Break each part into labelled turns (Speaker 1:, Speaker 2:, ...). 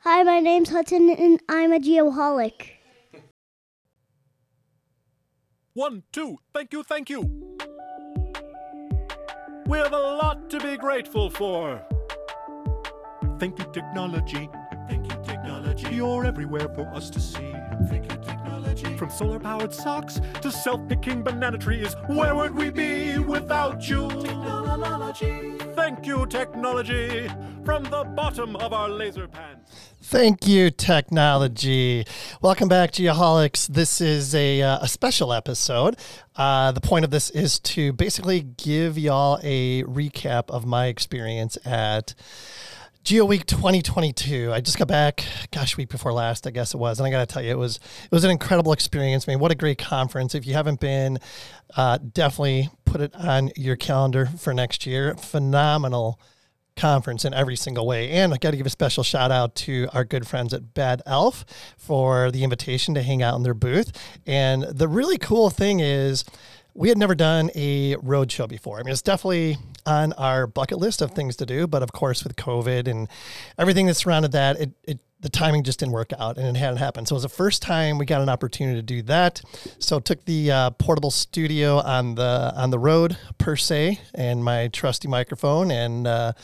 Speaker 1: Hi, my name's Hudson and I'm a geoholic.
Speaker 2: One, two, thank you, thank you. We have a lot to be grateful for.
Speaker 3: Thank you, technology.
Speaker 2: Thank you, technology.
Speaker 3: You're everywhere for us to see.
Speaker 2: Thank you, technology.
Speaker 3: From solar powered socks to self picking banana trees, where would we be without you?
Speaker 2: Technology. Thank you, technology. From the bottom of our laser pants.
Speaker 4: Thank you, technology. Welcome back, Geoholics. This is a, uh, a special episode. Uh, the point of this is to basically give y'all a recap of my experience at Geo Week 2022. I just got back, gosh, week before last, I guess it was, and I got to tell you, it was it was an incredible experience. I mean, what a great conference! If you haven't been, uh, definitely put it on your calendar for next year. Phenomenal conference in every single way. And I got to give a special shout out to our good friends at Bad Elf for the invitation to hang out in their booth. And the really cool thing is, we had never done a road show before. I mean, it's definitely on our bucket list of things to do, but of course, with COVID and everything that surrounded that, it, it the timing just didn't work out and it hadn't happened. So it was the first time we got an opportunity to do that. So took the uh, portable studio on the on the road per se, and my trusty microphone and uh,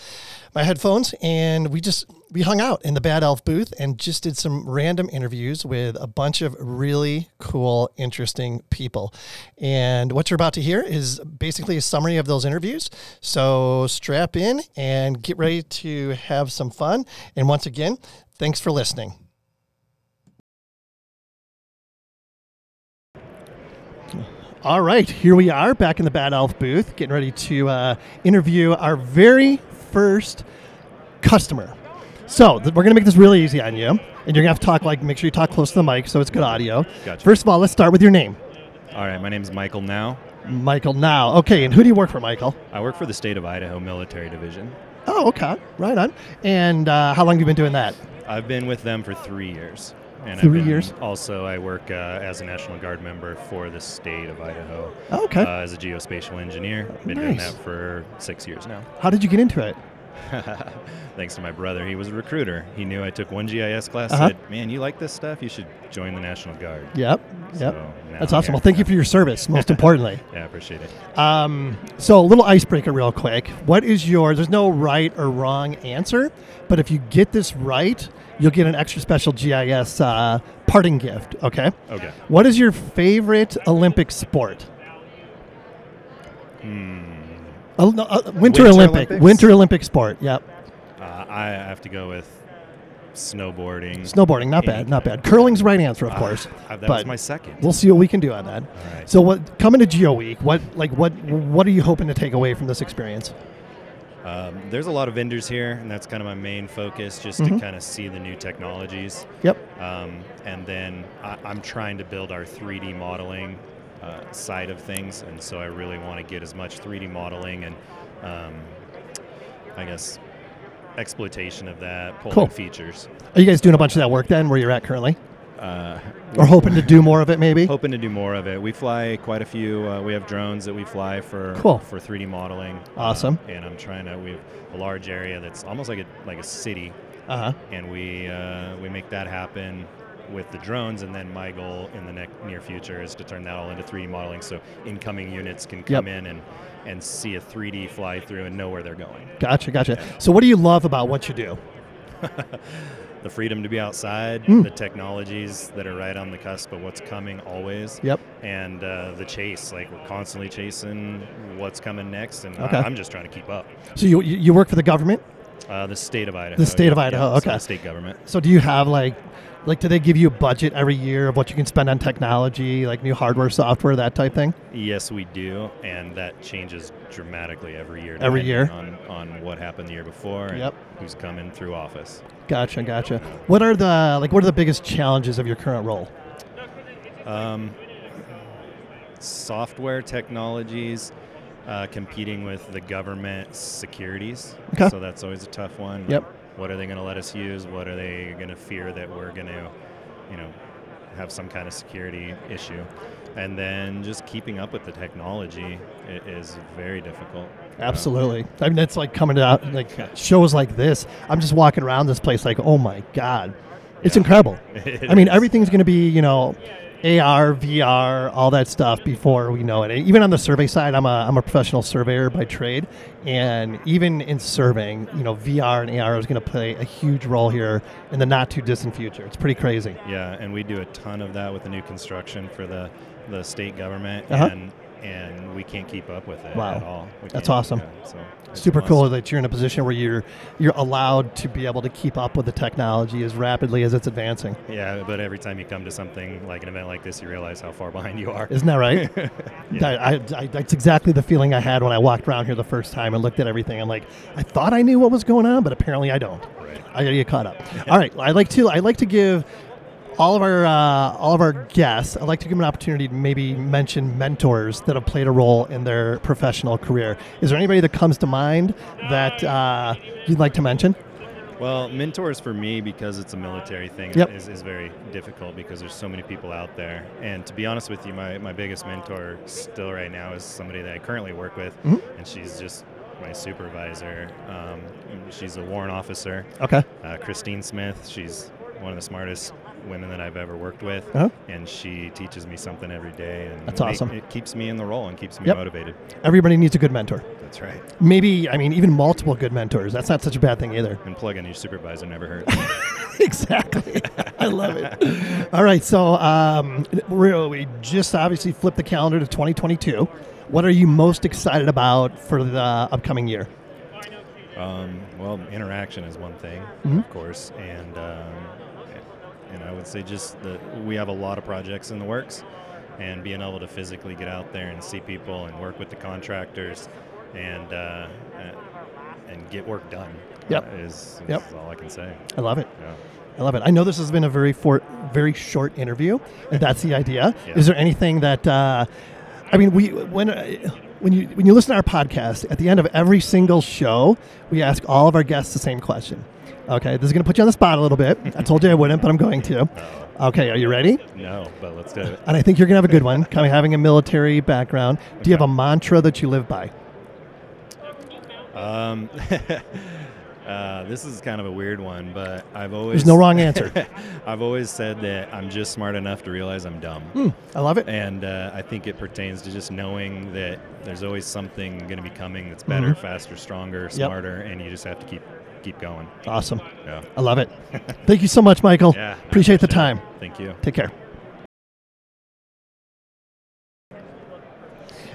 Speaker 4: my headphones, and we just we hung out in the Bad Elf booth and just did some random interviews with a bunch of really cool, interesting people. And what you're about to hear is basically a summary of those interviews. So strap in and get ready to have some fun. And once again, thanks for listening. All right, here we are back in the Bad Elf booth, getting ready to uh, interview our very first customer. So th- we're gonna make this really easy on you, and you're gonna have to talk like make sure you talk close to the mic so it's good audio.
Speaker 5: Gotcha.
Speaker 4: First of all, let's start with your name,
Speaker 5: All right, my name is Michael now.
Speaker 4: Michael. Now, okay, and who do you work for, Michael?
Speaker 5: I work for the state of Idaho Military Division.
Speaker 4: Oh, okay, right on. And uh, how long have you been doing that?
Speaker 5: I've been with them for three years. And
Speaker 4: Three
Speaker 5: been-
Speaker 4: years?
Speaker 5: Also, I work uh, as a National Guard member for the state of Idaho
Speaker 4: Okay,
Speaker 5: uh, as a geospatial engineer. Been doing
Speaker 4: Nice.
Speaker 5: that for six years now.
Speaker 4: how did you get into it?
Speaker 5: Thanks to my brother, he was a recruiter. He knew I took one GIS class.
Speaker 4: Uh-huh.
Speaker 5: Said, "Man, you like this stuff? You should join the National Guard."
Speaker 4: Yep, yep.
Speaker 5: So now
Speaker 4: That's
Speaker 5: I'm
Speaker 4: awesome.
Speaker 5: here.
Speaker 4: Well, thank you for your service, most importantly.
Speaker 5: Yeah, I appreciate it.
Speaker 4: Um, so, a little icebreaker, real quick. What is your, there's no right or wrong answer, but if you get this right, you'll get an extra special GIS uh, parting gift, okay?
Speaker 5: Okay.
Speaker 4: What is your favorite Olympic sport?
Speaker 5: Hmm.
Speaker 4: Oh, no, uh, Winter,
Speaker 5: Winter
Speaker 4: Olympic.
Speaker 5: Olympics?
Speaker 4: Winter Olympic sport, yep.
Speaker 5: Uh, I have to go with snowboarding.
Speaker 4: Snowboarding, not bad, not bad. Curling's the right answer, of course.
Speaker 5: Mm-hmm. Ah, that was
Speaker 4: but
Speaker 5: my second.
Speaker 4: we'll see what we can do on that.
Speaker 5: All right.
Speaker 4: So, what coming to Geo Week? What like what what are you hoping to take away from this experience?
Speaker 5: Um, there's a lot of vendors here, and that's kind of my main focus, just to kind of see the new technologies.
Speaker 4: Mm-hmm. Yep.
Speaker 5: Um, and then I, I'm trying to build our 3D modeling uh, side of things, and so I really want to get as much 3D modeling and um, I guess exploitation of that, pulling
Speaker 4: Cool.
Speaker 5: features.
Speaker 4: Are you guys doing a bunch of that work then, where you're at currently,
Speaker 5: Uh,
Speaker 4: or hoping to do more of it? Maybe.
Speaker 5: hoping to do more of it. We fly quite a few. Uh, we have drones that we fly for
Speaker 4: Cool.
Speaker 5: for 3D modeling.
Speaker 4: Awesome.
Speaker 5: Uh, and I'm trying to. We have a large area that's almost like a like a city,
Speaker 4: Uh huh.
Speaker 5: and we uh, we make that happen with the drones. And then my goal in the next near future is to turn that all into 3D modeling, so incoming units can come in and and see a 3D fly through and know where they're going.
Speaker 4: Gotcha, gotcha. So, what do you love about what you do?
Speaker 5: The freedom to be outside,
Speaker 4: Hmm.
Speaker 5: the technologies that are right on the cusp of what's coming always.
Speaker 4: Yep.
Speaker 5: and uh, the chase. Like we're constantly chasing what's coming next, and
Speaker 4: Okay.
Speaker 5: I, am just trying to keep up.
Speaker 4: So, you you you work for the government.
Speaker 5: Uh, the state of Idaho.
Speaker 4: The state of Idaho,
Speaker 5: so
Speaker 4: okay.
Speaker 5: the state government.
Speaker 4: So, do you have like like do they give you a budget every year of what you can spend on technology, like new hardware, software, that type thing?
Speaker 5: Yes, we do, and that changes dramatically every year.
Speaker 4: Every
Speaker 5: depending
Speaker 4: year?
Speaker 5: on, on what happened the year before and
Speaker 4: Yep.
Speaker 5: who's coming through office.
Speaker 4: Gotcha, gotcha. What are the like what are the biggest challenges of your current role?
Speaker 5: Um, software technologies uh, competing with the government securities.
Speaker 4: Okay.
Speaker 5: So that's always a tough one.
Speaker 4: Yep.
Speaker 5: What are they going to let us use? What are they going to fear that we're going to, you know, have some kind of security issue. And then just keeping up with the technology i- is very difficult. Um,
Speaker 4: Absolutely. I mean, that's like coming out like shows like this. I'm just walking around this place like, oh my god, it's incredible.
Speaker 5: It
Speaker 4: I mean,
Speaker 5: is.
Speaker 4: everything's going to be you know, AR, VR, all that stuff before we know it. And even on the survey side, I'm a I'm a professional surveyor by trade, and even in surveying, you know, VR and AR is going to play a huge role here in the not too distant future. It's pretty crazy.
Speaker 5: Yeah, and we do a ton of that with the new construction for the, the state government,
Speaker 4: Uh-huh.
Speaker 5: and and we can't keep up with it
Speaker 4: Wow.
Speaker 5: at all. We
Speaker 4: That's
Speaker 5: can't,
Speaker 4: awesome.
Speaker 5: yeah, so it's a
Speaker 4: super
Speaker 5: must.
Speaker 4: cool that you're in a position where you're you're allowed to be able to keep up with the technology as rapidly as it's advancing.
Speaker 5: Yeah, but every time you come to something like an event like this, you realize how far behind you are.
Speaker 4: Isn't that right? I, I- I- that's exactly the feeling I had when I walked around here the first time and looked at everything. I'm like, I thought I knew what was going on, but apparently I don't.
Speaker 5: Right.
Speaker 4: I gotta get caught up. All right, I like to I like to give all of our uh, all of our guests. I like to give them an opportunity to maybe mention mentors that have played a role in their professional career. Is there anybody that comes to mind that uh, you'd like to mention?
Speaker 5: Well, mentors for me, because it's a military thing,
Speaker 4: Yep.
Speaker 5: is, is very difficult because there's so many people out there. And to be honest with you, my, my biggest mentor still right now is somebody that I currently work with,
Speaker 4: Mm-hmm.
Speaker 5: and she's just my supervisor. Um, and she's a warrant officer,
Speaker 4: Okay.
Speaker 5: uh, Christine Smith. She's one of the smartest women that I've ever worked with,
Speaker 4: Uh-huh.
Speaker 5: and she teaches me something every day. And
Speaker 4: That's awesome.
Speaker 5: It keeps me in the role and keeps me
Speaker 4: Yep.
Speaker 5: motivated.
Speaker 4: Everybody needs a good mentor.
Speaker 5: That's right.
Speaker 4: Maybe, I mean, even multiple good mentors. That's not such a bad thing either.
Speaker 5: And plug in your supervisor never hurt.
Speaker 4: exactly. I love it. All right. So, um, we we just obviously flipped the calendar to 2022. What are you most excited about for the upcoming year?
Speaker 5: Um, well, interaction is one thing,
Speaker 4: Mm-hmm.
Speaker 5: of course, and um, and I would say just that we have a lot of projects in the works, and being able to physically get out there and see people and work with the contractors, and uh, and- and get work done.
Speaker 4: Yep.
Speaker 5: uh, is, is
Speaker 4: Yep.
Speaker 5: all I can say.
Speaker 4: I love it.
Speaker 5: Yeah.
Speaker 4: I love it. I know this has been a very for, very short interview, and that's the idea.
Speaker 5: Yeah.
Speaker 4: Is there anything that uh, I mean, we when uh, when you when you listen to our podcast, at the end of every single show, we ask all of our guests the same question. Okay, this is going to put you on the spot a little bit. I told you I wouldn't, but I'm going to. Okay, are you ready?
Speaker 5: No, but let's do it.
Speaker 4: And I think you're going to have a good one, kind of having a military background. Do you have a mantra that you live by?
Speaker 5: Um, uh, this is kind of a weird one, but I've always
Speaker 4: There's no wrong answer.
Speaker 5: I've always said that I'm just smart enough to realize I'm dumb.
Speaker 4: Hmm, I love it.
Speaker 5: And uh, I think it pertains to just knowing that there's always something going to be coming that's
Speaker 4: Mm-hmm.
Speaker 5: better, faster, stronger, smarter, and you just have to keep keep going.
Speaker 4: Awesome.
Speaker 5: Yeah.
Speaker 4: I love it. Thank you so much, Michael.
Speaker 5: Yeah, I
Speaker 4: appreciate the
Speaker 5: appreciate
Speaker 4: time.
Speaker 5: it. Thank you.
Speaker 4: Take care.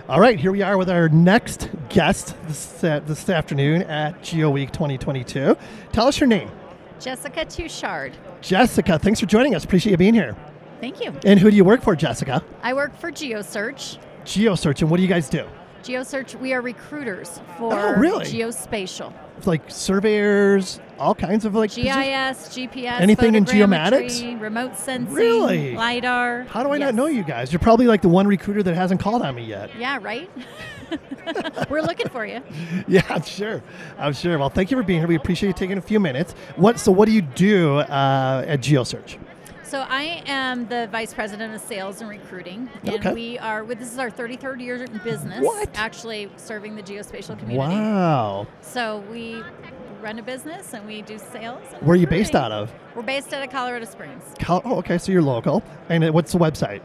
Speaker 4: All right, here we are with our next guest this, uh, this afternoon at Geo Week 2022. Tell us your name.
Speaker 6: Jessica Touchard.
Speaker 4: Jessica, thanks for joining us. Appreciate you being here.
Speaker 6: Thank you.
Speaker 4: And who do you work for, Jessica?
Speaker 6: I work for GeoSearch.
Speaker 4: GeoSearch. And what do you guys do?
Speaker 6: GeoSearch, we are recruiters for
Speaker 4: Oh, really?
Speaker 6: geospatial.
Speaker 4: It's like surveyors, all kinds of like.
Speaker 6: GIS, GPS,
Speaker 4: Anything in
Speaker 6: photogrammetry,
Speaker 4: geomatics?
Speaker 6: Remote sensing,
Speaker 4: Really?
Speaker 6: LiDAR.
Speaker 4: How do I
Speaker 6: Yes.
Speaker 4: not know you guys? You're probably like the one recruiter that hasn't called on me yet.
Speaker 6: Yeah, right? We're looking for you.
Speaker 4: Yeah, I'm sure. I'm sure. Well, thank you for being here. We appreciate you taking a few minutes. What? So, what do you do uh, at GeoSearch?
Speaker 6: So I am the vice president of sales and recruiting, and
Speaker 4: Okay.
Speaker 6: we are. With, this is our 33rd year in business.
Speaker 4: What?
Speaker 6: Actually, serving the geospatial community.
Speaker 4: Wow.
Speaker 6: So we run a business and we do sales. and
Speaker 4: Where are you based
Speaker 6: recruiting.
Speaker 4: out of?
Speaker 6: We're based out of Colorado Springs.
Speaker 4: Cal- oh, okay. So you're local. And uh, what's the website?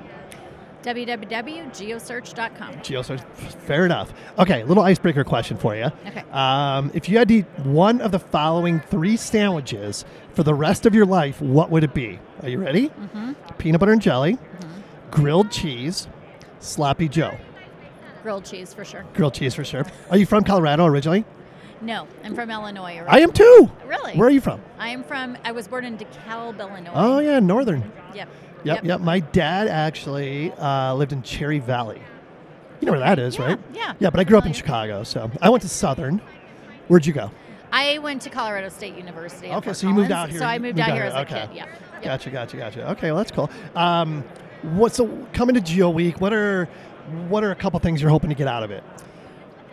Speaker 6: www.geosearch.com.
Speaker 4: GeoSearch. Fair enough. Okay. Little icebreaker question for you.
Speaker 6: Okay.
Speaker 4: Um, if you had to eat one of the following three sandwiches for the rest of your life, what would it be? Are you ready? Mm-hmm. Peanut butter and jelly,
Speaker 6: Mm-hmm.
Speaker 4: grilled cheese, sloppy Joe.
Speaker 6: Grilled cheese for sure.
Speaker 4: Grilled cheese for sure. Are you from Colorado originally?
Speaker 6: No, I'm from Illinois.
Speaker 4: I am too.
Speaker 6: Really?
Speaker 4: Where are you from?
Speaker 6: I am from. I was born in DeKalb, Illinois.
Speaker 4: Oh yeah, northern.
Speaker 6: Yep.
Speaker 4: Yep, yep. My dad actually uh, lived in Cherry Valley. You know where that is,
Speaker 6: Yeah,
Speaker 4: right?
Speaker 6: yeah.
Speaker 4: Yeah, but I grew up in Chicago,
Speaker 6: Familiar.
Speaker 4: so I went to Southern. Where'd you go?
Speaker 6: I went to Colorado State University. in
Speaker 4: Okay,
Speaker 6: Fort
Speaker 4: so you moved
Speaker 6: Collins,
Speaker 4: out here.
Speaker 6: So I
Speaker 4: You
Speaker 6: moved,
Speaker 4: moved
Speaker 6: out,
Speaker 4: out
Speaker 6: here
Speaker 4: here,
Speaker 6: as
Speaker 4: okay.
Speaker 6: a kid. Yeah. Yep.
Speaker 4: Gotcha, gotcha, gotcha. Okay, well that's cool. Um, what so coming to Geo Week? What are what are a couple things you're hoping to get out of it?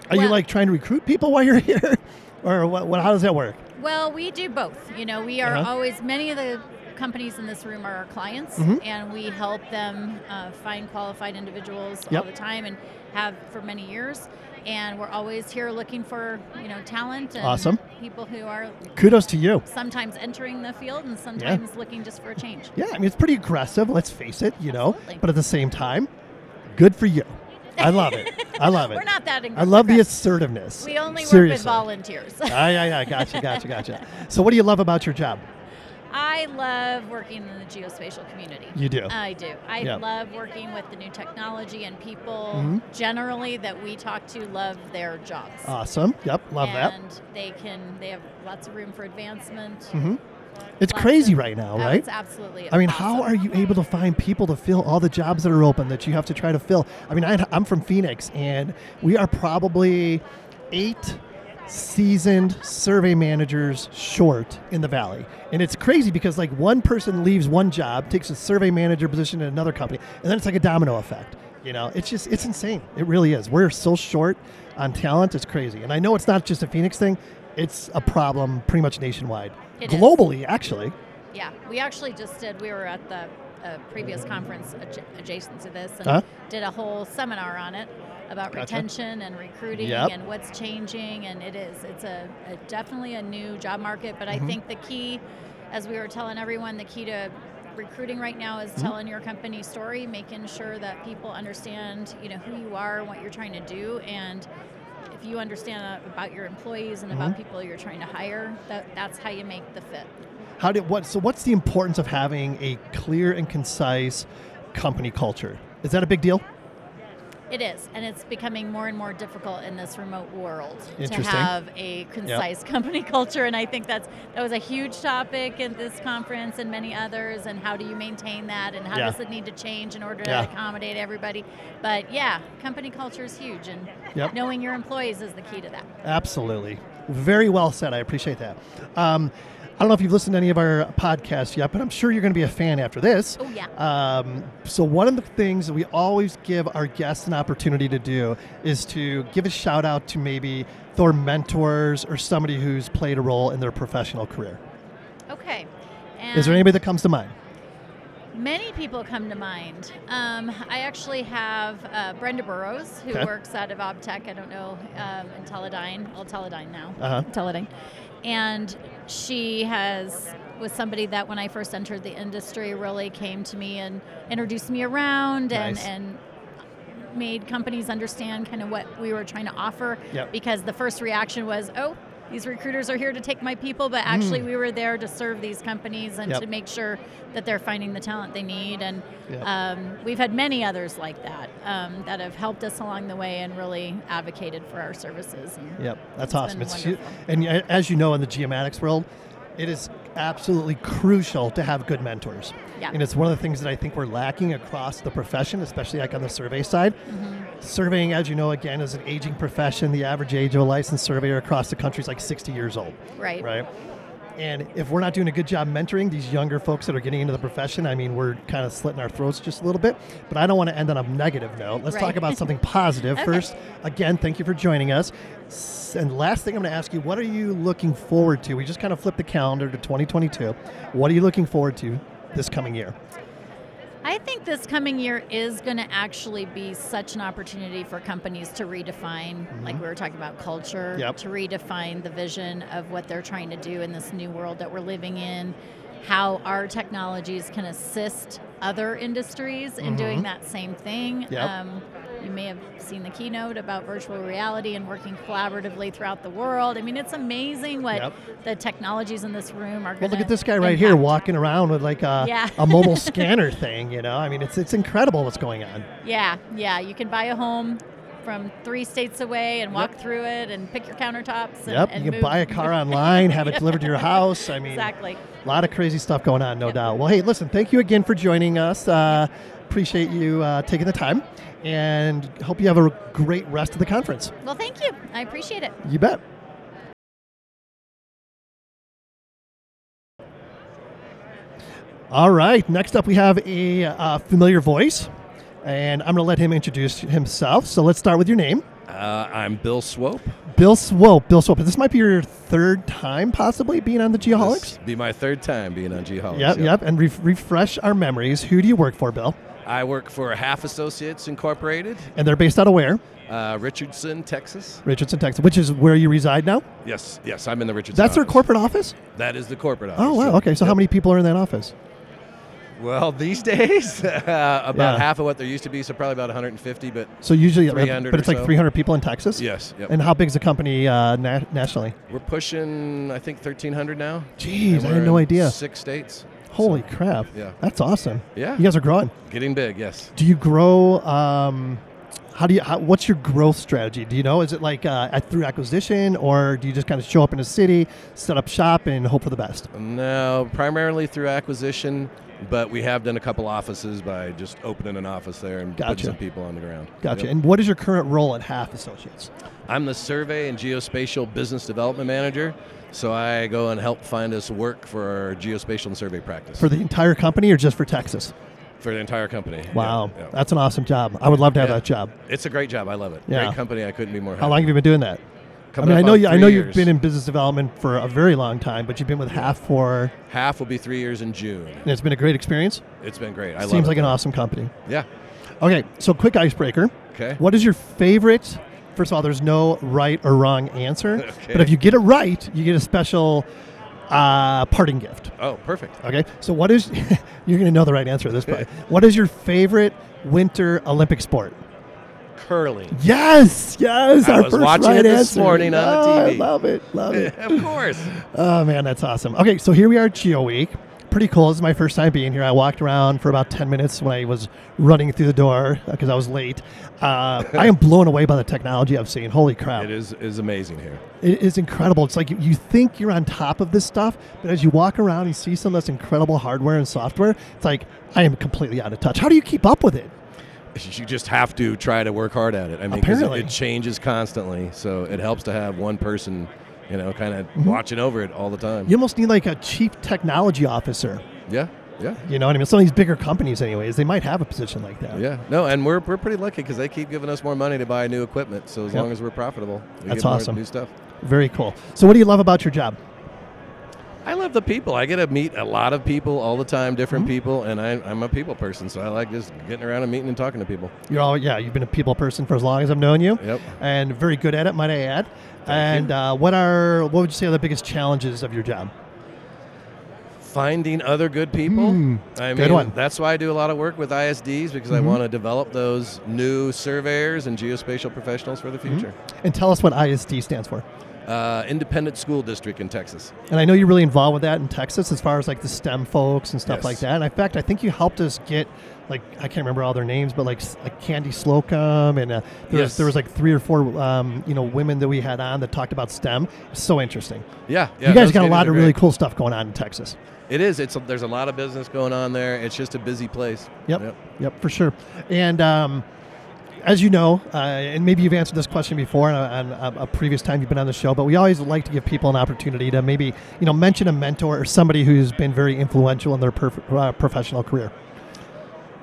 Speaker 4: Are you
Speaker 6: Well-
Speaker 4: like trying to recruit people while you're here, or what, what? How does that work?
Speaker 6: Well, we do both. You know, we are
Speaker 4: Uh-huh.
Speaker 6: always many of the
Speaker 7: companies in this room are our clients,
Speaker 4: Mhm.
Speaker 7: and we help them uh, find qualified individuals
Speaker 4: Yep.
Speaker 7: all the time and have for many years. And we're always here looking for you know talent and
Speaker 4: Awesome.
Speaker 7: people who are
Speaker 4: Kudos to you.
Speaker 7: sometimes entering the field and sometimes looking just for a change.
Speaker 4: Yeah, I mean it's pretty aggressive. Let's face it, you know.
Speaker 7: Absolutely.
Speaker 4: But at the same time, good for you. I love it. I love it.
Speaker 7: We're not that.
Speaker 4: I love the
Speaker 7: aggressive.
Speaker 4: assertiveness.
Speaker 7: We only work with
Speaker 4: Seriously.
Speaker 7: volunteers.
Speaker 4: Aye, aye, aye. Gotcha, gotcha, gotcha. So, what do you love about your job?
Speaker 7: I love working in the geospatial community.
Speaker 4: You do.
Speaker 7: I do. I
Speaker 4: Yeah.
Speaker 7: love working with the new technology and people
Speaker 4: Mhm.
Speaker 7: generally that we talk to love their jobs.
Speaker 4: Awesome. Yep. Love that.
Speaker 7: and they can they have lots of room for advancement.
Speaker 4: hmm It's
Speaker 7: lots
Speaker 4: crazy
Speaker 7: of-
Speaker 4: right now,
Speaker 7: Oh,
Speaker 4: right?
Speaker 7: It's absolutely.
Speaker 4: I mean, how
Speaker 7: awesome.
Speaker 4: are you able to find people to fill all the jobs that are open that you have to try to fill? I mean, I, I'm from Phoenix, and we are probably eight seasoned survey managers short in the valley. And it's crazy because, like, one person leaves one job, takes a survey manager position at another company, and then it's like a domino effect. You know, it's just, it's insane. It really is. We're so short on talent, it's crazy. And I know it's not just a Phoenix thing, it's a problem pretty much nationwide.
Speaker 7: It is.
Speaker 4: Globally, actually.
Speaker 7: Yeah, we actually just did. We were at the uh, previous conference adj- adjacent to this and
Speaker 4: Uh-huh.
Speaker 7: did a whole seminar on it about
Speaker 4: Gotcha.
Speaker 7: retention and recruiting
Speaker 4: Yep.
Speaker 7: and what's changing. And it is. It's a, a definitely a new job market. But
Speaker 4: Mm-hmm.
Speaker 7: I think the key, as we were telling everyone, the key to recruiting right now is
Speaker 4: Mm-hmm.
Speaker 7: telling your company story, making sure that people understand, you know, who you are and what you're trying to do, and if you understand uh, about your employees and
Speaker 4: Mm-hmm.
Speaker 7: about people you're trying to hire, that, that's how you make the fit.
Speaker 4: How did what? So what's the importance of having a clear and concise company culture? Is that a big deal?
Speaker 7: It is, and it's becoming more and more difficult in this remote world to
Speaker 4: Interesting.
Speaker 7: have a concise company culture. And I think that's that was a huge topic at this conference and many others. And how do you maintain that? And how
Speaker 4: Yeah.
Speaker 7: does it need to change in order
Speaker 4: Yeah.
Speaker 7: to accommodate everybody? But yeah, company culture is huge, and
Speaker 4: Yep.
Speaker 7: knowing your employees is the key to that.
Speaker 4: Absolutely. Very well said. I appreciate that. Um, I don't know if you've listened to any of our podcasts yet, but I'm sure you're going to be a fan after this.
Speaker 7: Oh, yeah.
Speaker 4: Um, so one of the things that we always give our guests an opportunity to do is to give a shout out to maybe their mentors or somebody who's played a role in their professional career.
Speaker 7: Okay. And
Speaker 4: Is there anybody that comes to mind?
Speaker 7: Many people come to mind. Um, I actually have uh, Brenda Burrows, who
Speaker 4: Okay.
Speaker 7: works out of Obtech. I don't know, um, in Teledyne. Well, Teledyne now.
Speaker 4: Uh-huh.
Speaker 7: Teledyne, and she has was somebody that when I first entered the industry really came to me and introduced me around and
Speaker 4: Nice.
Speaker 7: and made companies understand kind of what we were trying to offer.
Speaker 4: Yep.
Speaker 7: Because the first reaction was, oh. These recruiters are here to take my people, but actually, we were there to serve these companies and
Speaker 4: Mm. Yep.
Speaker 7: to make sure that they're finding the talent they need. And
Speaker 4: Yep.
Speaker 7: um, we've had many others like that um, that have helped us along the way and really advocated for our services. And
Speaker 4: Yep, that's
Speaker 7: It's
Speaker 4: awesome.
Speaker 7: been
Speaker 4: It's hu-
Speaker 7: wonderful.
Speaker 4: and y- as you know, in the geomatics world, it is absolutely crucial to have good mentors.
Speaker 7: Yeah.
Speaker 4: And it's one of the things that I think we're lacking across the profession, especially like on the survey side. Surveying, as you know, again, is an aging profession. The average age of a licensed surveyor across the country is like 60 years old,
Speaker 7: Right.
Speaker 4: right? And if we're not doing a good job mentoring these younger folks that are getting into the profession, I mean, we're kind of slitting our throats just a little bit. But I don't want to end on a negative note. Let's talk
Speaker 7: Right.
Speaker 4: about something positive
Speaker 7: Okay.
Speaker 4: first. Again, thank you for joining us. S- And last thing I'm going to ask you, what are you looking forward to? We just kind of flipped the calendar to 2022. What are you looking forward to this coming year?
Speaker 7: I think this coming year is going to actually be such an opportunity for companies to redefine, like we were talking about culture,
Speaker 4: Mm-hmm. Yep.
Speaker 7: to redefine the vision of what they're trying to do in this new world that we're living in, how our technologies can assist other industries in doing that same thing.
Speaker 4: Mm-hmm. Yep.
Speaker 7: Um, you may have seen the keynote about virtual reality and working collaboratively throughout the world. I mean, it's amazing what
Speaker 4: Yep.
Speaker 7: the technologies in this room are.
Speaker 4: Well, look
Speaker 7: gonna
Speaker 4: at this guy right here
Speaker 7: impact.
Speaker 4: walking around with like a,
Speaker 7: Yeah.
Speaker 4: a mobile scanner thing, you know? I mean, it's, it's incredible what's going on.
Speaker 7: Yeah, yeah. You can buy a home from three states away and walk through it and pick your countertops. And,
Speaker 4: Yep.
Speaker 7: and
Speaker 4: you can
Speaker 7: move.
Speaker 4: buy a car online, have it delivered to your house. I mean,
Speaker 7: Exactly.
Speaker 4: A lot of crazy stuff going on, no
Speaker 7: Yep.
Speaker 4: doubt. Well, hey, listen, thank you again for joining us. Uh, appreciate you uh, taking the time and hope you have a great rest of the conference.
Speaker 7: Well, thank you. I appreciate it.
Speaker 4: You bet. All right, next up we have a uh, familiar voice. And I'm going to let him introduce himself. So let's start with your name.
Speaker 8: Uh, I'm Bill Swope.
Speaker 4: Bill Swope. Bill Swope. This might be your third time possibly being on the Geoholics.
Speaker 8: This be my third time being on Geoholics.
Speaker 4: Yep, yep. And re- refresh our memories. Who do you work for, Bill?
Speaker 8: I work for Half Associates Incorporated,
Speaker 4: And they're based out of where?
Speaker 8: uh, Richardson, Texas.
Speaker 4: Richardson, Texas, which is where you reside now.
Speaker 8: Yes, yes, I'm in the Richardson.
Speaker 4: That's their
Speaker 8: office.
Speaker 4: corporate office?
Speaker 8: That is the corporate office.
Speaker 4: Oh, wow.
Speaker 8: yeah.
Speaker 4: Okay. So how many people are in that office?
Speaker 8: Well, these days, uh, about
Speaker 4: Yeah.
Speaker 8: half of what there used to be, so probably about 150. But
Speaker 4: So usually, uh,
Speaker 8: 300
Speaker 4: but it's
Speaker 8: or
Speaker 4: like
Speaker 8: so.
Speaker 4: 300 people in Texas?
Speaker 8: yes, yep.
Speaker 4: And how big is the company uh, na- nationally?
Speaker 8: we're pushing, I think, 1,300 now.
Speaker 4: Jeez,
Speaker 8: And
Speaker 4: I
Speaker 8: we're
Speaker 4: had no
Speaker 8: in
Speaker 4: idea.
Speaker 8: Six states.
Speaker 4: Holy crap.
Speaker 8: yeah.
Speaker 4: That's awesome.
Speaker 8: Yeah.
Speaker 4: You guys are growing.
Speaker 8: Getting big, yes.
Speaker 4: Do you grow? Um, how do you? How, what's your growth strategy? Do you know? Is it like uh, at- through acquisition, or do you just kind of show up in a city, set up shop, and hope for the best?
Speaker 8: No, primarily through acquisition, but we have done a couple offices by just opening an office there and
Speaker 4: Gotcha.
Speaker 8: putting some people on the ground.
Speaker 4: Gotcha.
Speaker 8: Yep.
Speaker 4: And what is your current role at Half Associates?
Speaker 8: I'm the survey and geospatial business development manager, so I go and help find us work for our geospatial and survey practice
Speaker 4: For the entire company, or just for Texas?
Speaker 8: for the entire company. Yeah,
Speaker 4: Wow,
Speaker 8: yeah.
Speaker 4: that's an awesome job. I would love to have
Speaker 8: Yeah.
Speaker 4: that job.
Speaker 8: It's a great job. I love it.
Speaker 4: Yeah.
Speaker 8: Great company. I couldn't be more happy.
Speaker 4: How long have you been doing that?
Speaker 8: Coming
Speaker 4: I mean,
Speaker 8: up
Speaker 4: I know
Speaker 8: on
Speaker 4: you. I
Speaker 8: three
Speaker 4: know you've
Speaker 8: years.
Speaker 4: been in business development for a very long time, but you've been with Half for,
Speaker 8: Half will be three years in June.
Speaker 4: and it's been a great experience.
Speaker 8: It's been great. I
Speaker 4: Seems
Speaker 8: love
Speaker 4: like
Speaker 8: it.
Speaker 4: an awesome company.
Speaker 8: Yeah.
Speaker 4: Okay, so quick icebreaker.
Speaker 8: Okay.
Speaker 4: What is your favorite? First of all, there's no right or wrong answer,
Speaker 8: Okay.
Speaker 4: but if you get it right, you get a special uh, parting gift.
Speaker 8: Oh, perfect.
Speaker 4: Okay, so what is? you're gonna know the right answer at this point. What is your favorite winter Olympic sport?
Speaker 8: Curling.
Speaker 4: Yes, yes,
Speaker 8: I
Speaker 4: our
Speaker 8: was
Speaker 4: first
Speaker 8: watching
Speaker 4: right
Speaker 8: it this
Speaker 4: answer.
Speaker 8: morning on
Speaker 4: Oh, I
Speaker 8: TV.
Speaker 4: love it, love it.
Speaker 8: of course.
Speaker 4: Oh man, that's awesome. Okay, so here we are at Geo Week. Pretty cool. This is my first time being here. I walked around for about 10 minutes when I was running through the door because I was late. Uh, I am blown away by the technology I've seen. Holy crap.
Speaker 8: It is is amazing here.
Speaker 4: It is incredible. It's like you- you think you're on top of this stuff, but as you walk around and see some of this incredible hardware and software, it's like, I am completely out of touch. How do you keep up with it?
Speaker 8: You just have to try to work hard at it. I mean, 'cause it,
Speaker 4: Apparently.
Speaker 8: it changes constantly, so it helps to have one person, you know, kind of watching over it all the time.
Speaker 4: Mm-hmm. You almost need like a chief technology officer.
Speaker 8: Yeah. Yeah.
Speaker 4: You know what I mean? Some of these bigger companies, anyways, they might have a position like that.
Speaker 8: Yeah, no, and we're, we're pretty lucky because they keep giving us more money to buy new equipment. So as
Speaker 4: Yep.
Speaker 8: long as we're profitable, we
Speaker 4: That's
Speaker 8: get more
Speaker 4: awesome.
Speaker 8: new stuff.
Speaker 4: Very cool. So, what do you love about your job?
Speaker 8: I love the people. I get to meet a lot of people all the time, different
Speaker 4: Mm-hmm.
Speaker 8: people, and I, I'm a people person, so I like just getting around and meeting and talking to people.
Speaker 4: You're all yeah. You've been a people person for as long as I've known you.
Speaker 8: Yep.
Speaker 4: And very good at it, might I add. and uh, what are what would you say are the biggest challenges of your job?
Speaker 8: Finding other good people. I mean,
Speaker 4: Hmm. Good one. Mm-hmm.
Speaker 8: that's why I do a lot of work with ISDs because I want to develop those new surveyors and geospatial professionals for the
Speaker 4: Mm-hmm.
Speaker 8: future.
Speaker 4: And tell us what ISD stands for.
Speaker 8: Uh, independent school district in Texas.
Speaker 4: And I know you're really involved with that in Texas, as far as like the STEM folks and stuff
Speaker 8: Yes.
Speaker 4: like that. And in fact, I think you helped us get like I can't remember all their names, but like s- like Candy Slocum and uh, there, was,
Speaker 8: Yes.
Speaker 4: there was like three or four um, you know women that we had on that talked about STEM. So interesting.
Speaker 8: Yeah, yeah
Speaker 4: you guys
Speaker 8: those
Speaker 4: got a
Speaker 8: meetings
Speaker 4: lot
Speaker 8: are
Speaker 4: of
Speaker 8: great.
Speaker 4: really cool stuff going on in Texas.
Speaker 8: It is. It's a, there's a lot of business going on there. It's just a busy place.
Speaker 4: Yep. Yep. for sure. And um, as you know, uh, and maybe you've answered this question before on, on a, a previous time you've been on the show, but we always like to give people an opportunity to maybe you know mention a mentor or somebody who's been very influential in their perf- uh, professional career.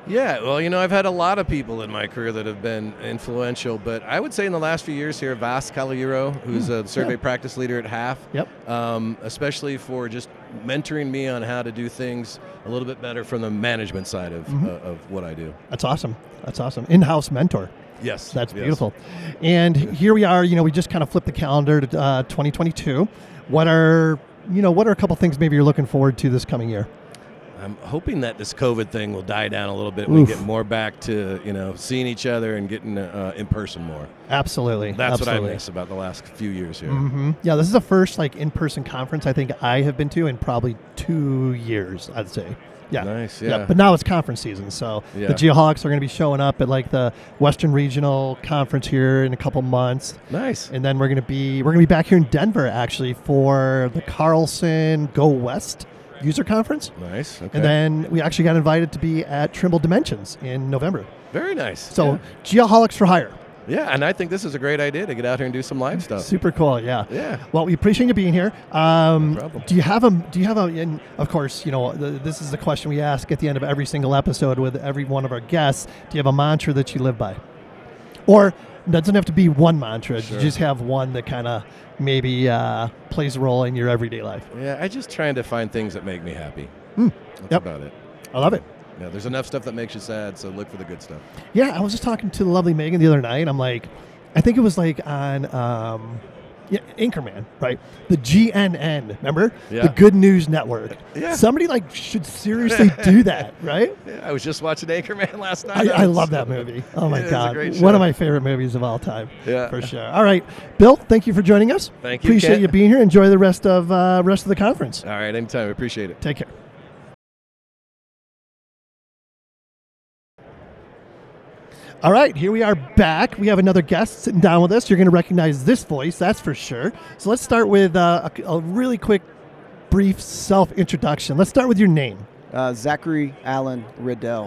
Speaker 8: Yeah, well, you know, I've had a lot of people in my career that have been influential, but I would say in the last few years here, Vas Calero, who's a survey practice leader at Half,
Speaker 4: Hmm, Yep.
Speaker 8: um, especially for just mentoring me on how to do things a little bit better from the management side of,
Speaker 4: Mm-hmm.
Speaker 8: uh, of what I do.
Speaker 4: That's awesome. That's awesome. In-house mentor.
Speaker 8: Yes,
Speaker 4: That's
Speaker 8: yes.
Speaker 4: beautiful. And here we are. You know, we just kind of flipped the calendar to uh, 2022. What are you know what are a couple things maybe you're looking forward to this coming year?
Speaker 8: I'm hoping that this COVID thing will die down a little bit. We
Speaker 4: Oof.
Speaker 8: get more back to you know seeing each other and getting uh, in person more.
Speaker 4: Absolutely.
Speaker 8: That's
Speaker 4: Absolutely.
Speaker 8: what I miss about the last few years here.
Speaker 4: hmm Yeah, this is the first like in-person conference I think I have been to in probably two years. I'd say. Yeah.
Speaker 8: Nice, yeah.
Speaker 4: But now it's conference season, so
Speaker 8: Yeah.
Speaker 4: the Geoholics are going to be showing up at like the Western Regional Conference here in a couple months,
Speaker 8: Nice.
Speaker 4: and then we're going to be we're going to be back here in Denver actually for the Carlson Go West User Conference,
Speaker 8: Nice. Okay.
Speaker 4: and then we actually got invited to be at Trimble Dimensions in November.
Speaker 8: Very nice.
Speaker 4: So
Speaker 8: yeah.
Speaker 4: Geoholics for hire.
Speaker 8: Yeah, and I think this is a great idea to get out here and do some live stuff.
Speaker 4: Super cool. Yeah.
Speaker 8: Oh. Yeah.
Speaker 4: Well, we appreciate you being here. Um,
Speaker 8: problem.
Speaker 4: do you have a? Do you have a? And of course, you know th- this is the question we ask at the end of every single episode with every one of our guests. Do you have a mantra that you live by? Or that doesn't have to be one mantra.
Speaker 8: Sure.
Speaker 4: You just have one that kind of maybe uh, plays a role in your everyday life.
Speaker 8: Yeah, I just trying to find things that make me happy. That's
Speaker 4: Yep.
Speaker 8: about it.
Speaker 4: I love it.
Speaker 8: Yeah, there's enough stuff that makes you sad, so look for the good stuff.
Speaker 4: Yeah, I was just talking to the lovely Megan the other night. I'm like, I think it was like on um, yeah, Anchorman, right? The GNN, remember?
Speaker 8: Yeah.
Speaker 4: The Good News Network.
Speaker 8: Yeah.
Speaker 4: Somebody like should seriously do that, right?
Speaker 8: Yeah, I was just watching Anchorman last night.
Speaker 4: I, I love that movie. Oh my
Speaker 8: Yeah, it's a
Speaker 4: god,
Speaker 8: great
Speaker 4: one
Speaker 8: show.
Speaker 4: of my favorite movies of all time.
Speaker 8: Yeah.
Speaker 4: for sure. All right, Bill, thank you for joining us.
Speaker 8: Thank you,
Speaker 4: Appreciate
Speaker 8: Kent.
Speaker 4: you being here. Enjoy the rest of uh, rest of the conference.
Speaker 8: All right, anytime. I appreciate it.
Speaker 4: Take care. All right, here we are back. We have another guest sitting down with us. You're going to recognize this voice, that's for sure. So let's start with uh, a, a really quick, brief self introduction. Let's start with your name.
Speaker 9: Uh, Zachary Allen Riddell.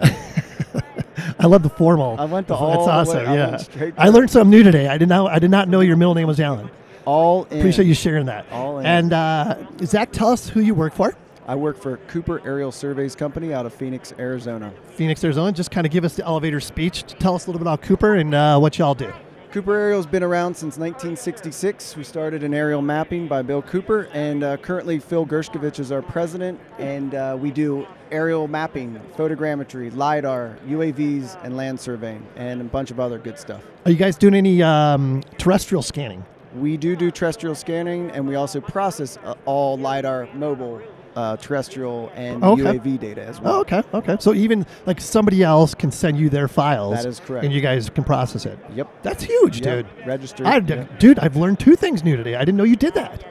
Speaker 4: I love the formal.
Speaker 9: I went the
Speaker 4: That's
Speaker 9: all the way-
Speaker 4: awesome.
Speaker 9: I went
Speaker 4: yeah,
Speaker 9: straight
Speaker 4: I learned something new today. I did not. I did not know your middle name was Allen.
Speaker 9: All in.
Speaker 4: Appreciate you sharing that.
Speaker 9: All in.
Speaker 4: And uh, Zach, tell us who you work for.
Speaker 9: I work for Cooper Aerial Surveys Company out of Phoenix, Arizona.
Speaker 4: Phoenix, Arizona. Just kind of give us the elevator speech. Tell us a little bit about Cooper and uh, what y'all do.
Speaker 9: Cooper Aerial's been around since 1966. We started in aerial mapping by Bill Cooper, and uh, currently Phil Gershkovich is our president. And uh, we do aerial mapping, photogrammetry, lidar, UAVs, and land surveying, and a bunch of other good stuff.
Speaker 4: Are you guys doing any um, terrestrial scanning?
Speaker 9: We do do terrestrial scanning, and we also process uh, all lidar, mobile, uh, terrestrial, and
Speaker 4: Okay.
Speaker 9: UAV data as well.
Speaker 4: Oh, okay, okay. So even like somebody else can send you their files.
Speaker 9: That is correct.
Speaker 4: And you guys can process it.
Speaker 9: Yep.
Speaker 4: That's huge,
Speaker 9: Yep,
Speaker 4: dude.
Speaker 9: Registered.
Speaker 4: I,
Speaker 9: yeah.
Speaker 4: Dude, I've learned two things new today. I didn't know you did that.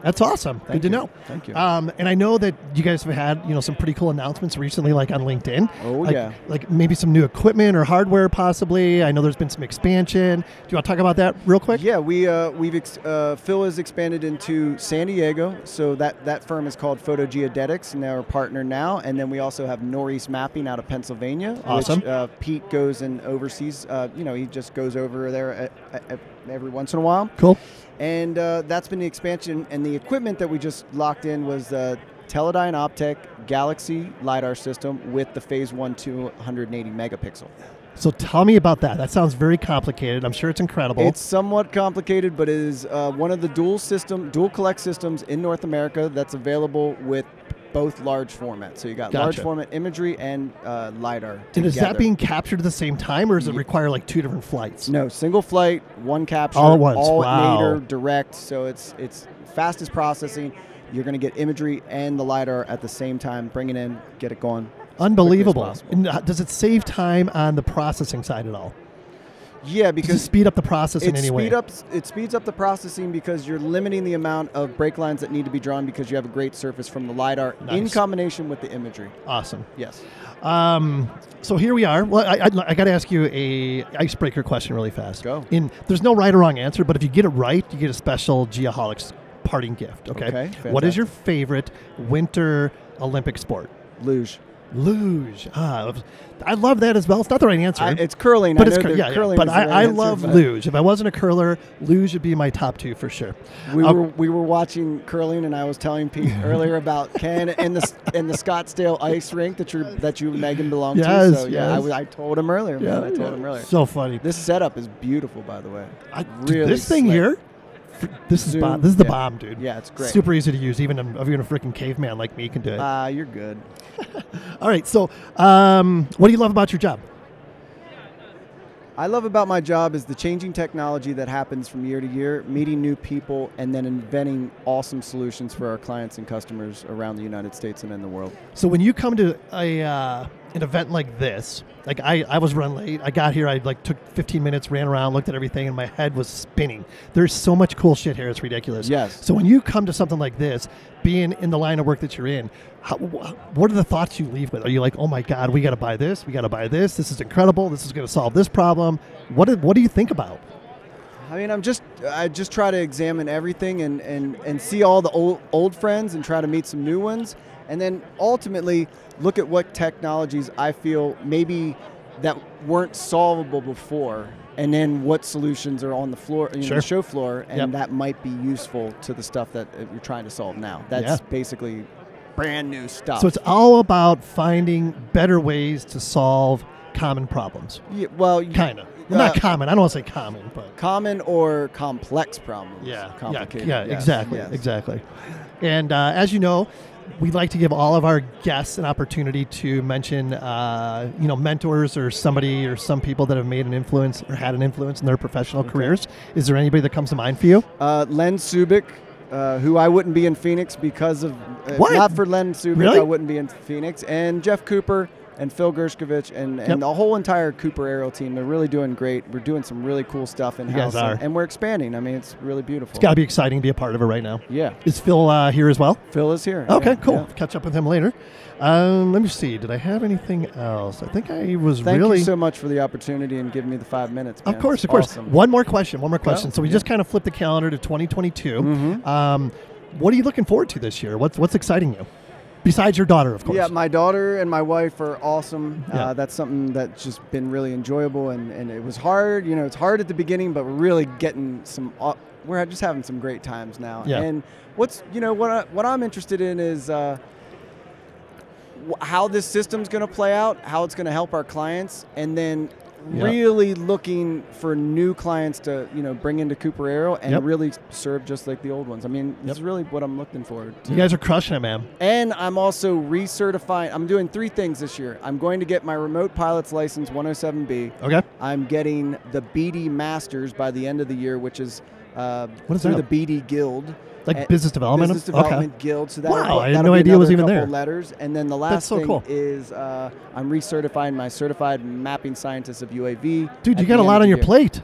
Speaker 4: That's awesome.
Speaker 9: Thank
Speaker 4: Good
Speaker 9: you.
Speaker 4: to know.
Speaker 9: Thank you.
Speaker 4: Um, and I know that you guys have had you know some pretty cool announcements recently, like on LinkedIn.
Speaker 9: Oh,
Speaker 4: like,
Speaker 9: yeah.
Speaker 4: Like maybe some new equipment or hardware, possibly. I know there's been some expansion. Do you want to talk about that real quick?
Speaker 9: Yeah, we uh, we've ex- uh, Phil has expanded into San Diego, so that that firm is called Photogeodetics, and they're a partner now. And then we also have Northeast Mapping out of Pennsylvania.
Speaker 4: Awesome.
Speaker 9: Which, uh, Pete goes and oversees. Uh, you know, he just goes over there at, at, at- every once in a while,
Speaker 4: Cool.
Speaker 9: and uh, that's been the expansion. And the equipment that we just locked in was the Teledyne Optech Galaxy lidar system with the Phase One 280 megapixel.
Speaker 4: So tell me about that. That sounds very complicated. I'm sure it's incredible.
Speaker 9: It's somewhat complicated, but it is uh, one of the dual system, dual collect systems in North America that's available with both large format. So you got large
Speaker 4: Gotcha.
Speaker 9: format imagery and uh, lidar.
Speaker 4: and is that
Speaker 9: together.
Speaker 4: being captured at the same time, or does it require like two different flights?
Speaker 9: no single flight, one capture,
Speaker 4: All at once. Wow.
Speaker 9: nadir direct? So it's it's fastest processing. You're going to get imagery and the lidar at the same time. Bring it in, get it going. as quickly as
Speaker 4: Unbelievable.
Speaker 9: possible.
Speaker 4: And, uh, does it save time on the processing side at all?
Speaker 9: Yeah,
Speaker 4: Does it
Speaker 9: because
Speaker 4: speed up the process in
Speaker 9: it
Speaker 4: any
Speaker 9: speed
Speaker 4: way?
Speaker 9: Up, it speeds up the processing because you're limiting the amount of brake lines that need to be drawn because you have a great surface from the LiDAR in
Speaker 4: Nice.
Speaker 9: combination with the imagery.
Speaker 4: Awesome.
Speaker 9: Yes.
Speaker 4: Um, so here we are. Well, I, I, I got to ask you a icebreaker question really fast.
Speaker 9: Go.
Speaker 4: In there's no right or wrong answer, but if you get it right, you get a special Geoholics parting gift. Okay.
Speaker 9: Okay,
Speaker 4: what is your favorite winter Olympic sport?
Speaker 9: Luge.
Speaker 4: Luge. Ah, I love that as well. It's not the right answer.
Speaker 9: I- it's curling.
Speaker 4: but
Speaker 9: I
Speaker 4: it's
Speaker 9: know
Speaker 4: cur-
Speaker 9: that
Speaker 4: yeah, yeah.
Speaker 9: curling
Speaker 4: But
Speaker 9: was the
Speaker 4: I,
Speaker 9: right
Speaker 4: I
Speaker 9: answer,
Speaker 4: love
Speaker 9: but
Speaker 4: luge. If I wasn't a curler, luge would be my top two for sure.
Speaker 9: We
Speaker 4: Uh,
Speaker 9: were we were watching curling, and I was telling Pete earlier about Ken and the and the Scottsdale ice rink that you that you Megan belong to.
Speaker 4: Yes,
Speaker 9: So yeah, I,
Speaker 4: yes.
Speaker 9: w- I told him earlier. man, I told
Speaker 4: yeah.
Speaker 9: him earlier.
Speaker 4: So funny.
Speaker 9: This setup is beautiful, by the way.
Speaker 4: I, dude,
Speaker 9: really
Speaker 4: this thing
Speaker 9: slick.
Speaker 4: here, fr- this is
Speaker 9: Zoom.
Speaker 4: bomb. This is the
Speaker 9: Yeah.
Speaker 4: bomb, dude.
Speaker 9: Yeah, it's great.
Speaker 4: Super easy to use. Even a, even a freaking caveman like me can do it.
Speaker 9: Ah, you're good.
Speaker 4: All right. So, um, what do you love about your job?
Speaker 9: I love about my job is the changing technology that happens from year to year, meeting new people, and then inventing awesome solutions for our clients and customers around the United States and in the world.
Speaker 4: So when you come to a uh, an event like this, like I, I was run late. I got here. I like took 15 minutes, ran around, looked at everything, and my head was spinning. There's so much cool shit here. It's ridiculous.
Speaker 9: Yes.
Speaker 4: So when you come to something like this, being in the line of work that you're in, how, wh- what are the thoughts you leave with? Are you like, oh my god, we got to buy this. We got to buy this. This is incredible. This is going to solve this problem. What do, what do you think about?
Speaker 9: I mean, I'm just I just try to examine everything and and and see all the old old friends and try to meet some new ones, and then ultimately look at what technologies I feel maybe that weren't solvable before, and then what solutions are on the floor, you know,
Speaker 4: Sure.
Speaker 9: the show floor, and
Speaker 4: Yep.
Speaker 9: that might be useful to the stuff that uh, you're trying to solve now. That's
Speaker 4: Yeah.
Speaker 9: basically brand new stuff.
Speaker 4: So it's all about finding better ways to solve common problems.
Speaker 9: yeah, well, you-
Speaker 4: Kind of.
Speaker 9: uh,
Speaker 4: Not common. I don't want to say common, but
Speaker 9: common or complex problems.
Speaker 4: yeah, yeah,
Speaker 9: complicated.
Speaker 4: yeah,
Speaker 9: yes,
Speaker 4: exactly,
Speaker 9: yes.
Speaker 4: exactly. And uh, as you know, we like to give all of our guests an opportunity to mention, uh, you know, mentors or somebody or some people that have made an influence or had an influence in their professional careers. Is there anybody that comes to mind for you?
Speaker 9: Uh, Len Subic, uh, who I wouldn't be in Phoenix because of uh,
Speaker 4: What?
Speaker 9: not for Len Subic,
Speaker 4: Really?
Speaker 9: I wouldn't be in Phoenix, and Jeff Cooper and Phil Gershkovich and, and
Speaker 4: Yep.
Speaker 9: the whole entire Cooper Aerial team. They're really doing great. We're doing some really cool stuff in house,
Speaker 4: guys are.
Speaker 9: and, and we're expanding. I mean, it's really beautiful.
Speaker 4: It's got to be exciting to be a part of it right now.
Speaker 9: yeah,
Speaker 4: Is Phil uh, here as well?
Speaker 9: Phil is here.
Speaker 4: Okay,
Speaker 9: Yeah,
Speaker 4: cool.
Speaker 9: yeah.
Speaker 4: Catch up with him later. Um, let me see. Did I have anything else? I think I was
Speaker 9: Thank
Speaker 4: really.
Speaker 9: you so much for the opportunity and giving me the five minutes.
Speaker 4: Of
Speaker 9: man.
Speaker 4: course,
Speaker 9: It's
Speaker 4: of course.
Speaker 9: awesome.
Speaker 4: One more question. One more question. so we
Speaker 9: yeah.
Speaker 4: just kind of flipped the calendar to 2022.
Speaker 9: Mhm.
Speaker 4: Um, what are you looking forward to this year? What's what's exciting you? Besides your daughter, of course.
Speaker 9: Yeah, my daughter and my wife are awesome.
Speaker 4: Yeah.
Speaker 9: Uh, that's something that's just been really enjoyable, and, and it was hard. You know, it's hard at the beginning, but we're really getting some. au- We're just having some great times now.
Speaker 4: Yeah.
Speaker 9: And what's you know what I, what I'm interested in is. Uh, wh- how this system's going to play out, how it's going to help our clients, and then
Speaker 4: Yep.
Speaker 9: really looking for new clients to you know bring into Cooper Aero and
Speaker 4: Yep.
Speaker 9: really serve just like the old ones. I mean, that's really what I'm looking forward to.
Speaker 4: you guys are crushing it, man.
Speaker 9: And I'm also recertifying. I'm doing three things this year. I'm going to get my remote pilot's license 107B.
Speaker 4: Okay.
Speaker 9: I'm getting the BD Masters by the end of the year, which is uh,
Speaker 4: What is
Speaker 9: through
Speaker 4: that?
Speaker 9: the BD Guild.
Speaker 4: Like
Speaker 9: And-
Speaker 4: business development?
Speaker 9: Business
Speaker 4: Okay.
Speaker 9: Development Guild. So that'll,
Speaker 4: Wow, I had
Speaker 9: that'll
Speaker 4: no
Speaker 9: be
Speaker 4: idea it was
Speaker 9: another
Speaker 4: even
Speaker 9: couple
Speaker 4: there.
Speaker 9: Letters. And then the last
Speaker 4: so
Speaker 9: thing
Speaker 4: cool.
Speaker 9: is uh, I'm recertifying my certified mapping scientist of UAV.
Speaker 4: Dude,
Speaker 9: at
Speaker 4: you
Speaker 9: the
Speaker 4: got a
Speaker 9: end of
Speaker 4: lot on
Speaker 9: the
Speaker 4: your
Speaker 9: year.
Speaker 4: plate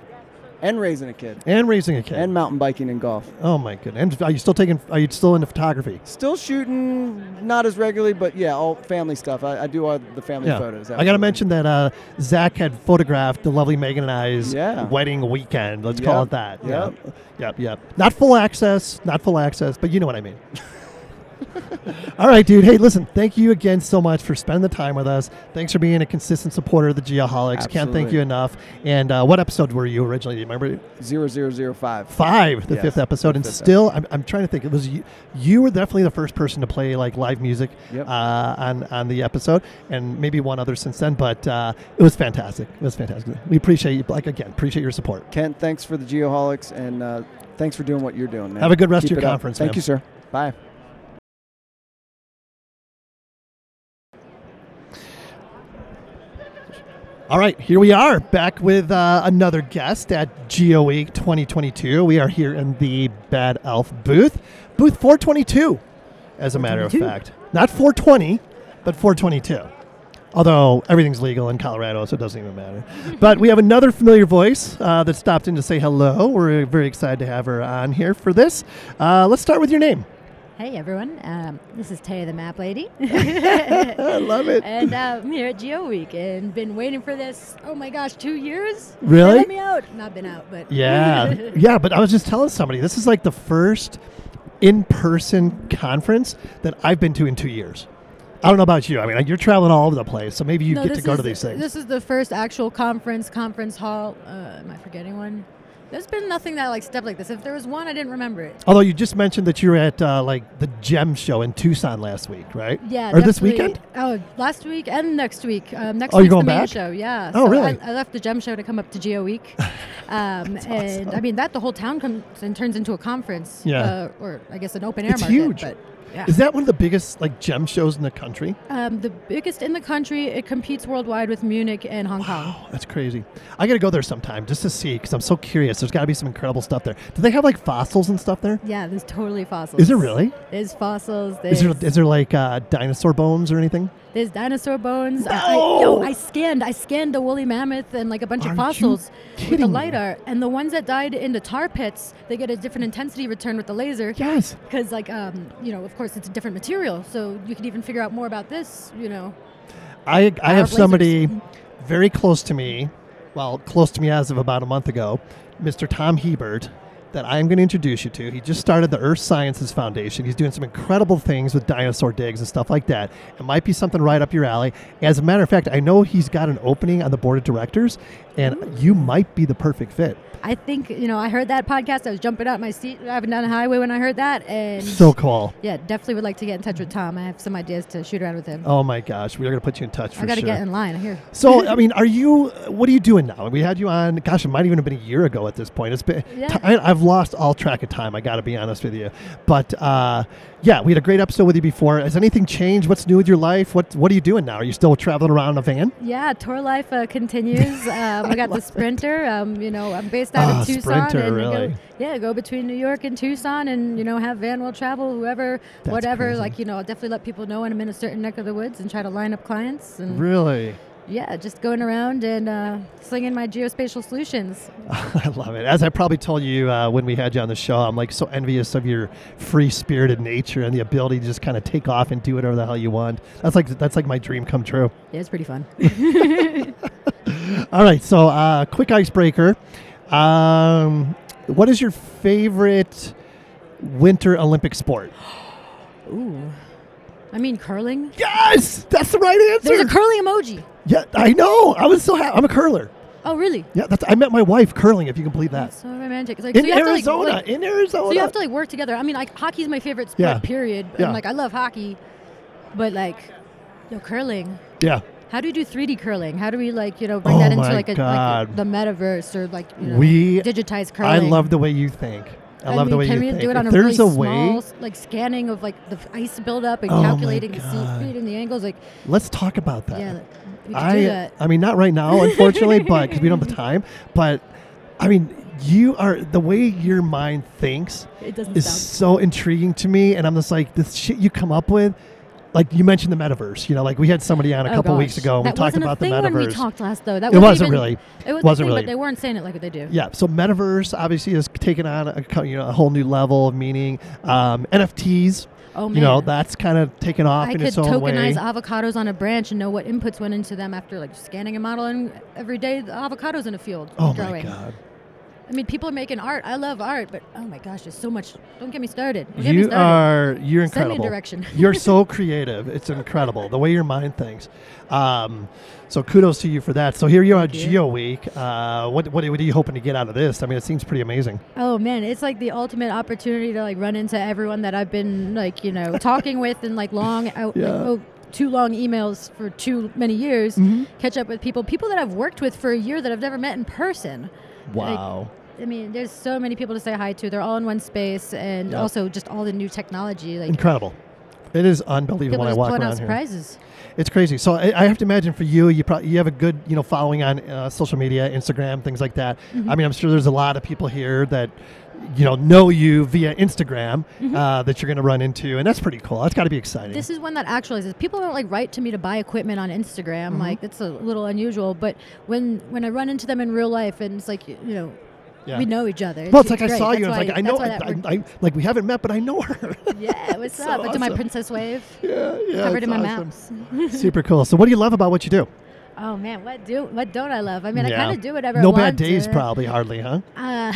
Speaker 9: And raising a kid.
Speaker 4: and raising a kid.
Speaker 9: And mountain biking and golf.
Speaker 4: oh my goodness. And are you still taking? Are you still into photography?
Speaker 9: Still shooting, not as regularly, but yeah, all family stuff. I, I do all the family photos.
Speaker 4: I got to
Speaker 9: absolutely.
Speaker 4: mention that uh, Zach had photographed the lovely Megan and I's
Speaker 9: Yeah.
Speaker 4: wedding weekend. Let's call
Speaker 9: Yep.
Speaker 4: it that.
Speaker 9: Yep.
Speaker 4: Yep. Yep. Yep. Not full access, not full access, but you know what I mean. All right, dude. Hey, listen, thank you again so much for spending the time with us. Thanks for being a consistent supporter of the Geoholics. Can't thank
Speaker 9: Absolutely.
Speaker 4: you enough. And uh, what episode were you originally? Do you remember?
Speaker 9: 0005.
Speaker 4: Five, the
Speaker 9: Yes,
Speaker 4: fifth episode.
Speaker 9: the
Speaker 4: And
Speaker 9: fifth
Speaker 4: still, I'm, I'm trying to think. It was you, you were definitely the first person to play like live music
Speaker 9: Yep.
Speaker 4: uh, on, on the episode, and maybe one other since then. But uh, it was fantastic. It was fantastic. We appreciate you, like, again, appreciate your support.
Speaker 9: Kent, thanks for the Geoholics and uh, thanks for doing what you're doing, man.
Speaker 4: Have a good rest of
Speaker 9: Keep
Speaker 4: your
Speaker 9: it up.
Speaker 4: conference,
Speaker 9: Thank
Speaker 4: man.
Speaker 9: you, sir. Bye.
Speaker 4: All right, here we are back with uh, another guest at Geo Week 2022. We are here in the Bad Elf booth, booth 422, as a matter of
Speaker 10: 422.
Speaker 4: fact. Not 420, but 422. Although everything's legal in Colorado, so it doesn't even matter. But we have another familiar voice uh, that stopped in to say hello. We're very excited to have her on here for this. Uh, let's start with your name.
Speaker 10: Hey everyone, um, this is Taya the Map Lady,
Speaker 4: I love it.
Speaker 10: and uh, I'm here at Geo Week and been waiting for this. Oh my gosh, two years? They
Speaker 4: Really?
Speaker 10: Let me out. Not been out, but
Speaker 4: Yeah. yeah, but I was just telling somebody this is like the first in person conference that I've been to in two years. I don't know about you. I mean, like, you're traveling all over the place, so maybe you
Speaker 10: No,
Speaker 4: get to
Speaker 10: this
Speaker 4: go to
Speaker 10: is-
Speaker 4: these things.
Speaker 10: This is the first actual conference, conference hall. Uh, am I forgetting one? There's been nothing that like stepped like this. If there was one, I didn't remember it.
Speaker 4: Although you just mentioned that you were at uh, like the Gem Show in Tucson last week, right?
Speaker 10: Yeah.
Speaker 4: Or this
Speaker 10: definitely-
Speaker 4: weekend?
Speaker 10: Oh, last week and next week. Um, next
Speaker 4: Oh, you're
Speaker 10: week's
Speaker 4: going
Speaker 10: the main
Speaker 4: back?
Speaker 10: show. Yeah.
Speaker 4: Oh,
Speaker 10: so
Speaker 4: really?
Speaker 10: I, I left the gem show to come up to Geo Week, um, and I mean that the whole town comes and turns into a conference.
Speaker 4: Yeah.
Speaker 10: Uh, or I guess an open air.
Speaker 4: It's
Speaker 10: market,
Speaker 4: huge.
Speaker 10: But yeah.
Speaker 4: Is that one of the biggest like gem shows in the country?
Speaker 10: um, the biggest in the country. It competes worldwide with Munich and Hong Kong.
Speaker 4: Oh, that's crazy. I got to go there sometime just to see because I'm so curious. There's got to be some incredible stuff there. Do they have like fossils and stuff there?
Speaker 10: Yeah, there's totally fossils.
Speaker 4: Is there really?
Speaker 10: There's fossils. There's
Speaker 4: Is there, is there like uh, dinosaur bones or anything?
Speaker 10: There's dinosaur bones. I, I, yo,
Speaker 4: No!
Speaker 10: I scanned. I scanned the woolly mammoth and like a bunch
Speaker 4: Aren't
Speaker 10: of
Speaker 4: you
Speaker 10: fossils with
Speaker 4: kidding
Speaker 10: the
Speaker 4: me?
Speaker 10: lidar. And the ones that died in the tar pits, they get a different intensity return with the laser.
Speaker 4: Yes.
Speaker 10: Because like um, you know, of course, it's a different material, so you could even figure out more about this. You know.
Speaker 4: I, I have
Speaker 10: lasers.
Speaker 4: somebody
Speaker 10: Mm-hmm.
Speaker 4: very close to me, well, close to me as of about a month ago, Mr. Tom Hebert, that I'm going to introduce you to. He just started the Earth Sciences Foundation. He's doing some incredible things with dinosaur digs and stuff like that. It might be something right up your alley. As a matter of fact, I know he's got an opening on the board of directors, and you might be the perfect fit.
Speaker 10: I think you know. I heard that podcast. I was jumping out my seat, driving down the highway when I heard that, and
Speaker 4: So cool.
Speaker 10: yeah, definitely would like to get in touch with Tom. I have some ideas to shoot around with him.
Speaker 4: Oh my gosh, we are going to put you in touch for
Speaker 10: I got to
Speaker 4: sure.
Speaker 10: get in line here.
Speaker 4: So, I mean, are you? What are you doing now? We had you on. Gosh, it might even have been a year ago at this point. It's been.
Speaker 10: Yeah.
Speaker 4: ti- I've lost all track of time. I got to be honest with you. But uh, yeah, we had a great episode with you before. Has anything changed? What's new with your life? What What are you doing now? Are you still traveling around in a van?
Speaker 10: Yeah, tour life uh, continues. Um, I got the Sprinter. Um, you know, I'm based out
Speaker 4: Ah,
Speaker 10: of Tucson.
Speaker 4: Sprinter,
Speaker 10: and
Speaker 4: really.
Speaker 10: go, yeah, go between New York and Tucson, and you know, have van will travel, whoever,
Speaker 4: That's
Speaker 10: whatever.
Speaker 4: crazy.
Speaker 10: Like you know, I'll definitely let people know when I'm in a certain neck of the woods and try to line up clients. And
Speaker 4: Really?
Speaker 10: yeah, just going around and uh, slinging my geospatial solutions.
Speaker 4: I love it. As I probably told you uh, when we had you on the show, I'm like so envious of your free spirited nature and the ability to just kind of take off and do whatever the hell you want. That's like that's like my dream come true.
Speaker 10: Yeah, it's pretty fun.
Speaker 4: All right, so uh, quick icebreaker. Um, what is your favorite winter Olympic sport?
Speaker 10: Ooh, I mean curling.
Speaker 4: Yes, that's the right answer.
Speaker 10: There's a curling emoji.
Speaker 4: yeah, Uh, I know. I was so happy. I'm a curler.
Speaker 10: Oh, really?
Speaker 4: Yeah, that's, I met my wife curling. If you can believe that,
Speaker 10: That's so romantic. It's like,
Speaker 4: in
Speaker 10: so you have to, like-
Speaker 4: Arizona,
Speaker 10: like-
Speaker 4: in Arizona.
Speaker 10: So you have to like work together. I mean, like hockey's my favorite sport.
Speaker 4: Yeah.
Speaker 10: Period. And
Speaker 4: Yeah.
Speaker 10: like I love hockey, but like, yo, curling.
Speaker 4: yeah,
Speaker 10: How do we do 3D curling? How do we like you know bring
Speaker 4: Oh
Speaker 10: that into
Speaker 4: my
Speaker 10: like, a, like
Speaker 4: God.
Speaker 10: the metaverse or like you know,
Speaker 4: we.
Speaker 10: digitize
Speaker 4: I
Speaker 10: curling?
Speaker 4: love the way you think. I, love
Speaker 10: mean,
Speaker 4: the way
Speaker 10: can
Speaker 4: you
Speaker 10: we
Speaker 4: think.
Speaker 10: do it on
Speaker 4: if
Speaker 10: a
Speaker 4: there's
Speaker 10: really
Speaker 4: a way,
Speaker 10: small s- like scanning of like the f- ice buildup and
Speaker 4: Oh my
Speaker 10: calculating the sea
Speaker 4: God.
Speaker 10: speed and the angles? Like
Speaker 4: let's talk about that.
Speaker 10: yeah, like, we could do
Speaker 4: I,
Speaker 10: that.
Speaker 4: I mean, not right now, unfortunately, but because we don't have the time. But I mean, you are the way your mind thinks
Speaker 10: It doesn't
Speaker 4: is
Speaker 10: sound.
Speaker 4: so intriguing to me, and I'm just like this shit you come up with. Like you mentioned the metaverse, you know, like we had somebody on a
Speaker 10: oh,
Speaker 4: couple weeks
Speaker 10: gosh.
Speaker 4: ago. and
Speaker 10: That
Speaker 4: we talked
Speaker 10: wasn't
Speaker 4: about
Speaker 10: a thing
Speaker 4: the metaverse.
Speaker 10: when we talked last though. That
Speaker 4: It wasn't
Speaker 10: even-
Speaker 4: really.
Speaker 10: It was
Speaker 4: Wasn't
Speaker 10: a thing,
Speaker 4: really.
Speaker 10: But they weren't saying it like they do.
Speaker 4: Yeah, so metaverse obviously has taken on a co- you know a whole new level of meaning. Um, NFTs,
Speaker 10: Oh man.
Speaker 4: you know, that's kind of taken off
Speaker 10: I
Speaker 4: in
Speaker 10: could
Speaker 4: its own way.
Speaker 10: tokenize avocados on a branch and know what inputs went into them after like scanning and modeling every day the avocados in a field.
Speaker 4: oh my
Speaker 10: growing.
Speaker 4: god!
Speaker 10: I mean, people are making art. I love art, but oh my gosh, there's so much. Don't get me started. Don't get me
Speaker 4: You are
Speaker 10: started.
Speaker 4: you're
Speaker 10: Send me
Speaker 4: incredible.
Speaker 10: a direction.
Speaker 4: you're so creative. It's incredible the way your mind thinks. Um, so kudos to you for that. So here you are, at
Speaker 10: you.
Speaker 4: Geo Week. Uh, what, what what are you hoping to get out of this? I mean, it seems pretty amazing.
Speaker 10: oh man, it's like the ultimate opportunity to like run into everyone that I've been like you know talking with and like long out.
Speaker 4: Yeah.
Speaker 10: Like, oh, too long emails for too many years.
Speaker 4: Mm-hmm.
Speaker 10: Catch up with people, people that I've worked with for a year that I've never met in person.
Speaker 4: Wow.
Speaker 10: I mean, there's so many people to say hi to. They're all in one space, and
Speaker 4: Yeah.
Speaker 10: also just all the new technology. Like
Speaker 4: incredible. It is unbelievable
Speaker 10: people
Speaker 4: when I
Speaker 10: just
Speaker 4: walk
Speaker 10: pulling out
Speaker 4: around here.
Speaker 10: surprises.
Speaker 4: It's crazy. So I, I have to imagine for you, you probably you have a good you know following on uh, social media, Instagram, things like that.
Speaker 10: Mm-hmm.
Speaker 4: I mean, I'm sure there's a lot of people here that you know know you via Instagram
Speaker 10: Mm-hmm.
Speaker 4: uh, that you're going to run into, and that's pretty cool. That's got to be exciting.
Speaker 10: This is one that actualizes. People don't like write to me to buy equipment on Instagram.
Speaker 4: Mm-hmm.
Speaker 10: Like it's a little unusual, but when when I run into them in real life, and it's like you know,
Speaker 4: Yeah.
Speaker 10: we know each other.
Speaker 4: well, it's like I
Speaker 10: great.
Speaker 4: saw you.
Speaker 10: That's
Speaker 4: and It's
Speaker 10: why-
Speaker 4: like I
Speaker 10: that's
Speaker 4: know.
Speaker 10: why
Speaker 4: I,
Speaker 10: that
Speaker 4: I,
Speaker 10: worked.
Speaker 4: I- like we haven't met, but I know her.
Speaker 10: yeah, what's
Speaker 4: so
Speaker 10: up? I do my
Speaker 4: awesome.
Speaker 10: princess wave
Speaker 4: yeah, yeah.
Speaker 10: covered
Speaker 4: it's
Speaker 10: in my
Speaker 4: awesome.
Speaker 10: mouse.
Speaker 4: Super cool. So what do you love about what you do?
Speaker 10: Oh man, what do what don't I love? I mean, I
Speaker 4: Yeah.
Speaker 10: kind of do whatever.
Speaker 4: No
Speaker 10: I
Speaker 4: bad
Speaker 10: want
Speaker 4: days,
Speaker 10: to.
Speaker 4: probably hardly, huh?
Speaker 10: Uh,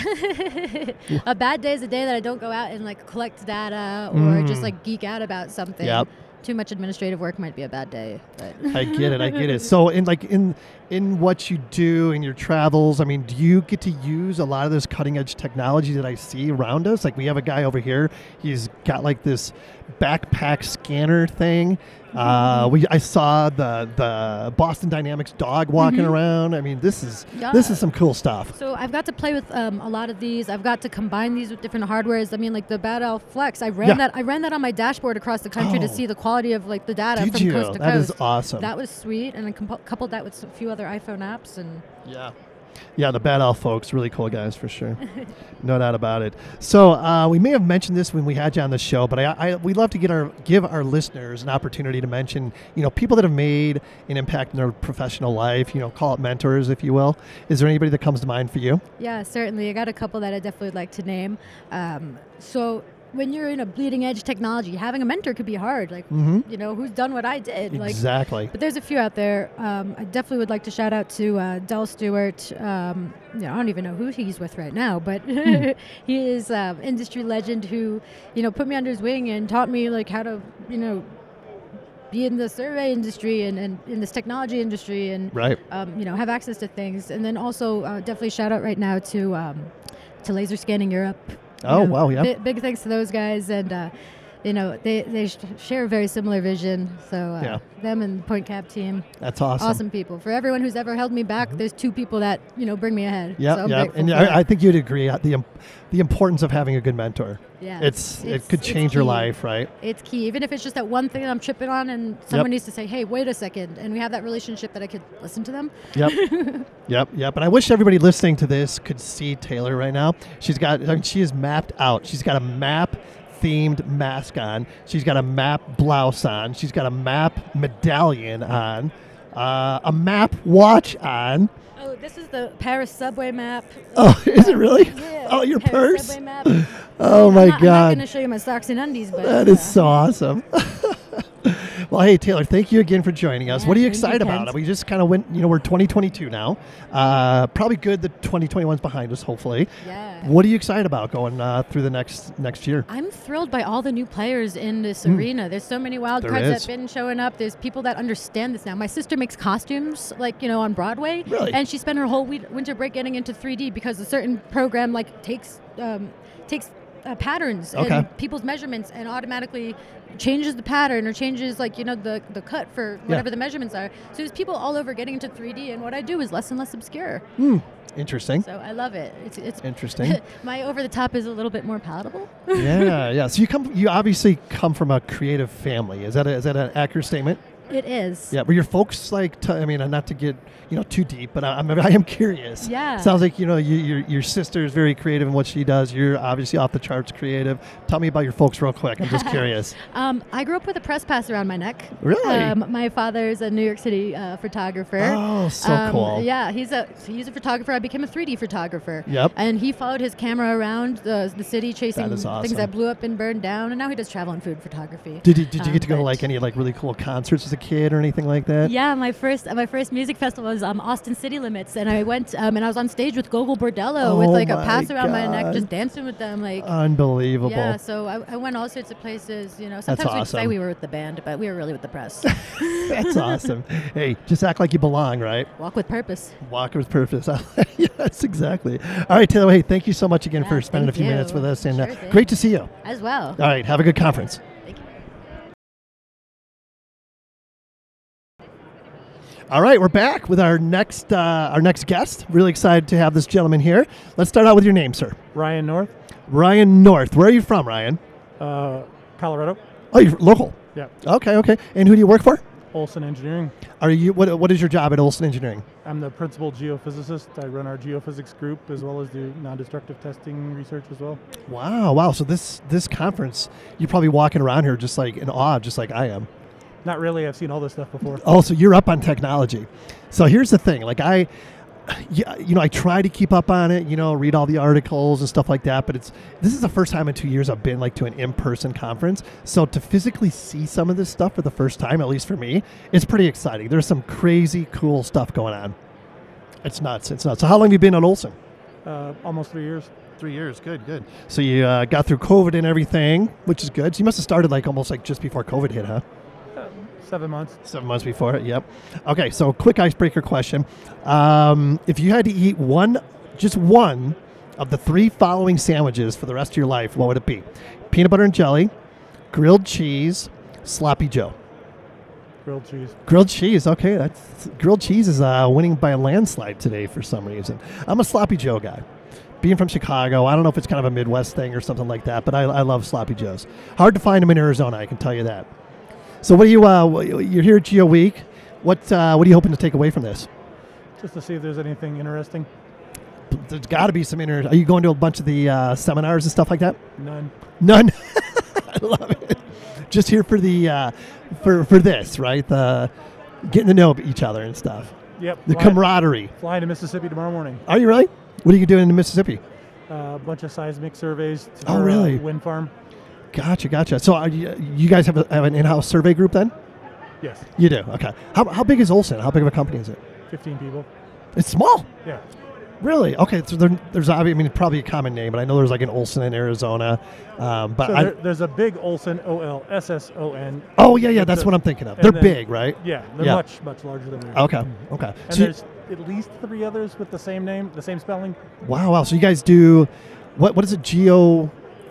Speaker 10: a bad day is a day that I don't go out and like collect data or just
Speaker 4: Mm.
Speaker 10: like geek out about something.
Speaker 4: Yep.
Speaker 10: Too much administrative work might be a bad day. But
Speaker 4: I get it. I get it. So in like in in what you do in your travels, I mean, do you get to use a lot of this cutting edge technology that I see around us? Like we have a guy over here. He's got like this backpack scanner thing.
Speaker 10: Mm-hmm.
Speaker 4: Uh, we I saw the the Boston Dynamics dog walking
Speaker 10: Mm-hmm.
Speaker 4: around. I mean, this is this
Speaker 10: Yeah.
Speaker 4: is some cool stuff.
Speaker 10: so I've got to play with um, a lot of these. I've got to combine these with different hardwares. I mean, like the Battle Flex. I ran
Speaker 4: Yeah.
Speaker 10: that. I ran that on my dashboard across the country to
Speaker 4: Oh.
Speaker 10: see the quality of like the data
Speaker 4: Did
Speaker 10: from
Speaker 4: you?
Speaker 10: coast to
Speaker 4: That is
Speaker 10: coast.
Speaker 4: awesome.
Speaker 10: That was sweet, and I comp- coupled that with a few other iPhone apps and.
Speaker 4: Yeah. Yeah, the Bad Elf folks, really cool guys for sure. no doubt about it. So uh, we may have mentioned this when we had you on the show, but I, I we love to get our give our listeners an opportunity to mention, you know, people that have made an impact in their professional life. You know, call it mentors, if you will. Is there anybody that comes to mind for you?
Speaker 10: Yeah, certainly. I got a couple that I definitely would like to name. Um, so when you're in a bleeding edge technology, having a mentor could be hard. Like, you know, who's done what I did? Like,
Speaker 4: exactly.
Speaker 10: but there's a few out there. Um, I definitely would like to shout out to uh, Dell Stewart. Um, you know, I don't even know who he's with right now, but
Speaker 4: Hmm.
Speaker 10: he is an industry legend who, you know, put me under his wing and taught me like how to, you know, be in the survey industry and, and in this technology industry and
Speaker 4: Right.
Speaker 10: um, you know have access to things. And then also uh, definitely shout out right now to um, to Laser Scanning Europe. You
Speaker 4: Oh, wow, yeah.
Speaker 10: bi- Big, thanks to those guys and. Uh, you know they, they sh- share a very similar vision so uh,
Speaker 4: Yeah.
Speaker 10: them and the point cap team
Speaker 4: That's awesome. Mm-hmm.
Speaker 10: awesome. people. For everyone who's ever held me back, there's two people that you know bring me ahead.
Speaker 4: Yeah,
Speaker 10: so I'm
Speaker 4: yeah,
Speaker 10: grateful
Speaker 4: and
Speaker 10: for that.
Speaker 4: I, I think you'd agree uh, the im- the importance of having a good mentor.
Speaker 10: Yeah.
Speaker 4: it's, it
Speaker 10: It's-
Speaker 4: could
Speaker 10: it's
Speaker 4: change your
Speaker 10: key.
Speaker 4: life, right?
Speaker 10: it's key, even if it's just that one thing that I'm tripping on, and someone needs to say, "Hey, wait a second. and we have that relationship that I could listen to them.
Speaker 4: Yep, yep, yep. And I wish everybody listening to this could see Taylor right now. She's got I mean, she is mapped out. She's got a map themed mask on. She's got a map blouse on. She's got a map medallion on. Uh, a map watch on.
Speaker 10: Oh, this is the Paris subway map.
Speaker 4: Oh, is it really? oh, your purse. Oh my
Speaker 10: I'm not
Speaker 4: god.
Speaker 10: going to show you my socks and undies, but uh,
Speaker 4: That is so awesome. well, hey Taylor, thank you again for joining us.
Speaker 10: Yeah,
Speaker 4: what are you
Speaker 10: thank you,
Speaker 4: excited about?
Speaker 10: Kent.
Speaker 4: We just kind of went, you know, we're 2022 now. Uh, probably good that 2021's behind us, hopefully.
Speaker 10: Yeah.
Speaker 4: What are you excited about going uh, through the next next year?
Speaker 10: I'm thrilled by all the new players in this arena. There's so many wild
Speaker 4: Hmm. There
Speaker 10: cards
Speaker 4: is.
Speaker 10: that've been showing up. There's people that understand this now. My sister makes costumes, like you know, on Broadway,
Speaker 4: Really?
Speaker 10: and she spent her whole we- winter break getting into 3D because a certain program like takes um, takes uh, patterns
Speaker 4: Okay.
Speaker 10: and people's measurements and automatically changes the pattern or changes like you know the the cut for whatever the measurements are. So there's people all over getting into 3D, and what I do is less and less obscure.
Speaker 4: Hmm, Interesting.
Speaker 10: So I love it. It's it's
Speaker 4: Interesting.
Speaker 10: my over the top is a little bit more palatable.
Speaker 4: yeah, yeah. So you come, you obviously come from a creative family. Is that a, is that an accurate statement?
Speaker 10: It is.
Speaker 4: Yeah. Were your folks like? T- I mean, uh, not to get you know too deep, but I, I'm I am curious.
Speaker 10: Yeah.
Speaker 4: Sounds like you know you, your your sister is very creative in what she does. You're obviously off the charts creative. Tell me about your folks real quick. I'm just curious.
Speaker 10: Um, I grew up with a press pass around my neck.
Speaker 4: Really?
Speaker 10: Um, my father's a New York City uh, photographer.
Speaker 4: Oh, so
Speaker 10: Um,
Speaker 4: cool.
Speaker 10: Yeah, he's a he's a photographer. I became a 3D photographer.
Speaker 4: Yep.
Speaker 10: And he followed his camera around the, the city, chasing
Speaker 4: is awesome.
Speaker 10: things that blew up and burned down. And now he does travel and food photography.
Speaker 4: Did you, did you
Speaker 10: Um,
Speaker 4: get to go to
Speaker 10: but-
Speaker 4: like any like really cool concerts as a kid or anything like that?
Speaker 10: yeah, my first my first music festival was um, Austin City Limits, and I went um, and I was on stage with Gogol Bordello with
Speaker 4: Oh
Speaker 10: like a
Speaker 4: my
Speaker 10: pass around my neck,
Speaker 4: God.
Speaker 10: just dancing with them. Like,
Speaker 4: Unbelievable.
Speaker 10: yeah, so I, I went all sorts of places. You know, sometimes we say
Speaker 4: awesome.
Speaker 10: we were with the band, but we were really with the press.
Speaker 4: That's awesome. Hey, just act like you belong, right?
Speaker 10: Walk with purpose.
Speaker 4: Walk with purpose. yes, exactly. All right, Taylor. Hey, thank you so much again
Speaker 10: Yeah,
Speaker 4: for spending a
Speaker 10: thank
Speaker 4: few minutes
Speaker 10: you.
Speaker 4: with us, and uh,
Speaker 10: Sure thing.
Speaker 4: great to see you. All
Speaker 10: as well.
Speaker 4: right, have a good conference.
Speaker 10: Thank you.
Speaker 4: All right, we're back with our next uh, our next guest. Really excited to have this gentleman here. Let's start out with your name, sir.
Speaker 3: Ryan North,
Speaker 4: Ryan North. Where are you from, Ryan?
Speaker 3: uh, Colorado.
Speaker 4: Oh, you're local.
Speaker 3: Yeah.
Speaker 4: Okay, okay. And who do you work for?
Speaker 3: Olson Engineering.
Speaker 4: Are you what, what is your job at Olson Engineering?
Speaker 3: I'm the principal geophysicist. I run our geophysics group as well as do non-destructive testing research as well.
Speaker 4: Wow, wow. So this this conference, you're probably walking around here just like in awe, just like I am.
Speaker 3: Not really. I've seen all this stuff before.
Speaker 4: Oh, so you're up on technology. So here's the thing. Like I, yeah, you know, I try to keep up on it. You know, read all the articles and stuff like that. But it's this is the first time in two years I've been like to an in-person conference. So to physically see some of this stuff for the first time, at least for me, it's pretty exciting. There's some crazy cool stuff going on. It's nuts. It's nuts. So how long have you been on Olson?
Speaker 3: Uh, almost three years.
Speaker 4: Three years. Good. Good. So you uh, got through COVID and everything, which is good. So you must have started like almost like just before COVID hit, huh?
Speaker 3: Seven months.
Speaker 4: Seven months before it. Yep. Okay. So, quick icebreaker question: um, If you had to eat one, just one of the three following sandwiches for the rest of your life, what would it be? Peanut butter and jelly, grilled cheese, sloppy Joe.
Speaker 3: Grilled cheese.
Speaker 4: Grilled cheese. Okay, that's grilled cheese is uh, winning by a landslide today for some reason. I'm a sloppy Joe guy. Being from Chicago, I don't know if it's kind of a Midwest thing or something like that, but I, I love sloppy joes. Hard to find them in Arizona, I can tell you that. So, what do you? Uh, wh- you're here at Geo Week. What uh, What are you hoping to take away from this?
Speaker 3: Just to see if there's anything interesting.
Speaker 4: There's got to be some inter. Are you going to a bunch of the uh, seminars and stuff like that?
Speaker 3: None.
Speaker 4: None. I love it. Just here for the uh, for for this, right? The getting to know each other and stuff.
Speaker 3: Yep.
Speaker 4: The
Speaker 3: fly-
Speaker 4: camaraderie.
Speaker 3: Flying to Mississippi tomorrow morning.
Speaker 4: Are you really? What are you doing in Mississippi?
Speaker 3: Uh, a bunch of seismic surveys. To
Speaker 4: Oh,
Speaker 3: our, uh,
Speaker 4: really?
Speaker 3: wind farm.
Speaker 4: Gotcha, gotcha. So are you, you guys have, a, have an in-house survey group then?
Speaker 3: Yes,
Speaker 4: You do. Okay. How, how big is Olson? How big of a company is it?
Speaker 3: 15 people.
Speaker 4: It's small.
Speaker 3: Yeah.
Speaker 4: Really? Okay. So there, there's obvi- I mean probably a common name, but I know there's like an Olson in Arizona. Um, but
Speaker 3: So
Speaker 4: I,
Speaker 3: there, there's a big Olson, O L S S O N.
Speaker 4: oh yeah, yeah,
Speaker 3: it's
Speaker 4: that's
Speaker 3: a-
Speaker 4: what I'm thinking of.
Speaker 3: and
Speaker 4: They're
Speaker 3: then-
Speaker 4: big, right?
Speaker 3: Yeah, they're
Speaker 4: Yeah.
Speaker 3: much, much larger than we are.
Speaker 4: Okay.
Speaker 3: Mm-hmm.
Speaker 4: Okay.
Speaker 3: And
Speaker 4: So you-
Speaker 3: there's at least three others with the same name, the same spelling.
Speaker 4: wow, wow. So you guys do what? What is it?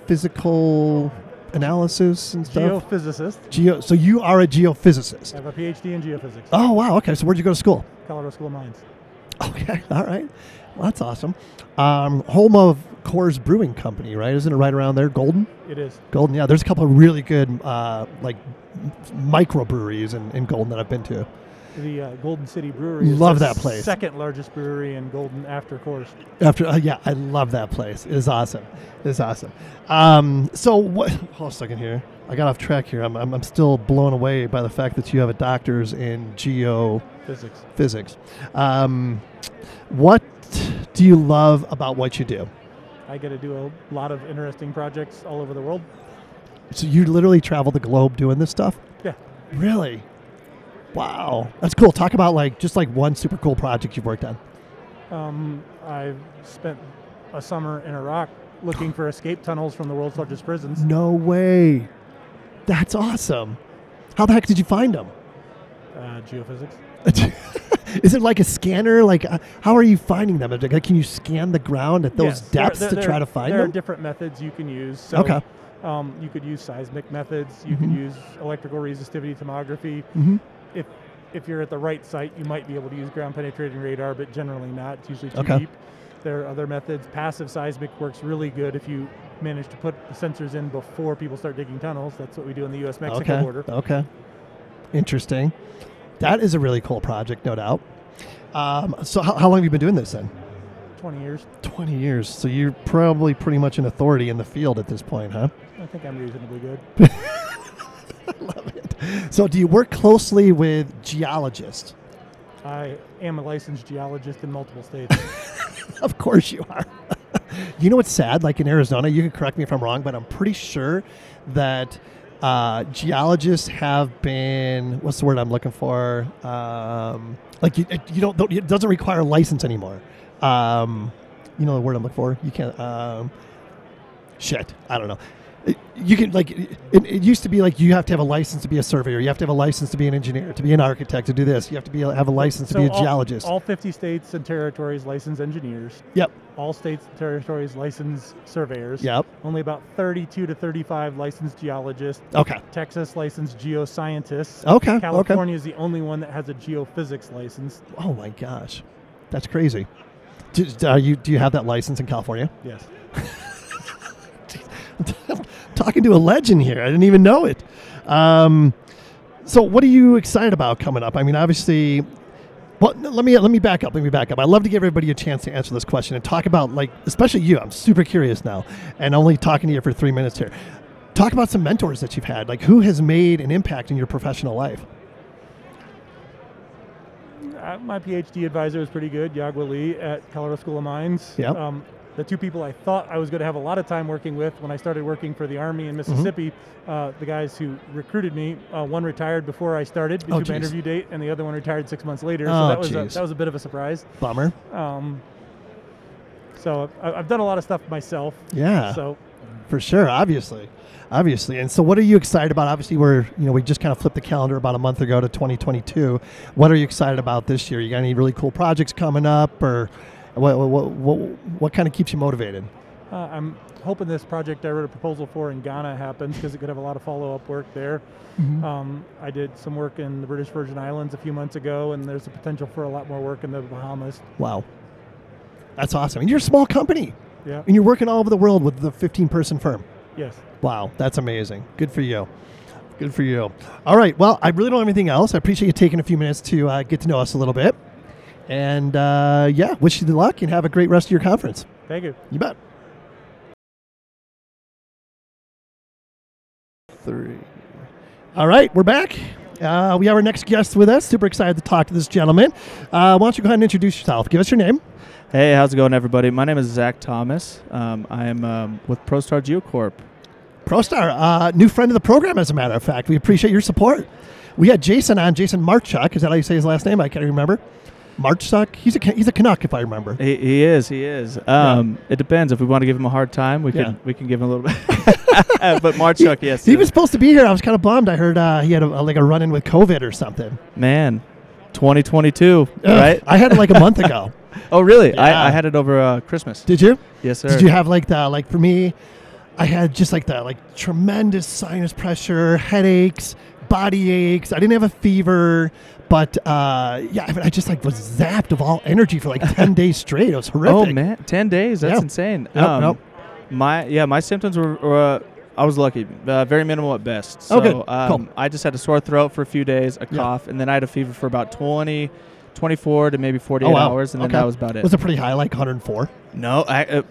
Speaker 4: Geophysical analysis and stuff.
Speaker 3: Geophysicist.
Speaker 4: Geo. So you are a geophysicist.
Speaker 3: I have a PhD in geophysics,
Speaker 4: Oh wow. Okay. So where'd you go to school?
Speaker 3: Colorado School of Mines.
Speaker 4: Okay. All right. Well, that's awesome. Um, home of Coors Brewing Company, right? Isn't it right around there? Golden.
Speaker 3: It is.
Speaker 4: Golden, yeah. There's a couple of really good uh, like microbreweries in, in Golden that I've been to.
Speaker 3: The uh, Golden City Brewery. is
Speaker 4: Love
Speaker 3: the
Speaker 4: that place.
Speaker 3: Second largest brewery in Golden after course.
Speaker 4: After uh, yeah, I love that place. It is awesome. It is awesome. Um, so what? Hold on a second here. I got off track here. I'm, I'm, I'm still blown away by the fact that you have a doctor's in geophysics.
Speaker 3: Physics.
Speaker 4: Um, what do you love about what you do?
Speaker 3: I get to do a lot of interesting projects all over the world.
Speaker 4: So you literally travel the globe doing this stuff?
Speaker 3: Yeah.
Speaker 4: Really? Wow, that's cool. Talk about like just like one super cool project you've worked on.
Speaker 3: Um, I've spent a summer in Iraq looking for escape tunnels from the world's largest prisons.
Speaker 4: No way. That's awesome. How the heck did you find them?
Speaker 3: Uh, geophysics.
Speaker 4: Is it like a scanner? Like, uh, how are you finding them? Like, can you scan the ground at those
Speaker 3: Yes, there-
Speaker 4: depths
Speaker 3: there-
Speaker 4: to
Speaker 3: there-
Speaker 4: try to find
Speaker 3: There are
Speaker 4: them?
Speaker 3: different methods you can use. So,
Speaker 4: Okay. Mm-hmm.
Speaker 3: Um, you could use seismic methods. You can use electrical resistivity tomography.
Speaker 4: Mhm.
Speaker 3: If if you're at the right site, you might be able to use ground penetrating radar, but generally not. It's usually too
Speaker 4: Okay.
Speaker 3: deep. There are other methods. Passive seismic works really good if you manage to put the sensors in before people start digging tunnels. That's what we do on the U.S.-Mexico
Speaker 4: okay.
Speaker 3: border.
Speaker 4: Okay. Interesting. That is a really cool project, no doubt. Um, so, how, how long have you been doing this then?
Speaker 3: 20 years.
Speaker 4: 20 years. So, you're probably pretty much an authority in the field at this point, huh?
Speaker 3: I think I'm reasonably good.
Speaker 4: Love it. So, do you work closely with geologists?
Speaker 3: I am a licensed geologist in multiple states.
Speaker 4: Of course you are. you know what's sad? Like in Arizona, you can correct me if I'm wrong, but I'm pretty sure that uh, geologists have been what's the word I'm looking for? Um, like you, you don't, don't it doesn't require a license anymore. Um, you know the word I'm looking for? You can't. Um, shit, I don't know. It- You can like it, it used to be like you have to have a license to be a surveyor, you have to have a license to be an engineer, to be an architect, to do this. You have to be have a license to be a
Speaker 3: all-
Speaker 4: geologist.
Speaker 3: All 50 states and territories license engineers.
Speaker 4: yep,
Speaker 3: All states and territories license surveyors.
Speaker 4: yep.
Speaker 3: Only about 32 to 35 licensed geologists.
Speaker 4: Okay.
Speaker 3: Texas licensed geoscientists.
Speaker 4: Okay, okay.
Speaker 3: California is the only one that has a geophysics license.
Speaker 4: Oh my gosh, that's crazy. Do, are you do you have that license in California?
Speaker 3: Yes.
Speaker 4: Talking to a legend here. I didn't even know it. Um, so, what are you excited about coming up? I mean, obviously. Well, no, let me let me back up. Let me back up. I love to give everybody a chance to answer this question and talk about like, especially you. I'm super curious now, and only talking to you for three minutes here. Talk about some mentors that you've had. Like, who has made an impact in your professional life?
Speaker 3: Uh, my PhD advisor is pretty good, Yagwa Lee at Colorado School of Mines.
Speaker 4: Yep.
Speaker 3: Um, the two people I thought I was going to have a lot of time working with when I started working for the Army in
Speaker 4: Mm-hmm.
Speaker 3: Mississippi, uh, the guys who recruited me, uh, one retired before I started
Speaker 4: Oh,
Speaker 3: to my
Speaker 4: geez.
Speaker 3: interview date, and the other one retired six months later.
Speaker 4: Oh,
Speaker 3: so that was, a,
Speaker 4: geez.
Speaker 3: that was a bit of a surprise.
Speaker 4: Bummer.
Speaker 3: Um, so I, I've done a lot of stuff myself.
Speaker 4: Yeah.
Speaker 3: So
Speaker 4: For sure, obviously, obviously. And so, what are you excited about? Obviously, we're you know we just kind of flipped the calendar about a month ago to 2022. What are you excited about this year? You got any really cool projects coming up, or what what what, what kind of keeps you motivated?
Speaker 3: uh, I'm hoping this project I wrote a proposal for in Ghana happens because it could have a lot of follow-up work there. Um, I did some work in the British Virgin Islands a few months ago, and there's the potential for a lot more work in the Bahamas.
Speaker 4: Wow, that's awesome. And you're a small company,
Speaker 3: Yeah.
Speaker 4: and you're working all over the world with the 15 person firm.
Speaker 3: Yes.
Speaker 4: Wow, that's amazing. Good for you. Good for you. All right. Well, I really don't have anything else. I appreciate you taking a few minutes to uh, get to know us a little bit. And uh, yeah, wish you the luck and have a great rest of your conference.
Speaker 3: Thank you.
Speaker 4: You bet. Three. All right, we're back. Uh, we have our next guest with us. Super excited to talk to this gentleman. Uh, why don't you go ahead and introduce yourself? Give us your name.
Speaker 11: Hey, how's it going, everybody? My name is Zach Thomas. Um, I am um, with ProStar Geocorp.
Speaker 4: ProStar, uh, new friend of the program, as a matter of fact. We appreciate your support. We had Jason on, Jason Marchuk. Is that how you say his last name? I can't remember. Marchuk? He's a, he's a Canuck, if I remember.
Speaker 11: He, he is. He is. Um, It depends. If we want to give him a hard time, we
Speaker 4: Yeah.
Speaker 11: can we can give him a little bit. but Marchuk, yes,
Speaker 4: He
Speaker 11: uh,
Speaker 4: was supposed to be here. I was kind of bummed. I heard uh, he had a, like a run in with COVID or something.
Speaker 11: man, 2022,
Speaker 4: Ugh,
Speaker 11: right?
Speaker 4: I had it like a month ago.
Speaker 11: Oh, really?
Speaker 4: Yeah.
Speaker 11: I, I had it over uh, Christmas.
Speaker 4: Did you?
Speaker 11: yes, sir.
Speaker 4: Did you have like the like for me? I had just like the like tremendous sinus pressure, headaches, body aches. I didn't have a fever, but uh, yeah, I, mean, I just like was zapped of all energy for like ten days straight. It was horrific.
Speaker 11: Oh man, ten days. That's
Speaker 4: Yeah.
Speaker 11: insane. Um,
Speaker 4: Yep, nope.
Speaker 11: My yeah, my symptoms were. were, uh, I was lucky, uh, very minimal at best. So
Speaker 4: Oh, good. Cool.
Speaker 11: um, I just had a sore throat for a few days, a
Speaker 4: Yeah.
Speaker 11: cough, and then I had a fever for about 20, 24 to maybe 48
Speaker 4: Oh, wow.
Speaker 11: hours, and then
Speaker 4: Okay.
Speaker 11: that was about it.
Speaker 4: Was it pretty high, like 104?
Speaker 11: no, I, uh,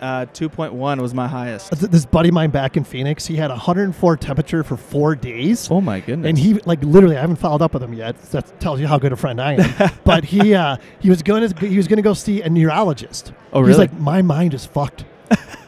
Speaker 11: 102.1 was my highest.
Speaker 4: Th- This buddy of mine back in Phoenix, he had 104 temperature for four days.
Speaker 11: Oh my goodness.
Speaker 4: And he like literally, I haven't followed up with him yet. so That tells you how good a friend I am. but he uh, he was going to he was going to go see a neurologist.
Speaker 11: Oh,
Speaker 4: He's
Speaker 11: really?
Speaker 4: like, my mind is fucked.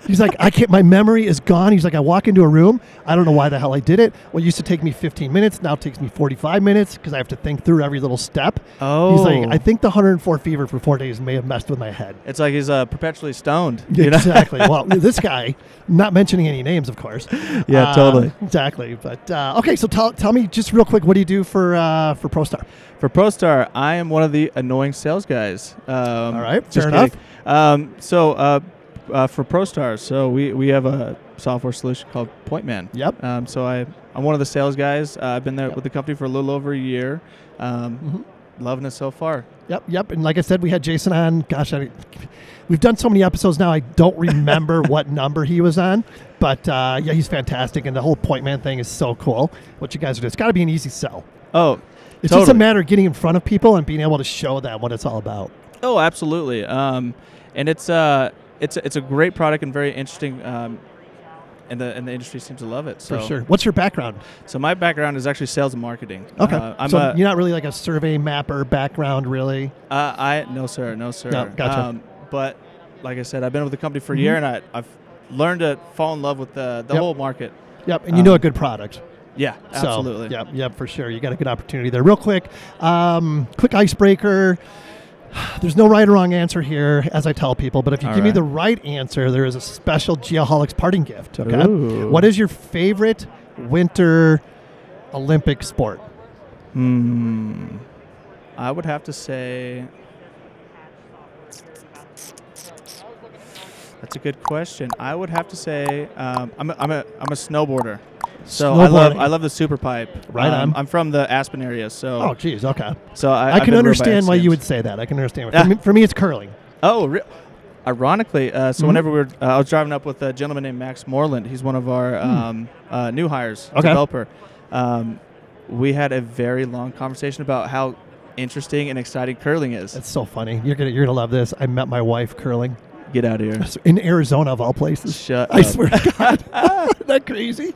Speaker 4: He's like, I can't. My memory is gone. He's like, I walk into a room. I don't know why the hell I did it. What used to take me 15 minutes now takes me 45 minutes because I have to think through every little step.
Speaker 11: oh,
Speaker 4: He's like, I think the 104 fever for four days may have messed with my head.
Speaker 11: it's like he's uh, perpetually stoned. You know?
Speaker 4: Exactly. well, this guy, not mentioning any names, of course.
Speaker 11: Yeah,
Speaker 4: Uh,
Speaker 11: totally.
Speaker 4: Exactly. But uh, okay, so tell, tell me just real quick, what do you do for uh, for ProStar?
Speaker 11: For ProStar, I am one of the annoying sales guys. Um, All
Speaker 4: right, fair enough.
Speaker 11: Um, so uh, uh, for ProStar, so we, we have a software solution called Pointman.
Speaker 4: Yep.
Speaker 11: Um, so I I'm one of the sales guys. Uh, I've been there with the company for a little over a year. Um,
Speaker 4: Mm-hmm.
Speaker 11: Loving it so far.
Speaker 4: Yep, yep. And like I said, we had Jason on. Gosh, I, we've done so many episodes now. I don't remember what number he was on, but uh, yeah, he's fantastic. And the whole point man thing is so cool. What you guys are doing, it's got to be an easy sell.
Speaker 11: Oh,
Speaker 4: It's just a
Speaker 11: Totally.
Speaker 4: matter of getting in front of people and being able to show them what it's all about.
Speaker 11: Oh, absolutely. Um, and it's uh, it's it's a great product and very interesting. Um, and the and the industry seems to love it. So
Speaker 4: For sure. What's your background?
Speaker 11: So my background is actually sales and marketing.
Speaker 4: Okay,
Speaker 11: Uh, I'm
Speaker 4: so
Speaker 11: a,
Speaker 4: you're not really like a survey mapper background, really.
Speaker 11: Uh, I no sir, no sir. Um,
Speaker 4: No, gotcha. Mm-hmm.
Speaker 11: but like I said, I've been with the company for a year, and I, I've learned to fall in love with the the
Speaker 4: Yep.
Speaker 11: whole market.
Speaker 4: Yep, and you know
Speaker 11: Um,
Speaker 4: a good product.
Speaker 11: Yeah, absolutely.
Speaker 4: So, yep, yep, for sure. You got a good opportunity there. Real quick, um, quick icebreaker. There's no right or wrong answer here, as I tell people, but if you
Speaker 11: All
Speaker 4: give me
Speaker 11: right.
Speaker 4: the right answer, there is a special Geoholics parting gift. Okay.
Speaker 11: Ooh.
Speaker 4: What is your favorite winter Olympic sport?
Speaker 11: Hmm. I would have to say. That's a good question. I would have to say um, I'm, a, I'm, a, I'm a snowboarder, so I love
Speaker 4: Snowboarding.
Speaker 11: I love the super pipe.
Speaker 4: Right
Speaker 11: Um,
Speaker 4: on.
Speaker 11: I'm from the Aspen area, so
Speaker 4: Oh, geez. Okay.
Speaker 11: so I,
Speaker 4: I,
Speaker 11: I've
Speaker 4: can
Speaker 11: been ruled by
Speaker 4: understand why you
Speaker 11: accidents.
Speaker 4: would say that. I can understand.
Speaker 11: Yeah.
Speaker 4: For, me, for me, it's curling.
Speaker 11: Oh, re- ironically, uh, so
Speaker 4: Mhm.
Speaker 11: whenever we were, uh, I was driving up with a gentleman named Max Moreland. He's one of our um, uh, new hires,
Speaker 4: Hmm. Okay.
Speaker 11: developer. Um, we had a very long conversation about how interesting and exciting curling is.
Speaker 4: That's so funny. You're gonna you're gonna love this. I met my wife curling
Speaker 11: Get out of here.
Speaker 4: in Arizona of all places.
Speaker 11: Shut
Speaker 4: I
Speaker 11: up.
Speaker 4: swear to God. Isn't that crazy?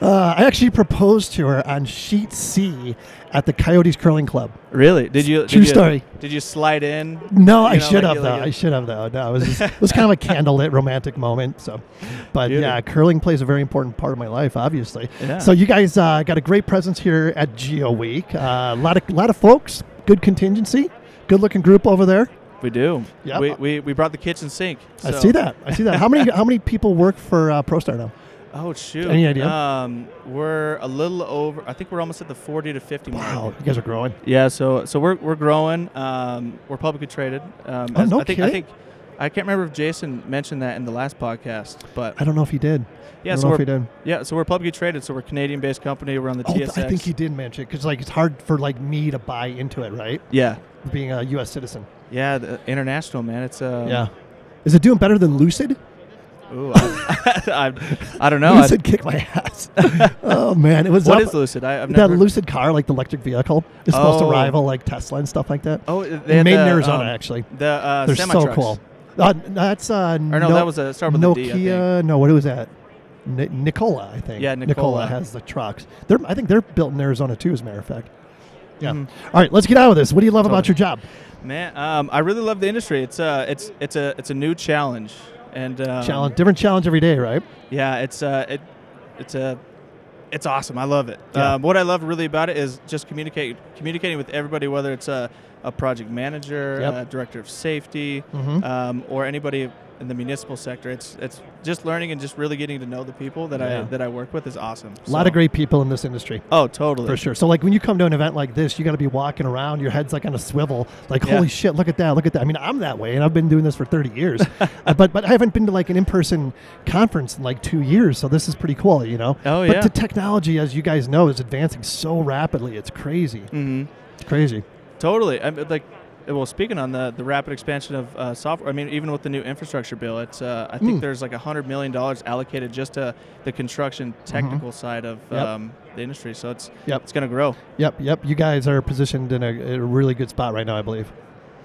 Speaker 4: Uh, I actually proposed to her on sheet C at the Coyotes Curling Club.
Speaker 11: Really? Did you? Did
Speaker 4: True
Speaker 11: you,
Speaker 4: story.
Speaker 11: Did you slide in?
Speaker 4: No,
Speaker 11: You
Speaker 4: I
Speaker 11: know,
Speaker 4: should
Speaker 11: like
Speaker 4: have
Speaker 11: you-
Speaker 4: though.
Speaker 11: like you-
Speaker 4: I should have though. No, it was just, it was kind of a candlelit romantic moment. So, but
Speaker 11: Beauty.
Speaker 4: yeah, curling plays a very important part of my life, obviously.
Speaker 11: Yeah.
Speaker 4: So you guys uh, got a great presence here at Geo Week. Uh, A lot of lot of folks, good contingency, good looking group over there.
Speaker 11: We do.
Speaker 4: Yep.
Speaker 11: We, we, we brought the kitchen sink.
Speaker 4: I
Speaker 11: so-
Speaker 4: see that. I see that. How many how many people work for uh, ProStar now?
Speaker 11: Oh shoot.
Speaker 4: Any idea?
Speaker 11: Um, we're a little over. I think we're almost at the forty to fifty mark.
Speaker 4: Wow, you guys are growing.
Speaker 11: Yeah, so so we're, we're growing. Um, we're publicly traded. Um,
Speaker 4: Oh, no
Speaker 11: I think I
Speaker 4: kidding.
Speaker 11: think I can't remember if Jason mentioned that in the last podcast, but
Speaker 4: I don't know if he did. I
Speaker 11: yeah,
Speaker 4: don't
Speaker 11: so
Speaker 4: know if
Speaker 11: we're
Speaker 4: he did.
Speaker 11: yeah, so we're publicly traded. So we're a Canadian-based company. We're on the
Speaker 4: Oh, th-
Speaker 11: TSX.
Speaker 4: I think he did mention it because like it's hard for like me to buy into it, right?
Speaker 11: yeah,
Speaker 4: Being a U.S. citizen.
Speaker 11: yeah, the international man. It's um,
Speaker 4: yeah. Is it doing better than Lucid?
Speaker 11: Ooh, I, I, I don't know. I,
Speaker 4: Lucid kicked my ass. oh man, it was
Speaker 11: what
Speaker 4: up-
Speaker 11: is Lucid? I, I've
Speaker 4: that
Speaker 11: never.
Speaker 4: Lucid car, like the electric vehicle, is supposed
Speaker 11: Oh.
Speaker 4: to rival like Tesla and stuff like that.
Speaker 11: oh, they had
Speaker 4: Made in
Speaker 11: the,
Speaker 4: Arizona,
Speaker 11: um,
Speaker 4: actually.
Speaker 11: The uh,
Speaker 4: They're
Speaker 11: semi-trucks.
Speaker 4: so cool. Uh, that's uh,
Speaker 11: Or no, that was a start with a D, I think.
Speaker 4: Nokia. No, what was that? Ni Nicola, I think.
Speaker 11: Yeah,
Speaker 4: Nicola
Speaker 11: Nikola.
Speaker 4: has the trucks. They're, I think they're built in Arizona too, as a matter of fact. Yeah.
Speaker 11: Mhm.
Speaker 4: All right, let's get out of this. What do you love about
Speaker 11: Totally.
Speaker 4: your job?
Speaker 11: Man, um, I really love the industry. It's uh, it's it's a it's a new challenge. And um,
Speaker 4: challenge, different challenge every day, right?
Speaker 11: Yeah, it's uh, it, it's a it's awesome. I love it.
Speaker 4: Yeah.
Speaker 11: Um, what I love really about it is just communicate communicating with everybody, whether it's a, a project manager,
Speaker 4: Yep.
Speaker 11: a director of safety,
Speaker 4: Mhm.
Speaker 11: um, or anybody in the municipal sector. It's it's just learning and just really getting to know the people that
Speaker 4: Yeah.
Speaker 11: I that I work with is awesome.
Speaker 4: A lot of great people in this industry.
Speaker 11: Oh, totally.
Speaker 4: For sure. So, like when you come to an event like this, you got to be walking around. Your head's like on a swivel. Like,
Speaker 11: Yeah.
Speaker 4: holy shit, look at that, look at that. I mean, I'm that way, and I've been doing this for 30 years. Uh, but but I haven't been to like an in-person conference in like two years. So this is pretty cool, you know.
Speaker 11: Oh,
Speaker 4: but
Speaker 11: yeah.
Speaker 4: the technology, as you guys know, is advancing so rapidly. It's crazy.
Speaker 11: hmm
Speaker 4: It's crazy.
Speaker 11: Totally. I mean, like, well, speaking on the, the rapid expansion of uh, software, I mean, even with the new infrastructure bill, it's uh, I think
Speaker 4: Mm.
Speaker 11: there's like hundred million dollars allocated just to the construction technical side of
Speaker 4: Mm-hmm. Yep.
Speaker 11: um, the industry. So it's
Speaker 4: Yep.
Speaker 11: it's gonna grow,
Speaker 4: Yep. Yep. You guys are positioned in a, a really good spot right now, I believe.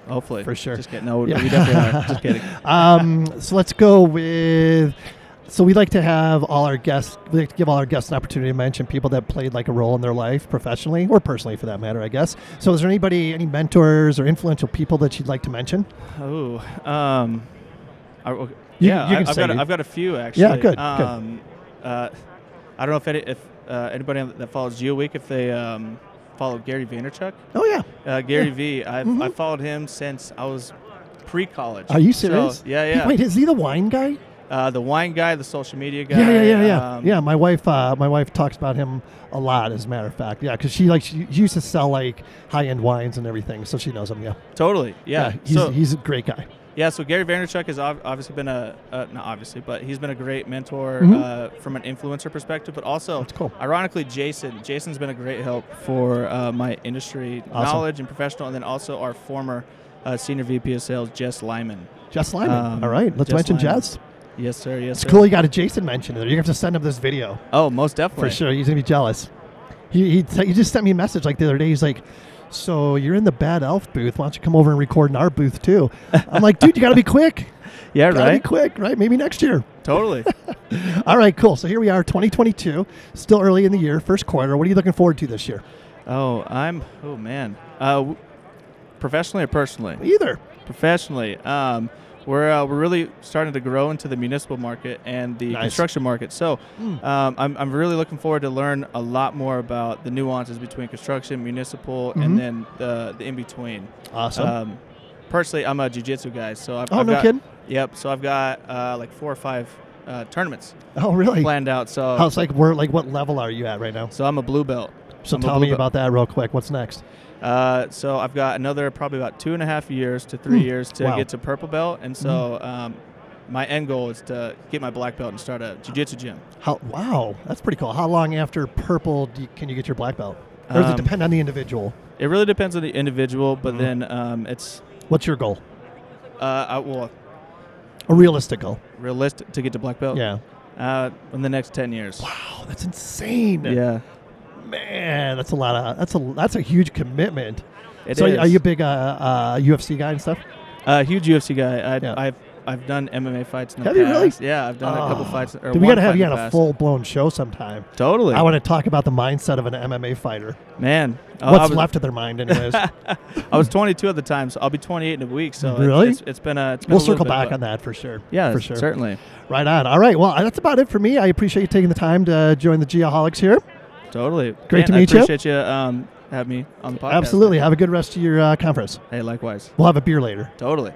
Speaker 11: hopefully.
Speaker 4: For sure.
Speaker 11: Just kidding. Oh, No,
Speaker 4: Yeah.
Speaker 11: we definitely are. Just kidding.
Speaker 4: um, so let's go with. So we like to have all our guests. We like to give all our guests an opportunity to mention people that played like a role in their life, professionally or personally, for that matter. I guess. So is there anybody, any mentors or influential people that you'd like to mention?
Speaker 11: Oh, um, I, okay.
Speaker 4: You-
Speaker 11: yeah,
Speaker 4: you
Speaker 11: I,
Speaker 4: can
Speaker 11: have
Speaker 4: say
Speaker 11: got
Speaker 4: it.
Speaker 11: a, I've got a few actually.
Speaker 4: good, good.
Speaker 11: Um, Uh, I don't know if any, if uh, anybody that follows GeoWeek if they um, follow Gary Vaynerchuk.
Speaker 4: Oh yeah. Mm-hmm.
Speaker 11: Uh, Gary V. I've, I've followed him since I was pre-college.
Speaker 4: Are you
Speaker 11: So,
Speaker 4: serious?
Speaker 11: yeah, yeah.
Speaker 4: Wait, is he the wine guy?
Speaker 11: Uh, the wine guy, the social media guy.
Speaker 4: yeah, yeah, yeah, yeah.
Speaker 11: um,
Speaker 4: yeah, my wife, uh, my wife talks about him a lot, as a matter of fact. Yeah, because she like she, she used to sell like high end wines and everything, so she knows him. Yeah,
Speaker 11: Totally. Yeah.
Speaker 4: he's,
Speaker 11: so,
Speaker 4: he's a great guy.
Speaker 11: yeah. So Gary Vaynerchuk has ob- obviously been a uh, not obviously, but he's been a great mentor uh, from an influencer perspective, but also
Speaker 4: Mm-hmm. That's cool.
Speaker 11: ironically, Jason. Jason's been a great help for uh, my industry
Speaker 4: Awesome.
Speaker 11: knowledge and professional, and then also our former uh, senior VP of sales, Jess Lyman.
Speaker 4: Jess Lyman.
Speaker 11: Um,
Speaker 4: All right, let's
Speaker 11: Jess
Speaker 4: mention
Speaker 11: Lyman.
Speaker 4: Jess.
Speaker 11: Yes, sir. Yes,
Speaker 4: It's
Speaker 11: sir.
Speaker 4: cool you got a Jason mention there. You have to send him this video
Speaker 11: Oh, most definitely.
Speaker 4: for sure. He's gonna be jealous. He he, t- he just sent me a message like the other day. He's like, "So you're in the Bad Elf booth? Why don't you come over and record in our booth too?" I'm like, "Dude, you gotta be quick.
Speaker 11: Yeah.
Speaker 4: Gotta
Speaker 11: Right.
Speaker 4: be quick, right? Maybe next year."
Speaker 11: Totally.
Speaker 4: All right, cool. So here we are, 2022, still early in the year, first quarter. What are you looking forward to this year?
Speaker 11: Oh, I'm. Oh man. Uh, w- professionally or personally?
Speaker 4: Either.
Speaker 11: Professionally, um, we're uh, we're really starting to grow into the municipal market and the
Speaker 4: Nice. Hmm.
Speaker 11: construction market. So, um, I'm I'm really looking forward to learn a lot more about the nuances between construction, municipal,
Speaker 4: Mhm.
Speaker 11: and then the the in between.
Speaker 4: Awesome.
Speaker 11: Um, personally, I'm a jujitsu guy, so I've,
Speaker 4: Oh,
Speaker 11: I've
Speaker 4: no
Speaker 11: got,
Speaker 4: kidding.
Speaker 11: Yep. So I've got uh, like four or five uh, tournaments
Speaker 4: oh, really?
Speaker 11: planned out. So
Speaker 4: How's like where like what level are you at right now?
Speaker 11: so I'm a blue belt.
Speaker 4: So
Speaker 11: I'm a
Speaker 4: tell
Speaker 11: blue
Speaker 4: me
Speaker 11: belt.
Speaker 4: about that real quick. What's next?
Speaker 11: Uh, so I've got another probably about two and a half years to three years to
Speaker 4: Hmm. Wow. Mm-hmm.
Speaker 11: get to purple belt, and so um, my end goal is to get my black belt and start a jujitsu gym.
Speaker 4: How wow, that's pretty cool. How long after purple do you, can you get your black belt? Or does it
Speaker 11: Um,
Speaker 4: depend on the individual?
Speaker 11: It really depends on the individual, but then um, it's
Speaker 4: Mm-hmm. What's your goal?
Speaker 11: uh, I, well
Speaker 4: A realistic goal.
Speaker 11: realistic to get to black belt.
Speaker 4: Yeah.
Speaker 11: Uh, in the next ten years.
Speaker 4: Wow, that's insane.
Speaker 11: Yeah.
Speaker 4: Man, that's a lot of that's a that's a huge commitment.
Speaker 11: It
Speaker 4: so
Speaker 11: is.
Speaker 4: are you a big uh, uh, UFC guy and stuff?
Speaker 11: Uh, huge UFC guy. I,
Speaker 4: Yeah.
Speaker 11: I've I've done MMA fights in the
Speaker 4: Have you
Speaker 11: past.
Speaker 4: really?
Speaker 11: Yeah, I've done a couple
Speaker 4: Oh,
Speaker 11: fights. Or
Speaker 4: dude, we
Speaker 11: one
Speaker 4: gotta
Speaker 11: fight
Speaker 4: have you
Speaker 11: in
Speaker 4: on
Speaker 11: the
Speaker 4: a
Speaker 11: past.
Speaker 4: full blown show sometime.
Speaker 11: Totally.
Speaker 4: I want to talk about the mindset of an MMA fighter.
Speaker 11: Man, uh, I
Speaker 4: What's
Speaker 11: was-
Speaker 4: left of their mind, anyways.
Speaker 11: I was 22 at the time, so I'll be 28 in a week. So it's-
Speaker 4: Really?
Speaker 11: it's, it's been a. It's been a
Speaker 4: we'll
Speaker 11: little
Speaker 4: circle
Speaker 11: bit,
Speaker 4: back
Speaker 11: but-
Speaker 4: on that for sure.
Speaker 11: Yeah,
Speaker 4: for sure.
Speaker 11: Certainly,
Speaker 4: Right on. All right. Well, that's about it for me. I appreciate you taking the time to join the Geoholics here.
Speaker 11: totally. Man,
Speaker 4: Great to
Speaker 11: I
Speaker 4: meet you.
Speaker 11: Appreciate you um, having me on the podcast.
Speaker 4: Absolutely. Have a good rest of your uh, conference.
Speaker 11: Hey, likewise.
Speaker 4: We'll have a beer later.
Speaker 11: Totally.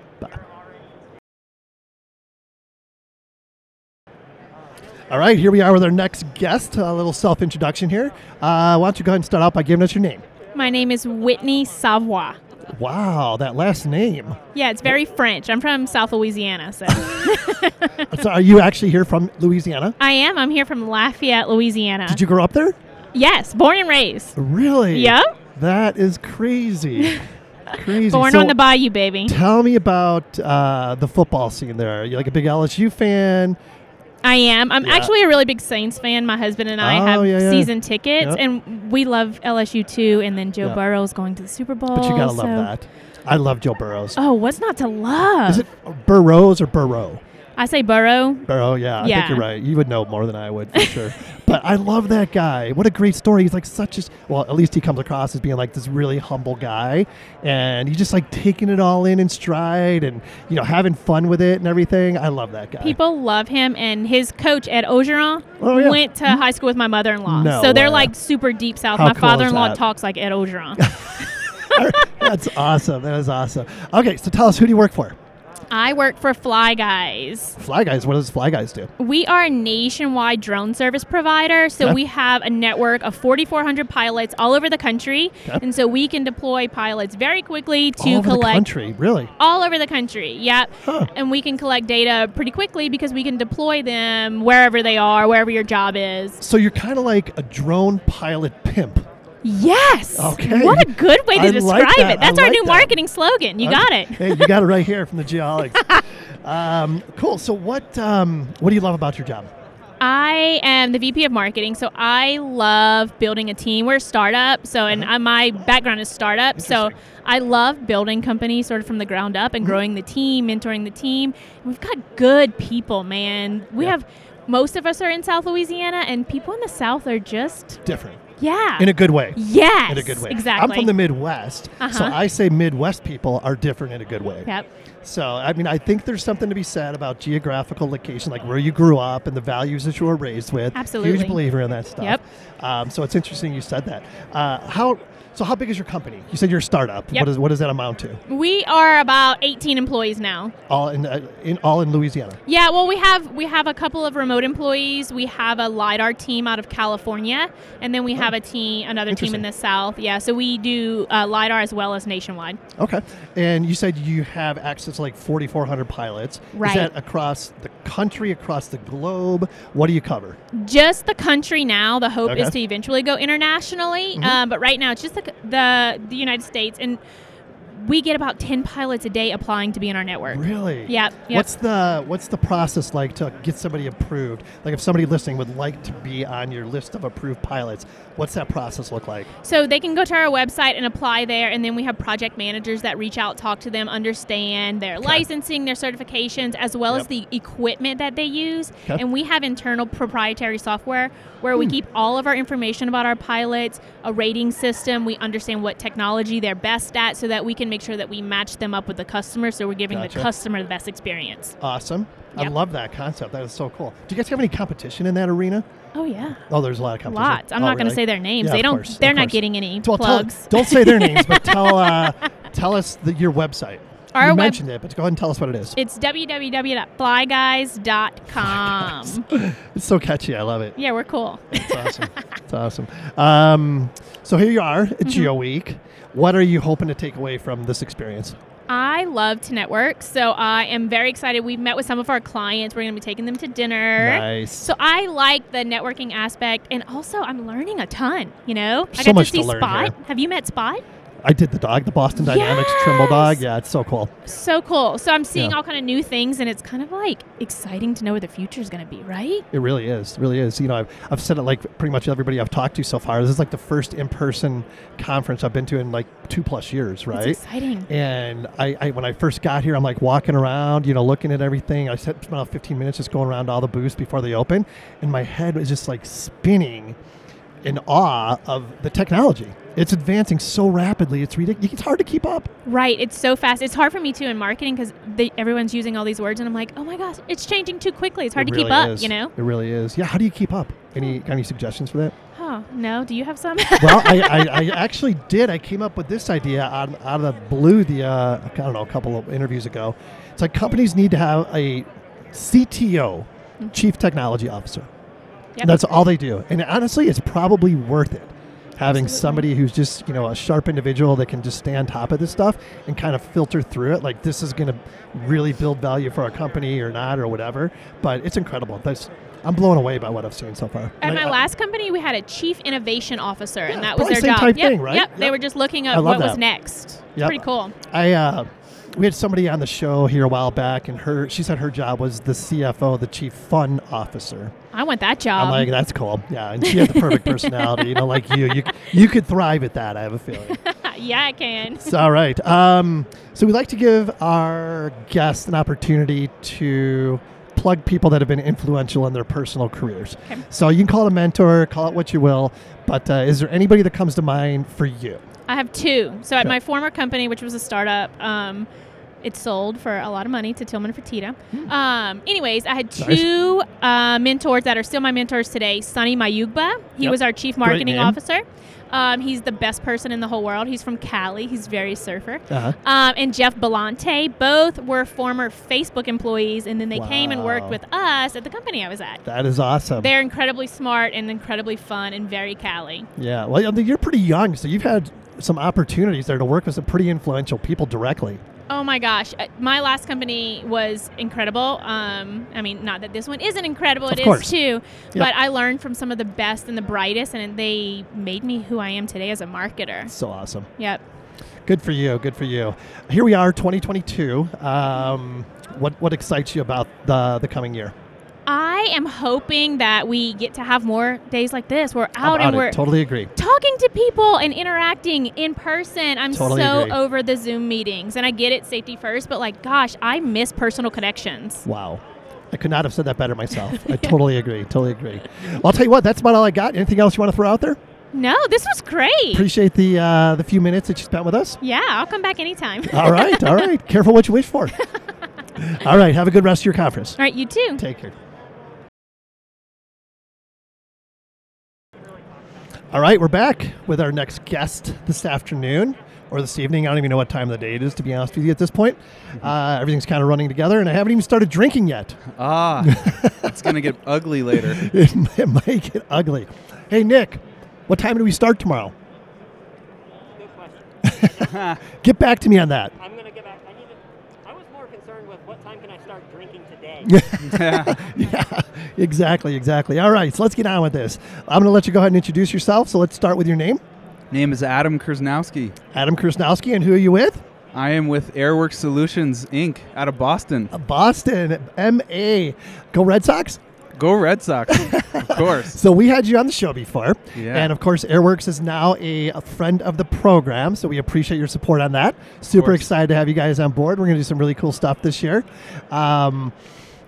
Speaker 4: All right. Here we are with our next guest. A little self introduction here. Uh, why don't you go ahead and start out by giving us your name?
Speaker 12: My name is Whitney Savoy.
Speaker 4: Wow, that last name.
Speaker 12: Yeah, it's very French. I'm from South Louisiana, so
Speaker 4: so are you actually here from Louisiana?
Speaker 12: I am. I'm here from Lafayette, Louisiana.
Speaker 4: Did you grow up there?
Speaker 12: yes, born and raised.
Speaker 4: Really?
Speaker 12: Yep.
Speaker 4: That is crazy. crazy.
Speaker 12: Born
Speaker 4: So-
Speaker 12: on the bayou, baby.
Speaker 4: Tell me about uh, the football scene there. Are you like a big LSU fan?
Speaker 12: I am. I'm
Speaker 4: Yeah.
Speaker 12: actually a really big Saints fan. My husband and I
Speaker 4: Oh,
Speaker 12: have
Speaker 4: yeah, yeah.
Speaker 12: season tickets,
Speaker 4: Yep.
Speaker 12: and we love LSU too. And then Joe
Speaker 4: Yeah.
Speaker 12: Burrow's going to the Super Bowl.
Speaker 4: But you gotta love
Speaker 12: so-
Speaker 4: that. I love Joe Burrows.
Speaker 12: Oh, what's not to love?
Speaker 4: Is it Burrows or Burrow?
Speaker 12: I I say Burrow.
Speaker 4: Burrow, yeah, I think
Speaker 12: Yeah.
Speaker 4: you're right. You would know more than I would for sure. But I love that guy. What a great story. He's like such a well, at least he comes across as being like this really humble guy, and he's just like taking it all in in stride, and you know having fun with it and everything. I love that guy.
Speaker 12: People love him, and his coach at Ogeron
Speaker 4: Oh, yeah.
Speaker 12: went to high school with my mother-in-law.
Speaker 4: No
Speaker 12: so they're
Speaker 4: way.
Speaker 12: like super deep south.
Speaker 4: How
Speaker 12: my
Speaker 4: cool is
Speaker 12: father-in-law
Speaker 4: that?
Speaker 12: talks like Ed Ogeron.
Speaker 4: That's awesome. That is awesome. Okay, so tell us who do you work for?
Speaker 12: I work for Fly Guys.
Speaker 4: Fly Guys. What does Fly Guys do?
Speaker 12: We are a nationwide drone service provider, so
Speaker 4: Okay.
Speaker 12: we have a network of 4,400 pilots all over the country,
Speaker 4: Okay.
Speaker 12: and so we can deploy pilots very quickly to
Speaker 4: all over the
Speaker 12: collect
Speaker 4: country, really.
Speaker 12: all over the country. Yep,
Speaker 4: Huh.
Speaker 12: and we can collect data pretty quickly because we can deploy them wherever they are, wherever your job is.
Speaker 4: So you're kind of like a drone pilot pimp.
Speaker 12: Yes.
Speaker 4: Okay.
Speaker 12: What a good way to
Speaker 4: I like
Speaker 12: describe
Speaker 4: that.
Speaker 12: it. That's
Speaker 4: I
Speaker 12: our
Speaker 4: like
Speaker 12: new
Speaker 4: that.
Speaker 12: marketing slogan. You
Speaker 4: Uh,
Speaker 12: got it.
Speaker 4: hey, you got it right here from the Geolics. um, cool. So what um, what do you love about your job?
Speaker 12: I am the VP of marketing, so I love building a team. We're a startup, so and
Speaker 4: Uh-huh.
Speaker 12: I, my background is startup, so I love building companies sort of from the ground up
Speaker 4: Mm-hmm.
Speaker 12: and growing the team, mentoring the team. We've got good people, man. We have most of us are in South Louisiana, and people in the South are just
Speaker 4: Different.
Speaker 12: yeah,
Speaker 4: In a good way.
Speaker 12: yes,
Speaker 4: In a good way.
Speaker 12: exactly.
Speaker 4: I'm from the Midwest, so
Speaker 12: Uh-huh.
Speaker 4: I say Midwest people are different in a good way.
Speaker 12: Yep.
Speaker 4: So, I mean, I think there's something to be said about geographical location, like where you grew up and the values that you were raised with.
Speaker 12: Absolutely.
Speaker 4: Huge believer in that stuff. Yep. Um, so it's interesting you said that. Uh, how? So how big is your company? You said you're a startup.
Speaker 12: Yep.
Speaker 4: What, is, what does that amount to?
Speaker 12: We are about 18 employees now.
Speaker 4: All in, uh, in all in Louisiana.
Speaker 12: Yeah, well, we have we have a couple of remote employees. We have a lidar team out of California, and then we have a team, another team in
Speaker 4: Oh. Interesting.
Speaker 12: the South. Yeah, so we do uh, lidar as well as nationwide.
Speaker 4: Okay. And you said you have access to like 4,400 pilots. Is
Speaker 12: Right.
Speaker 4: that across the country, across the globe? What do you cover?
Speaker 12: Just the country now. The hope is
Speaker 4: Okay. Mm-hmm.
Speaker 12: to eventually go internationally, um, but right now it's just the, c- the the United States, and we get about 10 pilots a day applying to be in our network.
Speaker 4: Really?
Speaker 12: Yep, yep.
Speaker 4: What's the What's the process like to get somebody approved? Like, if somebody listening would like to be on your list of approved pilots, what's that process look like?
Speaker 12: So they can go to our website and apply there, and then we have project managers that reach out, talk to them, understand their licensing, their certifications, as well as the equipment that they use.
Speaker 4: Okay. Hmm.
Speaker 12: And we have internal proprietary software where we keep all of our information about our pilots, a rating system. We understand what technology they're best at, so that we can make sure that we match them up with the customer, so we're giving
Speaker 4: Gotcha.
Speaker 12: the customer the best experience.
Speaker 4: Awesome. I
Speaker 12: Yep.
Speaker 4: love that concept. That is so cool. Do you guys have any competition in that arena?
Speaker 12: Oh yeah.
Speaker 4: Oh, there's a lot of competition.
Speaker 12: Lots. I'm
Speaker 4: Oh,
Speaker 12: not going to
Speaker 4: really?
Speaker 12: say their names.
Speaker 4: Yeah,
Speaker 12: they
Speaker 4: of
Speaker 12: don't.
Speaker 4: course, of
Speaker 12: they're not
Speaker 4: course.
Speaker 12: getting any
Speaker 4: Well, tell-
Speaker 12: plugs.
Speaker 4: don't say their names, but tell uh, tell us the, your website.
Speaker 12: Our
Speaker 4: you
Speaker 12: web-
Speaker 4: mentioned it, but go ahead and tell us what it is.
Speaker 12: It's www.flyguys.com.
Speaker 4: It's so catchy. I love it.
Speaker 12: Yeah, we're cool.
Speaker 4: It's awesome. it's awesome. Um, so here you are at Geo Week. What are you hoping to take away from this experience?
Speaker 12: I love to network, so I am very excited. We've met with some of our clients. We're going to be taking them to dinner.
Speaker 4: Nice.
Speaker 12: So I like the networking aspect, and also I'm learning a ton. You know, I
Speaker 4: So
Speaker 12: got
Speaker 4: much to
Speaker 12: to see
Speaker 4: learn
Speaker 12: Spot.
Speaker 4: here.
Speaker 12: Have you met Spot?
Speaker 4: I did the dog, the Boston Dynamics Trimble dog.
Speaker 12: Yes!
Speaker 4: Yeah, it's so cool.
Speaker 12: So cool. So I'm seeing
Speaker 4: Yeah.
Speaker 12: all kind of new things, and it's kind of like exciting to know where the future is going to be, right?
Speaker 4: It really is. It really is. You know, I've, I've said it like pretty much everybody I've talked to so far. This is like the first in person conference I've been to in like two plus years, right?
Speaker 12: It's exciting.
Speaker 4: And I, I, when I first got here, I'm like walking around, you know, looking at everything. I spent about 15 minutes just going around all the booths before they open, and my head was just like spinning in awe of the technology. It's advancing so rapidly; it's ridiculous. It's hard to keep up.
Speaker 12: Right. It's so fast. It's hard for me too in marketing because everyone's using all these words, and I'm like, oh my gosh, it's changing too quickly. It's hard
Speaker 4: It
Speaker 12: to keep
Speaker 4: really
Speaker 12: up.
Speaker 4: is.
Speaker 12: You know?
Speaker 4: It really is. Yeah. How do you keep up? Any any suggestions for that?
Speaker 12: Oh no. Do you have some?
Speaker 4: well, I, I, I actually did. I came up with this idea out, out of the blue. The uh, I don't know, a couple of interviews ago. It's like companies need to have a CTO, Chief Technology Officer.
Speaker 12: Mm-hmm. Yep.
Speaker 4: That's all they do, and honestly, it's probably worth it having somebody who's just you know a sharp individual that can just stay on top of this stuff and kind of filter through it. Like this is going to really build value for our company or not or whatever. But it's incredible. That's I'm blown away by what I've seen so far.
Speaker 12: At
Speaker 4: And I-
Speaker 12: my
Speaker 4: I-
Speaker 12: last company, we had a chief innovation officer, and that was
Speaker 4: probably
Speaker 12: their
Speaker 4: same
Speaker 12: job.
Speaker 4: type
Speaker 12: yep,
Speaker 4: thing, right?
Speaker 12: yep,
Speaker 4: Yep.
Speaker 12: They were just looking
Speaker 4: I
Speaker 12: up
Speaker 4: love
Speaker 12: what
Speaker 4: that.
Speaker 12: was next. It's
Speaker 4: Yep.
Speaker 12: Pretty cool.
Speaker 4: I uh, we had somebody on the show here a while back, and her she said her job was the CFO, the chief fun officer.
Speaker 12: I want that
Speaker 4: I'm
Speaker 12: job.
Speaker 4: like, that's cool. Yeah, and she had the perfect personality. You know, like you, you you could thrive at that. I have a feeling.
Speaker 12: yeah, I can.
Speaker 4: So, all right. Um, so we like to give our guests an opportunity to plug people that have been influential in their personal careers. So you can call it a mentor, call it what you will, but uh, is there anybody that comes to mind for you?
Speaker 12: I have two. So at
Speaker 4: Okay.
Speaker 12: my former company, which was a startup, um, it sold for a lot of money to Tillman Fertitta. Um, anyways, I had
Speaker 4: Hmm. Nice.
Speaker 12: two uh, mentors that are still my mentors today. Sunny Mayugba, he
Speaker 4: Yep.
Speaker 12: was our chief
Speaker 4: Great
Speaker 12: marketing
Speaker 4: name.
Speaker 12: officer. Um, he's the best person in the whole world. He's from Cali. He's very surfer.
Speaker 4: Uh-huh.
Speaker 12: Um, and Jeff Belante, both were former Facebook employees, and then they came and
Speaker 4: Wow.
Speaker 12: worked with us at the company I was at.
Speaker 4: That is awesome.
Speaker 12: They're incredibly smart and incredibly fun and very Cali.
Speaker 4: Yeah. Well, I think you're pretty young, so you've had some opportunities there to work with some pretty influential people directly.
Speaker 12: Oh my gosh, Uh, my last company was incredible. Um, I mean, not that this one isn't incredible,
Speaker 4: Of
Speaker 12: it is
Speaker 4: course.
Speaker 12: too.
Speaker 4: Yeah.
Speaker 12: But I learned from some of the best and the brightest, and they made me who I am today as a marketer.
Speaker 4: So awesome.
Speaker 12: Yep.
Speaker 4: Good for you. Good for you. Here we are, 2022. Um, what what excites you about the the coming year?
Speaker 12: I am hoping that we get to have more days like this. We're out
Speaker 4: about
Speaker 12: and
Speaker 4: it.
Speaker 12: we're
Speaker 4: Totally agree.
Speaker 12: talking to people and interacting in person. I'm
Speaker 4: Totally
Speaker 12: so
Speaker 4: agree.
Speaker 12: over the Zoom meetings, and I get it, safety first, but like, gosh, I miss personal connections.
Speaker 4: Wow. I could not have said that better myself. I totally agree. Totally agree. Well, I'll tell you what. That's about all I got. Anything else you want to throw out there?
Speaker 12: No, this was great.
Speaker 4: Appreciate the uh, the few minutes that you spent with us.
Speaker 12: yeah, I'll come back anytime.
Speaker 4: All right. All right. Careful what you wish for. All right. Have a good rest of your conference.
Speaker 12: All right, you too.
Speaker 4: Take care. All right, we're back with our next guest this afternoon or this evening. I don't even know what time of the day it is, to be honest with you, at this point.
Speaker 13: Mm-hmm.
Speaker 4: Uh, everything's kind of running together, and I haven't even started drinking yet.
Speaker 13: Ah, it's going to get ugly later.
Speaker 4: It, m- it might get ugly. Hey, Nick, what time do we start tomorrow? get back to me on that.
Speaker 14: I'm gonna get back. I need to. I was more concerned with what time can I start drinking today.
Speaker 4: yeah, exactly, exactly. All right, so let's get on with this. I'm going to let you go ahead and introduce yourself. So let's start with your name,
Speaker 13: Name is Adam Krasnowski.
Speaker 4: Adam Krasnowski, and who are you with?
Speaker 13: I am with Airworks Solutions Inc. out of Boston.
Speaker 4: Uh, Boston, MA. Go Red Sox.
Speaker 13: Go Red Sox, of course.
Speaker 4: So we had you on the show before.
Speaker 13: Yeah.
Speaker 4: And of course, Airworks is now a, a friend of the program. So we appreciate your support on that. Super excited to have you guys on board. We're going to do some really cool stuff this year. Um,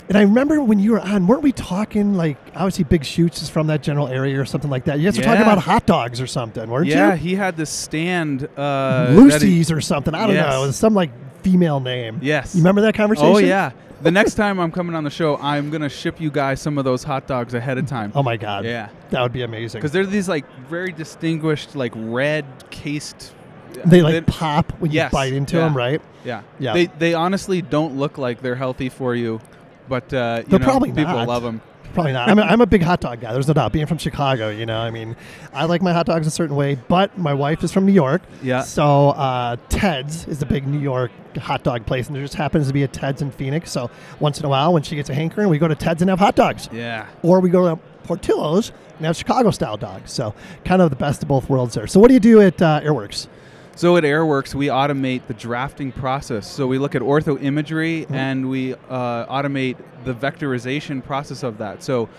Speaker 4: and I remember when you were on, weren't we talking like obviously Big Shoots is from that general area or something like that? You guys were talking
Speaker 13: Yeah.
Speaker 4: about hot dogs or something, weren't you?
Speaker 13: yeah, he had this stand. Uh, that he-
Speaker 4: Lucy's or something. I don't
Speaker 13: Yes.
Speaker 4: know. It was some like female name.
Speaker 13: Yes.
Speaker 4: You remember that conversation?
Speaker 13: Oh yeah. The next time I'm coming on the show, I'm gonna ship you guys some of those hot dogs ahead of time.
Speaker 4: Oh my god.
Speaker 13: Yeah.
Speaker 4: That would be amazing.
Speaker 13: Because they're these like very distinguished, like red cased. uh,
Speaker 4: They, like, pop when you
Speaker 13: Yes.
Speaker 4: bite into 'em, right?
Speaker 13: Yeah.
Speaker 4: Yeah.
Speaker 13: They they honestly don't look like they're healthy for you, but uh, you
Speaker 4: They're
Speaker 13: know,
Speaker 4: probably
Speaker 13: people
Speaker 4: not.
Speaker 13: love them.
Speaker 4: Probably not. I'm a, I'm a big hot dog guy. There's no doubt. Being from Chicago, you know, I mean, I like my hot dogs a certain way, but my wife is from New York.
Speaker 13: Yeah.
Speaker 4: So uh, Ted's is the big New York hot dog place, and there just happens to be a Ted's in Phoenix. So once in a while, when she gets a hankering, we go to Ted's and have hot dogs.
Speaker 13: Yeah.
Speaker 4: Or we go to Portillo's and have Chicago style dogs. So kind of the best of both worlds there. So what do you do at uh, Airworks?
Speaker 13: So at Airworks, we automate the drafting process. So we look at ortho imagery
Speaker 4: Mm-hmm.
Speaker 13: and we uh, automate the vectorization process of that. So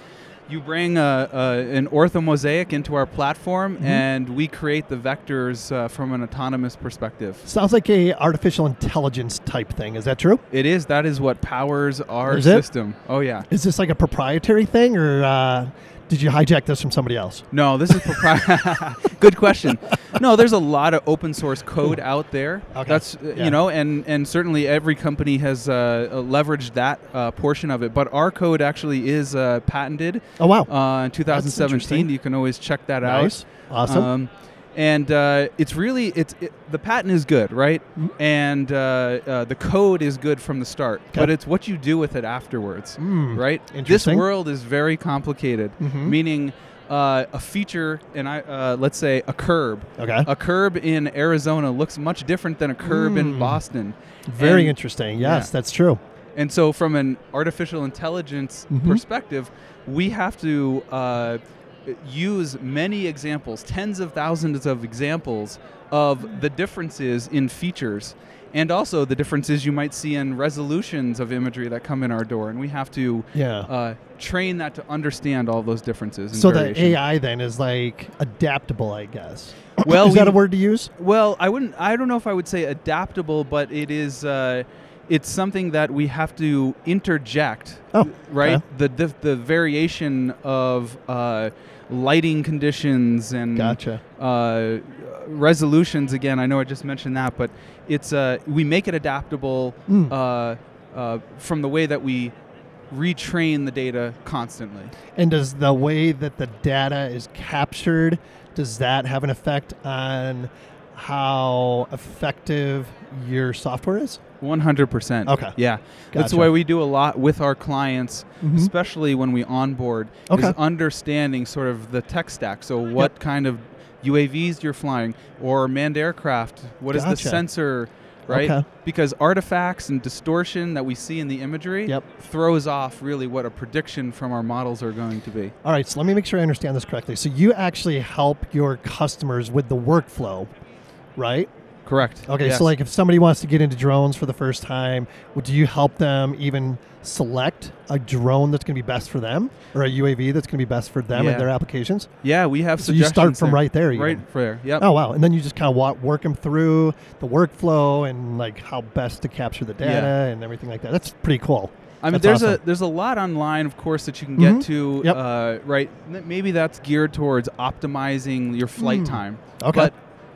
Speaker 13: you bring a, a, an ortho mosaic into our platform
Speaker 4: Mhm.
Speaker 13: and we create the vectors uh, from an autonomous perspective.
Speaker 4: Sounds like a artificial intelligence type thing. Is that true?
Speaker 13: It is, that is what powers our
Speaker 4: Is it?
Speaker 13: system. Oh, yeah.
Speaker 4: Is this like a proprietary thing, or uh, did you hijack this from somebody else?
Speaker 13: No, this is propri- good question. No, there's a lot of open source code out there. That's uh,
Speaker 4: Yeah.
Speaker 13: you know, and and certainly every company has uh, uh, leveraged that uh, portion of it. But our code actually is uh, patented.
Speaker 4: Oh wow!
Speaker 13: Uh, in 2017,
Speaker 4: interesting.
Speaker 13: you can always check that
Speaker 4: Nice.
Speaker 13: out. Um,
Speaker 4: Awesome.
Speaker 13: and uh, it's really it's it, the patent is good, right?
Speaker 4: Mm-hmm.
Speaker 13: And uh, uh, the code is good from the start, but it's what you do with it afterwards,
Speaker 4: Mm,
Speaker 13: right?
Speaker 4: interesting.
Speaker 13: This world is very complicated,
Speaker 4: Mhm.
Speaker 13: meaning uh, a feature, and I uh, let's say a curb.
Speaker 4: Okay.
Speaker 13: A curb in Arizona looks much different than a curb in
Speaker 4: Mm.
Speaker 13: Boston.
Speaker 4: Very
Speaker 13: And-
Speaker 4: interesting. Yes,
Speaker 13: Yeah.
Speaker 4: that's true.
Speaker 13: And so, from an artificial intelligence
Speaker 4: Mhm.
Speaker 13: perspective, we have to uh, use many examples, tens of thousands of examples of the differences in features and also the differences you might see in resolutions of imagery that come in our door. And we have to
Speaker 4: Yeah.
Speaker 13: uh, train that to understand all those differences. And
Speaker 4: So the
Speaker 13: variations.
Speaker 4: AI then is like adaptable, I guess.
Speaker 13: Well,
Speaker 4: is that
Speaker 13: we-
Speaker 4: a word to use?
Speaker 13: Well, I wouldn't. I don't know if I would say adaptable, but it is. Uh, it's something that we have to interject.
Speaker 4: Oh, okay.
Speaker 13: right. The, the the variation of uh, lighting conditions and
Speaker 4: Gotcha.
Speaker 13: uh, resolutions. Again, I know I just mentioned that, but it's uh, we make it adaptable
Speaker 4: Mm.
Speaker 13: uh, uh, from the way that we retrain the data constantly.
Speaker 4: And does the way that the data is captured does that have an effect on how effective your software is?
Speaker 13: One hundred percent.
Speaker 4: Okay.
Speaker 13: Yeah, that's
Speaker 4: Gotcha.
Speaker 13: why we do a lot with our clients,
Speaker 4: Mhm.
Speaker 13: especially when we onboard.
Speaker 4: Okay.
Speaker 13: Is understanding sort of the tech stack. So what kind of UAVs you're flying, or manned aircraft? What is
Speaker 4: Gotcha.
Speaker 13: the sensor? Right.
Speaker 4: Okay.
Speaker 13: Because artifacts and distortion that we see in the imagery throws off really what a prediction from our models are going to be.
Speaker 4: All right, so let me make sure I understand this correctly. So you actually help your customers with the workflow, right?
Speaker 13: Correct.
Speaker 4: Okay,
Speaker 13: Yes.
Speaker 4: so like if somebody wants to get into drones for the first time, would you help them even select a drone that's going to be best for them or a UAV that's going to be best for them
Speaker 13: Yeah.
Speaker 4: and their applications?
Speaker 13: Yeah, we have
Speaker 4: So you start
Speaker 13: suggestions
Speaker 4: from
Speaker 13: there.
Speaker 4: right there, even.
Speaker 13: Right there, yep.
Speaker 4: Oh wow, and then you just kind of walk, work them through the workflow and like how best to capture the
Speaker 13: Yeah.
Speaker 4: data and everything like that. That's pretty cool.
Speaker 13: I mean,
Speaker 4: That's
Speaker 13: there's
Speaker 4: awesome.
Speaker 13: a there's a lot online, of course, that you can get
Speaker 4: Mhm.
Speaker 13: to.
Speaker 4: Yep.
Speaker 13: Uh, right, N- maybe that's geared towards optimizing your flight
Speaker 4: Mm.
Speaker 13: time.
Speaker 4: Okay.
Speaker 13: But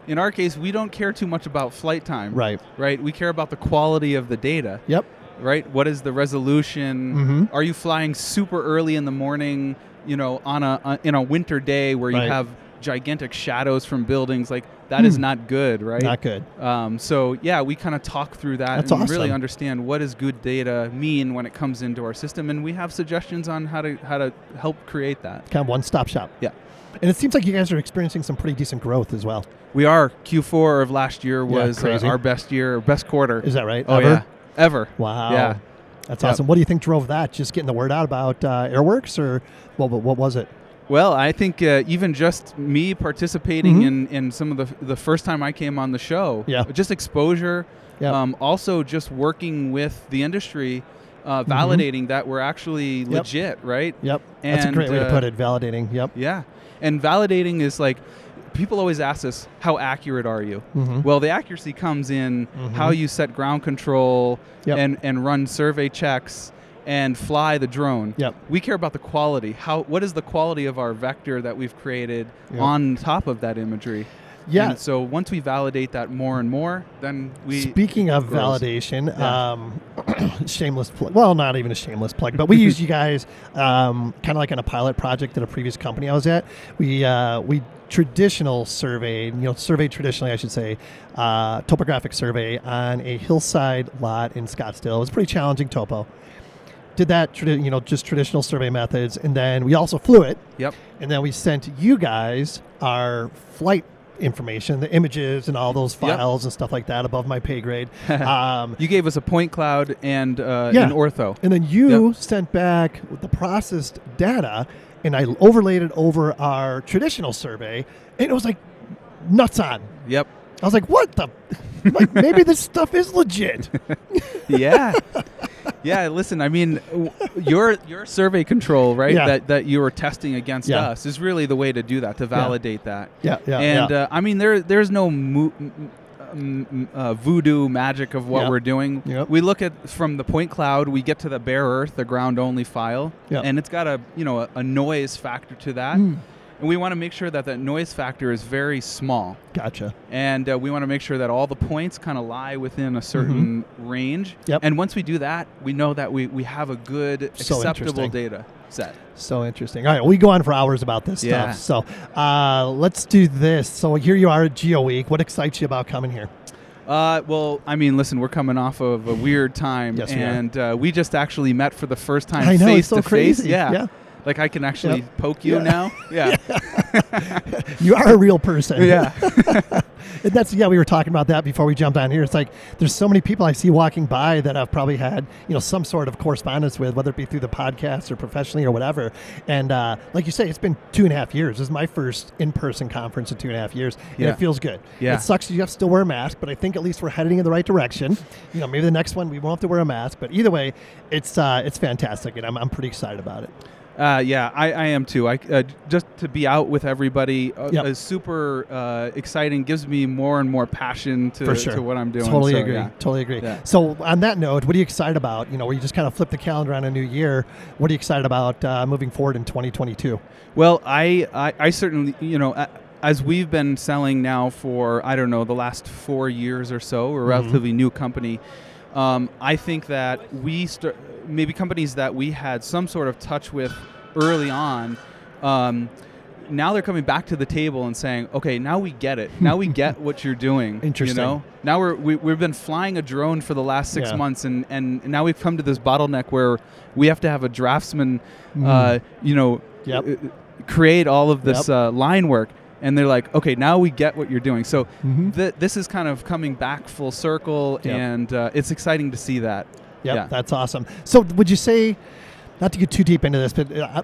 Speaker 13: in our case, we don't care too much about flight time.
Speaker 4: Right.
Speaker 13: Right. We care about the quality of the data.
Speaker 4: Yep.
Speaker 13: Right. What is the resolution?
Speaker 4: Mhm.
Speaker 13: Are you flying super early in the morning? You know, on a uh, in a winter day where
Speaker 4: Right.
Speaker 13: you have gigantic shadows from buildings, like that is
Speaker 4: Hmm.
Speaker 13: not good. Right.
Speaker 4: Not good.
Speaker 13: Um, so yeah, we kind of talk through that
Speaker 4: That's
Speaker 13: and
Speaker 4: awesome.
Speaker 13: really understand what does good data mean when it comes into our system, and we have suggestions on how to how to help create that.
Speaker 4: kind of one-stop shop.
Speaker 13: Yeah.
Speaker 4: And it seems like you guys are experiencing some pretty decent growth as well.
Speaker 13: We are Q4 of last year
Speaker 4: Yeah,
Speaker 13: was uh,
Speaker 4: crazy.
Speaker 13: our best year, best quarter.
Speaker 4: Is that right?
Speaker 13: Oh
Speaker 4: Ever?
Speaker 13: yeah, ever.
Speaker 4: Wow.
Speaker 13: Yeah,
Speaker 4: That's
Speaker 13: Yep.
Speaker 4: awesome. What do you think drove that? Just getting the word out about uh, Airworks, or what? What, what was it?
Speaker 13: Well, I think uh, even just me participating
Speaker 4: Mhm.
Speaker 13: in, in some of the the first time I came on the show,
Speaker 4: Yeah.
Speaker 13: just exposure,
Speaker 4: Yeah.
Speaker 13: um, also just working with the industry, uh, validating that we're actually legit, right?
Speaker 4: Mm-hmm. Yep. That's a
Speaker 13: And,
Speaker 4: great way to
Speaker 13: uh,
Speaker 4: put it. Validating. Yep.
Speaker 13: Yeah. And validating is like people always ask us, how accurate are you?
Speaker 4: Mhm.
Speaker 13: Well, the accuracy comes in
Speaker 4: Mhm.
Speaker 13: how you set ground control
Speaker 4: Yep.
Speaker 13: and, and run survey checks and fly the drone.
Speaker 4: Yep.
Speaker 13: We care about the quality. How what is the quality of our vector that we've created
Speaker 4: Yep.
Speaker 13: on top of that imagery?
Speaker 4: Yeah.
Speaker 13: And so once we validate that more and more, then we
Speaker 4: Speaking of
Speaker 13: grows.
Speaker 4: validation,
Speaker 13: Yeah.
Speaker 4: um, shameless plug. Well, not even a shameless plug, but we use you guys um, kind of like on a pilot project at a previous company I was at. We uh, we traditional survey, you know, survey traditionally, I should say, uh, topographic survey on a hillside lot in Scottsdale. It was a pretty challenging topo. Did that, tradi- you know, just traditional survey methods, and then we also flew it.
Speaker 13: Yep.
Speaker 4: And then we sent you guys our flight information, the images, and all those
Speaker 13: Yep.
Speaker 4: files and stuff like that above my pay grade. um,
Speaker 13: you gave us a point cloud and uh,
Speaker 4: Yeah.
Speaker 13: an ortho.
Speaker 4: and then you sent back the processed data, and I overlaid it over our traditional survey, and it was like nuts on.
Speaker 13: Yep.
Speaker 4: I was like, what the? like, maybe this stuff is legit.
Speaker 13: yeah. Yeah, listen, I mean, w- your your survey control, right?
Speaker 4: Yeah.
Speaker 13: That that you were testing against
Speaker 4: Yeah.
Speaker 13: us is really the way to do that, to validate that.
Speaker 4: Yeah, yeah,
Speaker 13: And
Speaker 4: yeah.
Speaker 13: Uh, I mean, there there's no mo- m- m- uh, voodoo magic of what
Speaker 4: Yep.
Speaker 13: we're doing.
Speaker 4: Yep.
Speaker 13: We look at from the point cloud, we get to the bare earth, the ground only file,
Speaker 4: Yep.
Speaker 13: and it's got a you know a, a noise factor to that,
Speaker 4: Mm.
Speaker 13: and we want to make sure that that noise factor is very small
Speaker 4: Gotcha.
Speaker 13: and uh, we want to make sure that all the points kind of lie within a certain range.
Speaker 4: Mm-hmm. Yep.
Speaker 13: And once we do that, we know that we, we have a good
Speaker 4: So
Speaker 13: acceptable
Speaker 4: interesting.
Speaker 13: data set.
Speaker 4: So interesting. All right, we go on for hours about this
Speaker 13: Yeah.
Speaker 4: stuff. So uh, let's do this. So here you are at Geo Week. What excites you about coming here?
Speaker 13: Uh, well, I mean, listen, we're coming off of a weird time,
Speaker 4: Yes, we are.
Speaker 13: and uh, we just actually met for the first time
Speaker 4: I know, it's
Speaker 13: face
Speaker 4: so
Speaker 13: to face.
Speaker 4: crazy.
Speaker 13: Yeah.
Speaker 4: Yeah.
Speaker 13: Like I can actually
Speaker 4: Yep.
Speaker 13: poke you
Speaker 4: Yeah.
Speaker 13: now. Yeah.
Speaker 4: You are a real person.
Speaker 13: Yeah.
Speaker 4: and that's yeah, we were talking about that before we jumped on here. It's like there's so many people I see walking by that I've probably had, you know, some sort of correspondence with, whether it be through the podcast or professionally or whatever. And uh, like you say, it's been two and a half years. This is my first in person conference in two and a half years. And
Speaker 13: Yeah.
Speaker 4: it feels good.
Speaker 13: Yeah.
Speaker 4: It sucks you have to still wear a mask, but I think at least we're heading in the right direction. You know, maybe the next one we won't have to wear a mask, but either way, it's uh, it's fantastic and I'm I'm pretty excited about it.
Speaker 13: Uh, yeah, I, I am too. I uh, j- just to be out with everybody uh,
Speaker 4: Yep.
Speaker 13: is super uh, exciting. Gives me more and more passion to,
Speaker 4: For sure.
Speaker 13: to what I'm doing.
Speaker 4: Totally
Speaker 13: So,
Speaker 4: agree.
Speaker 13: yeah.
Speaker 4: Totally agree.
Speaker 13: Yeah.
Speaker 4: So on that note, what are you excited about? You know, where you just kind of flip the calendar on a new year. What are you excited about uh, moving forward in 2022?
Speaker 13: Well, I, I, I certainly, you know, a- as we've been selling now for, I don't know, the last four years or so,
Speaker 4: Mm-hmm.
Speaker 13: we're a
Speaker 11: Mhm.
Speaker 13: relatively new company. Um, I think that we, st- maybe companies that we had some sort of touch with early on, um, now they're coming back to the table and saying, okay, now we get it. Now we get what you're doing.
Speaker 4: Interesting.
Speaker 13: You know? Now we're, we, we've been flying a drone for the last six
Speaker 4: Yeah.
Speaker 13: months, and, and now we've come to this bottleneck where we have to have a draftsman, uh,
Speaker 4: Mm.
Speaker 13: you know,
Speaker 4: Yep.
Speaker 13: uh, create all of this
Speaker 4: Yep.
Speaker 13: uh, line work and they're like okay now we get what you're doing so
Speaker 4: Mhm.
Speaker 13: thi- this is kind of coming back full circle
Speaker 4: Yep.
Speaker 13: and uh, it's exciting to see that
Speaker 4: Yep,
Speaker 13: yeah
Speaker 4: that's awesome. So, would you say, not to get too deep into this, but uh,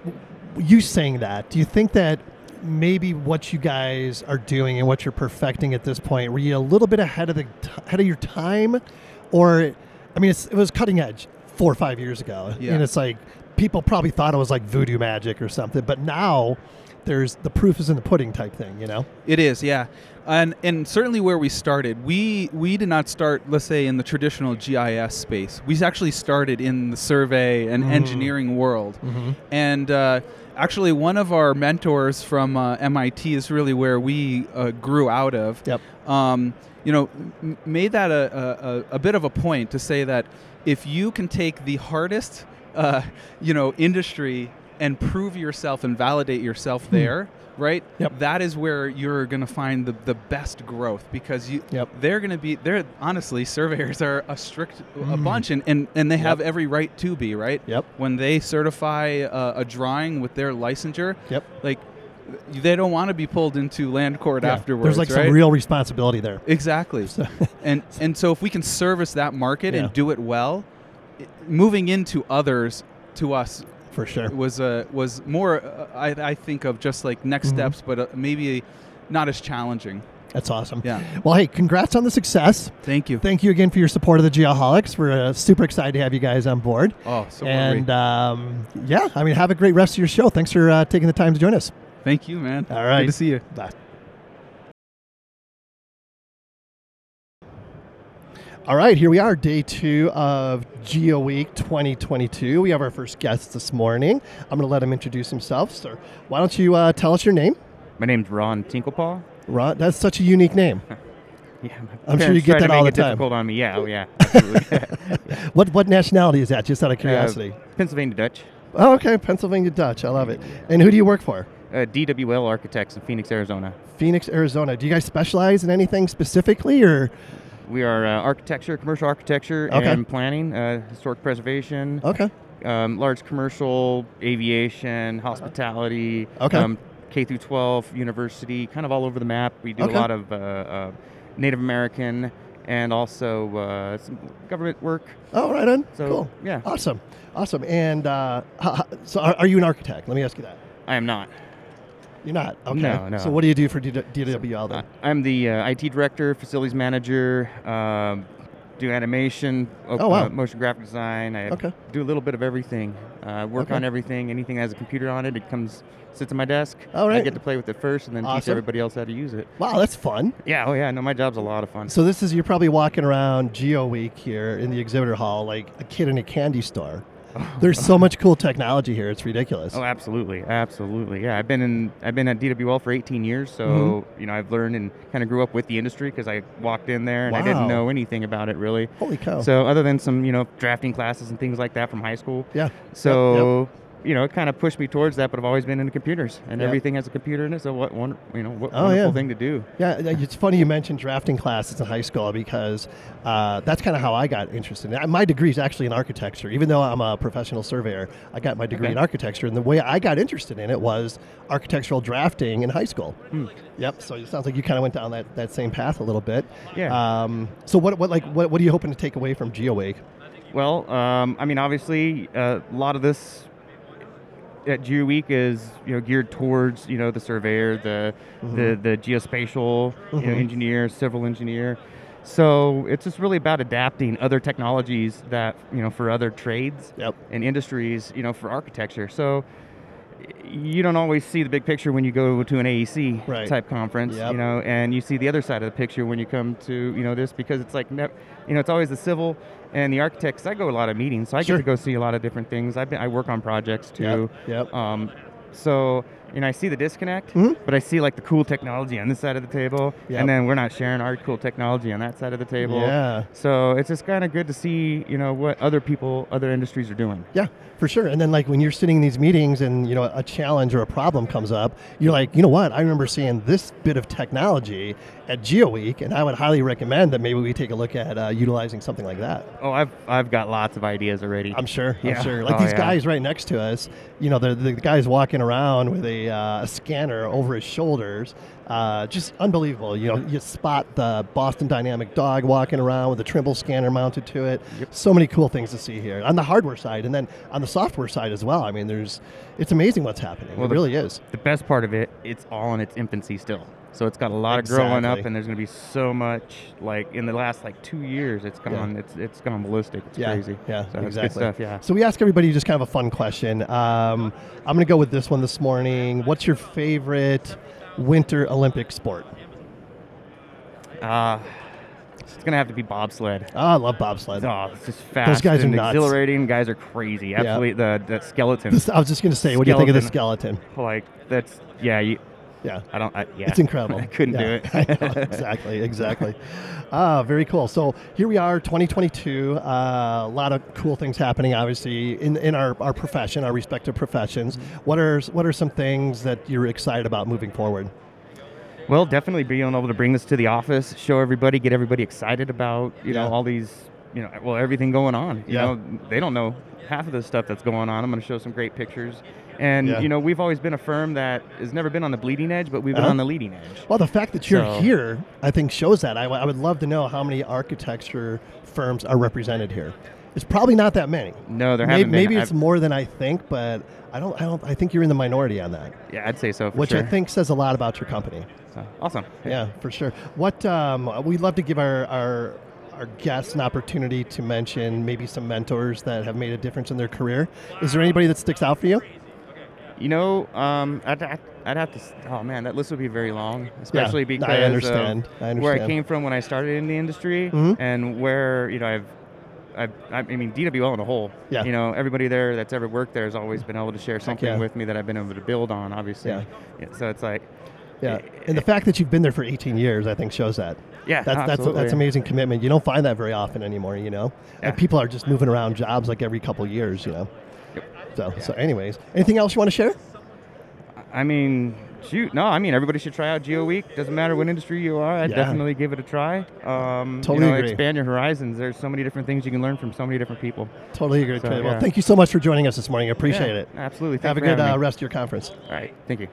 Speaker 4: you saying that, do you think that maybe what you guys are doing and what you're perfecting at this point, were you a little bit ahead of the t- ahead of your time, or, I mean, it's, it was cutting edge four or five years ago,
Speaker 13: Yeah.
Speaker 4: and it's like people probably thought it was like voodoo magic or something, but now there's the proof is in the pudding type thing, you know?
Speaker 13: It is, yeah, and and certainly where we started, we we did not start, let's say, in the traditional GIS space. We actually started in the survey and
Speaker 11: Mm.
Speaker 13: engineering world,
Speaker 4: Mm-hmm.
Speaker 11: Mhm.
Speaker 13: and uh, actually one of our mentors from uh, MIT is really where we uh, grew out of.
Speaker 4: Yep.
Speaker 13: Um, you know, m- made that a, a, a- a bit of a point to say that if you can take the hardest, uh, you know, industry and prove yourself and validate yourself
Speaker 11: Hmm.
Speaker 13: there right? Yep. That is where you're going to find the, the best growth because you they're going to be they're honestly surveyors are a strict a
Speaker 11: Mm.
Speaker 13: bunch and and, and they have
Speaker 11: Yep.
Speaker 13: every right to be right.
Speaker 4: Yep.
Speaker 13: When they certify uh, a drawing with their licensure,
Speaker 4: Yep.
Speaker 13: Like they don't want to be pulled into land court
Speaker 4: Yeah,
Speaker 13: afterwards.
Speaker 4: There's like
Speaker 13: right?
Speaker 4: some real responsibility there.
Speaker 13: Exactly. and and so if we can service that market
Speaker 4: Yeah.
Speaker 13: and do it well, i- moving into others to us
Speaker 4: For sure.
Speaker 13: was uh, was more uh, I, I think of just like next
Speaker 4: Mhm.
Speaker 13: steps, but uh, maybe not as challenging.
Speaker 4: That's awesome.
Speaker 13: Yeah.
Speaker 4: Well, hey, congrats on the success.
Speaker 13: Thank you.
Speaker 4: Thank you again for your support of the Geoholics. We're uh, super excited to have you guys on board.
Speaker 13: Oh, so are we.
Speaker 4: and um, yeah, I mean, have a great rest of your show. Thanks for uh, taking the time to join us.
Speaker 13: Thank you, man.
Speaker 4: All right.
Speaker 13: Good to see you.
Speaker 4: Bye. All right, here we are, day two of Geo Week 2022. We have our first guest this morning. I'm going to let him introduce himself. Sir, why don't you uh, tell us your name?
Speaker 15: My name's Ron Tinklepaw.
Speaker 4: Ron, that's such a unique name.
Speaker 15: Yeah, my
Speaker 4: I'm sure
Speaker 15: parents
Speaker 4: you get
Speaker 15: tried to
Speaker 4: that all
Speaker 15: make
Speaker 4: the
Speaker 15: it
Speaker 4: time.
Speaker 15: Difficult on me. Yeah, oh yeah. absolutely.
Speaker 4: What what nationality is that? Just out of curiosity.
Speaker 15: Uh, Pennsylvania Dutch.
Speaker 4: oh, okay, Pennsylvania Dutch. I love it. And who do you work for?
Speaker 15: Uh, DWL Architects in Phoenix, Arizona.
Speaker 4: Phoenix, Arizona. Do you guys specialize in anything specifically, or
Speaker 15: We are uh, architecture, commercial architecture,
Speaker 4: Okay.
Speaker 15: and planning, uh, historic preservation.
Speaker 4: Okay.
Speaker 15: Um, large commercial, aviation, hospitality.
Speaker 4: Okay.
Speaker 15: Um, K through 12, university, kind of all over the map. We do
Speaker 4: Okay.
Speaker 15: a lot of uh, uh, Native American and also uh, some government work.
Speaker 4: oh, right on.
Speaker 15: So,
Speaker 4: cool.
Speaker 15: yeah.
Speaker 4: Awesome. Awesome. And uh, h- h- so, are, are you an architect? Let me ask you that.
Speaker 15: I am not.
Speaker 4: You're not. Okay.
Speaker 15: No, no.
Speaker 4: So, what do you do for D- DWL then?
Speaker 15: I'm the uh, IT director, facilities manager. Um, do animation, op-
Speaker 4: Oh, wow.
Speaker 15: uh, motion graphic design. I
Speaker 4: Okay.
Speaker 15: do a little bit of everything. Uh, work
Speaker 4: Okay.
Speaker 15: on everything. Anything that has a computer on it, it comes sits at my desk.
Speaker 4: All right.
Speaker 15: I get to play with it first, and then teach
Speaker 4: Awesome.
Speaker 15: everybody else how to use it.
Speaker 4: Wow, that's fun.
Speaker 15: Yeah. Oh yeah. No, my job's a lot of fun.
Speaker 4: So, this is you're probably walking around Geo Week here in the exhibitor hall like a kid in a candy store. There's so much cool technology here. It's ridiculous.
Speaker 15: Oh, absolutely, absolutely. Yeah, I've been in I've been at DWL for 18 years, so
Speaker 4: Mm-hmm.
Speaker 15: you know I've learned and kind of grew up with the industry because I walked in there and I
Speaker 4: Wow.
Speaker 15: didn't know anything about it really.
Speaker 4: Holy cow.
Speaker 15: So other than some you know drafting classes and things like that from high school.
Speaker 4: Yeah.
Speaker 15: So. You know, it kind of pushed me towards that, but I've always been into computers, and
Speaker 4: Yep.
Speaker 15: everything has a computer in it. So what one, you know, what
Speaker 4: Oh,
Speaker 15: wonderful
Speaker 4: yeah.
Speaker 15: thing to do.
Speaker 4: Yeah, yeah, it's funny you mentioned drafting classes in high school because uh, that's kind of how I got interested. in it. My degree is actually in architecture. Even though I'm a professional surveyor, I got my degree
Speaker 15: Okay.
Speaker 4: in architecture, and the way I got interested in it was architectural drafting in high school.
Speaker 15: Hmm.
Speaker 4: Yep. So it sounds like you kind of went down that, that same path a little bit.
Speaker 15: Yeah.
Speaker 4: Um, so what what like what, what are you hoping to take away from GeoWake?
Speaker 15: Well, um, I mean, obviously, uh, a lot of this at Geo Week is you know geared towards you know the surveyor, the the,
Speaker 4: Mm-hmm.
Speaker 11: Mhm.
Speaker 15: the geospatial you know,
Speaker 11: Mhm.
Speaker 15: engineer, civil engineer. So it's just really about adapting other technologies that you know for other trades and industries, you know, for architecture. So you don't always see the big picture when you go to an AEC
Speaker 4: Right.
Speaker 15: type conference,
Speaker 4: Yep.
Speaker 15: you know, and you see the other side of the picture when you come to, you know, this because it's like, nev- you know, it's always the civil and the architects. I go to a lot of meetings, so I
Speaker 4: Sure.
Speaker 15: get to go see a lot of different things. I've been, I work on projects too.
Speaker 4: Yep. Mm-hmm.
Speaker 15: Um, so, you know, I see the disconnect, but I see like the cool technology on this side of the table,
Speaker 4: Yep.
Speaker 15: and then we're not sharing our cool technology on that side of the table.
Speaker 4: Yeah.
Speaker 15: So it's just kind of good to see, you know, what other people, other industries are doing.
Speaker 4: Yeah, for sure. And then like when you're sitting in these meetings and you know a challenge or a problem comes up, you're like, you know what? I remember seeing this bit of technology at GeoWeek, and I would highly recommend that maybe we take a look at uh, utilizing something like that.
Speaker 15: Oh, I've I've got lots of ideas already. I'm
Speaker 4: sure. I'm sure.
Speaker 15: Oh,
Speaker 4: Like these guys right next to us, you know, the, the guy's walking around with a, uh, a scanner over his shoulders. Uh, just unbelievable. You know, you spot the Boston Dynamic dog walking around with a Trimble scanner mounted to it. So many cool things to see here on the hardware side and then on the software side as well. I mean, there's, it's amazing what's happening. it
Speaker 15: the-
Speaker 4: really is.
Speaker 15: The best part of it, it's all in its infancy still. So it's got a lot of growing up,
Speaker 4: Exactly.
Speaker 15: and there's going to be so much. Like in the last like two years, it's gone. It's it's gone ballistic. It's
Speaker 4: yeah,
Speaker 15: crazy.
Speaker 4: Yeah,
Speaker 15: so It's
Speaker 4: exactly.
Speaker 15: good stuff. Yeah.
Speaker 4: So we ask everybody just kind of a fun question. Um, I'm going to go with this one this morning. What's your favorite winter Olympic sport?
Speaker 15: Uh, it's gonna have to be bobsled.
Speaker 4: Oh, I love bobsled.
Speaker 15: Oh, it's just fast.
Speaker 4: Those guys are
Speaker 15: and
Speaker 4: nuts.
Speaker 15: exhilarating. Guys are crazy.
Speaker 4: Yeah.
Speaker 15: Absolutely. The, the skeleton.
Speaker 4: This- I was just gonna say, what do you think of the
Speaker 15: Like that's yeah. You,
Speaker 4: yeah.
Speaker 15: I don't. I, yeah.
Speaker 4: It's incredible.
Speaker 15: I couldn't
Speaker 4: Yeah,
Speaker 15: do it.
Speaker 4: I know, exactly, exactly. Ah, very cool. So here we are, 2022. Uh, a lot of cool things happening, obviously, in, in our, our profession, our respective professions.
Speaker 15: Mm-hmm.
Speaker 4: What are what are some things that you're excited about moving forward?
Speaker 15: Well, definitely being able to bring this to the office, show everybody, get everybody excited about you know all these you know well everything going on. You
Speaker 4: Yeah.
Speaker 15: know they don't know half of the stuff that's going on. I'm going to show some great pictures, and
Speaker 4: Yeah.
Speaker 15: you know we've always been a firm that has never been on the bleeding edge, but we've been
Speaker 4: Uh-huh.
Speaker 15: on the leading edge.
Speaker 4: Well, the fact that you're
Speaker 15: So-
Speaker 4: here, I think, shows that. I, w- I would love to know how many architecture firms are represented here. It's probably not that many.
Speaker 15: No, there
Speaker 4: May-
Speaker 15: haven't been.
Speaker 4: Maybe it's
Speaker 15: I've-
Speaker 4: more than I think, but I don't. I don't. I think you're in the minority on that.
Speaker 15: Yeah, I'd say so. For
Speaker 4: which I
Speaker 15: sure.
Speaker 4: think says a lot about your company.
Speaker 15: So, awesome.
Speaker 4: Yeah, for sure. What um, we'd love to give our, our our guests an opportunity to mention maybe some mentors that have made a difference in their career. Is there anybody that sticks out for you?
Speaker 15: You know, um, I'd, I'd I'd have to. s- Oh man, that list would be very long, especially
Speaker 4: I
Speaker 15: because
Speaker 4: understand.
Speaker 15: of
Speaker 4: I
Speaker 15: where I
Speaker 4: understand.
Speaker 15: came from when I started in the industry,
Speaker 4: Mhm.
Speaker 15: and where you know I've, I've, I I mean DWL in a whole.
Speaker 4: Yeah.
Speaker 15: You know, everybody there that's ever worked there has always been able to share something
Speaker 4: yeah.
Speaker 15: with me that I've been able to build on. Obviously.
Speaker 4: Yeah.
Speaker 15: so it's like.
Speaker 4: Yeah, and the fact that you've been there for 18 years, I think, shows that.
Speaker 15: Yeah,
Speaker 4: that's that's, that's
Speaker 15: absolutely.
Speaker 4: amazing commitment. You don't find that very often anymore, you know.
Speaker 15: Yeah.
Speaker 4: Like people are just moving around jobs like every couple years, you know. So, so anyways, anything else you want to share?
Speaker 15: I mean, shoot, no, I mean everybody should try out Geo Week. Doesn't matter what industry you are, I'd
Speaker 4: Yeah.
Speaker 15: definitely give it a try. Um,
Speaker 4: Totally
Speaker 15: you know,
Speaker 4: agree.
Speaker 15: expand your horizons. There's so many different things you can learn from so many different people.
Speaker 4: Totally agree.
Speaker 15: So,
Speaker 4: Trey. Well,
Speaker 15: yeah.
Speaker 4: thank you so much for joining us this morning. I appreciate
Speaker 15: Yeah,
Speaker 4: it.
Speaker 15: absolutely.
Speaker 4: Have
Speaker 15: Thanks
Speaker 4: a
Speaker 15: for
Speaker 4: good
Speaker 15: having
Speaker 4: uh,
Speaker 15: me.
Speaker 4: rest of your conference.
Speaker 15: All right, thank you.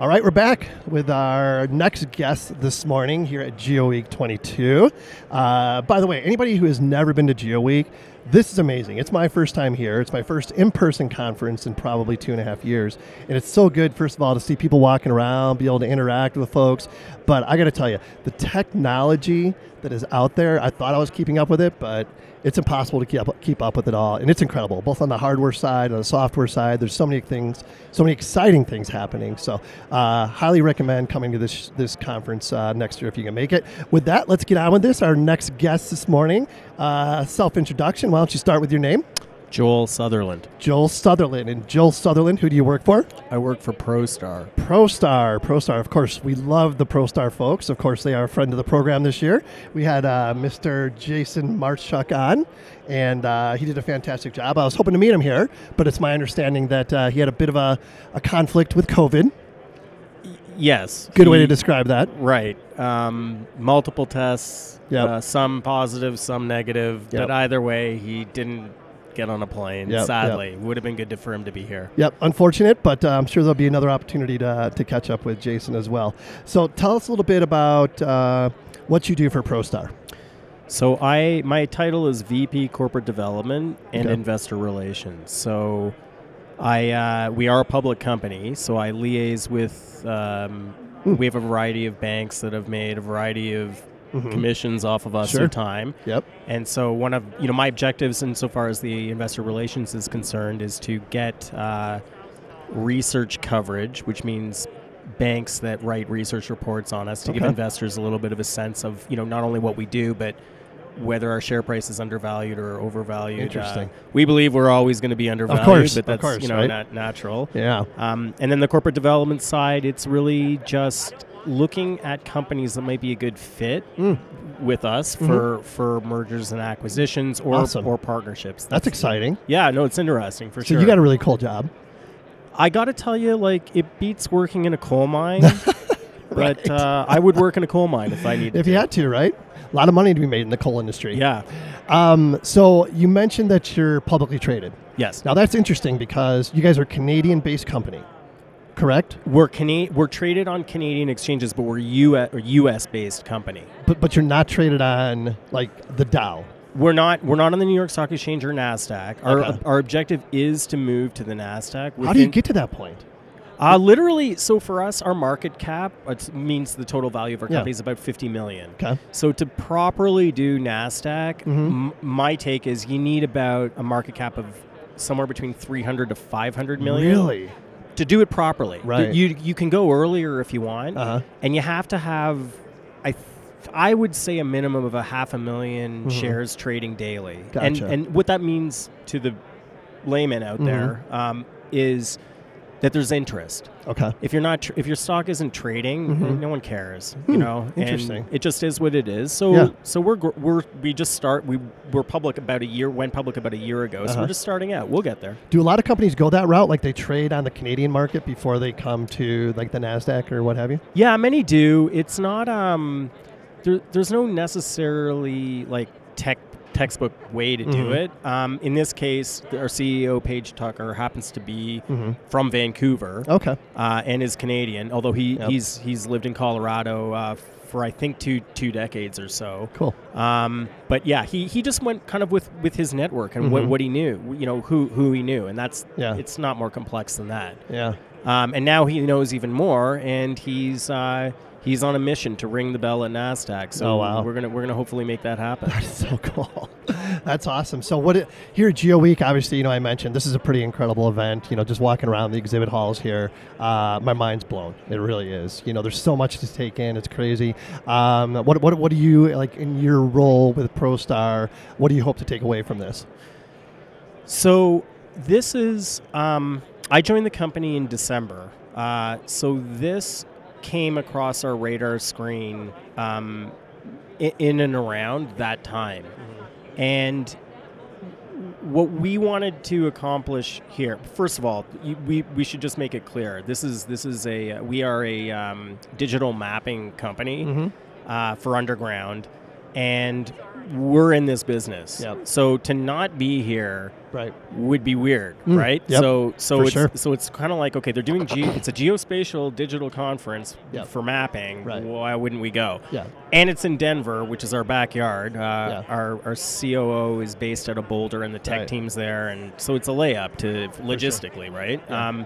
Speaker 4: All right, we're back with our next guest this morning here at GeoWeek 22. Uh, by the way, anybody who has never been to GeoWeek, this is amazing. It's my first time here. It's my first in person conference in probably two and a half years. And it's so good, first of all, to see people walking around, be able to interact with folks. But I got to tell you, the technology that is out there, I thought I was keeping up with it, but it's impossible to keep up, keep up with it all. And it's incredible, both on the hardware side and the software side. There's so many things, so many exciting things happening. So, uh, highly recommend coming to this this conference uh, next year if you can make it. With that, let's get on with this. Our next guest this morning, uh, self introduction. Why don't you start with your name?
Speaker 16: Joel Sutherland.
Speaker 4: Joel Sutherland. And Joel Sutherland, who do you work for?
Speaker 16: I work for ProStar.
Speaker 4: ProStar. ProStar. Of course, we love the ProStar folks. Of course, they are a friend of the program this year. We had uh, Mr. Jason Marchuk on, and uh, he did a fantastic job. I was hoping to meet him here, but it's my understanding that uh, he had a bit of a, a conflict with COVID.
Speaker 16: Yes.
Speaker 4: Good way to describe that.
Speaker 16: Right. Um, multiple tests.
Speaker 4: Yep.
Speaker 16: Uh, some positive, some negative.
Speaker 4: Yep.
Speaker 16: But either way, he didn't get on a plane.
Speaker 4: Yep, yep.
Speaker 16: sadly, would have been good to, for him to be here.
Speaker 4: Yep, unfortunate, but uh, I'm sure there'll be another opportunity to, to catch up with Jason as well. So tell us a little bit about uh, what you do for ProStar.
Speaker 16: So I my title is VP Corporate Development and
Speaker 4: Okay.
Speaker 16: Investor Relations. So I uh, we are a public company, so I
Speaker 4: Hmm.
Speaker 16: liaise with um, we have a variety of banks that have made a variety of Mhm. commissions off of us
Speaker 4: Mm-hmm. Sure.
Speaker 16: their time.
Speaker 4: Yep.
Speaker 16: And so one of you know my objectives, insofar as the investor relations is concerned, is to get uh, research coverage, which means banks that write research reports on us to give
Speaker 4: Okay.
Speaker 16: investors a little bit of a sense of you know not only what we do but whether our share price is undervalued or overvalued. Uh,
Speaker 4: Interesting.
Speaker 16: we believe we're always going to be undervalued,
Speaker 4: course,
Speaker 16: but
Speaker 4: of
Speaker 16: that's
Speaker 4: course,
Speaker 16: you know
Speaker 4: right?
Speaker 16: not natural.
Speaker 4: Yeah.
Speaker 16: Um, and then the corporate development side, it's really just looking at companies that might be a good fit
Speaker 4: Hmm.
Speaker 16: with us
Speaker 4: Mhm.
Speaker 16: for for mergers and acquisitions or
Speaker 4: Awesome.
Speaker 16: or partnerships.
Speaker 4: That's exciting.
Speaker 16: Yeah, no, it's interesting for
Speaker 4: so
Speaker 16: sure.
Speaker 4: you got a really cool job.
Speaker 16: I got to tell you, like it beats working in a coal mine. But uh, I would work in a coal mine if I needed.
Speaker 4: if you had to, right? A lot of money to be made in the coal industry.
Speaker 16: Yeah.
Speaker 4: Um, so you mentioned that you're publicly traded.
Speaker 16: Yes.
Speaker 4: Now that's interesting because you guys are a Canadian-based company, correct?
Speaker 16: We're Cana- we're traded on Canadian exchanges, but we're U.S. or U.S. based company.
Speaker 4: But but you're not traded on like the Dow.
Speaker 16: We're not we're not on the New York Stock Exchange or Nasdaq. Our
Speaker 4: Okay.
Speaker 16: our objective is to move to the Nasdaq.
Speaker 4: How do you
Speaker 16: within-
Speaker 4: get to that point?
Speaker 16: Uh, literally, so for us, our market cap it means the total value of our
Speaker 4: Yeah.
Speaker 16: company is about fifty million.
Speaker 4: 'Kay.
Speaker 16: So to properly do Nasdaq,
Speaker 4: Mhm.
Speaker 16: m- my take is you need about a market cap of somewhere between three hundred to five hundred million.
Speaker 4: Really?
Speaker 16: To do it properly,
Speaker 4: Right. Uh-huh.
Speaker 16: You you can go earlier if you want, and you have to have, I, th- I would say a minimum of a half a 1000000
Speaker 4: Mhm.
Speaker 16: shares trading daily, and
Speaker 4: Gotcha.
Speaker 16: and what that means to the layman out
Speaker 4: Mhm.
Speaker 16: there um, is that there's interest.
Speaker 4: Okay.
Speaker 16: If you're not, tr- if your stock isn't trading,
Speaker 4: Mhm.
Speaker 16: no one cares.
Speaker 4: Hmm,
Speaker 16: You know, And
Speaker 4: interesting.
Speaker 16: it just is what it is. So,
Speaker 4: Yeah.
Speaker 16: so we're gr- we're we just start. We were public about a year. Went public about a year ago. So
Speaker 4: Uh-huh.
Speaker 16: we're just starting out. We'll get there.
Speaker 4: Do a lot of companies go that route? Like they trade on the Canadian market before they come to like the Nasdaq or what have you?
Speaker 16: Yeah, many do. It's not. Um, there, there's no necessarily like tech textbook way to do
Speaker 4: Mhm.
Speaker 16: it. Um, in this case, our CEO Paige Tucker happens to be
Speaker 4: Mhm.
Speaker 16: from Vancouver.
Speaker 4: Okay.
Speaker 16: uh, and is Canadian, although he,
Speaker 4: Yep.
Speaker 16: he's he's lived in Colorado uh, for I think two two decades or so.
Speaker 4: Cool.
Speaker 16: Um, but yeah, he, he just went kind of with, with his network and
Speaker 4: Mhm.
Speaker 16: what, what he knew, you know, who who he knew, and that's
Speaker 4: Yeah.
Speaker 16: it's not more complex than that.
Speaker 4: Yeah.
Speaker 16: Um, and now he knows even more, and he's uh, he's on a mission to ring the bell at Nasdaq. So
Speaker 4: Oh, wow.
Speaker 16: we're gonna we're gonna hopefully make that happen.
Speaker 4: so cool. That's awesome. So what it, here at Geo Week, obviously, you know, I mentioned this is a pretty incredible event. You know, just walking around the exhibit halls here, uh, my mind's blown. It really is. You know, there's so much to take in. It's crazy. Um, what what what do you like in your role with ProStar? What do you hope to take away from this?
Speaker 16: So this is um, I joined the company in December. Uh, so this came across our radar screen um, i- in and around that time, and what we wanted to accomplish here first of all you, we, we should just make it clear this is this is a we are a um, digital mapping company
Speaker 4: Mhm.
Speaker 16: uh, for underground and we're in this business
Speaker 4: Yep.
Speaker 16: so to not be here
Speaker 4: Right.
Speaker 16: would be weird
Speaker 4: Mm,
Speaker 16: right
Speaker 4: yep,
Speaker 16: so so
Speaker 4: for
Speaker 16: it's
Speaker 4: sure.
Speaker 16: so it's kind of like okay they're doing ge- it's a geospatial digital conference
Speaker 4: Yep.
Speaker 16: for mapping
Speaker 4: Right.
Speaker 16: why wouldn't we go
Speaker 4: Yeah.
Speaker 16: and it's in Denver, which is our backyard. Uh, our, our COO is based out of Boulder, and the tech
Speaker 4: Right.
Speaker 16: team's there, and so it's a layup to logistically, right? Um,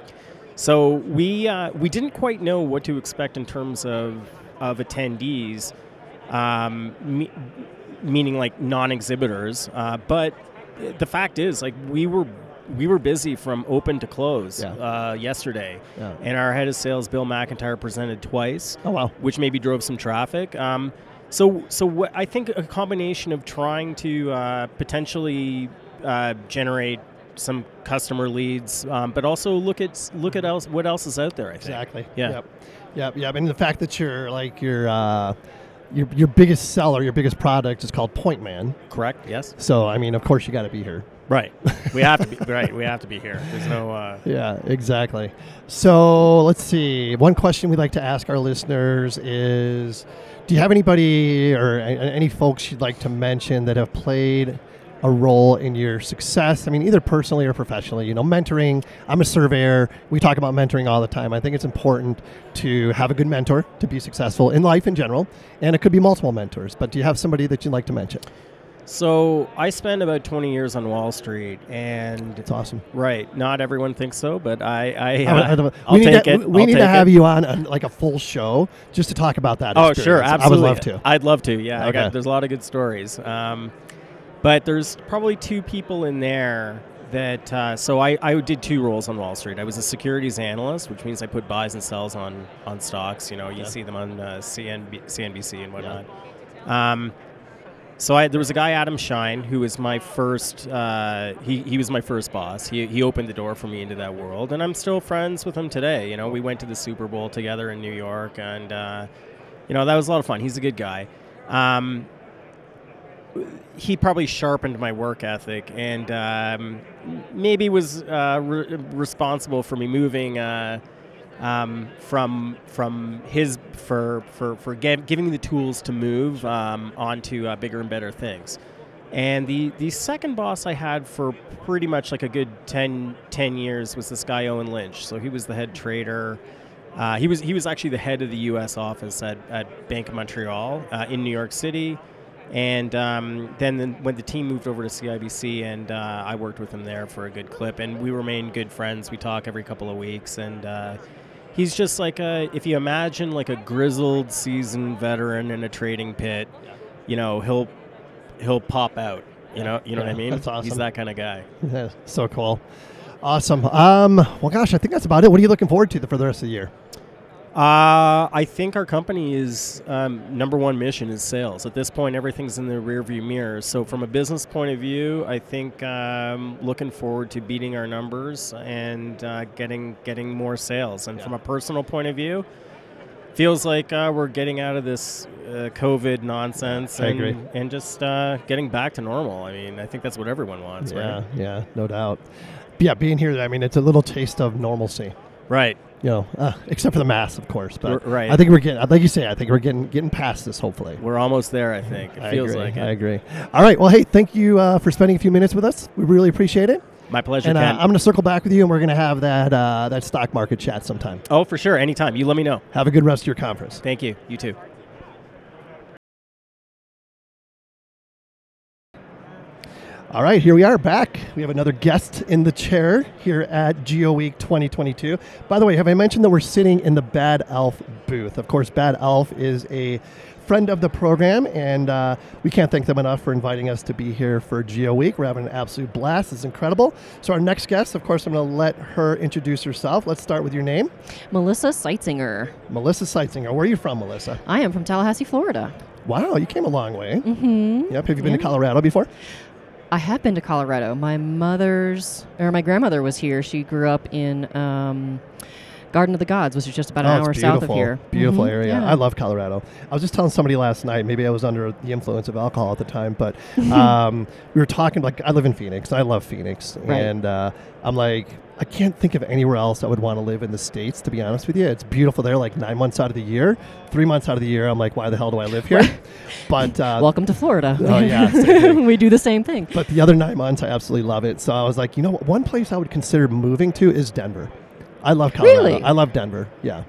Speaker 16: so we uh, we didn't quite know what to expect in terms of of attendees, um, me- meaning like non-exhibitors. Uh, but the fact is, like we were we were busy from open to close
Speaker 4: Yeah.
Speaker 16: uh, yesterday,
Speaker 4: Yeah.
Speaker 16: and our head of sales, Bill McIntyre, presented twice.
Speaker 4: Oh, wow.
Speaker 16: Which maybe drove some traffic. Um, so, so what, I think a combination of trying to uh, potentially uh, generate some customer leads, um, but also look at look at else what else is out there. I think
Speaker 4: Exactly.
Speaker 16: Yeah.
Speaker 4: Yep. Yep. Yep. And the fact that you're like your uh, your your biggest seller, your biggest product is called Point Man.
Speaker 16: Correct. Yes.
Speaker 4: So I mean, of course, you got to be here.
Speaker 16: Right. We have to be right. We have to be here. There's no. Uh,
Speaker 4: Yeah, exactly. So let's see. One question we'd like to ask our listeners is Do you have anybody or a- a- any folks you'd like to mention that have played a role in your success? I mean, either personally or professionally. You know, mentoring. I'm a surveyor. We talk about mentoring all the time. I think it's important to have a good mentor to be successful in life in general. And it could be multiple mentors. But do you have somebody that you'd like to mention?
Speaker 16: So I spent about 20 years on Wall Street, and it's
Speaker 4: awesome.
Speaker 16: Right? Not everyone thinks so, but I, I,
Speaker 4: I would-
Speaker 16: uh,
Speaker 4: I'd- we
Speaker 16: I'll
Speaker 4: need
Speaker 16: take
Speaker 4: to,
Speaker 16: it.
Speaker 4: we- We
Speaker 16: I'll
Speaker 4: need to
Speaker 16: take it.
Speaker 4: have you on uh, like a full show just to talk about that.
Speaker 16: Oh, sure,
Speaker 4: experience.
Speaker 16: absolutely.
Speaker 4: I would love to.
Speaker 16: I'd love to. Yeah, I
Speaker 4: Okay.
Speaker 16: got, there's a lot of good stories. Um, but there's probably two people in there that. Uh, so I, I did two roles on Wall Street. I was a securities analyst, which means I put buys and sells on on stocks. You know, you
Speaker 17: Yeah.
Speaker 16: see them on uh, CNB, CNBC and whatnot. Um, so I, there was a guy, Adam Shine, who was my first. Uh, he, he was my first boss. He, he opened the door for me into that world, and I'm still friends with him today. You know, we went to the Super Bowl together in New York, and uh, you know that was a lot of fun. He's a good guy. Um, he probably sharpened my work ethic and um, maybe was uh, re- responsible for me moving uh, um, from from his for for for ge- giving me the tools to move um, onto uh, bigger and better things. And the, the second boss I had for pretty much like a good 10, 10 years was this guy Owen Lynch. So he was the head trader. Uh, he was he was actually the head of the U.S. office at, at Bank of Montreal uh, in New York City, and um, then the, when the team moved over to CIBC, and uh, I worked with him there for a good clip, and we remain good friends. We talk every couple of weeks, and uh, he's just like a if you imagine like a grizzled, seasoned veteran in a trading pit, you know he'll he'll pop out. You know you know what I
Speaker 4: Yeah,
Speaker 16: mean?
Speaker 4: that's
Speaker 16: He's
Speaker 4: awesome.
Speaker 16: that kind of guy.
Speaker 4: Yeah, so cool. Awesome. Um, well, gosh, I think that's about it. What are you looking forward to for the rest of the year?
Speaker 16: Uh, I think our company is um, number one mission is sales. At this point, everything's in the rearview mirror. So, from a business point of view, I think um, looking forward to beating our numbers and uh, getting getting more sales. And from a personal point of view, feels like uh, we're getting out of this uh, COVID nonsense
Speaker 4: I
Speaker 16: and,
Speaker 4: agree.
Speaker 16: and just uh, getting back to normal. I mean, I think that's what everyone wants,
Speaker 4: yeah,
Speaker 16: right?
Speaker 4: yeah, no doubt. But yeah, being here, I mean, it's a little taste of normalcy.
Speaker 16: Right.
Speaker 4: You know, uh, except for the mass, of course. But
Speaker 16: R- right.
Speaker 4: I think we're getting, uh, like you say, I think we're getting getting past this. Hopefully,
Speaker 16: We're almost there, I think. It
Speaker 4: I
Speaker 16: feels
Speaker 4: agree,
Speaker 16: like it.
Speaker 4: I agree. All right. Well, hey, thank you uh, for spending a few minutes with us. We really appreciate it.
Speaker 16: My pleasure,
Speaker 4: And uh,
Speaker 16: Ken.
Speaker 4: I'm going to circle back with you, and we're going to have that uh, that stock market chat sometime.
Speaker 16: Oh, for sure. Anytime. You let me know.
Speaker 4: Have a good rest of your conference.
Speaker 16: Thank you. You too.
Speaker 4: All right, here we are back. We have another guest in the chair here at Geo Week 2022. By the way, have I mentioned that we're sitting in the Bad Elf booth? Of course, Bad Elf is a friend of the program, and uh, we can't thank them enough for inviting us to be here for Geo Week. We're having an absolute blast. It's incredible. So, our next guest, of course, I'm going to let her introduce herself. Let's start with your name
Speaker 18: Melissa Seitzinger.
Speaker 4: Melissa Seitzinger. Where are you from, Melissa?
Speaker 18: I am from Tallahassee, Florida.
Speaker 4: Wow, you came a long way.
Speaker 18: Mm-hmm.
Speaker 4: Yep. Have you been to Colorado before?
Speaker 18: I have been to Colorado. My mother's or my grandmother was here. She grew up in um, Garden of the Gods, which is just about an
Speaker 4: Oh,
Speaker 18: hour
Speaker 4: it's
Speaker 18: south of
Speaker 4: beautiful.
Speaker 18: here.
Speaker 4: Beautiful
Speaker 18: Mhm,
Speaker 4: area.
Speaker 18: yeah.
Speaker 4: I love Colorado. I was just telling somebody last night. Maybe I was under the influence of alcohol at the time, but um, we were talking like I live in Phoenix. I love Phoenix,
Speaker 18: Right.
Speaker 4: and uh, I'm like I can't think of anywhere else I would want to live in the states. To be honest with you, it's beautiful there. Like nine months out of the year, three months out of the year, I'm like, why the hell do I live here? but uh,
Speaker 18: welcome to Florida.
Speaker 4: Oh yeah, same thing.
Speaker 18: we do the same thing.
Speaker 4: But the other nine months, I absolutely love it. So I was like, you know what? One place I would consider moving to is Denver. I love Colorado.
Speaker 18: Really? Hmm.
Speaker 4: I love Denver. Yeah.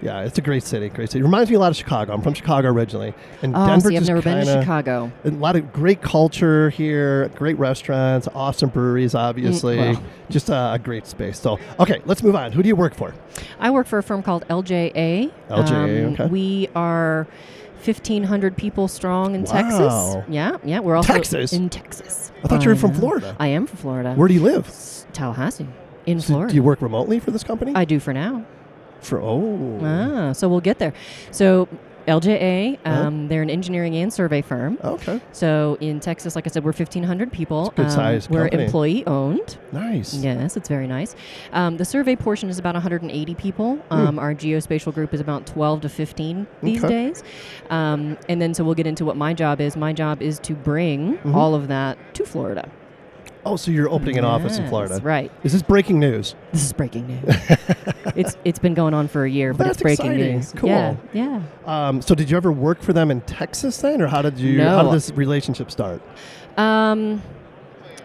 Speaker 4: Yeah, it's a great city. Great city. It reminds me a lot of Chicago. I'm from Chicago originally, and
Speaker 18: Oh,
Speaker 4: Denver
Speaker 18: see, I've
Speaker 4: just
Speaker 18: never been to
Speaker 4: kinda-
Speaker 18: Chicago.
Speaker 4: A lot of great culture here, great restaurants, awesome breweries,
Speaker 18: Mm,
Speaker 4: obviously.
Speaker 18: well.
Speaker 4: Just uh, a great space. So, okay, let's move on. Who do you work for?
Speaker 18: I work for a firm called LJA.
Speaker 4: LJA, okay.
Speaker 18: Um, We are 1,500 people strong in
Speaker 4: Wow.
Speaker 18: Texas. Yeah, yeah. We're also
Speaker 4: Texas?
Speaker 18: in Texas.
Speaker 4: I thought you were from
Speaker 18: know.
Speaker 4: Florida.
Speaker 18: I am from Florida.
Speaker 4: Where do you live?
Speaker 18: S- Tallahassee, in
Speaker 4: So
Speaker 18: Florida.
Speaker 4: Do you work remotely for this company?
Speaker 18: I do for now.
Speaker 4: For oh,
Speaker 18: Ah, so we'll get there. So LJA,
Speaker 4: Huh?
Speaker 18: um, they're an engineering and survey firm.
Speaker 4: Uh-huh. Okay.
Speaker 18: So in Texas, like I said, we're 1,500 people. Um,
Speaker 4: It's a good size
Speaker 18: We're
Speaker 4: company.
Speaker 18: employee owned.
Speaker 4: Nice.
Speaker 18: Yes, it's very nice. Um, the survey portion is about 180 people.
Speaker 4: Hmm.
Speaker 18: Um, Our geospatial group is about 12 to 15 these
Speaker 12: Okay.
Speaker 18: days. Um, and then so we'll get into what my job is. My job is to bring
Speaker 4: Mhm.
Speaker 18: all of that to Florida.
Speaker 4: oh, so you're opening an office in
Speaker 18: Yes,
Speaker 4: Florida,
Speaker 18: right.
Speaker 4: Is this breaking news?
Speaker 18: This is breaking news. it's it's been going on for a year, but
Speaker 4: That's
Speaker 18: it's breaking
Speaker 4: exciting.
Speaker 18: news.
Speaker 4: Cool.
Speaker 18: Yeah, yeah.
Speaker 4: Um, so did you ever work for them in Texas then, or how did you?
Speaker 18: No.
Speaker 4: How did this relationship start?
Speaker 18: Um,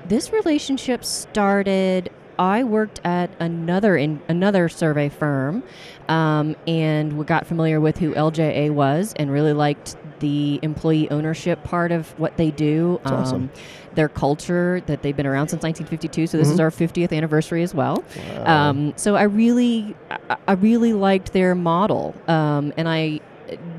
Speaker 18: this relationship started. I worked at another in another survey firm, um, and we got familiar with who LJA was, and really liked the employee ownership part of what they do,
Speaker 4: That's awesome.
Speaker 18: um, their culture that they've been around since 1952. So this is
Speaker 4: Mhm.
Speaker 18: our 50th anniversary as well.
Speaker 4: Wow.
Speaker 18: Um, so I really, I, I really liked their model, um, and I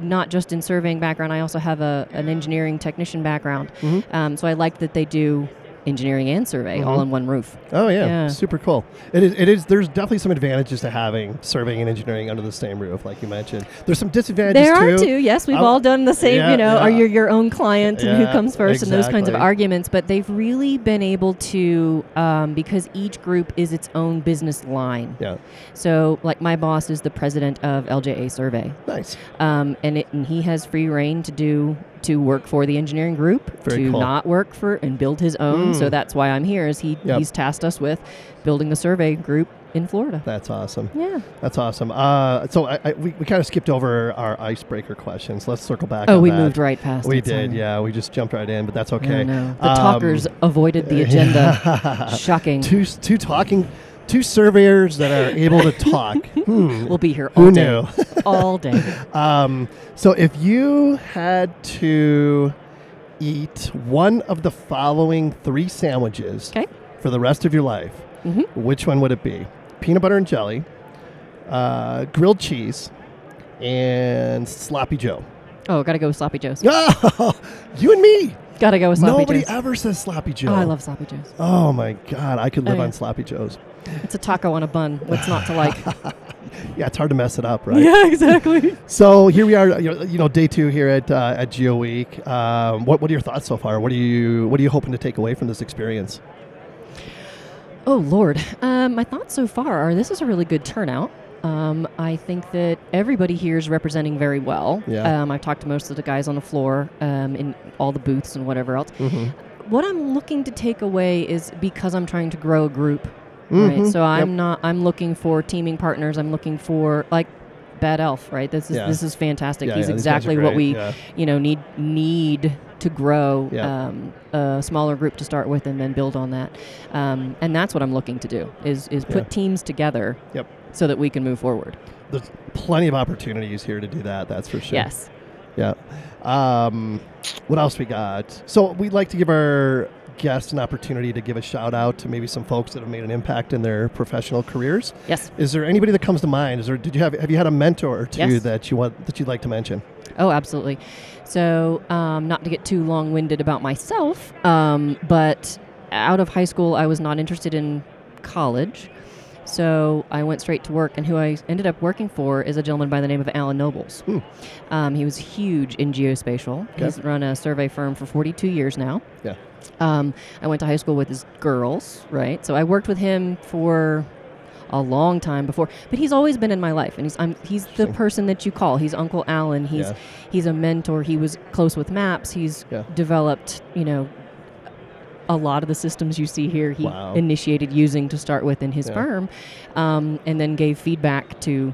Speaker 18: not just in surveying background. I also have a, an engineering technician background,
Speaker 4: Mhm.
Speaker 18: um, so I like that they do engineering and survey all
Speaker 4: Mhm.
Speaker 18: in one roof.
Speaker 4: Oh yeah.
Speaker 18: Yeah.
Speaker 4: super cool. It is. It is. There's definitely some advantages to having surveying and engineering under the same roof, like you mentioned. There's some disadvantages
Speaker 18: there
Speaker 4: too.
Speaker 18: are two. Yes, we've
Speaker 4: I-
Speaker 18: all done the same.
Speaker 4: Yeah,
Speaker 18: you know,
Speaker 4: yeah.
Speaker 18: are you your own client and who
Speaker 4: Yeah,
Speaker 18: comes first, and those kinds of
Speaker 4: exactly.
Speaker 18: arguments. But they've really been able to um, because each group is its own business line.
Speaker 4: Yeah.
Speaker 18: So, like my boss is the president of LJA Survey.
Speaker 4: Nice.
Speaker 18: Um, and, it, and he has free reign to do to work for the engineering group
Speaker 4: Very
Speaker 18: to
Speaker 4: cool.
Speaker 18: not work for and build his own.
Speaker 4: Mm.
Speaker 18: So that's why I'm here. Is he
Speaker 4: Yep.
Speaker 18: he's tasked us with building a survey group in Florida.
Speaker 4: That's awesome.
Speaker 18: Yeah.
Speaker 4: That's awesome. Uh, so I, I, we, we kind of skipped over our icebreaker questions. Let's circle back.
Speaker 18: Oh,
Speaker 4: on
Speaker 18: we
Speaker 4: that.
Speaker 18: moved right past
Speaker 4: We
Speaker 18: it, sorry.
Speaker 4: did. Yeah, we just jumped right in, but that's okay. Um,
Speaker 18: know. The talkers avoided the agenda. Shocking.
Speaker 4: Two s- two talking, two surveyors that are able to talk. Hmm.
Speaker 18: We'll be here all
Speaker 4: Who
Speaker 18: day.
Speaker 4: knew?
Speaker 18: All day.
Speaker 4: um, so if you had to eat one of the following three sandwiches for the rest of your life,
Speaker 18: Mm-hmm.
Speaker 4: which one would it be? Peanut butter and jelly, uh, grilled cheese, and sloppy joe.
Speaker 18: Oh, gotta go with sloppy joes.
Speaker 4: you and me.
Speaker 18: Gotta go with sloppy
Speaker 4: Nobody
Speaker 18: joes.
Speaker 4: ever says sloppy joe.
Speaker 18: Oh, I love sloppy joes.
Speaker 4: Oh my god, I could
Speaker 18: Oh,
Speaker 4: live
Speaker 18: yeah.
Speaker 4: on sloppy joes.
Speaker 18: It's a taco on a bun. What's not to like?
Speaker 4: Yeah, it's hard to mess it up, right?
Speaker 18: Yeah, exactly.
Speaker 4: so here we are, you know- you know, day two here at uh, at Geo Week. Um, what what are your thoughts so far? What are you what are you hoping to take away from this experience?
Speaker 18: Oh Lord, um, my thoughts so far are this is a really good turnout. Um, I think that everybody here is representing very well.
Speaker 4: Yeah.
Speaker 18: Um, I've talked to most of the guys on the floor um, in all the booths and whatever else.
Speaker 4: Mhm.
Speaker 18: What I'm looking to take away is because I'm trying to grow a group,
Speaker 4: Mhm,
Speaker 18: right? So I'm
Speaker 4: yep.
Speaker 18: not. I'm looking for teaming partners. I'm looking for like Bad Elf, right? This is
Speaker 4: Yeah.
Speaker 18: this is fantastic.
Speaker 4: Yeah,
Speaker 18: He's
Speaker 4: yeah, these guys are
Speaker 18: exactly what
Speaker 4: great,
Speaker 18: we,
Speaker 4: yeah.
Speaker 18: you know, need need to grow
Speaker 4: Yeah.
Speaker 18: um, a smaller group to start with and then build on that. Um, and that's what I'm looking to do is is put
Speaker 4: Yeah.
Speaker 18: teams together
Speaker 4: Yep.
Speaker 18: so that we can move forward.
Speaker 4: There's plenty of opportunities here to do that. That's for sure.
Speaker 18: Yes.
Speaker 4: Yeah. Um, what else we got? So we'd like to give our guests an opportunity to give a shout out to maybe some folks that have made an impact in their professional careers.
Speaker 18: Yes.
Speaker 4: Is there anybody that comes to mind? Is there did you have have you had a mentor or two
Speaker 18: Yes.
Speaker 4: that you want that you'd like to mention?
Speaker 18: Oh, absolutely. So, um, not to get too long winded about myself, um, but out of high school, I was not interested in college. So, I went straight to work, and who I ended up working for is a gentleman by the name of Alan Nobles. Um, he was huge in geospatial.
Speaker 4: Okay.
Speaker 18: He's run a survey firm for 42 years now.
Speaker 4: Yeah.
Speaker 18: Um, I went to high school with his girls, right? So, I worked with him for a long time before, but he's always been in my life, and he's I'm, he's the person that you call. He's Uncle Alan. He's
Speaker 4: Yeah.
Speaker 18: he's a mentor. He was close with maps. He's developed, you know, a lot of the systems you see here. He
Speaker 4: Wow.
Speaker 18: initiated using to start with in his
Speaker 4: Yeah.
Speaker 18: firm, um, and then gave feedback to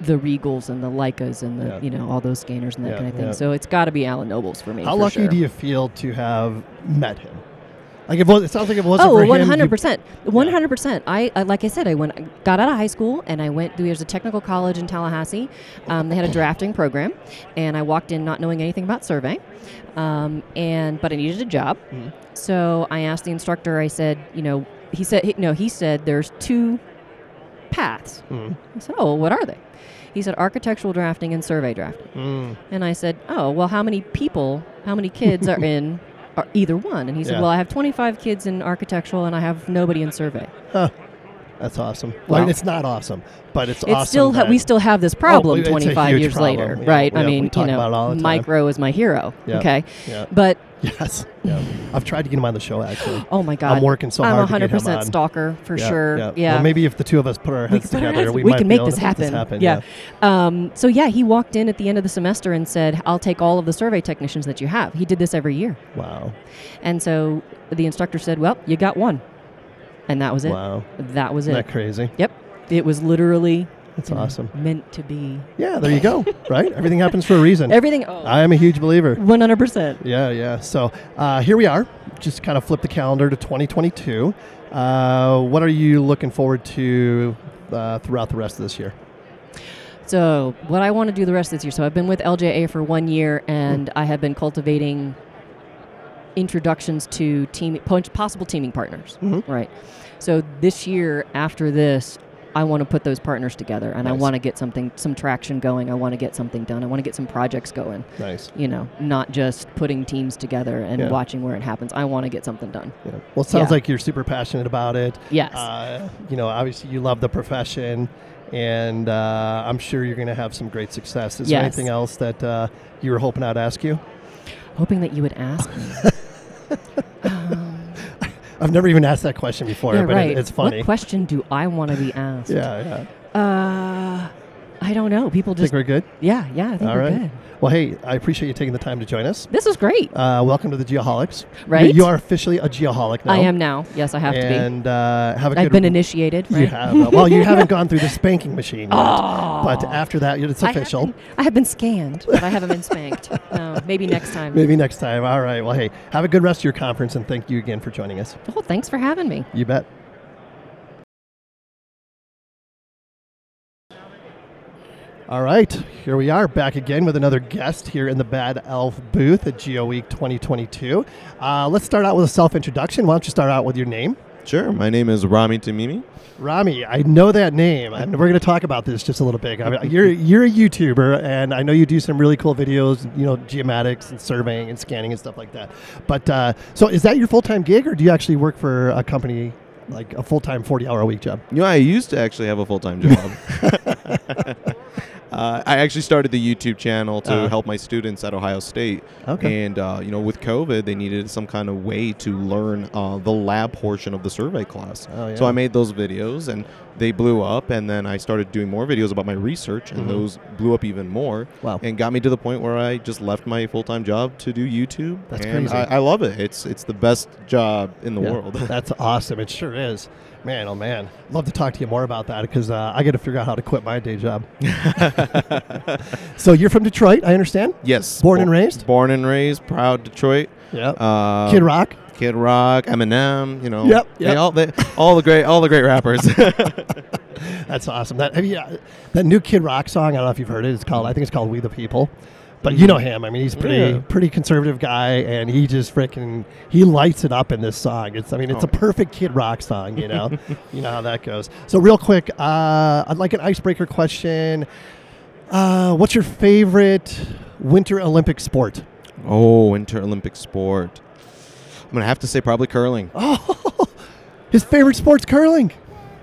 Speaker 18: the Regals and the Leicas and the
Speaker 4: Yeah.
Speaker 18: you know all those scanners and that
Speaker 4: Yeah,
Speaker 18: kind of thing.
Speaker 4: yeah.
Speaker 18: So it's got to be Alan Nobles for me.
Speaker 4: How
Speaker 18: for
Speaker 4: lucky
Speaker 18: sure.
Speaker 4: do you feel to have met him? Like if it, was, it sounds like it wasn't
Speaker 18: Oh,
Speaker 4: for
Speaker 18: one
Speaker 4: him,
Speaker 18: hundred
Speaker 4: you-
Speaker 18: percent, one hundred percent. I I- like I said, I went I got out of high school and I went. There's a technical college in Tallahassee. Um, they had a drafting program, and I walked in not knowing anything about survey, um, and but I needed a job,
Speaker 4: Mhm.
Speaker 18: so I asked the instructor. I said, you know, he said he, no. He said there's two paths.
Speaker 4: Mhm.
Speaker 18: I said, oh, well, what are they? He said architectural drafting and survey drafting.
Speaker 4: Mm.
Speaker 18: And I said, oh, well, how many people, how many kids are in are uh, either one? And he said,
Speaker 4: Yeah.
Speaker 18: well, I have 25 kids in architectural and I have nobody in survey.
Speaker 4: Huh. That's awesome. Well, I mean,
Speaker 18: Wow.
Speaker 4: it's not awesome, but it's,
Speaker 18: It's,
Speaker 4: awesome.
Speaker 18: still ha-
Speaker 4: that-
Speaker 18: we still have this
Speaker 4: Oh,
Speaker 18: problem
Speaker 4: it's a
Speaker 18: 25
Speaker 4: huge
Speaker 18: years
Speaker 4: problem.
Speaker 18: later,
Speaker 4: Yeah,
Speaker 18: right?
Speaker 4: yeah,
Speaker 18: I mean,
Speaker 4: we talk
Speaker 18: you know,
Speaker 4: about it all the time.
Speaker 18: micro is my hero.
Speaker 4: Yeah,
Speaker 18: Okay,
Speaker 4: yeah.
Speaker 18: but
Speaker 4: yes, yeah. I've tried to get him on the show actually.
Speaker 18: Oh my God.
Speaker 4: I'm working so
Speaker 18: I'm
Speaker 4: hard. to get him
Speaker 18: 100%
Speaker 4: on.
Speaker 18: stalker, for
Speaker 4: Yeah,
Speaker 18: sure.
Speaker 4: Yeah.
Speaker 18: Yeah.
Speaker 4: Well, maybe if the two of us put our heads
Speaker 18: But
Speaker 4: together,
Speaker 18: that's-
Speaker 4: we,
Speaker 18: we
Speaker 4: might
Speaker 18: can
Speaker 4: be
Speaker 18: make
Speaker 4: able
Speaker 18: this
Speaker 4: to make
Speaker 18: happen.
Speaker 4: this happen.
Speaker 18: Yeah. Um, so yeah, he walked in at the end of the semester and said, "I'll take all of the survey technicians that you have." He did this every year.
Speaker 4: Wow.
Speaker 18: And so the instructor said, "Well, you got one," and that was it.
Speaker 4: Wow.
Speaker 18: That was
Speaker 4: Isn't
Speaker 18: it.
Speaker 4: that crazy?
Speaker 18: Yep. It was literally.
Speaker 4: That's
Speaker 18: you know,
Speaker 4: awesome.
Speaker 18: Meant to be.
Speaker 4: Yeah, there you go. right? Everything happens for a reason.
Speaker 18: Everything- oh.
Speaker 4: I am a huge believer.
Speaker 18: 100%.
Speaker 4: Yeah, yeah. So uh, here we are. Just kind of flip the calendar to 2022. Uh, what are you looking forward to uh, throughout the rest of this year?
Speaker 18: So, what I want to do the rest of this year. So, I've been with LJA for one year, and I have been cultivating introductions to team po- possible teaming partners.
Speaker 4: Mm-hmm.
Speaker 18: Right. So this year, after this, I want to put those partners together, and I
Speaker 4: Nice.
Speaker 18: want to get something, some traction going. I want to get something done. I want to get some projects going.
Speaker 4: Nice.
Speaker 18: You know, not just putting teams together and
Speaker 4: Yeah.
Speaker 18: watching where it happens. I want to get something done. Yeah.
Speaker 4: Well, it sounds like you're super passionate about it.
Speaker 18: Yes.
Speaker 4: Uh, you know, obviously you love the profession, and uh, I'm sure you're going to have some great success. Is there
Speaker 18: Yes.
Speaker 4: anything else that uh, you were hoping I'd ask you?
Speaker 18: hoping that you would ask me. Um,
Speaker 4: I've never even asked that question before,
Speaker 18: Yeah,
Speaker 4: but
Speaker 18: right.
Speaker 4: it, it's funny.
Speaker 18: What question do I want to be asked?
Speaker 4: Yeah,
Speaker 18: yeah. Uh, I don't know. People
Speaker 4: think
Speaker 18: just
Speaker 4: we're good?
Speaker 18: Yeah, yeah, I think
Speaker 4: All
Speaker 18: we're
Speaker 4: right.
Speaker 18: good.
Speaker 4: Well, hey, I appreciate you taking the time to join us.
Speaker 18: This was great.
Speaker 4: Uh, welcome to the Geoholics.
Speaker 18: Right?
Speaker 4: You are officially a geoholic now.
Speaker 18: I am now. Yes, I have to be.
Speaker 4: And uh, have a
Speaker 18: I've
Speaker 4: good-
Speaker 18: been initiated,
Speaker 4: You
Speaker 18: right?
Speaker 4: have. Uh, well, you haven't gone through the spanking machine yet.
Speaker 18: Oh.
Speaker 4: But after that, it's
Speaker 18: I
Speaker 4: official.
Speaker 18: haven't- I have been scanned, but I haven't been spanked. No, maybe next time.
Speaker 4: Maybe next time. All right. Well, hey, have a good rest of your conference, and thank you again for joining us.
Speaker 18: Well, thanks for having me.
Speaker 4: You bet. All right, here we are back again with another guest here in the Bad Elf booth at Geo Week 2022. Uh, let's start out with a self introduction. Why don't you start out with your name?
Speaker 17: Sure. My name is Rami Tamimi.
Speaker 4: Rami, I know that name, and we're going to talk about this just a little bit. I mean, you're you're a YouTuber, and I know you do some really cool videos, you know, geomatics and surveying and scanning and stuff like that. But uh, so, is that your full time gig, or do you actually work for a company like a full time forty hour a week job?
Speaker 17: You know, I used to actually have a full time job. uh, I actually started the YouTube channel to
Speaker 4: Uh-huh.
Speaker 17: help my students at Ohio State.
Speaker 4: Okay.
Speaker 17: And, uh, you know, with COVID, they needed some kind of way to learn uh, the lab portion of the survey class.
Speaker 4: Oh,
Speaker 17: So
Speaker 4: yeah.
Speaker 17: I made those videos and they blew up. And then I started doing more videos about my research, and
Speaker 4: Mhm.
Speaker 17: those blew up even more.
Speaker 4: Wow.
Speaker 17: And got me to the point where I just left my full time job to do YouTube.
Speaker 4: That's
Speaker 17: and
Speaker 4: crazy.
Speaker 17: I, I love it. It's, it's the best job in the
Speaker 4: Yeah,
Speaker 17: world.
Speaker 4: That's awesome. It sure is. Man, oh man, love to talk to you more about that because uh, I got to figure out how to quit my day job. so you're from Detroit, I understand.
Speaker 17: Yes.
Speaker 4: Born and
Speaker 17: Bo-
Speaker 4: raised?
Speaker 17: Born and raised. Proud Detroit.
Speaker 4: Yeah.
Speaker 17: Uh,
Speaker 4: Kid Rock?
Speaker 17: Kid Rock. Eminem. You know.
Speaker 4: Yep,
Speaker 17: they
Speaker 4: yep.
Speaker 17: all they, all the great all the great rappers.
Speaker 4: That's awesome. That have you, uh, that new Kid Rock song. I don't know if you've heard it. It's called. I think it's called "We the People." But you know him. I mean, he's pretty
Speaker 17: Mm. Yeah.
Speaker 4: pretty conservative guy, and he just freaking he lights it up in this song. It's I mean, it's
Speaker 17: Oh.
Speaker 4: a perfect Kid Rock song. You know, you know how that goes. So real quick, uh, I'd like an icebreaker question. Uh, what's your favorite Winter Olympic sport?
Speaker 17: oh, Winter Olympic sport. I'm gonna have to say probably curling.
Speaker 4: Oh, his favorite sport's curling.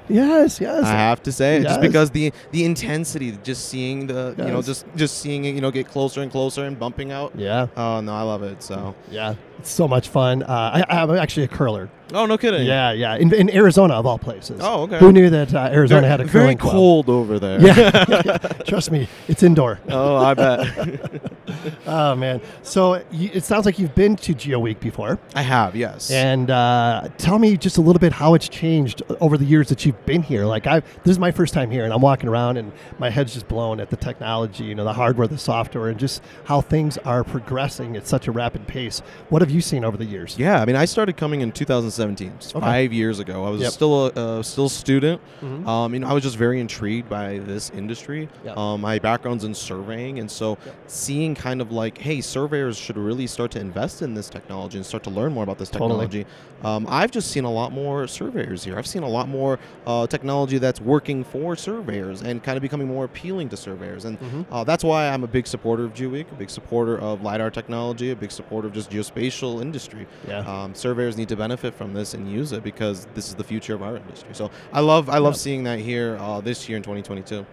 Speaker 4: Yes, yes.
Speaker 17: I have to say, just
Speaker 4: Yes.
Speaker 17: because the the intensity, just seeing the you know
Speaker 4: Yes.
Speaker 17: just just seeing it you know get closer and closer and bumping out.
Speaker 4: Yeah.
Speaker 17: Oh no, I love it. So
Speaker 4: yeah, it's so much fun. Uh, I, I'm actually a curler.
Speaker 17: Oh no kidding.
Speaker 4: Yeah, yeah. In, in Arizona, of all places.
Speaker 17: Oh, okay.
Speaker 4: Who knew that uh, Arizona
Speaker 17: Very-
Speaker 4: had a
Speaker 17: very
Speaker 4: curling club?
Speaker 17: cold over there.
Speaker 4: Yeah, trust me, it's indoor.
Speaker 17: Oh, I bet.
Speaker 4: oh man. So you, it sounds like you've been to Geo Week before.
Speaker 17: I have, yes.
Speaker 4: And uh, tell me just a little bit how it's changed uh, over the years that you've been here. Like I, this is my first time here, and I'm walking around, and my head's just blown at the technology, you know, the hardware, the software, and just how things are progressing at such a rapid pace. What have you seen over the years?
Speaker 17: Yeah, I mean, I started coming in 2017, just
Speaker 4: Okay.
Speaker 17: five years ago. I was
Speaker 4: Yep.
Speaker 17: still a uh, still student.
Speaker 4: Mhm.
Speaker 17: Um, you know, I was just very intrigued by this industry.
Speaker 4: Yep.
Speaker 17: Um, my background's in surveying, and so seeing kind of like, hey, surveyors should really start to invest in this technology and start to learn more about this
Speaker 4: Totally.
Speaker 17: technology. Um, I've just seen a lot more surveyors here. I've seen a lot more uh, technology that's working for surveyors and kind of becoming more appealing to surveyors. And
Speaker 4: Mhm.
Speaker 17: uh, that's why I'm a big supporter of GeoWeek, a big supporter of LiDAR technology, a big supporter of just geospatial industry.
Speaker 4: Yeah.
Speaker 17: Um, surveyors need to benefit from this and use it because this is the future of our industry. So I love I love
Speaker 4: Yeah.
Speaker 17: seeing that here uh, this year in 2022.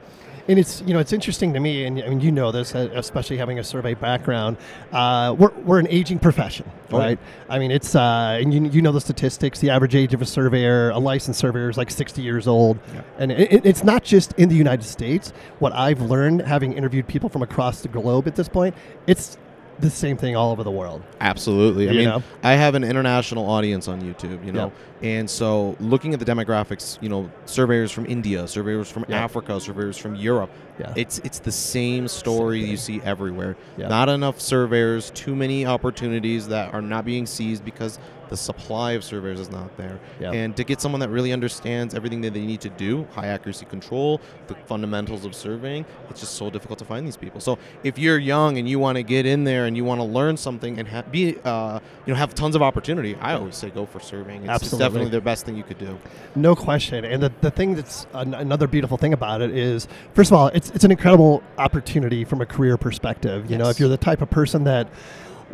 Speaker 4: And it's you know it's interesting to me, and I mean you know this, uh, especially having a survey background. Uh, we're we're an aging profession,
Speaker 17: Oh, yeah.
Speaker 4: right? I mean it's uh, and you, you know the statistics. The average age of a surveyor, a licensed surveyor, is like sixty years old, and it, it- it's not just in the United States. What I've learned having interviewed people from across the globe at this point, it's the same thing all over the world.
Speaker 17: Absolutely. I
Speaker 4: You
Speaker 17: mean,
Speaker 4: know?
Speaker 17: I have an international audience on YouTube, you know, and so looking at the demographics, you know, surveyors from India, surveyors from
Speaker 4: Yeah.
Speaker 17: Africa, surveyors from Europe,
Speaker 4: Yeah.
Speaker 17: it's it's the same story you see everywhere.
Speaker 4: Yeah.
Speaker 17: Not enough surveyors, too many opportunities that are not being seized because the supply of surveyors is not there.
Speaker 5: Yeah.
Speaker 17: And to get someone that really understands everything that they need to do, high accuracy control, the fundamentals of surveying, it's just so difficult to find these people. So if you're young and you want to get in there and you want to learn something and ha- be, uh, you know, have tons of opportunity, I always say go for surveying. It's, it's
Speaker 4: Absolutely.
Speaker 17: definitely the best thing you could do.
Speaker 4: No question. And the, the thing that's an, another beautiful thing about it is, first of all, it's, it's an incredible opportunity from a career perspective. You know, if you're the type of person that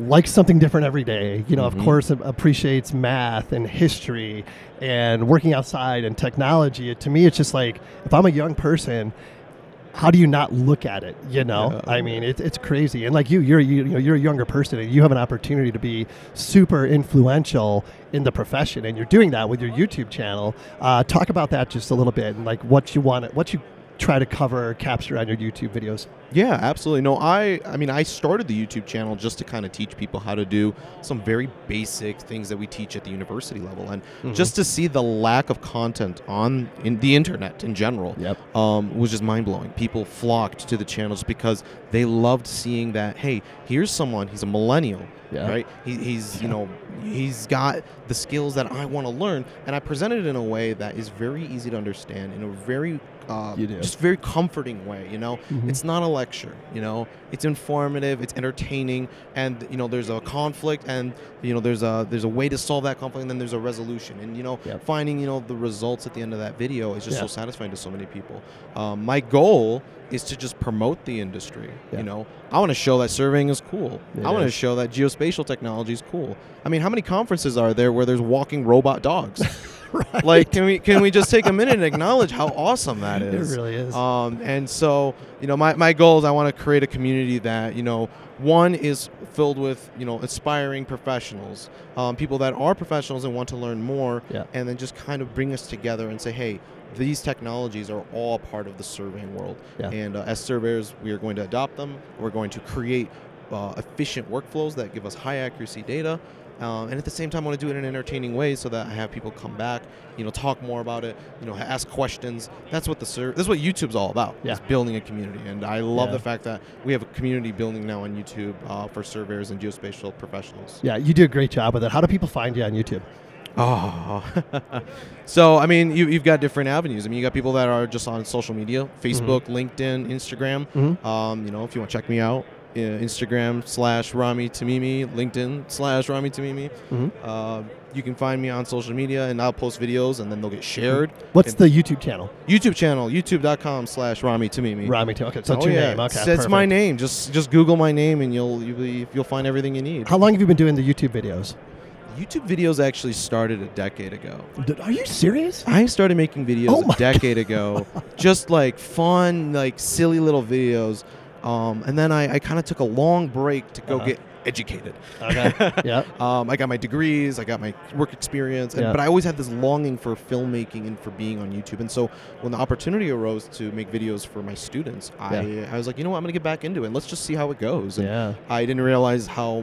Speaker 4: likes something different every day, you know,
Speaker 17: Mhm.
Speaker 4: of course, ap- appreciates math and history and working outside and technology, it, to me, it's just like, if I'm a young person, how do you not look at it? You know, I mean, it, it's crazy. And like you, you're you, you know you're a younger person, and you have an opportunity to be super influential in the profession, and you're doing that with your YouTube channel. Uh, talk about that just a little bit, and like what you want, what you try to cover, or capture on your YouTube videos.
Speaker 17: Yeah, absolutely. No, I I mean I started the YouTube channel just to kind of teach people how to do some very basic things that we teach at the university level and
Speaker 5: Mhm.
Speaker 17: just to see the lack of content on in the internet in general um, was just mind-blowing. People flocked to the channels because they loved seeing that hey, here's someone, he's a millennial,
Speaker 4: Yeah.
Speaker 17: right? He, he's, you know, he's got the skills that I want to learn and I presented it in a way that is very easy to understand in a very uh,
Speaker 4: You did.
Speaker 17: just very comforting way, you know.
Speaker 5: Mm-hmm.
Speaker 4: Mhm.
Speaker 17: It's not a lecture, you know. It's informative, it's entertaining, and you know there's a conflict, and you know there's a there's a way to solve that conflict, and then there's a resolution, and you know finding you know the results at the end of that video is just
Speaker 5: Yeah.
Speaker 17: so satisfying to so many people. Um, my goal is to just promote the industry. You know, I want to show that surveying is cool.
Speaker 5: It
Speaker 17: I want to
Speaker 5: is.
Speaker 17: show that geospatial technology is cool. I mean, how many conferences are there where there's walking robot dogs? Like, can we can we just take a minute and acknowledge how awesome that
Speaker 4: It
Speaker 17: is?
Speaker 4: really is.
Speaker 17: Um, and so, you know, my, my goal is I want to create a community that, you know, one is filled with, you know, aspiring professionals, um, people that are professionals and want to learn more, and then just kind of bring us together and say, hey, these technologies are all part of the surveying world.
Speaker 4: Yeah.
Speaker 17: And uh, as surveyors, we are going to adopt them. We're going to create uh, efficient workflows that give us high accuracy data. Um, and at the same time, I want to do it in an entertaining way so that I have people come back, you know, talk more about it, you know, ha- ask questions. That's what the sur- that's what YouTube's all about.
Speaker 4: Yeah.
Speaker 17: is building a community, and I love
Speaker 4: Yeah.
Speaker 17: the fact that we have a community building now on YouTube uh, for surveyors and geospatial professionals.
Speaker 4: Yeah, you do a great job with it. How do people find you on YouTube?
Speaker 17: Oh, so I mean, you, you've got different avenues. I mean, you got people that are just on social media:
Speaker 4: Mm-hmm.
Speaker 17: Facebook, LinkedIn, Instagram.
Speaker 4: Mhm.
Speaker 17: Um, you know, if you want to check me out, uh, Instagram slash Rami Tamimi, LinkedIn slash Rami Tamimi.
Speaker 4: Mhm.
Speaker 17: Uh, you can find me on social media, and I'll post videos, and then they'll get shared.
Speaker 4: Mm-hmm. What's
Speaker 17: And-
Speaker 4: the YouTube channel?
Speaker 17: YouTube channel, youtube.com slash Rami Tamimi.
Speaker 4: Rami Tamimi. Okay, so it's your name. Okay,
Speaker 17: It's, it's my
Speaker 4: perfect.
Speaker 17: name. Just just Google my name, and you'll you'll, be, you'll find everything you need.
Speaker 4: How long have you been doing the YouTube videos?
Speaker 17: YouTube videos actually started a decade ago.
Speaker 4: Did- Are you serious?
Speaker 17: I started making videos
Speaker 4: Oh my
Speaker 17: a decade ago, just like fun, like silly little videos. Um, and then I, I kind of took a long break to go
Speaker 4: Uh-huh.
Speaker 17: get educated.
Speaker 4: Okay. yeah.
Speaker 17: Um, I got my degrees, I got my work experience, and,
Speaker 4: Yeah.
Speaker 17: but I always had this longing for filmmaking and for being on YouTube. And so when the opportunity arose to make videos for my students, I, I was like, you know what, I'm going to get back into it. Let's just see how it goes. And
Speaker 4: Yeah.
Speaker 17: I didn't realize how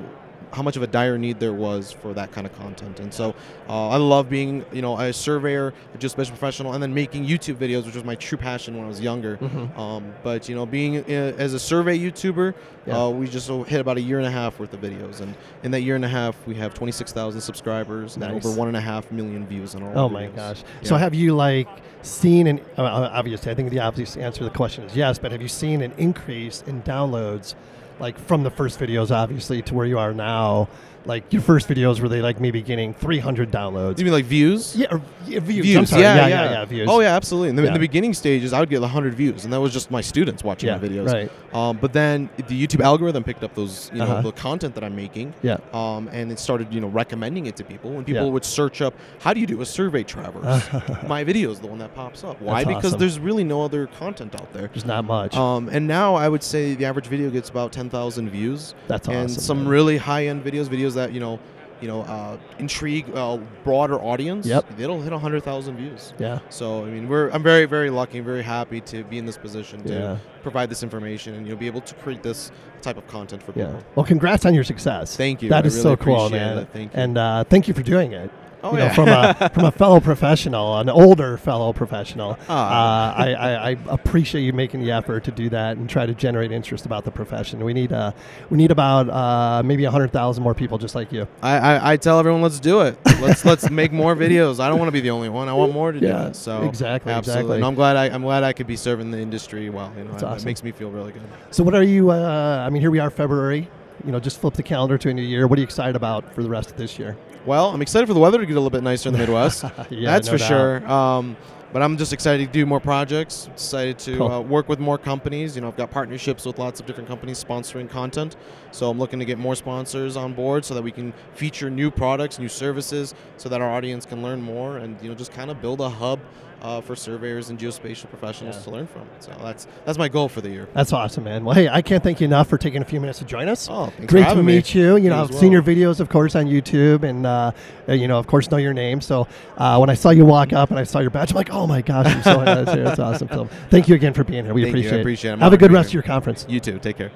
Speaker 17: how much of a dire need there was for that kind of content. And so uh, I love being, you know, a surveyor, a geospatial professional, and then making YouTube videos, which was my true passion when I was younger.
Speaker 4: Mhm.
Speaker 17: Um, but, you know, being uh, as a survey YouTuber, uh, we just uh, hit about a year and a half worth of videos. And in that year and a half, we have 26,000 subscribers and
Speaker 4: Nice.
Speaker 17: over one and a half million views on all
Speaker 4: Oh
Speaker 17: videos.
Speaker 4: my gosh!
Speaker 17: Yeah.
Speaker 4: So have you like seen an uh, uh, obviously? I think the obvious answer to the question is yes, but have you seen an increase in downloads, like from the first videos, obviously, to where you are now? Like your first videos were they like maybe getting 300 downloads?
Speaker 17: You mean like views?
Speaker 4: Yeah, or, yeah views. I'm sorry.
Speaker 17: Yeah,
Speaker 4: yeah,
Speaker 17: yeah,
Speaker 4: yeah, views.
Speaker 17: Oh yeah, absolutely. In the, in the
Speaker 4: Yeah.
Speaker 17: beginning stages, I would get 100 views, and that was just my students watching
Speaker 4: Yeah,
Speaker 17: the videos.
Speaker 4: right.
Speaker 17: Um, but then the YouTube algorithm picked up those, you know,
Speaker 4: Uh-huh.
Speaker 17: the content that I'm making.
Speaker 4: Yeah.
Speaker 17: Um, and it started, you know, recommending it to people, and people
Speaker 4: Yeah.
Speaker 17: would search up, "How do you do a survey traverse?" my video is the one that pops up. Why?
Speaker 4: That's
Speaker 17: because
Speaker 4: awesome.
Speaker 17: there's really no other content out there.
Speaker 4: There's not much.
Speaker 17: Um, and now I would say the average video gets about 10,000 views.
Speaker 4: That's
Speaker 17: And
Speaker 4: awesome,
Speaker 17: some
Speaker 4: man.
Speaker 17: really high-end videos, videos that you know, you know, uh, intrigue a broader audience.
Speaker 4: Yep.
Speaker 17: It'll hit 100,000 views.
Speaker 4: Yeah.
Speaker 17: So I mean, we're I'm very very lucky, and very happy to be in this position to
Speaker 4: Yeah.
Speaker 17: provide this information and you know be able to create this type of content for
Speaker 4: Yeah.
Speaker 17: people.
Speaker 4: Well, congrats on your success.
Speaker 17: Thank you.
Speaker 4: That
Speaker 17: I
Speaker 4: is
Speaker 17: really
Speaker 4: so cool,
Speaker 17: appreciate
Speaker 4: man.
Speaker 17: it. Thank you.
Speaker 4: And uh, thank you for doing it. you
Speaker 8: Oh,
Speaker 4: know,
Speaker 8: yeah.
Speaker 4: from a from a fellow professional, an older fellow professional. Uh, I, I, I appreciate you making the effort to do that and try to generate interest about the profession. We need uh, we need about uh, maybe hundred thousand more people just like you.
Speaker 17: I, I, I tell everyone, let's do it. Let's let's make more videos. I don't want to be the only one. I want more to
Speaker 4: Yeah,
Speaker 17: do it. So
Speaker 4: exactly,
Speaker 17: absolutely.
Speaker 4: exactly.
Speaker 17: And I'm glad I, I'm glad I could be serving the industry well. You know,
Speaker 4: That's
Speaker 17: it- it
Speaker 4: awesome.
Speaker 17: makes me feel really good.
Speaker 4: So what are you? Uh, I mean, here we are, February. You know, just flip the calendar to a new year. What are you excited about for the rest of this year?
Speaker 17: Well, I'm excited for the weather to get a little bit nicer in the Midwest.
Speaker 4: Yeah,
Speaker 17: that's
Speaker 4: no
Speaker 17: for
Speaker 4: doubt.
Speaker 17: sure. Um, but I'm just excited to do more projects. Excited to
Speaker 4: Cool.
Speaker 17: uh, work with more companies. You know, I've got partnerships with lots of different companies sponsoring content. So I'm looking to get more sponsors on board so that we can feature new products, new services, so that our audience can learn more and you know just kind of build a hub uh, for surveyors and geospatial professionals
Speaker 4: Yeah.
Speaker 17: to learn from. So that's that's my goal for the year.
Speaker 4: That's awesome, man. Well, hey, I can't thank you enough for taking a few minutes to join us.
Speaker 17: Oh, thanks for
Speaker 4: great to
Speaker 17: having me.
Speaker 4: meet you. You
Speaker 17: You
Speaker 4: know, I've
Speaker 17: as
Speaker 4: seen your videos, of course, on YouTube, and uh, uh, you know, of course, know your name. So uh, when I saw you walk up and I saw your badge, I'm like, oh my gosh, you're so nice here. It's awesome. So thank you again for being here. We
Speaker 17: Thank you. I
Speaker 4: appreciate it.
Speaker 17: appreciate it. I'm
Speaker 4: Have a
Speaker 17: honored to
Speaker 4: good
Speaker 17: be
Speaker 4: rest of
Speaker 17: here.
Speaker 4: your conference.
Speaker 17: You too. Take care.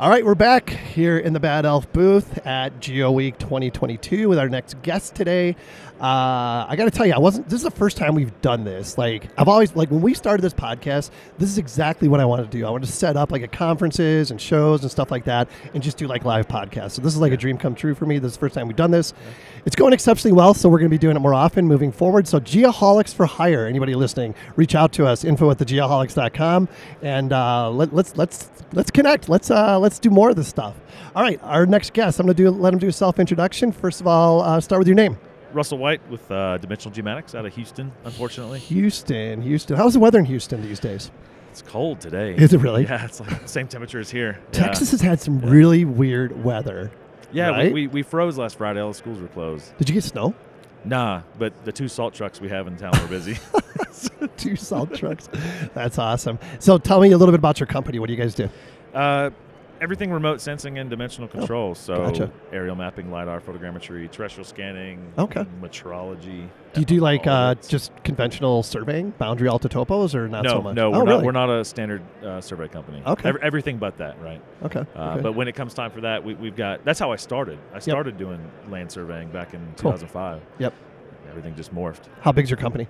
Speaker 4: All right, we're back here in the Bad Elf booth at Geo Week 2022 with our next guest today. Uh, I got to tell you, I wasn't. This is the first time we've done this. Like I've always like when we started this podcast, this is exactly what I wanted to do. I wanted to set up like at conferences and shows and stuff like that, and just do like live podcasts. So this is like a dream come true for me. This is the first time we've done this. It's going exceptionally well, so we're going to be doing it more often moving forward. So Geoholics for hire. Anybody listening, reach out to us. Info at thegeoholics.com, and uh, let, let's let's let's connect. Let's uh, let's do more of this stuff. All right, our next guest. I'm going to do let him do a self introduction. First of all, uh, start with your name.
Speaker 19: Russell White with uh, Dimensional Geomatics out of Houston, unfortunately.
Speaker 4: Houston, Houston. How's the weather in Houston these days?
Speaker 19: It's cold today.
Speaker 4: Is it really?
Speaker 19: Yeah, it's like the same temperature as here. Yeah.
Speaker 4: Texas has had some really weird weather.
Speaker 19: Yeah,
Speaker 4: right?
Speaker 19: we, we, we froze last Friday. All the schools were closed.
Speaker 4: Did you get snow?
Speaker 19: Nah, but the two salt trucks we have in town were busy.
Speaker 4: Two salt trucks. That's awesome. So tell me a little bit about your company. What do you guys do?
Speaker 19: Uh, everything remote sensing and dimensional control. so
Speaker 4: Oh, gotcha.
Speaker 19: aerial mapping, lidar, photogrammetry, terrestrial scanning,
Speaker 4: Okay.
Speaker 19: metrology.
Speaker 4: Do you do like uh, just conventional surveying, boundary altotopos, or not
Speaker 19: no,
Speaker 4: so much?
Speaker 19: no,
Speaker 4: Oh,
Speaker 19: we're not.
Speaker 4: really?
Speaker 19: We're not a standard uh, survey company.
Speaker 4: Okay.
Speaker 19: Ev- everything but that, right?
Speaker 4: Okay,
Speaker 19: Uh,
Speaker 4: okay.
Speaker 19: But when it comes time for that, we, we've got. That's how I started. I started doing land surveying back in
Speaker 4: Cool.
Speaker 19: 2005.
Speaker 4: Yep.
Speaker 19: Everything just morphed.
Speaker 4: How big's your company?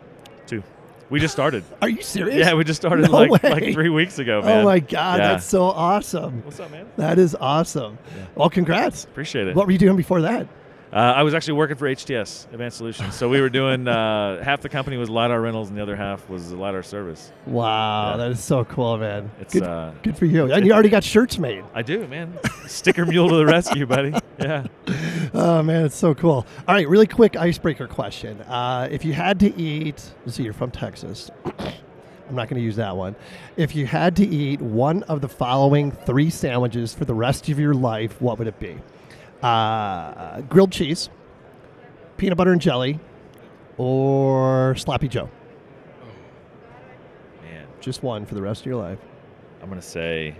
Speaker 19: Two. We just started.
Speaker 4: Are you serious?
Speaker 19: Yeah, we just started
Speaker 4: No
Speaker 19: like
Speaker 4: way.
Speaker 19: like three weeks ago, man.
Speaker 4: Oh my god,
Speaker 19: Yeah.
Speaker 4: that's so awesome!
Speaker 19: What's up, man?
Speaker 4: That is awesome. Well, congrats.
Speaker 19: Appreciate it.
Speaker 4: What were you doing before that?
Speaker 19: Uh, I was actually working for HTS Advanced Solutions, so we were doing uh, half the company was lidar rentals, and the other half was lidar service.
Speaker 4: Wow, that is so cool, man.
Speaker 19: It's,
Speaker 4: good,
Speaker 19: uh,
Speaker 4: good for you.
Speaker 19: it-
Speaker 4: And you already got shirts made.
Speaker 19: I do, man. Sticker mule to the rescue, buddy. Yeah.
Speaker 4: Oh man, it's so cool. All right, really quick icebreaker question. Uh, if you had to eat, let's see, you're from Texas. I'm not going to use that one. If you had to eat one of the following three sandwiches for the rest of your life, what would it be? Uh, grilled cheese, peanut butter and jelly, or sloppy Joe?
Speaker 19: Man,
Speaker 4: Just one for the rest of your life.
Speaker 19: I'm gonna say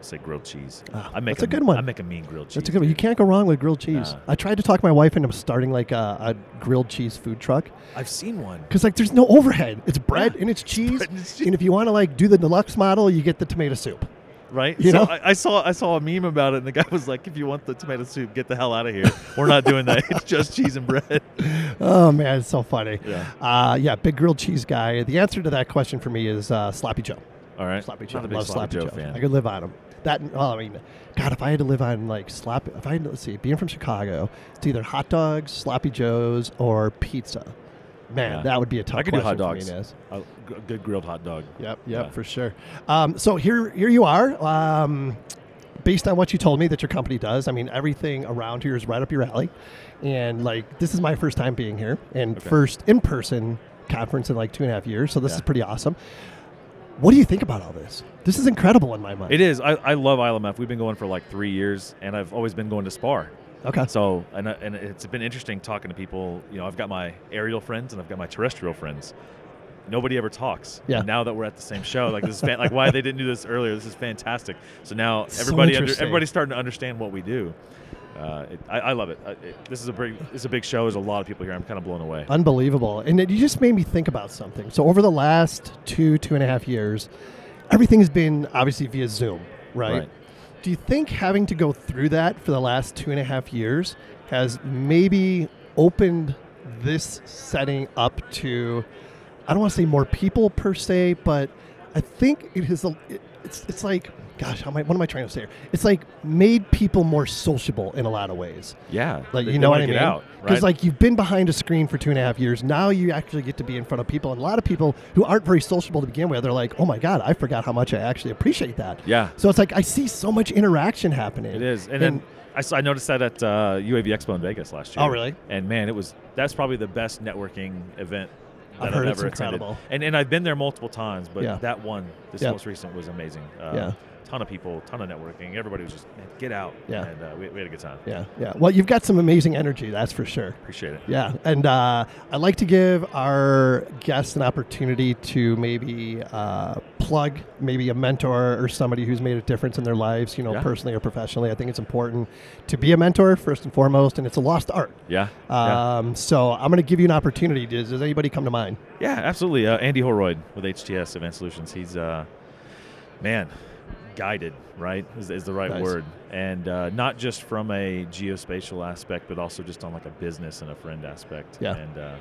Speaker 19: say grilled cheese. I make
Speaker 4: Ah, That's a good one.
Speaker 19: I make a mean grilled cheese.
Speaker 4: That's a good one. You can't go wrong with grilled cheese.
Speaker 19: Nah.
Speaker 4: I tried to talk my wife into starting like a, a grilled cheese food truck.
Speaker 19: I've seen one.
Speaker 4: Because like, there's no overhead. It's bread and it's cheese. And, if you want to like do the deluxe model, you get the tomato soup.
Speaker 19: Right,
Speaker 4: You
Speaker 19: so
Speaker 4: know?
Speaker 19: I, I saw I saw a meme about it, and the guy was like, "If you want the tomato soup, get the hell out of here. We're not doing that. It's just cheese and bread."
Speaker 4: Oh man, it's so funny.
Speaker 19: Yeah.
Speaker 4: Uh, yeah, big grilled cheese guy. The answer to that question for me is uh, sloppy Joe.
Speaker 19: All right.
Speaker 4: sloppy
Speaker 19: Not
Speaker 4: Joe.
Speaker 19: a
Speaker 4: I
Speaker 19: big
Speaker 4: love
Speaker 19: Sloppy
Speaker 4: sloppy,
Speaker 19: Joe
Speaker 4: Joe.
Speaker 19: fan.
Speaker 4: I could live on them. That and- well, I mean, God, if I had to live on like sloppy, if I had to, let's see, being from Chicago, it's either hot dogs, sloppy Joes, or pizza. Man,
Speaker 19: Yeah.
Speaker 4: that would be a tough
Speaker 19: I could
Speaker 4: question
Speaker 19: do hot
Speaker 4: for me,
Speaker 19: dogs.
Speaker 4: Naz.
Speaker 19: A g- good grilled hot dog.
Speaker 4: Yep, yep, for sure. Um, so here, here you are. Um, based on what you told me that your company does, I mean, everything around here is right up your alley. And like, this is my first time being here and
Speaker 19: Okay.
Speaker 4: first in-person conference in like two and a half years. So this
Speaker 19: Yeah.
Speaker 4: is pretty awesome. What do you think about all this? This is incredible in my mind.
Speaker 19: It is. I, I love ILMF. We've been going for like three years, and I've always been going to SPAR.
Speaker 4: Okay.
Speaker 19: So, and, I- and it's been interesting talking to people. You know, I've got my aerial friends and I've got my terrestrial friends. Nobody ever talks.
Speaker 4: Yeah.
Speaker 19: And now that we're at the same show, like this is fan- like why they didn't do this earlier. This is fantastic. So now
Speaker 4: So
Speaker 19: everybody under,
Speaker 4: interesting.
Speaker 19: everybody's starting to understand what we do. Uh, it, I, I love it. I, it. This is a big this is a big show. There's a lot of people here. I'm kind of blown away.
Speaker 4: Unbelievable. And it, you just made me think about something. So over the last two, two and a half years, everything has been obviously via Zoom, right?
Speaker 19: Right.
Speaker 4: do you think having to go through that for the last two and a half years has maybe opened this setting up to, I don't want to say more people per se, but I think it has, a- it- it's, it's like, gosh, how am I, what am I trying to say here? It's like made people more sociable in a lot of ways.
Speaker 19: Yeah,
Speaker 4: Like,
Speaker 19: they-
Speaker 4: you
Speaker 19: they
Speaker 4: know what
Speaker 19: wanna
Speaker 4: I mean?
Speaker 19: get out, right?
Speaker 4: like, you've been behind a screen for two and a half years. Now you actually get to be in front of people. And a lot of people who aren't very sociable to begin with, they're like, oh my God, I forgot how much I actually appreciate that.
Speaker 19: Yeah.
Speaker 4: So it's like I see so much interaction happening.
Speaker 19: It is, and, then I, saw, I noticed that at uh, UAV Expo in Vegas last year.
Speaker 4: Oh, really?
Speaker 19: And man, it was that's probably the best networking event that
Speaker 4: I've
Speaker 19: I've,
Speaker 4: heard it's
Speaker 19: ever attended.
Speaker 4: incredible.
Speaker 19: And and I've been there multiple times, but
Speaker 4: Yeah.
Speaker 19: that one, this
Speaker 4: Yeah.
Speaker 19: most recent, was amazing. Uh,
Speaker 4: Yeah.
Speaker 19: Ton of people, ton of networking. Everybody was just man, get out.
Speaker 4: Yeah.
Speaker 19: And uh, we, we had a good time.
Speaker 4: Yeah, yeah. Well, you've got some amazing energy, that's for sure.
Speaker 19: Appreciate it.
Speaker 4: Yeah, and uh, I like to give our guests an opportunity to maybe uh, plug maybe a mentor or somebody who's made a difference in their lives, you know,
Speaker 19: Yeah.
Speaker 4: personally or professionally. I think it's important to be a mentor first and foremost, and it's a lost art.
Speaker 19: Yeah, yeah.
Speaker 4: Um, So I'm going to give you an opportunity. Does, does anybody come to mind?
Speaker 19: Yeah, absolutely. Uh, Andy Horroyd with HTS Event Solutions. He's uh, man guided, right? Is, is the right
Speaker 4: Nice.
Speaker 19: word, and uh, not just from a geospatial aspect, but also just on like a business and a friend aspect.
Speaker 4: Yeah.
Speaker 19: And uh,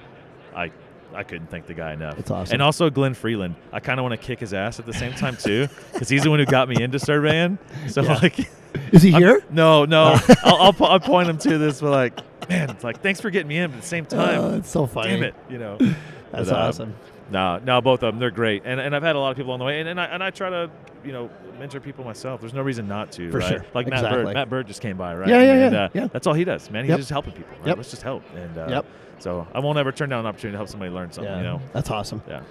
Speaker 19: I, I couldn't thank the guy enough.
Speaker 4: That's awesome.
Speaker 19: And also Glenn Freeland. I kind of want to kick his ass at the same time too, because he's the one who got me into surveying. So
Speaker 4: Yeah.
Speaker 19: like.
Speaker 4: Is he
Speaker 19: I'm-
Speaker 4: here?
Speaker 19: no, no. I'll, I'll, po- I'll point him to this, but like, man, it's like, thanks for getting me in, but at the same time,
Speaker 4: Oh, it's so funny.
Speaker 19: Damn it, you know.
Speaker 4: That's
Speaker 19: um,
Speaker 4: awesome.
Speaker 19: no, no, both of them. They're great, and and I've had a lot of people on the way, and, and I and I try to you know mentor people myself. There's no reason not to.
Speaker 4: For
Speaker 19: right?
Speaker 4: sure.
Speaker 19: Like Matt
Speaker 4: Exactly.
Speaker 19: Bird. Matt Bird just came by, right?
Speaker 4: Yeah, yeah,
Speaker 19: And,
Speaker 4: yeah,
Speaker 19: uh,
Speaker 4: yeah.
Speaker 19: That's all he does, man. He's
Speaker 4: Yep.
Speaker 19: just helping people. Right?
Speaker 4: Yep.
Speaker 19: Let's just help. And uh,
Speaker 4: Yep.
Speaker 19: So I won't ever turn down an opportunity to help somebody learn something.
Speaker 4: Yeah,
Speaker 19: You know.
Speaker 4: That's awesome.
Speaker 19: Yeah.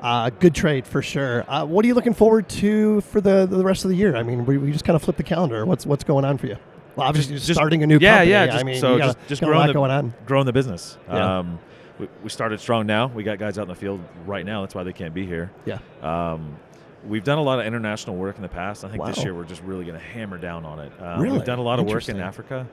Speaker 4: Uh, good trade for sure. Uh, what are you looking forward to for the, the rest of the year? I mean, we, we just kind of flip the calendar. What's what's going on for you? Well, obviously, just, starting a new
Speaker 19: yeah,
Speaker 4: company.
Speaker 19: Yeah, just,
Speaker 4: I mean,
Speaker 19: so
Speaker 4: you gotta-
Speaker 19: just, just
Speaker 4: got a
Speaker 19: growing
Speaker 4: lot
Speaker 19: the,
Speaker 4: going on.
Speaker 19: growing the business.
Speaker 4: Yeah.
Speaker 19: Um, we, we started strong now. We got guys out in the field right now. That's why they can't be here.
Speaker 4: Yeah.
Speaker 19: Um, we've done a lot of international work in the past. I think this
Speaker 4: Wow.
Speaker 19: year we're just really going to hammer down on it. Um,
Speaker 4: Really?
Speaker 19: We've done a lot of work in
Speaker 4: Interesting.
Speaker 19: Africa.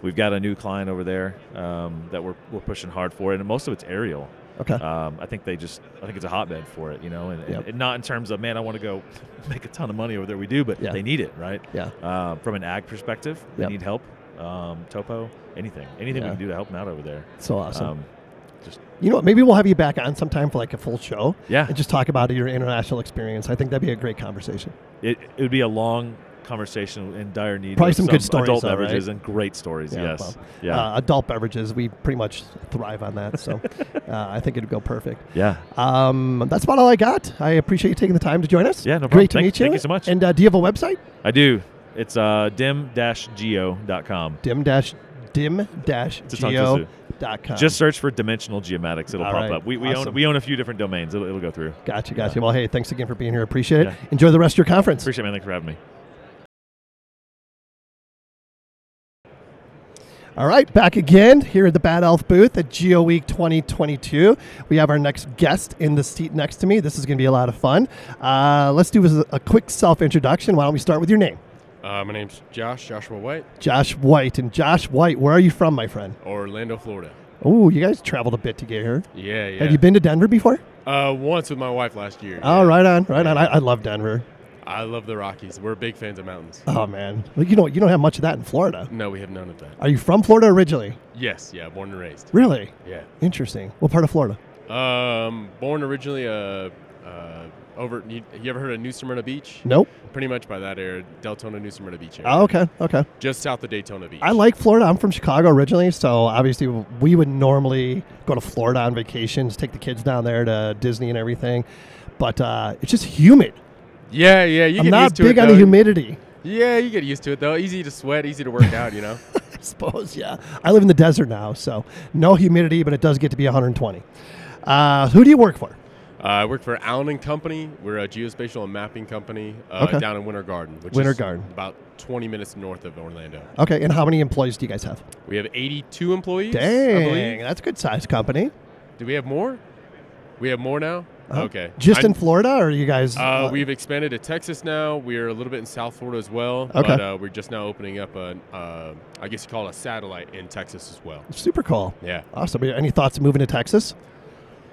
Speaker 19: We've got a new client over there um, that we're, we're pushing hard for, and most of it's aerial.
Speaker 4: Okay.
Speaker 19: Um, I think they just, I think it's a hotbed for it, you know, and, and-
Speaker 4: Yep.
Speaker 19: and not in terms of, man, I want to go make a ton of money over there. We do, but
Speaker 4: Yeah.
Speaker 19: they need it, right?
Speaker 4: Yeah.
Speaker 19: Uh, from an ag perspective, they
Speaker 4: Yep.
Speaker 19: need help. Um, topo, anything, anything
Speaker 4: Yeah.
Speaker 19: we can do to help them out over there. Um,
Speaker 4: So awesome.
Speaker 19: just
Speaker 4: You know what? Maybe we'll have you back on sometime for like a full show.
Speaker 19: Yeah.
Speaker 4: And just talk about your international experience. I think that'd be a great conversation.
Speaker 19: it, it would be a long conversation in dire need.
Speaker 4: Probably
Speaker 19: of
Speaker 4: some good stories,
Speaker 19: adult
Speaker 4: though,
Speaker 19: beverages
Speaker 4: right?
Speaker 19: and great stories. yes.
Speaker 4: well,
Speaker 19: yeah.
Speaker 4: Uh, adult beverages, we pretty much thrive on that. So uh, I think it'd go perfect.
Speaker 19: Yeah.
Speaker 4: Um, that's about all I got. I appreciate you taking the time to join us.
Speaker 19: Yeah, no problem.
Speaker 4: Great to
Speaker 19: Thank-
Speaker 4: meet you.
Speaker 19: thank you so much.
Speaker 4: And uh, do you have a website?
Speaker 19: I do. It's uh, dim-geo.com.
Speaker 4: Dim dash dim dash
Speaker 19: It's a tongue
Speaker 4: geo
Speaker 19: twister.
Speaker 4: dot com.
Speaker 19: Just search for dimensional geomatics. It'll
Speaker 4: All
Speaker 19: pop
Speaker 4: right.
Speaker 19: up. We, we
Speaker 4: Awesome.
Speaker 19: own we own a few different domains. It'll, it'll go through.
Speaker 4: Gotcha,
Speaker 19: Yeah.
Speaker 4: gotcha. Well, hey, thanks again for being here. Appreciate it.
Speaker 19: Yeah.
Speaker 4: Enjoy the rest of your conference.
Speaker 19: Appreciate it, man. Thanks for having me.
Speaker 4: All right, back again here at the Bad Elf booth at Geo Week 2022. We have our next guest in the seat next to me. This is going to be a lot of fun. Uh, let's do a, a quick self introduction. Why don't we start with your name?
Speaker 20: Uh, my name's Josh, Joshua White,
Speaker 4: Josh White. And Josh White, where are you from, my friend?
Speaker 20: Orlando, Florida.
Speaker 4: Oh, you guys traveled a bit to get here.
Speaker 20: Yeah, yeah.
Speaker 4: Have you been to Denver before?
Speaker 20: Uh, once with my wife last year.
Speaker 4: Oh, right on, right on. I, I love Denver.
Speaker 20: I love the Rockies. We're big fans of mountains.
Speaker 4: Oh man, Well, you don't you don't have much of that in Florida.
Speaker 20: No, we have none of that.
Speaker 4: Are you from Florida originally?
Speaker 20: Yes, yeah, born and raised.
Speaker 4: Really?
Speaker 20: Yeah.
Speaker 4: Interesting. What part of Florida?
Speaker 20: Um, born originally uh, uh, over. You, you ever heard of New Smyrna Beach?
Speaker 4: Nope.
Speaker 20: Pretty much by that area, Deltona, New Smyrna Beach area.
Speaker 4: Oh, okay, okay.
Speaker 20: Just south of Daytona Beach.
Speaker 4: I like Florida. I'm from Chicago originally, so obviously we would normally go to Florida on vacations, take the kids down there to Disney and everything. But uh, it's just humid.
Speaker 20: Yeah, yeah. You
Speaker 4: I'm
Speaker 20: get
Speaker 4: not
Speaker 20: used to
Speaker 4: big
Speaker 20: it,
Speaker 4: on the
Speaker 20: though.
Speaker 4: humidity.
Speaker 20: Yeah, you get used to it though. Easy to sweat, easy to work out. You know.
Speaker 4: I suppose, yeah. I live in the desert now, so no humidity, but it does get to be 120. Uh, who do you work for?
Speaker 20: Uh, I work for Allen and Company. We're a geospatial and mapping company uh,
Speaker 4: Okay.
Speaker 20: down in Winter Garden, which
Speaker 4: Winter
Speaker 20: is
Speaker 4: Garden.
Speaker 20: about 20 minutes north of Orlando.
Speaker 4: Okay, and how many employees do you guys have?
Speaker 20: We have 82 employees. I
Speaker 4: Dang,
Speaker 20: believe.
Speaker 4: that's a good sized company.
Speaker 20: Do we have more? We have more now.
Speaker 4: Huh?
Speaker 20: Okay.
Speaker 4: Uh-huh. Just
Speaker 20: I'm-
Speaker 4: in Florida, or are you guys?
Speaker 20: Uh, we've expanded to Texas now. We're a little bit in South Florida as well.
Speaker 4: Okay.
Speaker 20: But uh, we're just now opening up a, uh, I guess you call it a satellite in Texas as well.
Speaker 4: super cool.
Speaker 20: Yeah.
Speaker 4: Awesome. Any thoughts of moving to Texas?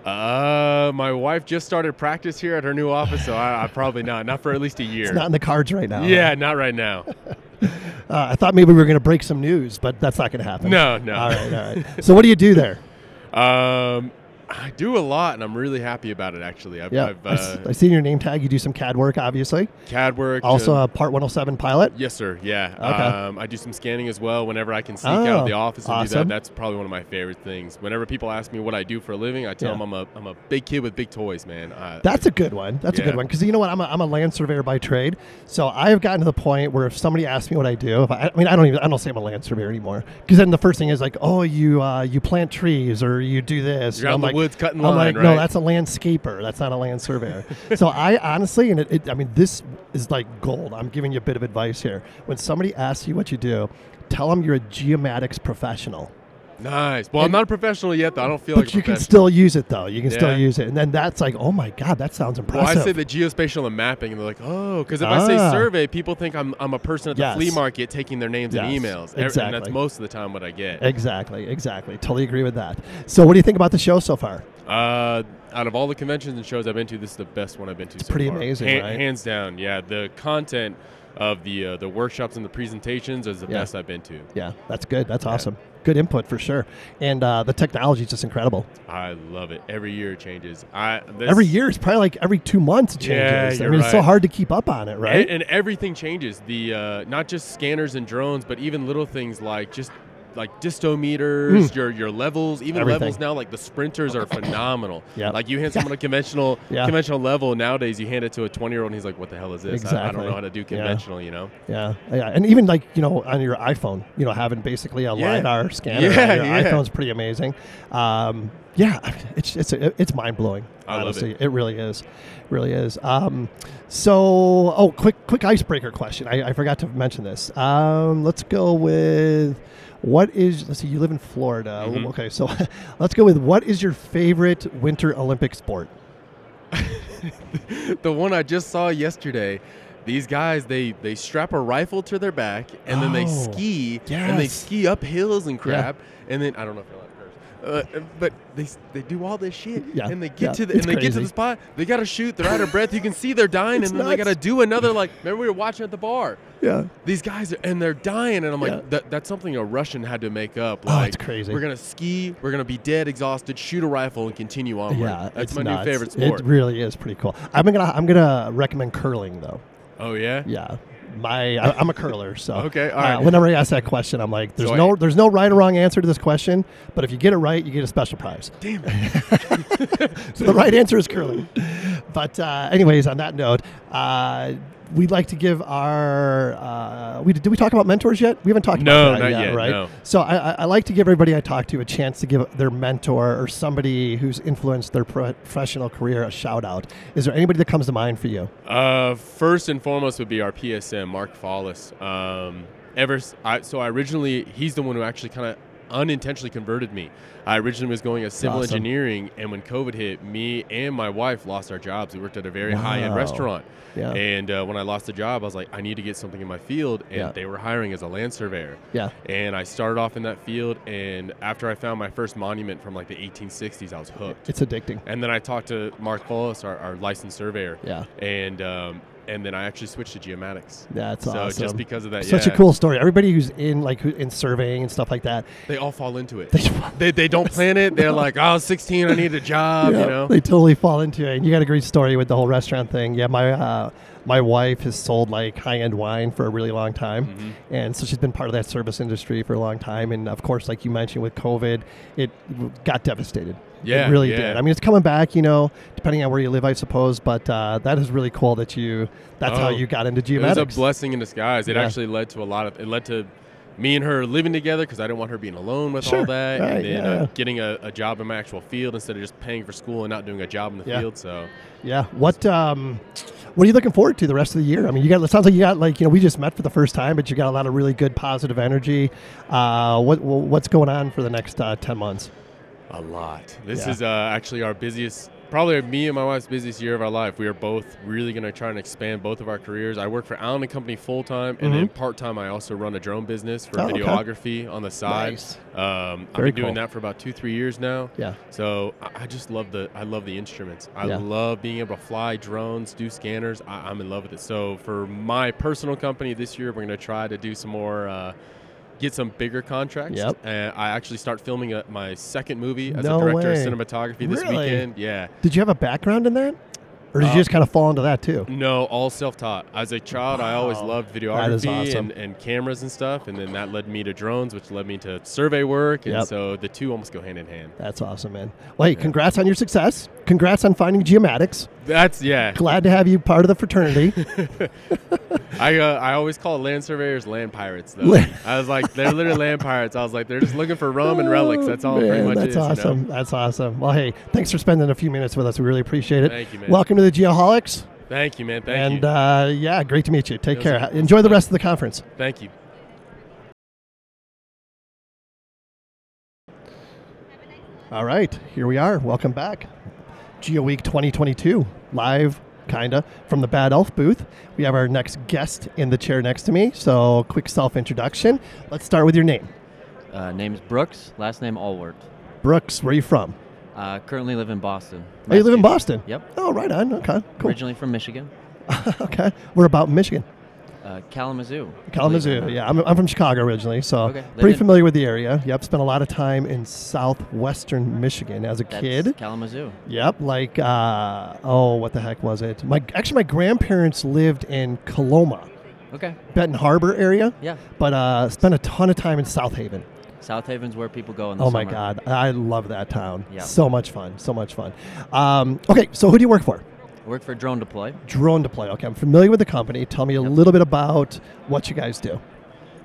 Speaker 20: Uh, my wife just started practice here at her new office, so I, I probably not. Not for at least a year.
Speaker 4: It's not in the cards right now,
Speaker 20: Yeah, not right now.
Speaker 4: Uh, I thought maybe we were going to break some news, but that's not going to happen.
Speaker 20: No, no.
Speaker 4: All right, all right. So what do you do there?
Speaker 20: Um, I do a lot, and I'm really happy about it. Actually, I've,
Speaker 4: yeah,
Speaker 20: I've,
Speaker 4: I've, s-
Speaker 20: uh,
Speaker 4: I've seen your name tag. You do some CAD work, obviously.
Speaker 20: CAD work,
Speaker 4: Also
Speaker 20: uh,
Speaker 4: a Part 107 pilot.
Speaker 20: Yes, sir. Yeah.
Speaker 4: Okay.
Speaker 20: Um, I do some scanning as well. Whenever I can sneak out of the
Speaker 4: Oh,
Speaker 20: office and do
Speaker 4: awesome.
Speaker 20: that, that's probably one of my favorite things. Whenever people ask me what I do for a living, I tell
Speaker 4: Yeah.
Speaker 20: them I'm a I'm a big kid with big toys, man. I,
Speaker 4: That's a good one. That's a
Speaker 20: Yeah.
Speaker 4: good one. Because you know what? I'm a, I'm a land surveyor by trade. So I have gotten to the point where if somebody asks me what I do, if I, I mean, I don't even, I don't say I'm a land surveyor anymore. Because then the first thing is like, oh, you uh, you plant trees or you do this.
Speaker 20: You're
Speaker 4: And
Speaker 20: out
Speaker 4: I'm
Speaker 20: in the
Speaker 4: like,
Speaker 20: woods cutting
Speaker 4: I'm
Speaker 20: line,
Speaker 4: like, no,
Speaker 20: right?"
Speaker 4: that's a landscaper. That's not a land surveyor. so I honestly, and it, it, I mean, this is like gold. I'm giving you a bit of advice here. When somebody asks you what you do, tell them you're a geomatics professional.
Speaker 20: Nice. Well, I'm not a professional yet, though. I don't feel
Speaker 4: But
Speaker 20: like a
Speaker 4: you can
Speaker 20: professional.
Speaker 4: still use it though. You can still
Speaker 20: Yeah.
Speaker 4: use it, and then that's like, oh my god, that sounds
Speaker 20: Well,
Speaker 4: impressive.
Speaker 20: I say the geospatial and mapping, and they're like, oh, because if I say
Speaker 4: Ah.
Speaker 20: survey, people think I'm, I'm a person at the flea
Speaker 4: Yes.
Speaker 20: market taking their names and
Speaker 4: Yes,
Speaker 20: emails. Ev- And that's
Speaker 4: exactly.
Speaker 20: most of the time what I get.
Speaker 4: Exactly, exactly. Totally agree with that. So, what do you think about the show so far?
Speaker 20: Uh, out of all the conventions and shows I've been to, this is the best one I've been to. It's so
Speaker 4: pretty
Speaker 20: far.
Speaker 4: amazing,
Speaker 20: Han-
Speaker 4: right?
Speaker 20: Hands down, yeah. The content of the uh, the workshops and the presentations is the
Speaker 4: Yeah.
Speaker 20: best I've been to.
Speaker 4: Yeah, that's good. That's awesome. Good input for sure. And uh, the technology is just incredible.
Speaker 20: I love it. Every year it changes. I this,
Speaker 4: every year, it's probably like every two months it
Speaker 20: Yeah,
Speaker 4: changes. I
Speaker 20: you're
Speaker 4: mean, it's so
Speaker 20: right.
Speaker 4: hard to keep up on it, right?
Speaker 20: And, and everything changes. The uh, not just scanners and drones, but even little things like just like distometers,
Speaker 4: Mm.
Speaker 20: your your levels, even
Speaker 4: Everything.
Speaker 20: levels now. Like the sprinters are phenomenal.
Speaker 4: Yeah.
Speaker 20: Like you hand someone a conventional
Speaker 4: Yeah.
Speaker 20: conventional level nowadays, you hand it to a twenty year old, and he's like, "What the hell is this? I, I don't
Speaker 4: Exactly.
Speaker 20: know how to do
Speaker 4: Yeah.
Speaker 20: conventional." You know.
Speaker 4: yeah, yeah, and even like you know on your iPhone, you know having basically a
Speaker 20: Yeah.
Speaker 4: lidar scanner
Speaker 20: Yeah,
Speaker 4: on your
Speaker 20: yeah.
Speaker 4: iPhone is pretty amazing. Um, yeah, I mean, it's it's it's mind blowing.
Speaker 20: I love it.
Speaker 4: Honestly, it. really is, really is. Um, so, oh, quick quick icebreaker question. I, I forgot to mention this. Um, let's go with what is. Let's see, you live in Florida.
Speaker 20: Mhm.
Speaker 4: Okay, so let's go with what is your favorite winter Olympic sport?
Speaker 20: the one I just saw yesterday. These guys, they they strap a rifle to their back and then they
Speaker 4: Oh,
Speaker 20: ski and they
Speaker 4: yes.
Speaker 20: ski up hills and crap. And then I don't know if you're allowed to curse, uh, but they s- they do all this shit
Speaker 4: Yeah,
Speaker 20: and they get
Speaker 4: yeah,
Speaker 20: to the
Speaker 4: it's
Speaker 20: and they get to
Speaker 4: crazy.
Speaker 20: the spot. They gotta shoot. They're out of breath. You can see they're dying,
Speaker 4: It's
Speaker 20: and then they
Speaker 4: nuts.
Speaker 20: gotta do another. Like remember we were watching at the bar.
Speaker 4: Yeah.
Speaker 20: These guys are, and they're dying, and I'm like, that, that's something a Russian had to make up. Like,
Speaker 4: Oh, it's crazy.
Speaker 20: We're gonna ski. We're gonna be dead, exhausted. Shoot a rifle and continue on.
Speaker 4: Yeah,
Speaker 20: that's
Speaker 4: it's
Speaker 20: Oh, my
Speaker 4: nuts.
Speaker 20: new favorite sport.
Speaker 4: It really is pretty cool. I'm gonna I'm gonna recommend curling though.
Speaker 20: Oh yeah.
Speaker 4: Yeah. My I, I'm a curler, so
Speaker 20: Okay, all
Speaker 4: uh,
Speaker 20: right.
Speaker 4: whenever I ask that question, I'm like, "There's
Speaker 20: So I-
Speaker 4: no there's no right or wrong answer to this question, but if you get it right, you get a special prize."
Speaker 20: Damn
Speaker 4: so the right answer is curling. But uh, anyways, on that note, uh, we'd like to give our uh, we did we talk about mentors yet? We haven't talked
Speaker 20: No,
Speaker 4: about that
Speaker 20: not yet,
Speaker 4: right?
Speaker 20: no.
Speaker 4: So I, I- I like to give everybody I talk to a chance to give their mentor or somebody who's influenced their pro- professional career a shout out. Is there anybody that comes to mind for you?
Speaker 20: Uh, first and foremost would be our PSM, Mark Fallis. Um, ever s- I, so I originally he's the one who actually kind of unintentionally converted me. I originally was going as civil
Speaker 4: Awesome.
Speaker 20: engineering, and when COVID hit, me and my wife lost our jobs. We worked at a very high end
Speaker 4: Wow.
Speaker 20: restaurant,
Speaker 4: Yeah.
Speaker 20: and uh, when I lost the job, I was like, I need to get something in my field, and
Speaker 4: Yeah.
Speaker 20: they were hiring as a land surveyor.
Speaker 4: Yeah.
Speaker 20: and I started off in that field, and after I found my first monument from like the 1860s, I was hooked.
Speaker 4: It's addicting.
Speaker 20: And then I talked to Mark Follis, our, our licensed surveyor.
Speaker 4: Yeah.
Speaker 20: And um, and then I actually switched to geomatics.
Speaker 4: That's
Speaker 20: so
Speaker 4: awesome.
Speaker 20: just because of that,
Speaker 4: such
Speaker 20: yeah,
Speaker 4: a cool story. Everybody who's in like who, in surveying and stuff like that,
Speaker 20: They all fall into it. they, they don't plan it. They're like, oh, I was 16, I need a job.
Speaker 4: Yeah,
Speaker 20: You know.
Speaker 4: they totally fall into it. And you got a great story with the whole restaurant thing. Yeah, my uh, my wife has sold like high end wine for a really long time,
Speaker 20: Mm-hmm.
Speaker 4: and so she's been part of that service industry for a long time. And of course, like you mentioned with COVID, it w- got devastated.
Speaker 20: Yeah,
Speaker 4: it really
Speaker 20: yeah.
Speaker 4: did. I mean, it's coming back, you know, depending on where you live, I suppose. But uh, that is really cool that you that's how
Speaker 20: Oh,
Speaker 4: you got into
Speaker 20: It was a
Speaker 4: geomatics.
Speaker 20: blessing in disguise. It
Speaker 4: Yeah.
Speaker 20: actually led to a lot of. It led to me and her living together because I didn't want her being alone with all
Speaker 4: Sure.
Speaker 20: that,
Speaker 4: Right,
Speaker 20: and then
Speaker 4: yeah, yeah.
Speaker 20: uh, getting a, a job in my actual field instead of just paying for school and not doing a job in the
Speaker 4: Yeah.
Speaker 20: field. So.
Speaker 4: Yeah. What um, what are you looking forward to the rest of the year? I mean, you got. It sounds like you got like you know we just met for the first time, but you got a lot of really good positive energy. Uh, what what's going on for the next uh, ten months?
Speaker 20: A lot. This
Speaker 4: Yeah.
Speaker 20: is uh, actually our busiest probably me and my wife's busiest year of our life. We are both really going to try and expand both of our careers. I work for Allen and Company full time, and then
Speaker 19: Mhm.
Speaker 20: part time I also run a drone business for
Speaker 19: Oh, okay.
Speaker 20: videography on the side.
Speaker 19: Nice.
Speaker 20: Um, I've
Speaker 19: Very
Speaker 20: been doing
Speaker 19: cool.
Speaker 20: that for about two three years now.
Speaker 19: Yeah.
Speaker 20: So I, I just love the I love the instruments. I
Speaker 19: Yeah.
Speaker 20: love being able to fly drones, do scanners. I, I'm in love with it. So for my personal company this year, we're going to try to do some more. Uh, Get some bigger contracts.
Speaker 4: Yep.
Speaker 20: And I actually start filming a, my second movie as
Speaker 4: No
Speaker 20: a director
Speaker 4: way.
Speaker 20: of cinematography this
Speaker 4: Really?
Speaker 20: weekend. Yeah.
Speaker 4: Did you have a background in that? Or did
Speaker 20: Uh, Mm,
Speaker 4: you just kind of fall into that too?
Speaker 20: No, all self-taught. As a child, I always
Speaker 4: Wow.
Speaker 20: loved
Speaker 4: That is
Speaker 20: videography
Speaker 4: awesome.
Speaker 20: and, and cameras and stuff, and then that led me to drones, which led me to survey work, and
Speaker 4: Yep.
Speaker 20: so the two almost go hand in hand.
Speaker 4: That's awesome, man. Well, hey, congrats on your success. Congrats on finding geomatics.
Speaker 20: That's yeah.
Speaker 4: Glad to have you part of the fraternity.
Speaker 20: I uh, I always call land surveyors land pirates though. I was like, they're literally land pirates. I was like, they're just looking for rum and relics. That's all pretty
Speaker 4: Oh, Man,
Speaker 20: much
Speaker 4: that's
Speaker 20: is. you know?
Speaker 4: awesome. That's awesome. Well, hey, thanks for spending a few minutes with us. We really appreciate it.
Speaker 20: Thank you, man.
Speaker 4: Welcome to the Geoholics.
Speaker 20: Thank you, man. Thank
Speaker 4: and,
Speaker 20: you.
Speaker 4: uh, yeah, great to meet you. Take
Speaker 20: It was
Speaker 4: care.
Speaker 20: a-
Speaker 4: Enjoy the rest of the conference.
Speaker 20: Thank you.
Speaker 4: All right, here we are. Welcome back. Geo Week 2022, live, kinda, from the Bad Elf booth. We have our next guest in the chair next to me. So, quick self introduction. Let's start with your name.
Speaker 21: Uh, name's Brooks, last name Allward.
Speaker 4: Brooks, where are you from?
Speaker 21: Uh, currently live in Boston.
Speaker 4: Oh, you live in
Speaker 21: Massachusetts.
Speaker 4: Boston?
Speaker 21: Yep.
Speaker 4: Oh, right on. Okay, cool.
Speaker 21: Originally from Michigan,
Speaker 4: okay, we're about in Michigan.
Speaker 21: uh, Kalamazoo. believe it or
Speaker 4: Kalamazoo.
Speaker 21: not.
Speaker 4: Yeah, I'm, I'm from Chicago originally, so
Speaker 21: Okay,
Speaker 4: pretty
Speaker 21: lived in-
Speaker 4: familiar with the area. Yep, spent a lot of time in southwestern Michigan as a
Speaker 21: That's
Speaker 4: kid.
Speaker 21: Kalamazoo.
Speaker 4: Yep, like uh, oh, what the heck was it? My actually, my grandparents lived in Coloma,
Speaker 21: Okay.
Speaker 4: Benton Harbor area.
Speaker 21: Yeah.
Speaker 4: but uh, spent a ton of time in South Haven.
Speaker 21: South Haven's where people go in the
Speaker 4: Oh
Speaker 21: summer.
Speaker 4: my God, I love that town.
Speaker 21: Yeah.
Speaker 4: so much fun, so much fun. Um, okay, so who do you work for?
Speaker 21: Work for Drone Deploy.
Speaker 4: Drone Deploy. Okay, I'm familiar with the company. Tell me a little bit about what you guys do.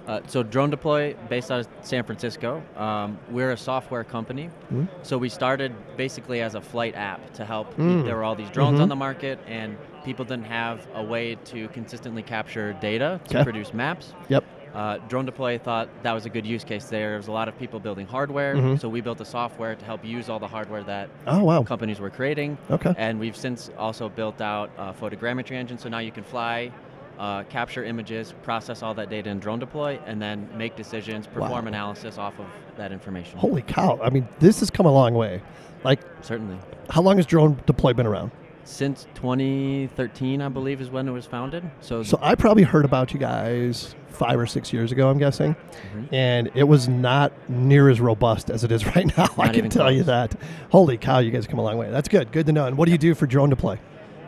Speaker 21: Uh, so Drone Deploy, based out of San Francisco, um, we're a software company.
Speaker 4: Mhm.
Speaker 21: So we started basically as a flight app to help.
Speaker 4: Mm.
Speaker 21: There were all these drones
Speaker 4: Mhm.
Speaker 21: on the market, and people didn't have a way to consistently capture data to
Speaker 4: Okay.
Speaker 21: produce maps.
Speaker 4: Yep.
Speaker 21: Uh, Drone Deploy thought that was a good use case there. There was a lot of people building hardware,
Speaker 4: Mhm.
Speaker 21: so we built a software to help use all the hardware that
Speaker 4: Oh, wow.
Speaker 21: companies were creating.
Speaker 4: Okay.
Speaker 21: And we've since also built out a photogrammetry engine, so now you can fly, uh, capture images, process all that data in Drone Deploy, and then make decisions, perform analysis off of that information.
Speaker 4: Holy cow! I mean, this has come a long way. Like
Speaker 21: Certainly.
Speaker 4: How long has Drone Deploy been around?
Speaker 21: Since 2013, I believe, is when it was founded. So,
Speaker 4: So I probably heard about you guys five or six years ago, I'm guessing,
Speaker 21: Mhm.
Speaker 4: and it was not near as robust as it is right now. I
Speaker 21: Not
Speaker 4: can
Speaker 21: even
Speaker 4: tell you
Speaker 21: close.
Speaker 4: that. Holy cow! You guys have come a long way. That's good. Good to know. And what do you do for Drone Deploy?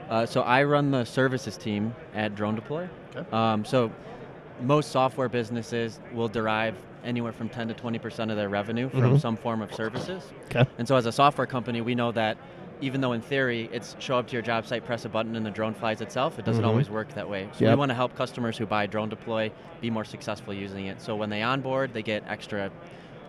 Speaker 21: Uh, so I run the services team at Drone Deploy. Um, so most software businesses will derive anywhere from 10 to 20% of their revenue from
Speaker 4: Mhm.
Speaker 21: some form of services.
Speaker 4: 'Kay.
Speaker 21: And so as a software company, we know that even though in theory it's show up to your job site, press a button, and the drone flies itself, it doesn't
Speaker 4: Mhm.
Speaker 21: always work that way. So
Speaker 4: Yep.
Speaker 21: we want to help customers who buy Drone Deploy be more successful using it. So when they onboard, they get extra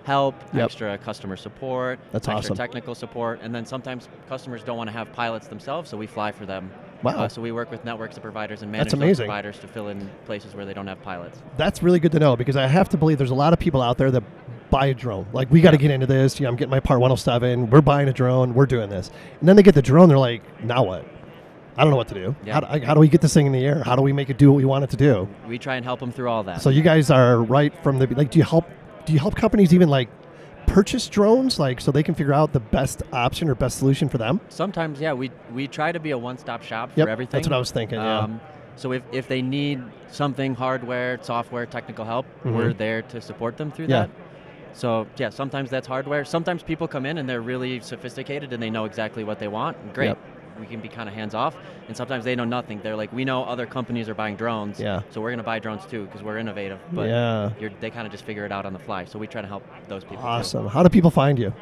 Speaker 21: help,
Speaker 4: Yep.
Speaker 21: extra customer support,
Speaker 4: That's
Speaker 21: extra
Speaker 4: awesome.
Speaker 21: technical support, and then sometimes customers don't want to have pilots themselves, so we fly for them.
Speaker 4: Wow.
Speaker 21: Uh, so we work with networks of providers and manage
Speaker 4: That's
Speaker 21: those
Speaker 4: amazing.
Speaker 21: providers to fill in places where they don't have pilots.
Speaker 4: That's really good to know because I have to believe there's a lot of people out there that buy a drone. Like we got to get into this. You know, I'm getting my part 107. We're buying a drone. We're doing this, and then they get the drone. They're like, now what? I don't know what to do.
Speaker 21: Yeah.
Speaker 4: How, do I- how do we get this thing in the air? How do we make it do what we want it to do?
Speaker 21: We try and help them through all that.
Speaker 4: So you guys are right from the like. Do you help? Do you help companies even like purchase drones, like so they can figure out the best option or best solution for them?
Speaker 21: Sometimes, yeah, we we try to be a one-stop shop
Speaker 4: Yep,
Speaker 21: for
Speaker 4: that's
Speaker 21: everything. Um,
Speaker 4: what I was thinking, yeah.
Speaker 21: so if, if they need something, hardware, software, technical help,
Speaker 4: Mhm.
Speaker 21: we're there to support them through
Speaker 4: Yeah.
Speaker 21: that. So yeah, sometimes that's hardware. Sometimes people come in and they're really sophisticated and they know exactly what they want. and Great.
Speaker 4: Yep.
Speaker 21: We can be kind of hands off, and sometimes they know nothing. They're like, we know other companies are buying drones,
Speaker 4: Yeah.
Speaker 21: so we're gonna buy drones too because we're innovative. But
Speaker 4: Yeah.
Speaker 21: you're, they kind of just figure it out on the fly. So we try to help those people. too.
Speaker 4: Awesome. How do people find you?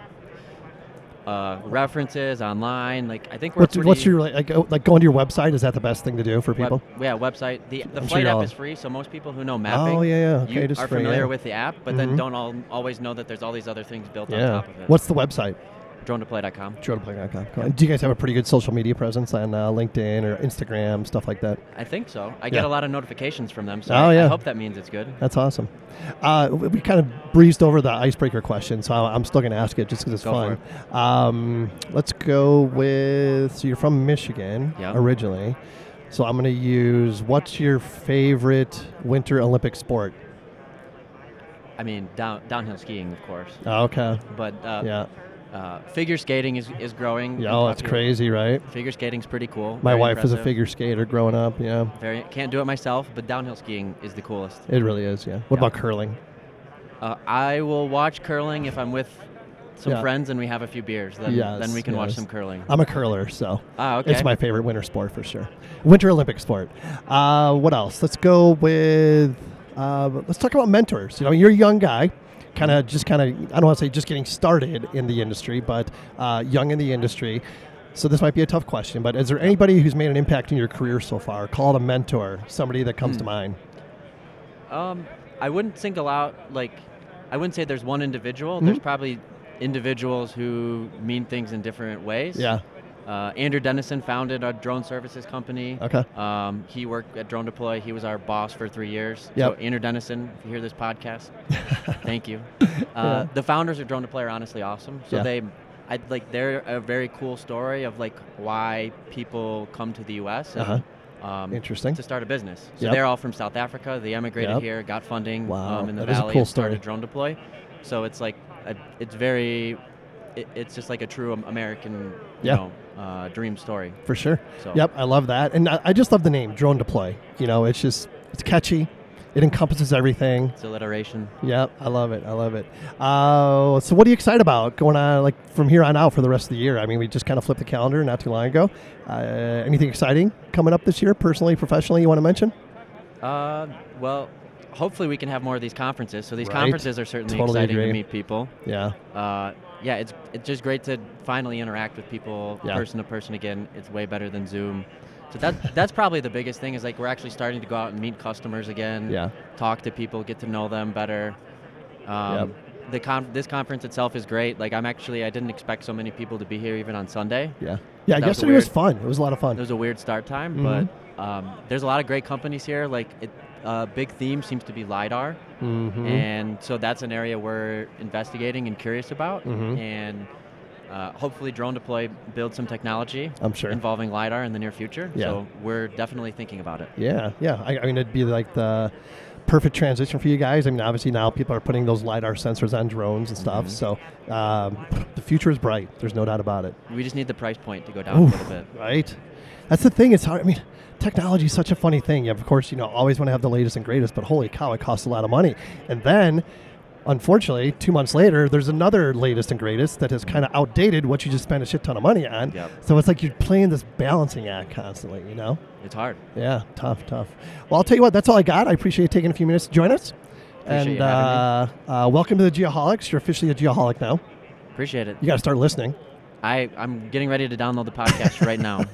Speaker 21: Uh, references online, like I think we're
Speaker 4: What's,
Speaker 21: pretty,
Speaker 4: what's your like go- like going to your website? Is that the best thing to do for people?
Speaker 21: Web, yeah, website. The, the
Speaker 4: I'm sure
Speaker 21: flight
Speaker 4: y'all- Oh,
Speaker 21: app is free, so most people who know mapping
Speaker 4: yeah, yeah, okay,
Speaker 21: you
Speaker 4: it is
Speaker 21: are
Speaker 4: free,
Speaker 21: familiar
Speaker 4: yeah.
Speaker 21: with the app, but
Speaker 4: Mhm.
Speaker 21: then don't all, always know that there's all these other things built on
Speaker 4: yeah.
Speaker 21: top of it.
Speaker 4: What's the website?
Speaker 21: DroneDeploy.com.
Speaker 4: DroneDeploy.com. Cool. And Do you guys have a pretty good social media presence on uh, LinkedIn or Instagram, stuff like that?
Speaker 21: I think so. I get
Speaker 4: Yeah.
Speaker 21: a lot of notifications from them, so
Speaker 4: oh
Speaker 21: I,
Speaker 4: yeah,
Speaker 21: I hope that means it's good.
Speaker 4: That's awesome. Uh, we we kind of breezed over the icebreaker question, so I- I'm still going to ask it just because it's
Speaker 21: Go for
Speaker 4: fun. Um, let's go with. So you're from Michigan
Speaker 21: Yeah.
Speaker 4: originally, so I'm going to use. What's your favorite Winter Olympic sport?
Speaker 21: I mean, down, downhill skiing, of course.
Speaker 4: Oh, okay.
Speaker 21: But uh,
Speaker 4: Yeah.
Speaker 21: uh, figure skating is, is growing. in
Speaker 4: Yeah, oh, that's
Speaker 21: popular-
Speaker 4: crazy, right?
Speaker 21: Figure skating's pretty cool.
Speaker 4: My
Speaker 21: very
Speaker 4: wife is a
Speaker 21: impressive.
Speaker 4: figure skater growing up. Yeah,
Speaker 21: Very can't do it myself, but downhill skiing is the coolest.
Speaker 4: it really is. Yeah. What about curling?
Speaker 21: Uh, I will watch curling if I'm with some
Speaker 4: Yeah.
Speaker 21: friends and we have a few beers. Then, then
Speaker 4: Yes,
Speaker 21: we can watch
Speaker 4: yes.
Speaker 21: some curling.
Speaker 4: I'm a curler, so
Speaker 21: Ah,
Speaker 4: it's
Speaker 21: okay.
Speaker 4: my favorite winter sport for sure. Winter Olympic sport. Uh, what else? Let's go with. Uh, let's talk about mentors. You know, you're a young guy, kind of just kind of. I don't want to say just getting started in the industry, but uh, young in the industry. So this might be a tough question, but is there anybody who's made an impact in your career so far? Call it a mentor, somebody that
Speaker 21: Hmm.
Speaker 4: comes to mind.
Speaker 21: Um, I wouldn't single out like I wouldn't say there's one individual. There's
Speaker 4: Hmm.
Speaker 21: probably individuals who mean things in different ways.
Speaker 4: Yeah.
Speaker 21: Uh, Andrew Dennison founded a drone services company.
Speaker 4: Okay.
Speaker 21: Um, he worked at Drone Deploy. He was our boss for three years. So
Speaker 4: Yep.
Speaker 21: Andrew Dennison, if you hear this podcast, thank you. Uh,
Speaker 4: Yeah.
Speaker 21: The founders of Drone Deploy are honestly awesome. So
Speaker 4: Yeah.
Speaker 21: they, I like, they're a very cool story of like why people come to the U.S. and,
Speaker 4: Uh-huh.
Speaker 21: um,
Speaker 4: Interesting.
Speaker 21: to start a business. So
Speaker 4: Yep.
Speaker 21: they're all from South Africa. They emigrated
Speaker 4: Yep.
Speaker 21: here, got funding
Speaker 4: Wow,
Speaker 21: um, in the
Speaker 4: that is a
Speaker 21: valley,
Speaker 4: cool
Speaker 21: and started
Speaker 4: story.
Speaker 21: drone deploy. So it's like a, it's very, it, it's just like a true Am- American, you
Speaker 4: Yeah.
Speaker 21: know, uh, dream story.
Speaker 4: For sure.
Speaker 21: So.
Speaker 4: Yep, I love that, and I, I just love the name Drone Deploy. You know, it's just it's catchy. It encompasses everything.
Speaker 21: It's alliteration.
Speaker 4: Yep, I love it. I love it. Uh, so, what are you excited about going on, like from here on out for the rest of the year? I mean, we just kind of flipped the calendar not too long ago. Uh, anything exciting coming up this year, personally, professionally, you want to mention?
Speaker 21: Uh, well, hopefully we can have more of these conferences. So these
Speaker 4: Right.
Speaker 21: conferences are certainly
Speaker 4: Totally
Speaker 21: exciting
Speaker 4: agree.
Speaker 21: to meet people.
Speaker 4: Yeah.
Speaker 21: Uh, yeah, it's it's just great to finally interact with people
Speaker 4: Yeah.
Speaker 21: person to person again. It's way better than Zoom. So that that's probably the biggest thing is like we're actually starting to go out and meet customers again.
Speaker 4: Yeah.
Speaker 21: Talk to people, get to know them better. Um,
Speaker 4: Yep.
Speaker 21: The con- this conference itself is great. Like I'm actually I didn't expect so many people to be here even on Sunday.
Speaker 4: Yeah. Yeah,
Speaker 21: That
Speaker 4: yesterday was
Speaker 21: weird-
Speaker 4: fun. It was a lot of fun.
Speaker 21: It was a weird start time,
Speaker 4: Mhm.
Speaker 21: but um, there's a lot of great companies here. Like it, uh, big theme seems to be lidar,
Speaker 4: Mhm.
Speaker 21: and so that's an area we're investigating and curious about,
Speaker 4: Mhm.
Speaker 21: and. Uh, hopefully, drone deploy build some technology.
Speaker 4: I'm sure.
Speaker 21: involving lidar in the near future.
Speaker 4: Yeah.
Speaker 21: So we're definitely thinking about it.
Speaker 4: Yeah, yeah. I, I mean, it'd be like the perfect transition for you guys. I mean, obviously now people are putting those lidar sensors on drones and
Speaker 21: Mm-hmm.
Speaker 4: stuff. So, um, the future is bright. There's no doubt about it.
Speaker 21: We just need the price point to go down
Speaker 4: Oof,
Speaker 21: a little bit.
Speaker 4: Right. That's the thing. It's hard. I mean, technology is such a funny thing. You, of course, you know, always want to have the latest and greatest, but holy cow, it costs a lot of money. And then, unfortunately, two months later, there's another latest and greatest that has kind of outdated what you just spent a shit ton of money on.
Speaker 21: Mm-hmm. Yep.
Speaker 4: So it's like you're playing this balancing act constantly, you know?
Speaker 21: It's hard.
Speaker 4: Yeah, tough, tough. Well, I'll tell you what, that's all I got. I appreciate you taking a few minutes to join us.
Speaker 21: Appreciate
Speaker 4: and
Speaker 21: you
Speaker 4: uh,
Speaker 21: having
Speaker 4: uh, welcome to the Geoholics. You're officially a Geoholic now.
Speaker 21: Appreciate it.
Speaker 4: You got to start listening.
Speaker 21: I, I'm getting ready to download the podcast right now.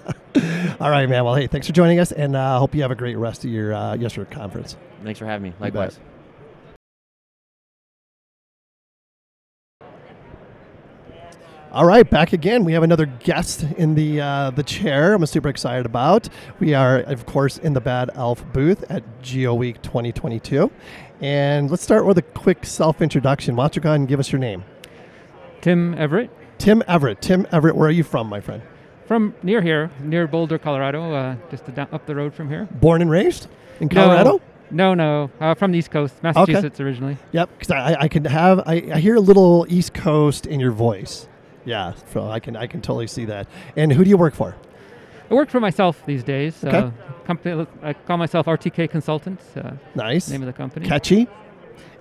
Speaker 4: All right, man. Well, hey, thanks for joining us, and uh, hope you have a great rest of your uh, yes, your conference.
Speaker 21: Thanks for having me.
Speaker 4: You bet.
Speaker 21: Likewise.
Speaker 4: All right, back again. We have another guest in the uh, the chair. I'm super excited about. We are, of course, in the Bad Elf booth at Geo Week 2022, and let's start with a quick self introduction. Why don't you go ahead and give us your name?
Speaker 22: Tim Everett.
Speaker 4: Tim Everett. Tim Everett. Where are you from, my friend?
Speaker 22: From near here, near Boulder, Colorado, uh, just a down, up the road from here.
Speaker 4: Born and raised in Colorado.
Speaker 22: No, no, no. Uh, from the East Coast, Massachusetts originally.
Speaker 4: Yep, because I, I can have I, I hear a little East Coast in your voice. Yeah, so I can I can totally see that. And who do you work for?
Speaker 22: I work for myself these days.
Speaker 4: Okay.
Speaker 22: Uh, company, I call myself RTK Consultants. Uh,
Speaker 4: Nice
Speaker 22: Name of the company.
Speaker 4: Catchy.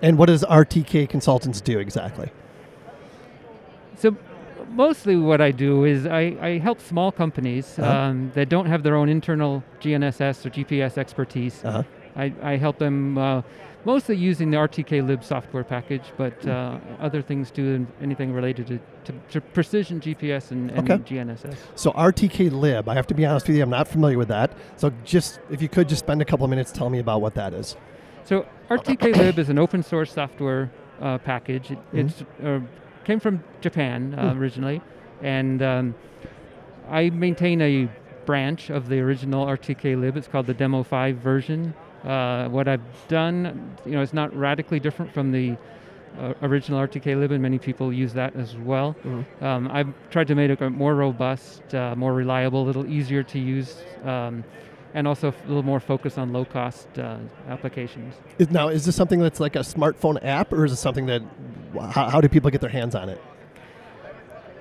Speaker 4: And what does RTK Consultants do exactly?
Speaker 22: So mostly what I do is I, I help small companies
Speaker 4: Uh-huh.
Speaker 22: um, that don't have their own internal GNSS or GPS expertise.
Speaker 4: Uh-huh.
Speaker 22: I, I help them uh, mostly using the RTK Lib software package, but
Speaker 4: Mm.
Speaker 22: uh, other things too, and anything related to, to, to precision GPS and, and
Speaker 4: Okay.
Speaker 22: GNSS.
Speaker 4: So RTK Lib. I have to be honest with you, I'm not familiar with that. So just if you could just spend a couple of minutes telling me about what that is.
Speaker 22: So RTK Lib is an open source software uh, package. It it's, uh, came from Japan uh,
Speaker 4: Hmm.
Speaker 22: originally. And um, I maintain a branch of the original RTK lib. It's called the Demo 5 version. Uh, what I've done, you know, it's not radically different from the uh, original RTK lib, and many people use that as well. Um, I've tried to make it more robust, uh, more reliable, a little easier to use, um, and also a little more focus on low-cost uh, applications.
Speaker 4: Is- Now, is this something that's like a smartphone app, or is it something that wh- how, how do people get their hands on it?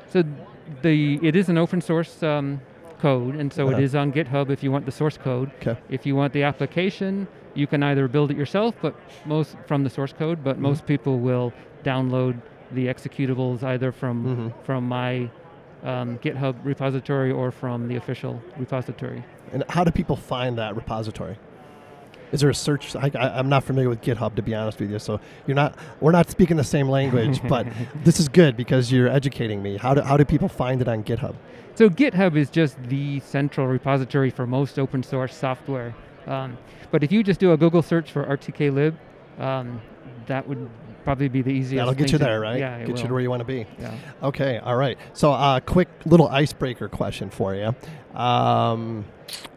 Speaker 22: So the it is an open source um, code, and so it
Speaker 4: Uh-huh.
Speaker 22: is on GitHub if you want the source code. If you want the application, you can either build it yourself, but most from the source code. But
Speaker 15: Mhm.
Speaker 4: Mm-hmm.
Speaker 22: most people will download the executables either from
Speaker 4: Mm-hmm.
Speaker 22: from my um, GitHub repository or from the official repository.
Speaker 4: And how do people find that repository? Is there a search? I, I, I'm not familiar with GitHub, to be honest with you. So you're not, we're not speaking the same language, but this is good because you're educating me. How do, how do people find it on GitHub?
Speaker 22: So GitHub is just the central repository for most open source software. Um, but if you just do a Google search for RTK lib, um, that would probably be the easiest.
Speaker 4: That'll get
Speaker 22: thing
Speaker 4: you
Speaker 22: to-
Speaker 4: there, right?
Speaker 22: Yeah, it
Speaker 4: get you to
Speaker 22: will.
Speaker 4: where you want to be.
Speaker 22: Yeah.
Speaker 4: Okay. All right. So, uh, quick little icebreaker question for you: um,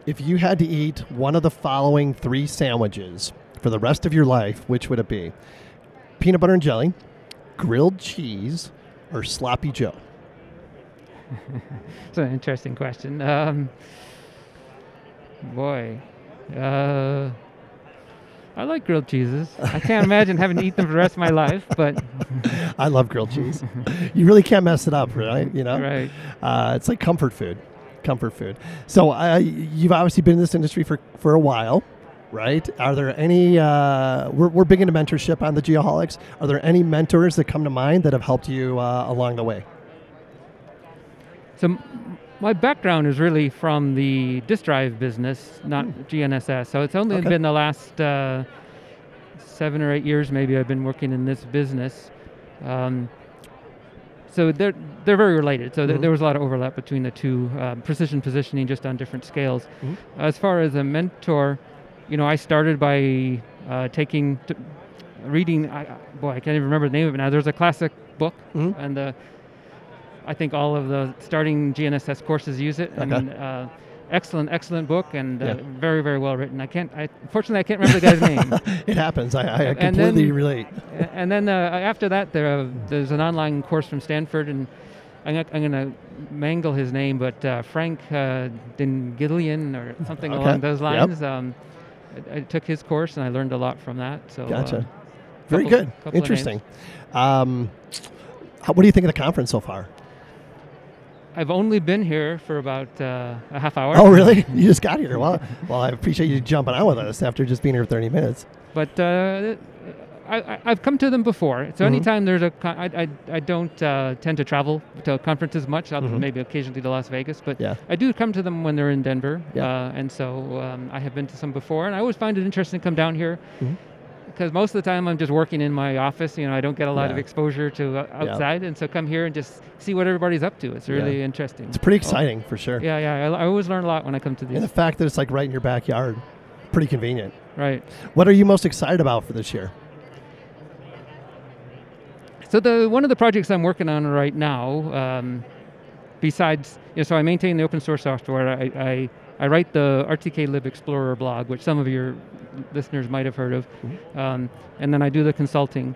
Speaker 4: If you had to eat one of the following three sandwiches for the rest of your life, which would it be? Peanut butter and jelly, grilled cheese, or sloppy Joe?
Speaker 22: It's an interesting question. Um, boy, uh, I like grilled cheeses. I can't imagine having to eat them for the rest of my life, but
Speaker 4: I love grilled cheese. you really can't mess it up, right? You know,
Speaker 22: Right.
Speaker 4: Uh, it's like comfort food, comfort food. So, uh, you've obviously been in this industry for for a while, right? Are there any? Uh, we're we're big into mentorship on the Geoholics. Are there any mentors that come to mind that have helped you uh, along the way?
Speaker 22: So m- my background is really from the disk drive business, not GNSS. So it's only
Speaker 15: Okay.
Speaker 22: been the last uh, seven or eight years, maybe, I've been working in this business. Um, so they're they're very related. So
Speaker 4: Mm-hmm.
Speaker 22: there
Speaker 15: Mhm.
Speaker 22: there was a lot of overlap between the two, uh, precision positioning just on different scales.
Speaker 15: Mhm.
Speaker 4: Mm-hmm.
Speaker 22: As far as a mentor, you know, I started by uh, taking, t- reading. I, I- boy, I can't even remember the name of it now. There's a classic book,
Speaker 4: Mm-hmm.
Speaker 22: and the I think all of the starting GNSS courses use it. And,
Speaker 15: Okay.
Speaker 22: uh, excellent, excellent book, and uh,
Speaker 15: Yeah.
Speaker 22: very, very well written. I can't. I fortunately I can't remember the guy's name.
Speaker 4: It happens. I- I
Speaker 22: And
Speaker 4: completely relate.
Speaker 22: a- And then uh, after that, there, uh, there's an online course from Stanford, and I'm, not- I'm going to mangle his name, but uh, Frank uh, Dingillian or something
Speaker 15: Okay.
Speaker 22: along those
Speaker 15: Yep.
Speaker 22: lines. Um, I, I took his course, and I learned a lot from that. So uh,
Speaker 4: Gotcha. Very
Speaker 22: couple-
Speaker 4: good.
Speaker 22: couple of names.
Speaker 4: Interesting. Um, how, what do you think of the conference so far?
Speaker 22: I've only been here for about uh, a half hour.
Speaker 4: Oh, really? You just got here. Well, well, I appreciate you jumping on with us after just being here 30 minutes.
Speaker 22: but uh, I, I- I've come to them before. So
Speaker 4: Mhm.
Speaker 22: anytime there's a, con- I, I, I don't uh, tend to travel to conferences much. I'll
Speaker 4: Mhm.
Speaker 22: maybe occasionally to Las Vegas, but
Speaker 4: Yeah.
Speaker 22: I do come to them when they're in Denver.
Speaker 4: Yeah.
Speaker 22: Uh, and so um, I have been to some before, and I always find it interesting to come down here.
Speaker 4: Mhm.
Speaker 22: Because most of the time I'm just working in my office, you know, I don't get a lot
Speaker 4: Yeah.
Speaker 22: of exposure to uh,
Speaker 4: Yeah.
Speaker 22: outside, and so come here and just see what everybody's up to. It's
Speaker 4: Yeah.
Speaker 22: really interesting. Oh.
Speaker 4: It's pretty exciting, for sure.
Speaker 22: Yeah, yeah. I, I always learn a lot when I come to these.
Speaker 4: And the fact that it's like right in your backyard, pretty convenient.
Speaker 22: Right.
Speaker 4: What are you most excited about for this year?
Speaker 22: So the one of the projects I'm working on right now, um, besides, you know, so I maintain the open source software. I, I, I write the RTK Lib Explorer blog, which some of your listeners might have heard of,
Speaker 4: Mm-hmm.
Speaker 22: um, and then I do the consulting.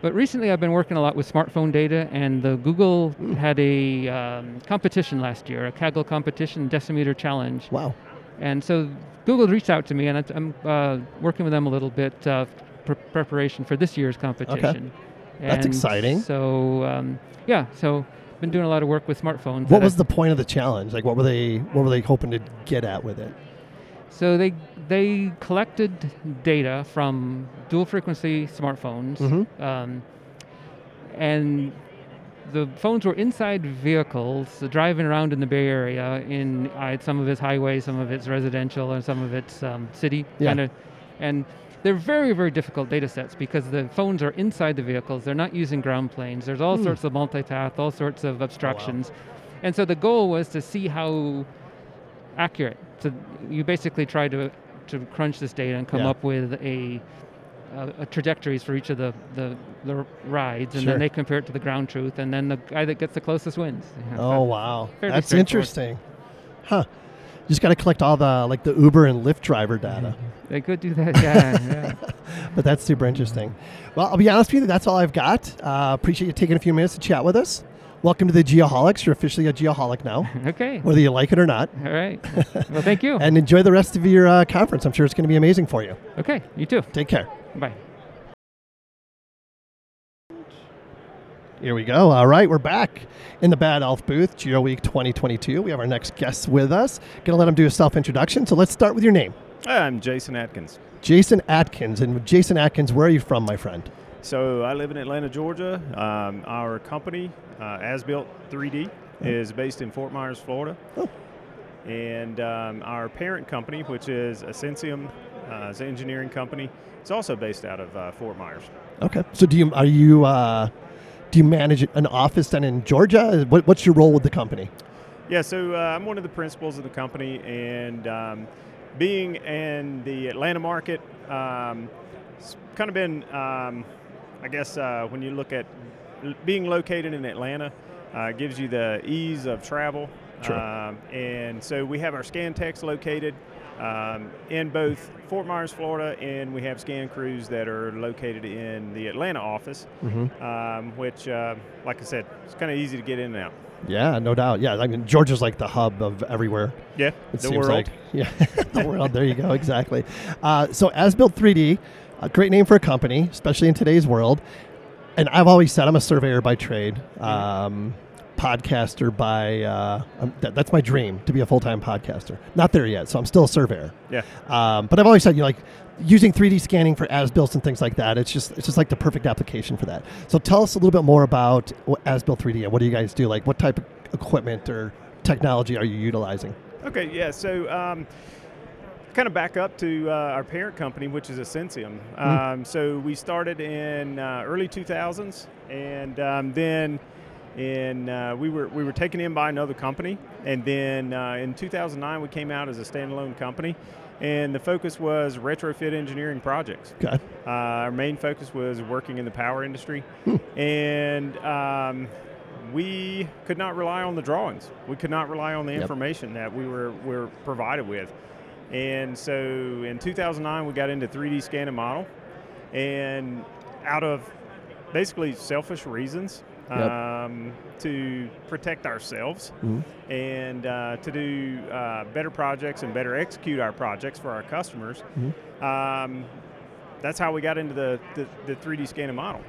Speaker 22: But recently, I've been working a lot with smartphone data, and the Google
Speaker 4: Mm.
Speaker 22: had a um, competition last year, a Kaggle competition, decimeter challenge.
Speaker 4: Wow.
Speaker 22: And so Google reached out to me, and I'm uh, working with them a little bit uh, pre- preparation for this year's competition.
Speaker 4: That's
Speaker 22: And
Speaker 4: exciting.
Speaker 22: So um, yeah, so been doing a lot of work with smartphones.
Speaker 4: What
Speaker 22: that I-
Speaker 4: was the point of the challenge? Like, what were they? What were they hoping to get at with it?
Speaker 22: So they they collected data from dual frequency smartphones,
Speaker 4: Mhm.
Speaker 22: um, and the phones were inside vehicles, uh, driving around in the Bay Area. In uh, some of it's highway, some of it's residential, and some of it's um, city
Speaker 15: Yeah.
Speaker 22: kind of. And they're very very difficult data sets because the phones are inside the vehicles. They're not using ground planes. There's all
Speaker 15: Hmm.
Speaker 22: sorts of multipath, all sorts of obstructions, and so the goal was to see how accurate. So you basically try to to crunch this data and come
Speaker 15: Yeah.
Speaker 22: up with a uh, uh, trajectories for each of the, the, the rides, and
Speaker 4: Sure.
Speaker 22: then they compare it to the ground truth, and then the guy that gets the closest wins. You know,
Speaker 4: Oh
Speaker 22: so
Speaker 4: wow,
Speaker 22: fairly
Speaker 4: that's
Speaker 22: straightforward.
Speaker 4: interesting, huh? You just got to collect all the like the Uber and Lyft driver data.
Speaker 22: They could do that, yeah, yeah.
Speaker 4: but that's super interesting. Well, I'll be honest with you, that's all I've got. Uh, appreciate you taking a few minutes to chat with us. Welcome to the Geoholics. You're officially a Geoholic now.
Speaker 22: Okay.
Speaker 4: Whether you like it or not.
Speaker 22: All right. Well, thank you.
Speaker 4: and enjoy the rest of your uh, conference. I'm sure it's going to be amazing for you.
Speaker 22: Okay. You too.
Speaker 4: Take care.
Speaker 22: Bye.
Speaker 4: Here we go. All right, we're back in the Bad Elf booth, Geo Week 2022. We have our next guest with us. Gonna let him do a self introduction. So let's start with your name,
Speaker 1: Hi, I'm Jason Atkins.
Speaker 4: Jason Atkins. And Jason Atkins, where are you from, my friend?
Speaker 1: So I live in Atlanta, Georgia. Um, our company, uh, Asbuilt 3D, is based in Fort Myers, Florida. And um, our parent company, which is Ascensium, uh, is an engineering company. It's also based out of uh, Fort Myers.
Speaker 4: Okay. So do you are you uh, do you manage an office then in Georgia? What, what's your role with the company?
Speaker 1: Yeah, so uh, I'm one of the principals of the company, and um, being in the Atlanta market, um, it's kind of been, um, I guess, uh, when you look at l- being located in Atlanta, uh, gives you the ease of travel.
Speaker 23: Sure.
Speaker 1: Um, and so we have our Scantex located um, in both Fort Myers, Florida, and we have scan crews that are located in the Atlanta office,
Speaker 4: Mhm.
Speaker 1: um, which, uh, like I said, it's kind of easy to get in and out.
Speaker 4: Yeah, no doubt. Yeah, I mean Georgia's like the hub of everywhere.
Speaker 1: Yeah,
Speaker 4: it
Speaker 1: the
Speaker 4: seems
Speaker 1: world.
Speaker 4: like. Yeah, the world. There you go. Exactly. Uh, so as built 3D, a great name for a company, especially in today's world. And I've always said I'm a surveyor by trade,
Speaker 1: Mm-hmm.
Speaker 4: um, podcaster by. Uh, um, that, that's my dream to be a full time podcaster. Not there yet, so I'm still a surveyor.
Speaker 1: Yeah.
Speaker 4: Um, but I've always said you know, like using 3D scanning for as built and things like that. It's just it's just like the perfect application for that. So tell us a little bit more about as built 3D and what do you guys do? Like what type of equipment or technology are you utilizing?
Speaker 1: Okay, yeah. So, um, kind of back up to uh, our parent company, which is Ascensium.
Speaker 4: Mhm.
Speaker 1: Um, so we started in uh, early 2000s, and um, then in uh, we were we were taken in by another company, and then uh, in 2009 we came out as a standalone company, and the focus was retrofit engineering projects.
Speaker 4: Okay.
Speaker 1: Uh, our main focus was working in the power industry, and um, we could not rely on the drawings. We could not rely on the
Speaker 24: Yep.
Speaker 1: information that we were, were provided with. And so in 2009, we got into 3D scan and model, and out of basically selfish reasons
Speaker 23: Yep.
Speaker 1: um, to protect ourselves
Speaker 23: Mhm.
Speaker 1: and uh, to do uh, better projects and better execute our projects for our customers.
Speaker 23: Mhm.
Speaker 1: Um, that's how we got into the, the, the 3D scanning model.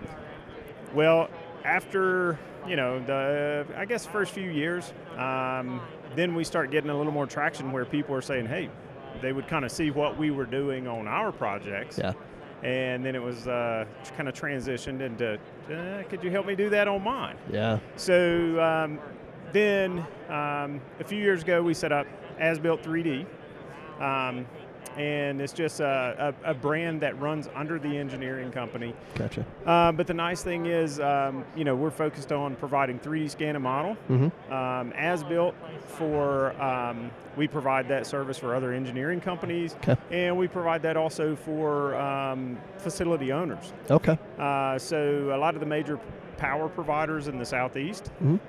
Speaker 1: Well, after you know the I guess first few years, um, then we start getting a little more traction where people are saying, "Hey," they would kind of see what we were doing on our projects.
Speaker 4: Yeah.
Speaker 1: And then it was uh, kind of transitioned into, uh, "Could you help me do that on mine?"
Speaker 4: Yeah.
Speaker 1: So um, then um, a few years ago, we set up As Built 3D. Um, and it's just a, a, a brand that runs under the engineering company.
Speaker 4: Gotcha.
Speaker 1: Uh, but the nice thing is, um, you know, we're focused on providing 3D scan and model
Speaker 4: Mhm.
Speaker 1: um, as built for. Um, we provide that service for other engineering companies, and we provide that also for um, facility owners.
Speaker 4: Okay.
Speaker 1: Uh, so a lot of the major power providers in the southeast,
Speaker 4: Mhm.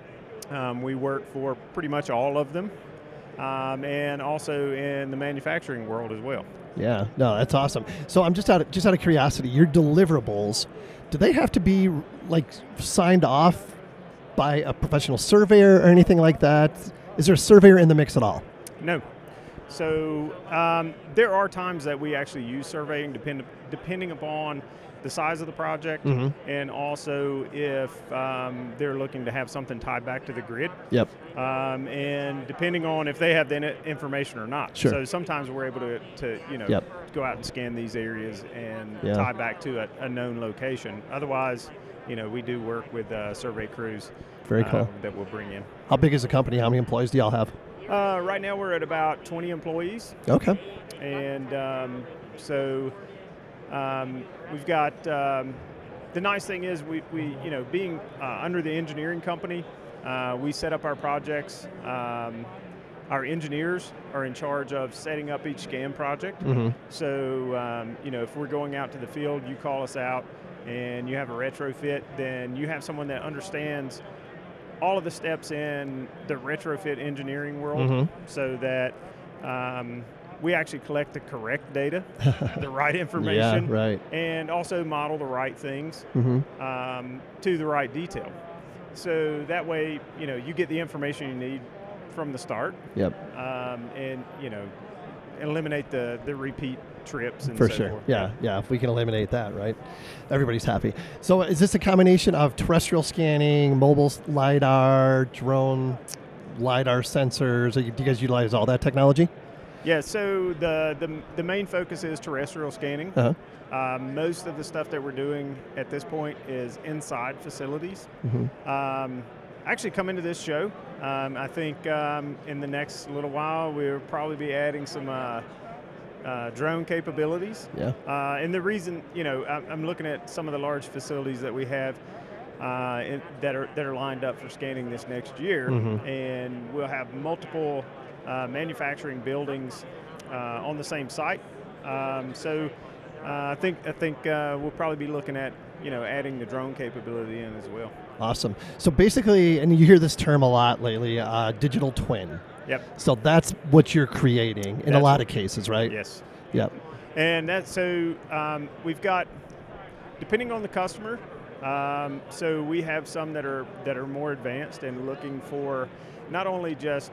Speaker 1: um, we work for pretty much all of them, um, and also in the manufacturing world as well.
Speaker 4: Yeah, no, that's awesome. So I'm just out of, just out of curiosity, your deliverables, do they have to be like signed off by a professional surveyor or anything like that? Is there a surveyor in the mix at all?
Speaker 1: No. So um, there are times that we actually use surveying depend- depending upon the size of the project
Speaker 4: Mhm.
Speaker 1: and also if um, they're looking to have something tied back to the grid.
Speaker 4: Yep.
Speaker 1: Um, and depending on if they have the in- information or not.
Speaker 4: Sure.
Speaker 1: So sometimes we're able to, to you know,
Speaker 4: Yep.
Speaker 1: go out and scan these areas and
Speaker 4: Yeah.
Speaker 1: tie back to a, a known location. Otherwise, you know, we do work with uh, survey crews
Speaker 4: Very cool.
Speaker 1: uh, that we'll bring in.
Speaker 4: How big is the company? How many employees do y'all have?
Speaker 1: Uh, right now, we're at about 20 employees.
Speaker 4: Okay.
Speaker 1: And um, so um, we've got um, the nice thing is we, we you know being uh, under the engineering company, uh, we set up our projects. Um, Our engineers are in charge of setting up each scan project.
Speaker 17: Mhm.
Speaker 1: So, um, you know, if we're going out to the field, you call us out and you have a retrofit, then you have someone that understands all of the steps in the retrofit engineering world
Speaker 17: Mhm.
Speaker 1: so that um, we actually collect the correct data, the right information,
Speaker 4: right.
Speaker 1: and also model the right things
Speaker 4: Mhm.
Speaker 1: um, to the right detail. So that way, you know, you get the information you need from the start.
Speaker 4: Yep.
Speaker 1: Um, and you know, eliminate the the repeat trips and
Speaker 4: For
Speaker 1: so
Speaker 4: sure.
Speaker 1: forth.
Speaker 4: Yeah, yeah. If we can eliminate that, right? Everybody's happy. So, is this a combination of terrestrial scanning, mobile s- LiDAR, drone LiDAR sensors? Are you- Do you guys utilize all that technology?
Speaker 1: Yeah, so the, the, the main focus is terrestrial scanning.
Speaker 4: Uh-huh.
Speaker 1: Uh, most of the stuff that we're doing at this point is inside facilities.
Speaker 4: Mhm.
Speaker 1: Um, actually, come into this show. Um, I think um, in the next little while, we'll probably be adding some uh, uh, drone capabilities.
Speaker 4: Yeah.
Speaker 1: Uh, and the reason, you know, I'm, I'm looking at some of the large facilities that we have uh, in, that are that are lined up for scanning this next year,
Speaker 4: Mhm.
Speaker 1: and we'll have multiple uh, manufacturing buildings uh, on the same site. Um, so uh, I think I think uh, we'll probably be looking at you know adding the drone capability in as well.
Speaker 4: Awesome. So basically, and you hear this term a lot lately, uh, digital twin.
Speaker 1: Yep.
Speaker 4: So that's what you're creating in a
Speaker 1: That's
Speaker 4: lot
Speaker 1: it.
Speaker 4: of cases, right?
Speaker 1: Yes.
Speaker 4: Yep.
Speaker 1: And that's so um, we've got, depending on the customer, um, so we have some that are that are more advanced and looking for not only just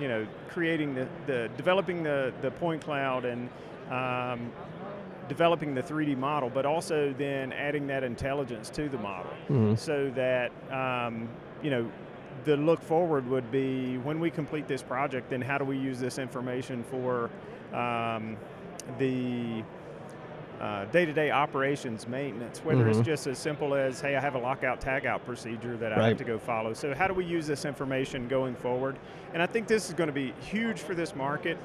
Speaker 1: you know creating the, the developing the the point cloud and um, developing the 3D model, but also then adding that intelligence to the model,
Speaker 4: Mhm.
Speaker 1: so that um, you know the look forward would be when we complete this project, then how do we use this information for um, the uh, day-to-day operations maintenance, whether
Speaker 4: Mhm.
Speaker 1: it's just as simple as, hey, I have a lockout tagout procedure that I
Speaker 4: Right.
Speaker 1: have to go follow. So how do we use this information going forward? And I think this is going to be huge for this market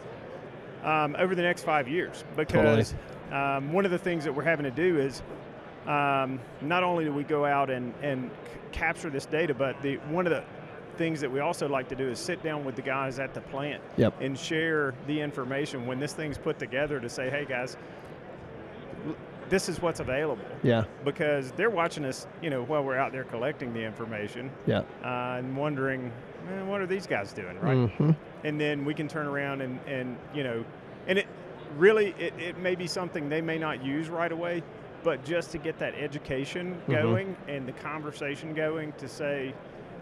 Speaker 1: um, over the next five years because um, one of the things that we're having to do is um, not only do we go out and, and c- capture this data, but the one of the things that we also like to do is sit down with the guys at the plant
Speaker 4: Yep.
Speaker 1: and share the information when this thing's put together to say, hey guys, l- this is what's available.
Speaker 4: Yeah.
Speaker 1: Because they're watching us, you know, while we're out there collecting the information.
Speaker 4: Yeah.
Speaker 1: Uh, and wondering, man, what are these guys doing, right?
Speaker 4: Mhm.
Speaker 1: And then we can turn around and, and you know, and it really, it, it may be something they may not use right away, but just to get that education
Speaker 4: Mm-hmm.
Speaker 17: Mhm.
Speaker 1: going and the conversation going to say,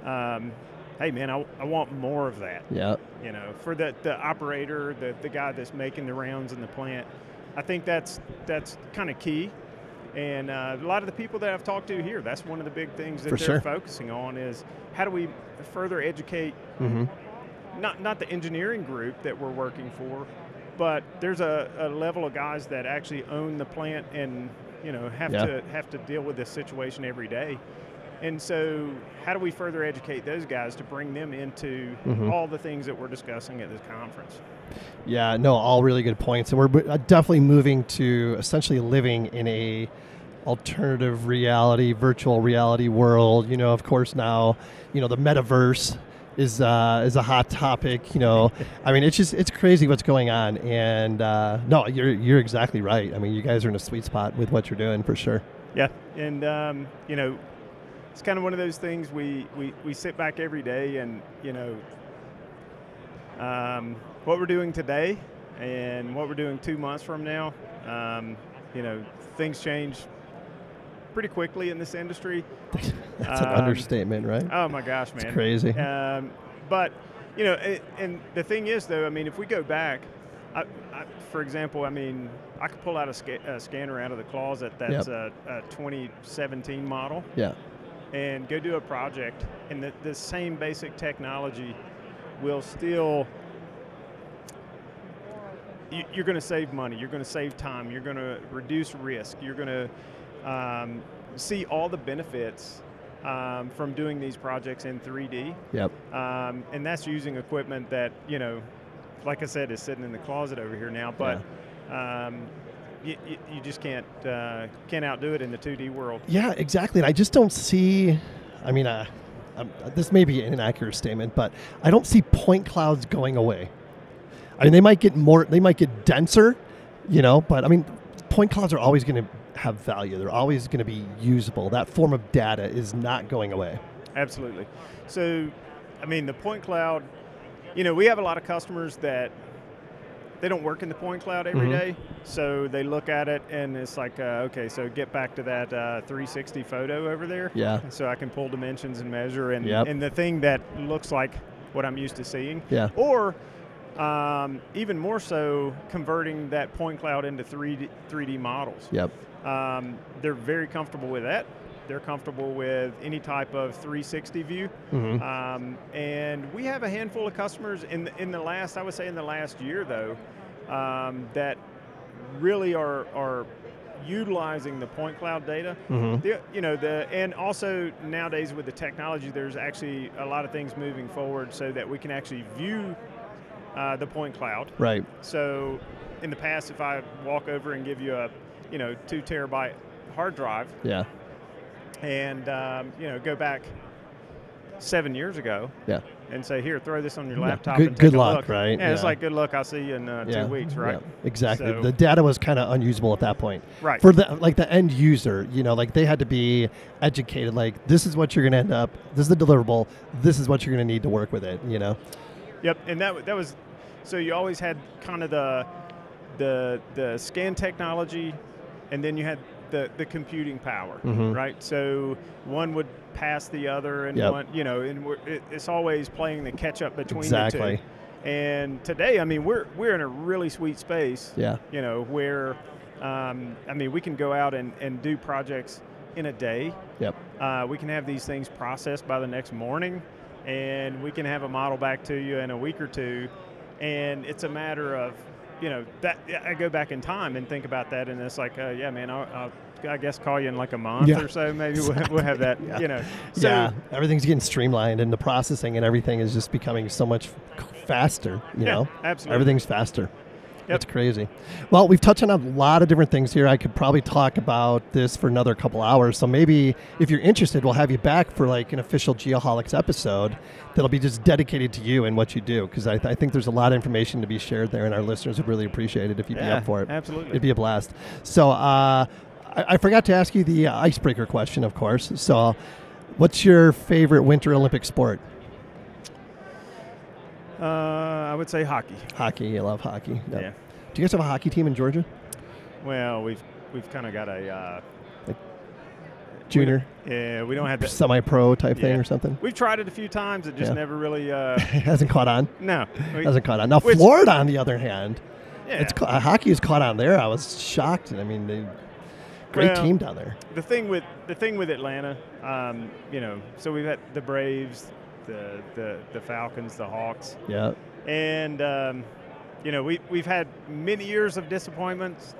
Speaker 1: um, hey man, I, I want more of that.
Speaker 4: Yeah.
Speaker 1: You know, for the, the operator, the, the guy that's making the rounds in the plant, I think that's that's kind of key. And uh, a lot of the people that I've talked to here, that's one of the big things that
Speaker 4: For
Speaker 1: they're
Speaker 4: sure.
Speaker 1: focusing on is how do we further educate
Speaker 2: Mm-hmm.
Speaker 4: Mhm.
Speaker 1: not not the engineering group that we're working for, but there's a, a level of guys that actually own the plant and you know have
Speaker 4: Yeah.
Speaker 1: to have to deal with this situation every day. And so, how do we further educate those guys to bring them into
Speaker 4: Mhm.
Speaker 1: all the things that we're discussing at this conference?
Speaker 4: Yeah, no, all really good points. And we're b- uh, definitely moving to essentially living in a alternative reality, virtual reality world. You know, of course now, you know, the metaverse is uh, is a hot topic. You know, I mean, it's just it's crazy what's going on. And uh, no, you're you're exactly right. I mean, you guys are in a sweet spot with what you're doing for sure.
Speaker 1: Yeah, and um, you know, it's kind of one of those things we, we, we sit back every day and you know, um, what we're doing today and what we're doing two months from now, um, you know, things change pretty quickly in this industry. Um,
Speaker 4: That's an understatement, right?
Speaker 1: Oh my gosh, man,
Speaker 4: It's crazy.
Speaker 1: Um, but you know, a- and the thing is though, I mean, if we go back. I, I, for example, I mean, I could pull out a, sca- a scanner out of the closet that's a, a 2017 model
Speaker 4: Yeah.
Speaker 1: and go do a project, and the, the same basic technology will still. You, you're going to save money. You're going to save time. You're going to reduce risk. You're going to um, see all the benefits um, from doing these projects in 3D.
Speaker 4: Yep.
Speaker 1: Um, and that's using equipment that you know, like I said, is sitting in the closet over here now, but. Um, you, you, you just can't uh, can't outdo it in the 2D world.
Speaker 4: Yeah, exactly. And I just don't see. I mean, uh, um, this may be an inaccurate statement, but I don't see point clouds going away. I mean, they might get more, they might get denser, you know, but I mean, point clouds are always going to have value. They're always going to be usable. That form of data is not going away.
Speaker 1: Absolutely. So, I mean, the point cloud, you know, we have a lot of customers that they don't work in the point cloud every
Speaker 4: Mhm.
Speaker 1: day, so they look at it and it's like, uh, okay, so get back to that uh, 360 photo over there.
Speaker 4: Yeah.
Speaker 1: So I can pull dimensions and measure, and
Speaker 4: Yep.
Speaker 1: and the thing that looks like what I'm used to seeing.
Speaker 4: Yeah.
Speaker 1: Or um, even more so, converting that point cloud into 3D 3D models.
Speaker 4: Yep.
Speaker 1: Um, they're very comfortable with that. They're comfortable with any type of 360 view.
Speaker 4: Mhm.
Speaker 1: Um, and we have a handful of customers in the, in the last, I would say, in the last year though, um, that really are are utilizing the point cloud data.
Speaker 4: Mm-hmm.
Speaker 2: Mhm.
Speaker 1: The- you know the and also nowadays with the technology, there's actually a lot of things moving forward so that we can actually view uh, the point cloud.
Speaker 4: Right.
Speaker 1: So in the past, if I walk over and give you a you know two terabyte hard drive,
Speaker 4: Yeah.
Speaker 1: and um, you know go back seven years ago
Speaker 4: Yeah.
Speaker 1: and say here throw this on your
Speaker 4: Yeah.
Speaker 1: laptop
Speaker 4: Good-
Speaker 1: and take
Speaker 4: good
Speaker 1: a
Speaker 4: luck,
Speaker 1: look.
Speaker 4: right?
Speaker 1: yeah, it's
Speaker 4: Yeah.
Speaker 1: like good luck i'll see you in uh,
Speaker 4: Yeah,
Speaker 1: two weeks
Speaker 4: yeah,
Speaker 1: right
Speaker 4: exactly.
Speaker 1: So-
Speaker 4: the data was kind of unusable at that point.
Speaker 1: Right.
Speaker 4: For the like the end user, you know, like they had to be educated. Like this is what you're going to end up. This is the deliverable. This is what you're going to need to work with it. You know.
Speaker 1: Yep, and that wa- that was so you always had kind of the the the scan technology, and then you had the the computing power,
Speaker 4: Mhm.
Speaker 1: right? So one would pass the other, and
Speaker 4: Yep.
Speaker 1: one you know, and we're, it, it's always playing the catch up between the
Speaker 4: Exactly.
Speaker 1: two. And today, I mean, we're we're in a really sweet space.
Speaker 4: Yeah.
Speaker 1: You know where, um, I mean, we can go out and, and do projects in a day.
Speaker 4: Yep.
Speaker 1: Uh, we can have these things processed by the next morning, and we can have a model back to you in a week or two. And it's a matter of, you know, that I go back in time and think about that, and it's like, uh, yeah, man, I'll, I'll, I guess call you in like a month
Speaker 4: Yeah.
Speaker 1: or so. Maybe we'll, we'll have that,
Speaker 4: Yeah.
Speaker 1: you know. So
Speaker 4: yeah. Everything's getting streamlined, and the processing and everything is just becoming so much faster. You
Speaker 1: Yeah,
Speaker 4: know.
Speaker 1: absolutely.
Speaker 4: Everything's faster. That's crazy. Well, we've touched on a lot of different things here. I could probably talk about this for another couple hours. So maybe if you're interested, we'll have you back for like an official Geoholics episode that'll be just dedicated to you and what you do. Because I, th- I think there's a lot of information to be shared there, and our listeners would really appreciate it if you'd be
Speaker 1: Yeah,
Speaker 4: up for it.
Speaker 1: absolutely.
Speaker 4: It'd be a blast. So uh, I, I forgot to ask you the uh, icebreaker question, of course. So, what's your favorite Winter Olympic sport?
Speaker 1: uh, I would say hockey.
Speaker 4: Hockey. I love hockey. Yep.
Speaker 1: Yeah.
Speaker 4: Do you guys have a hockey team in Georgia?
Speaker 1: Well, we've we've kind of got a uh,
Speaker 4: Junior?
Speaker 1: yeah, we don't have that
Speaker 4: Semi-pro type thing
Speaker 1: Yeah.
Speaker 4: or something?
Speaker 1: We've tried it a few times. It just
Speaker 4: Yeah.
Speaker 1: never really uh,
Speaker 4: it hasn't caught on.
Speaker 1: No, we-
Speaker 4: hasn't caught on. Now
Speaker 1: which-
Speaker 4: Florida, on the other hand, it's
Speaker 1: Yeah.
Speaker 4: ca- uh, hockey is caught on there. I was shocked. I mean, they great
Speaker 1: Well,
Speaker 4: team down there.
Speaker 1: The thing with the thing with Atlanta, um, you know, so we've had the Braves, the the, the Falcons, the Hawks,
Speaker 4: Yeah,
Speaker 1: and um, you know we we've had many years of disappointments,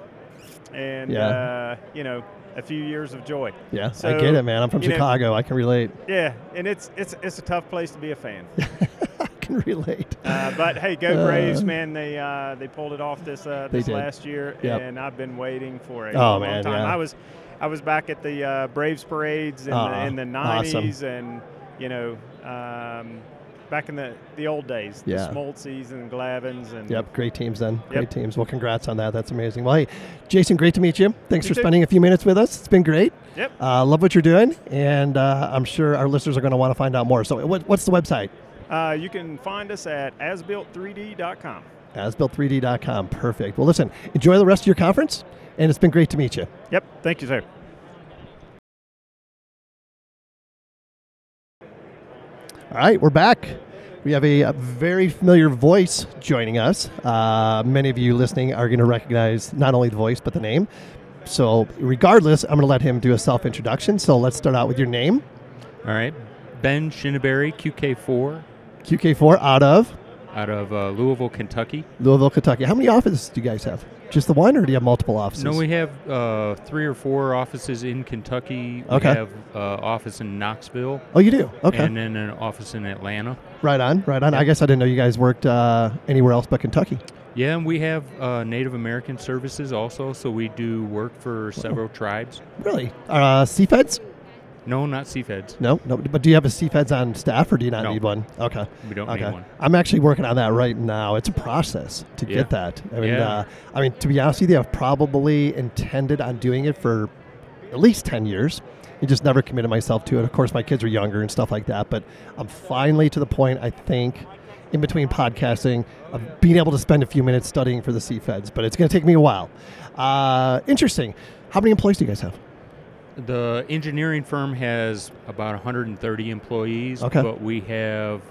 Speaker 1: and
Speaker 4: Yeah.
Speaker 1: uh, you know a few years of joy.
Speaker 4: yeah. I
Speaker 1: So,
Speaker 4: get it, man. I'm from
Speaker 1: you know,
Speaker 4: Chicago. I can relate.
Speaker 1: yeah, and it's it's it's a tough place to be a fan.
Speaker 4: I can relate.
Speaker 1: Uh, but hey, go Braves,
Speaker 4: Uh,
Speaker 1: man! They uh, they pulled it off this uh,
Speaker 4: They
Speaker 1: this
Speaker 4: did.
Speaker 1: last year,
Speaker 4: Yep.
Speaker 1: and I've been waiting for a
Speaker 4: Oh,
Speaker 1: long
Speaker 4: man,
Speaker 1: time.
Speaker 4: yeah.
Speaker 1: I was I was back at the uh, Braves parades in,
Speaker 4: Aw,
Speaker 1: the, in the
Speaker 4: Uh-huh. awesome.
Speaker 1: '90s, and you know, um, back in the, the old days,
Speaker 4: Yeah.
Speaker 1: the Smoltzes and Glavins, and
Speaker 4: Yep, great teams then.
Speaker 1: Yep.
Speaker 4: Great teams. Well, congrats on that. That's amazing. Well, hey, Jason, great to meet you. Thanks
Speaker 1: You
Speaker 4: for
Speaker 1: too.
Speaker 4: spending a few minutes with us. It's been great.
Speaker 1: Yep.
Speaker 4: Uh, love what you're doing, and uh, I'm sure our listeners are going to want to find out more. So, what, what's the website?
Speaker 1: Uh, you can find us at asbuilt3d.com.
Speaker 4: Asbuilt3D.com. Perfect. Well, listen, enjoy the rest of your conference, and it's been great to meet you.
Speaker 1: Yep, thank you, sir.
Speaker 4: All right, we're back. We have a, a very familiar voice joining us. Uh, many of you listening are going to recognize not only the voice, but the name. So, regardless, I'm going to let him do a self introduction. So, let's start out with your name
Speaker 23: All right. Ben Shinneberry, QK4,
Speaker 4: QK4 out of
Speaker 23: out of uh, Louisville, Kentucky.
Speaker 4: Louisville, Kentucky. How many offices do you guys have? Just the one, or do you have multiple offices?
Speaker 23: No, we have uh, three or four offices in Kentucky.
Speaker 4: Okay.
Speaker 23: We have uh, office in Knoxville.
Speaker 4: Oh, you do? Okay.
Speaker 23: And then an office in Atlanta.
Speaker 4: Right on, right on. I
Speaker 23: Yeah.
Speaker 4: guess I didn't know you guys worked uh, anywhere else but Kentucky.
Speaker 23: Yeah, and we have uh, Native American services also, so we do work for several tribes.
Speaker 4: Really? Uh, CFEDs?
Speaker 23: No, not CFEDs.
Speaker 4: No, no. But do you have a CFEDs on staff, or do you not
Speaker 23: No.
Speaker 4: need one? Okay,
Speaker 23: We don't
Speaker 4: okay.
Speaker 23: need one.
Speaker 4: I'm actually working on that right now. It's a process to
Speaker 23: Yeah.
Speaker 4: get that. I mean,
Speaker 23: Yeah.
Speaker 4: uh, I mean, to be honest with you, I've probably intended on doing it for at least ten years. and just never committed myself to it. Of course, my kids are younger and stuff like that. But I'm finally to the point. I think. In between podcasting, of being able to spend a few minutes studying for the CFEDs, but it's going to take me a while. Uh, interesting. How many employees do you guys have?
Speaker 23: The engineering firm has about 130 employees,
Speaker 4: Okay.
Speaker 23: but we have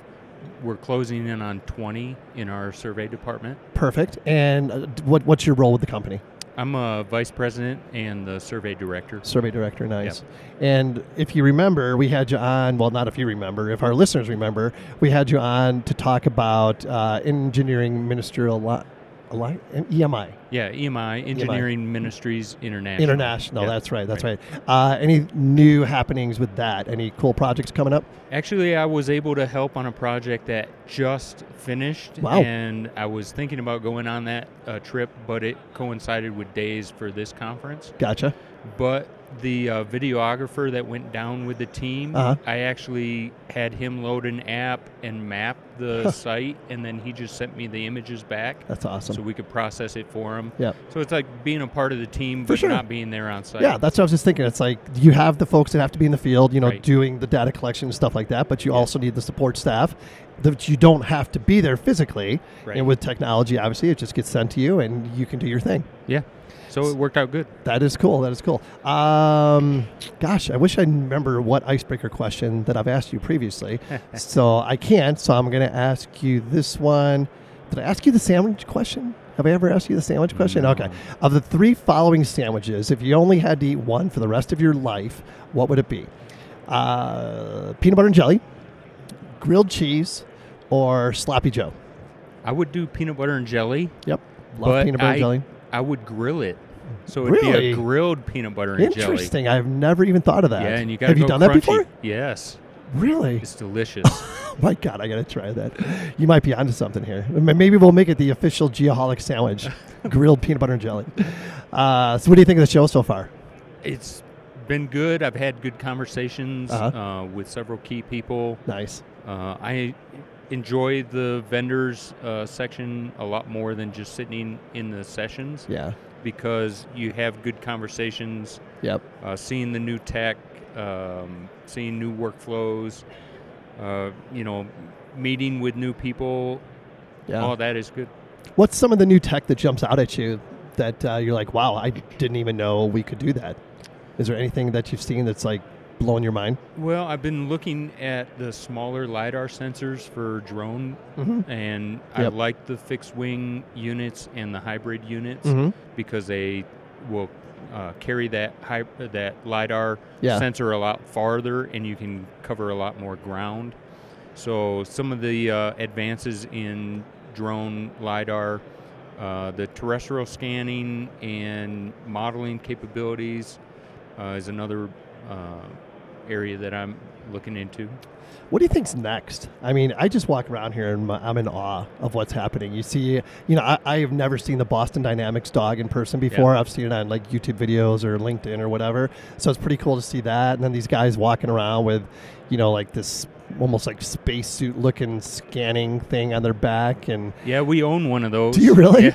Speaker 23: we're closing in on 20 in our survey department.
Speaker 4: Perfect. And uh, d- what, what's your role with the company?
Speaker 23: I'm a vice president and the survey director.
Speaker 4: Survey director, nice. And if you remember, we had you on. Well, not if you remember. If our listeners remember, we had you on to talk about uh, engineering ministerial li- E alli- EMI.
Speaker 23: Yeah, EMI, Engineering Ministries International.
Speaker 4: E International.
Speaker 23: Yeah.
Speaker 4: That's right. That's right. Uh, any new happenings with that? Any cool projects coming up?
Speaker 23: Actually, I was able to help on a project that just finished,
Speaker 4: Wow.
Speaker 23: and I was thinking about going on that uh, trip, but it coincided with days for this conference.
Speaker 4: Gotcha.
Speaker 23: But the uh, videographer that went down with the team,
Speaker 4: Uh-huh.
Speaker 23: I actually had him load an app and map the site, and then he just sent me the images back.
Speaker 4: That's awesome.
Speaker 23: So we could process it for him.
Speaker 4: Yep.
Speaker 23: So it's like being a part of the team,
Speaker 4: For
Speaker 23: but
Speaker 4: sure.
Speaker 23: not being there on site.
Speaker 4: Yeah, that's what I was just thinking. It's like you have the folks that have to be in the field, you know,
Speaker 23: Right.
Speaker 4: doing the data collection and stuff like that, but you also need the support staff that you don't have to be there physically.
Speaker 23: Right.
Speaker 4: And with technology, obviously, it just gets sent to you and you can do your thing.
Speaker 23: Yeah. So it worked out good.
Speaker 4: That is cool. That is cool. Um, gosh, I wish I remember what icebreaker question that I've asked you previously. so I can't. So I'm going to ask you this one. Did I ask you the sandwich question? Have I ever asked you the sandwich question? Okay. Of the three following sandwiches, if you only had to eat one for the rest of your life, what would it be? Uh, peanut butter and jelly, grilled cheese, or sloppy Joe?
Speaker 23: I would do peanut butter and jelly.
Speaker 4: Yep. Love
Speaker 23: but
Speaker 4: peanut butter and
Speaker 23: I-
Speaker 4: jelly.
Speaker 23: I would grill it. So it'd be
Speaker 4: Really?
Speaker 23: a grilled peanut butter and jelly.
Speaker 4: Interesting. I've never even thought of that.
Speaker 23: Yeah, and you got
Speaker 4: Have you done that before?
Speaker 23: Yes.
Speaker 4: Really?
Speaker 23: It's delicious.
Speaker 4: My God, I gotta try that. You might be onto something here. M- Maybe we'll make it the official Geoholic sandwich, grilled peanut butter and jelly. Uh, so, what do you think of the show so far?
Speaker 23: it's been good. I've had good conversations
Speaker 4: Uh-huh.
Speaker 23: uh, with several key people.
Speaker 4: Nice.
Speaker 23: Uh, I enjoy the vendors uh, section a lot more than just sitting in the sessions.
Speaker 4: Yeah.
Speaker 23: Because you have good conversations.
Speaker 4: Yep.
Speaker 23: Uh, seeing the new tech, um, seeing new workflows, uh, you know, meeting with new people.
Speaker 4: Yeah.
Speaker 23: All that is good.
Speaker 4: What's some of the new tech that jumps out at you that uh, you're like, wow, I didn't even know we could do that? Is there anything that you've seen that's like blowing your mind?
Speaker 23: Well, I've been looking at the smaller LiDAR sensors for drone,
Speaker 4: Mhm.
Speaker 23: and I
Speaker 4: Yep.
Speaker 23: like the fixed wing units and the hybrid units
Speaker 4: Mhm.
Speaker 23: because they will uh, carry that hy- that LiDAR
Speaker 4: Yeah.
Speaker 23: sensor a lot farther and you can cover a lot more ground. So, some of the uh, advances in drone LiDAR, uh, the terrestrial scanning and modeling capabilities uh, is another uh, area that I'm looking into.
Speaker 4: What do you think's next? I mean, I just walk around here and my- I'm in awe of what's happening. You see, you know, I, I have never seen the Boston Dynamics dog in person before. I've seen it on like YouTube videos or LinkedIn or whatever. So it's pretty cool to see that. And then these guys walking around with, you know, like this almost like spacesuit looking scanning thing on their back. And
Speaker 23: Yeah, we own one of those.
Speaker 4: do you really?
Speaker 23: Yeah.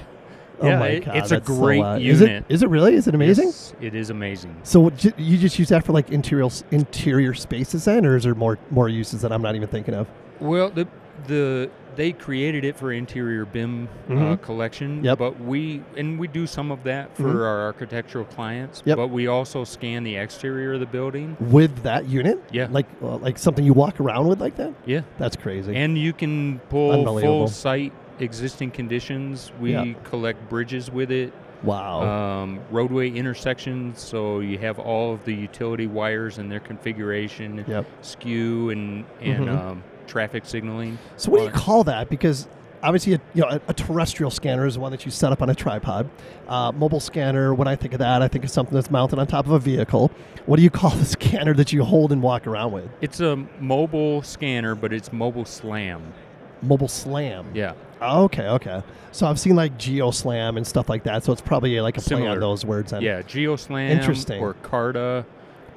Speaker 4: Oh
Speaker 23: Yeah,
Speaker 4: my
Speaker 23: it-
Speaker 4: God,
Speaker 23: it's a
Speaker 4: that's so
Speaker 23: great
Speaker 4: loud.
Speaker 23: unit.
Speaker 4: Is it, is it really? Is it amazing?
Speaker 23: Yes, it is amazing.
Speaker 4: So what ju- you just use that for like interior interior spaces then, or is there more more uses that I'm not even thinking of?
Speaker 23: Well, the the they created it for interior BIM uh,
Speaker 4: Mhm.
Speaker 23: collection,
Speaker 4: Yep.
Speaker 23: but we and we do some of that for
Speaker 4: Mhm.
Speaker 23: our architectural clients.
Speaker 4: Yep.
Speaker 23: But we also scan the exterior of the building.
Speaker 4: with that unit?
Speaker 23: Yeah.
Speaker 4: Like uh, like something you walk around with like that?
Speaker 23: Yeah.
Speaker 4: That's crazy.
Speaker 23: And you can pull
Speaker 4: Unbelievable.
Speaker 23: full site existing conditions. We
Speaker 4: Yeah.
Speaker 23: collect bridges with it.
Speaker 4: Wow.
Speaker 23: Um, roadway intersections, so you have all of the utility wires and their configuration,
Speaker 4: Yep.
Speaker 23: skew and and
Speaker 4: Mhm.
Speaker 23: um, traffic signaling.
Speaker 4: so what do
Speaker 23: All
Speaker 4: you call that? Because obviously, a, you know, a, a terrestrial scanner is one that you set up on a tripod. Uh, mobile scanner. When I think of that, I think of something that's mounted on top of a vehicle. What do you call the scanner that you hold and walk around with?
Speaker 23: It's a mobile scanner, but it's mobile slam.
Speaker 4: Mobile Slam.
Speaker 23: Yeah.
Speaker 4: Okay. Okay. So I've seen like Geo Slam and stuff like that. So it's probably like a play on
Speaker 23: Similar.
Speaker 4: those words. Then.
Speaker 23: Yeah, GeoSlam
Speaker 4: Interesting.
Speaker 23: or Carta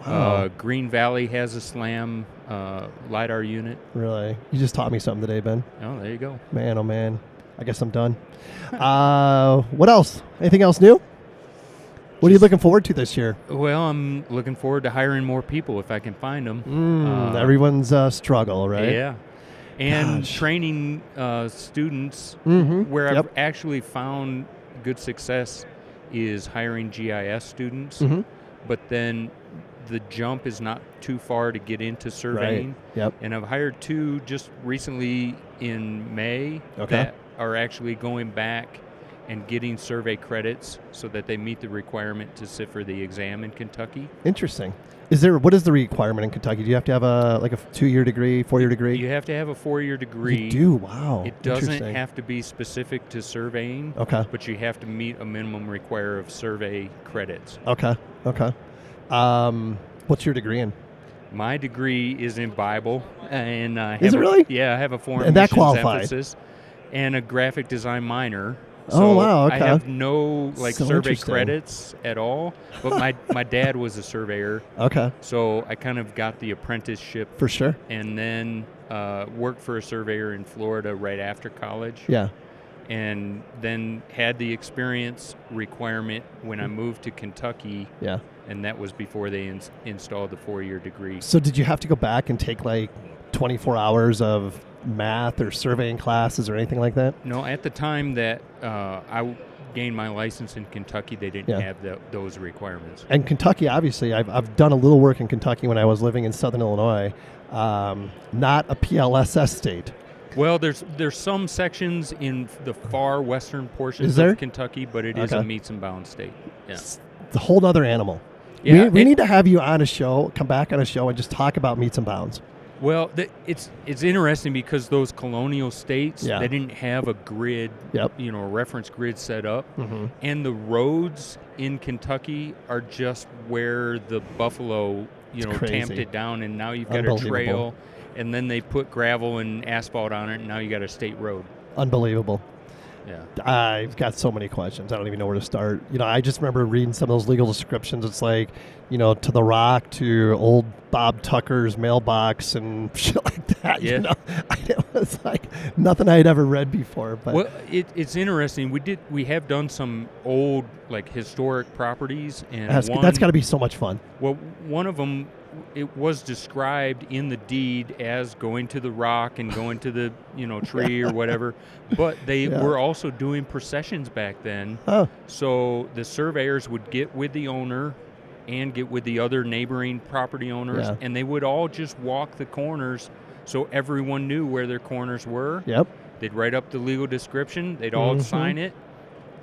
Speaker 4: Wow.
Speaker 23: Uh, Green Valley has a SLAM uh, LiDAR unit.
Speaker 4: Really? You just taught me something today, Ben.
Speaker 23: Oh, there you go.
Speaker 4: Man, oh man. I guess I'm done. uh, what else? Anything else new? What are you looking forward to this year?
Speaker 23: Well, I'm looking forward to hiring more people if I can find them.
Speaker 4: Mm, everyone's uh, struggle, right?
Speaker 23: Yeah. And training uh, students
Speaker 4: Mhm,
Speaker 23: where
Speaker 4: yep.
Speaker 23: I've actually found good success is hiring GIS students,
Speaker 4: Mhm.
Speaker 23: but then the jump is not too far to get into surveying.
Speaker 4: yep.
Speaker 23: And I've hired two just recently in May
Speaker 4: Okay.
Speaker 23: that are actually going back and getting survey credits so that they meet the requirement to sit for the exam in Kentucky.
Speaker 4: Interesting. Is there what is the requirement in Kentucky? Do you have to have a like a two year degree, four year degree?
Speaker 23: You have to have a four-year degree.
Speaker 4: do? Wow.
Speaker 23: It doesn't
Speaker 4: Interesting.
Speaker 23: have to be specific to surveying.
Speaker 4: Okay.
Speaker 23: But you have to meet a minimum require of survey credits.
Speaker 4: Okay. Okay. Um, what's your degree in?
Speaker 23: My degree is in Bible, and I
Speaker 4: Is
Speaker 23: have
Speaker 4: it
Speaker 23: a-
Speaker 4: really?
Speaker 23: yeah, I have a foreign
Speaker 4: And that
Speaker 23: missions
Speaker 4: qualified.
Speaker 23: emphasis and a graphic design minor.
Speaker 4: Oh,
Speaker 23: So
Speaker 4: wow,
Speaker 23: I
Speaker 4: okay.
Speaker 23: have no like
Speaker 4: So
Speaker 23: survey
Speaker 4: interesting.
Speaker 23: credits at all, but my my dad was a surveyor.
Speaker 4: Okay.
Speaker 23: So I kind of got the apprenticeship
Speaker 4: For sure.
Speaker 23: and then uh, worked for a surveyor in Florida right after college.
Speaker 4: Yeah.
Speaker 23: And then had the experience requirement when I moved to Kentucky.
Speaker 4: Mm. Yeah.
Speaker 23: And that was before they ins installed the four-year degree.
Speaker 4: So did you have to go back and take like twenty four hours of math or surveying classes or anything like that?
Speaker 23: No, at the time that uh, I w- gained my license in Kentucky, they didn't
Speaker 4: Yeah.
Speaker 23: have tho- those requirements.
Speaker 4: And Kentucky, obviously, I've, I've done a little work in Kentucky when I was living in Southern Illinois. Um, not a PLSS state.
Speaker 23: Well, there's there's some sections in f- the far western portion
Speaker 4: Is
Speaker 23: of
Speaker 4: there?
Speaker 23: Kentucky, but it is a
Speaker 4: Okay.
Speaker 23: meets and bounds state. Yeah.
Speaker 4: It's a whole other animal.
Speaker 23: Yeah,
Speaker 4: we we
Speaker 23: it-
Speaker 4: need to have you on a show, come back on a show, and just talk about meets and bounds.
Speaker 23: Well, th- it's it's interesting because those colonial states
Speaker 4: Yeah.
Speaker 23: they didn't have a grid, you know, a reference grid set up,
Speaker 4: Mhm.
Speaker 23: and the roads in Kentucky are just where the buffalo,
Speaker 4: It's
Speaker 23: you know, tamped
Speaker 4: crazy.
Speaker 23: it down, and now you've got a
Speaker 4: Unbelievable.
Speaker 23: trail, and then they put gravel and asphalt on it, and now you got a state road.
Speaker 4: Unbelievable.
Speaker 23: Yeah.
Speaker 4: I've got so many questions. I don't even know where to start. You know, I just remember reading some of those legal descriptions. It's like, you know, to the rock, to old Bob Tucker's mailbox and shit like that.
Speaker 23: Yeah.
Speaker 4: You know, it was like nothing I had ever read before. But
Speaker 23: well, it, it's interesting. We did we have done some old like historic properties, and
Speaker 4: That's-
Speaker 23: one,
Speaker 4: that's gotta be so much fun.
Speaker 23: Well, one of them, it was described in the deed as going to the rock and going to the you know tree or whatever, but they
Speaker 4: Yeah.
Speaker 23: were also doing processions back then.
Speaker 4: Oh.
Speaker 23: So the surveyors would get with the owner. And get with the other neighboring property owners,
Speaker 4: Yeah.
Speaker 23: and they would all just walk the corners, so everyone knew where their corners were.
Speaker 4: Yep.
Speaker 23: They'd write up the legal description. They'd all
Speaker 4: Mhm.
Speaker 23: sign it,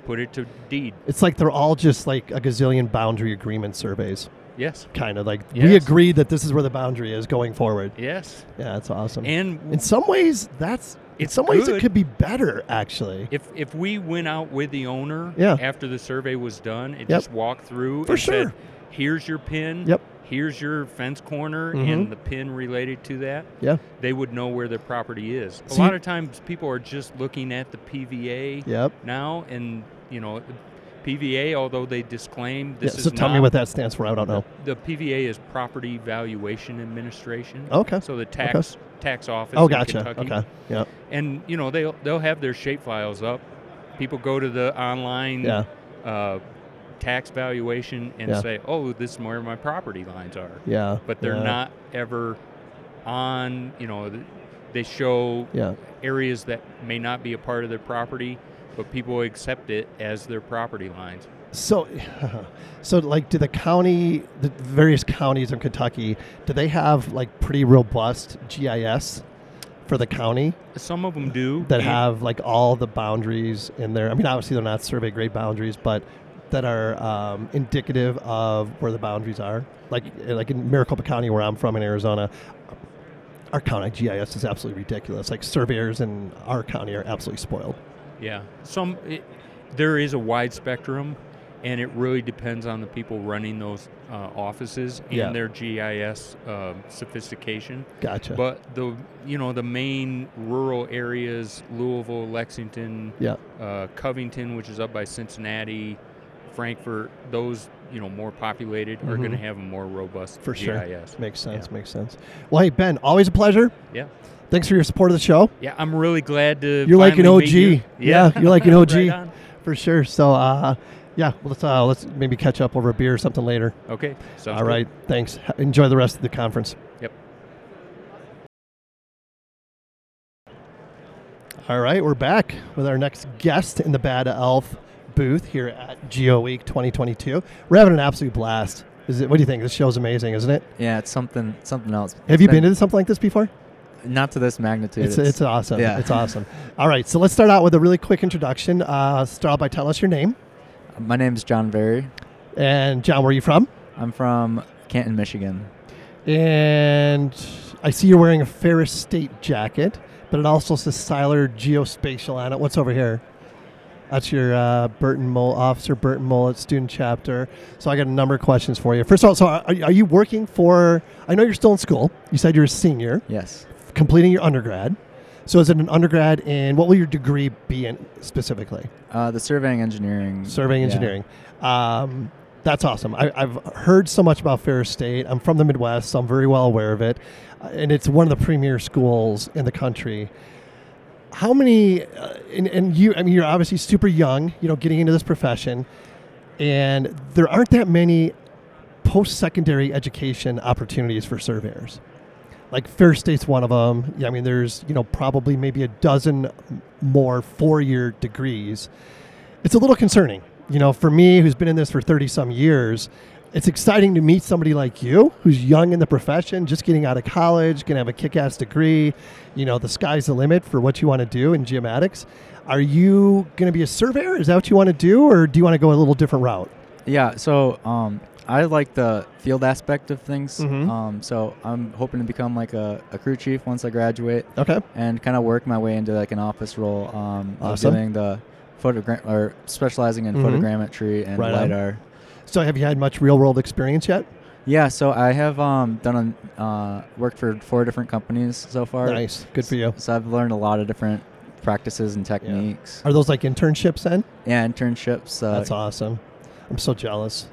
Speaker 23: put it to deed.
Speaker 4: it's like they're all just like a gazillion boundary agreement surveys.
Speaker 23: Yes.
Speaker 4: Kind of like we
Speaker 23: Yes.
Speaker 4: agreed that this is where the boundary is going forward.
Speaker 23: Yes.
Speaker 4: Yeah, that's awesome.
Speaker 23: And
Speaker 4: in some ways, that's in
Speaker 23: it's
Speaker 4: some ways it
Speaker 23: good.
Speaker 4: could be better actually.
Speaker 23: If if we went out with the owner
Speaker 4: Yeah.
Speaker 23: after the survey was done and
Speaker 4: Yep.
Speaker 23: just walked through
Speaker 4: For
Speaker 23: and
Speaker 4: sure.
Speaker 23: said, "Here's your pin.
Speaker 4: Yep.
Speaker 23: Here's your fence corner
Speaker 4: Mhm.
Speaker 23: and the pin related to that."
Speaker 4: Yeah.
Speaker 23: They would know where their property is.
Speaker 4: See-
Speaker 23: a lot of times people are just looking at the PVA
Speaker 4: Yep.
Speaker 23: now and, you know, PVA although they disclaim
Speaker 4: Yeah,
Speaker 23: this is
Speaker 4: so tell me
Speaker 23: not-
Speaker 4: what that stands for. I don't know.
Speaker 23: The PVA is Property Valuation Administration.
Speaker 4: Okay.
Speaker 23: So the
Speaker 4: Okay.
Speaker 23: tax tax office.
Speaker 4: Oh,
Speaker 23: in
Speaker 4: gotcha.
Speaker 23: Kentucky.
Speaker 4: Okay. Yep.
Speaker 23: And you know they'll they'll have their shape files up. People go to the online
Speaker 4: Yeah.
Speaker 23: uh, tax valuation and
Speaker 4: Yeah.
Speaker 23: say, oh, this is where my property lines are.
Speaker 4: Yeah,
Speaker 23: But they're
Speaker 4: yeah.
Speaker 23: not ever on. You know, th- they show
Speaker 4: Yeah.
Speaker 23: areas that may not be a part of their property, but people accept it as their property lines.
Speaker 4: So, so like, do the county, the various counties in Kentucky, do they have like pretty robust GIS for the county?
Speaker 23: Some of them do.
Speaker 4: that
Speaker 23: and-
Speaker 4: have like all the boundaries in there. I mean, obviously they're not survey grade boundaries, but that are um, indicative of where the boundaries are. Like, eh, like in Maricopa County, where I'm from in Arizona, our county GIS is absolutely ridiculous. Like surveyors in our county are absolutely spoiled.
Speaker 23: Yeah, some it, there is a wide spectrum, and it really depends on the people running those uh, offices and
Speaker 4: Yeah.
Speaker 23: their GIS um sophistication.
Speaker 4: Gotcha.
Speaker 23: But the you know the main rural areas: Louisville, Lexington,
Speaker 4: Yeah.
Speaker 23: uh, Covington, which is up by Cincinnati, Frankfurt, those you know more populated are
Speaker 4: Mhm.
Speaker 23: going to have a more robust
Speaker 4: For sure.
Speaker 23: GIS.
Speaker 4: Makes sense. Makes sense. Well, hey, Ben, always a pleasure.
Speaker 23: Yeah.
Speaker 4: Thanks for your support of the show.
Speaker 23: Yeah, I'm really glad to.
Speaker 4: You're like an
Speaker 23: finally
Speaker 4: OG.
Speaker 23: meet you.
Speaker 4: Yeah. you're like an
Speaker 23: Right
Speaker 4: OG
Speaker 23: on.
Speaker 4: for sure. So, uh, yeah, let's uh, let's maybe catch up over a beer or something later.
Speaker 23: Okay, sounds
Speaker 4: All
Speaker 23: good.
Speaker 4: right. Thanks. H- Enjoy the rest of the conference.
Speaker 23: Yep.
Speaker 4: All right, we're back with our next guest in the Bad Elf booth here at Geo Week 2022. We're having an absolute blast. Is it? What do you think? This show's amazing, isn't it?
Speaker 2: Yeah, it's something something else.
Speaker 4: Have you been to something like this before?
Speaker 2: Not to this magnitude.
Speaker 4: It's, it's awesome.
Speaker 2: Yeah,
Speaker 4: It's awesome. All right, so let's start out with a really quick introduction. Uh, start out by telling us your name.
Speaker 2: My name's John Very.
Speaker 4: And John, where are you from?
Speaker 2: I'm from Canton, Michigan.
Speaker 4: And I see you're wearing a Ferris State jacket, but it also says Siler Geospatial on it. What's over here? That's your uh, Burton Mull, Officer Burton Mullet student chapter. So I got a number of questions for you. First of all, so are, are you working for? I know you're still in school. You said you're a senior.
Speaker 2: Yes.
Speaker 4: Completing your undergrad. So is it an undergrad in what will your degree be in specifically?
Speaker 2: Uh, the surveying engineering.
Speaker 4: Surveying
Speaker 2: yeah.
Speaker 4: engineering. Um, that's awesome. I, I've heard so much about Ferris State. I'm from the Midwest, so I'm very well aware of it. Uh, And it's one of the premier schools in the country. How many, uh, and, and you, I mean, you're obviously super young, you know, getting into this profession, and there aren't that many post secondary education opportunities for surveyors. Like Ferris State's one of them. Yeah, I mean, there's, you know, probably maybe a dozen more four year degrees it's a little concerning. You know, for me, who's been in this for 30 some years, it's exciting to meet somebody like you who's young in the profession, just getting out of college, gonna have a kick ass degree. You know, the sky's the limit for what you wanna do in geomatics. Are you gonna be a surveyor? Is that what you wanna do, or do you wanna go a little different route?
Speaker 2: Yeah. So um, I like the field aspect of things.
Speaker 4: Mm-hmm.
Speaker 2: Um, so I'm hoping to become like a, a crew chief once I graduate.
Speaker 4: Okay.
Speaker 2: And kind of work my way into like an office role. Um, of
Speaker 4: Awesome.
Speaker 2: Doing the photogram or specializing in
Speaker 4: Mhm.
Speaker 2: photogrammetry and
Speaker 4: Right on.
Speaker 2: lidar.
Speaker 4: So, have you had much real world experience yet?
Speaker 2: Yeah, so I have um, done a, uh, worked for four different companies so far.
Speaker 4: Nice. good for you.
Speaker 2: So I've learned a lot of different practices and techniques.
Speaker 4: Are those like internships then?
Speaker 2: Yeah, internships. Uh,
Speaker 4: That's awesome. I'm so jealous.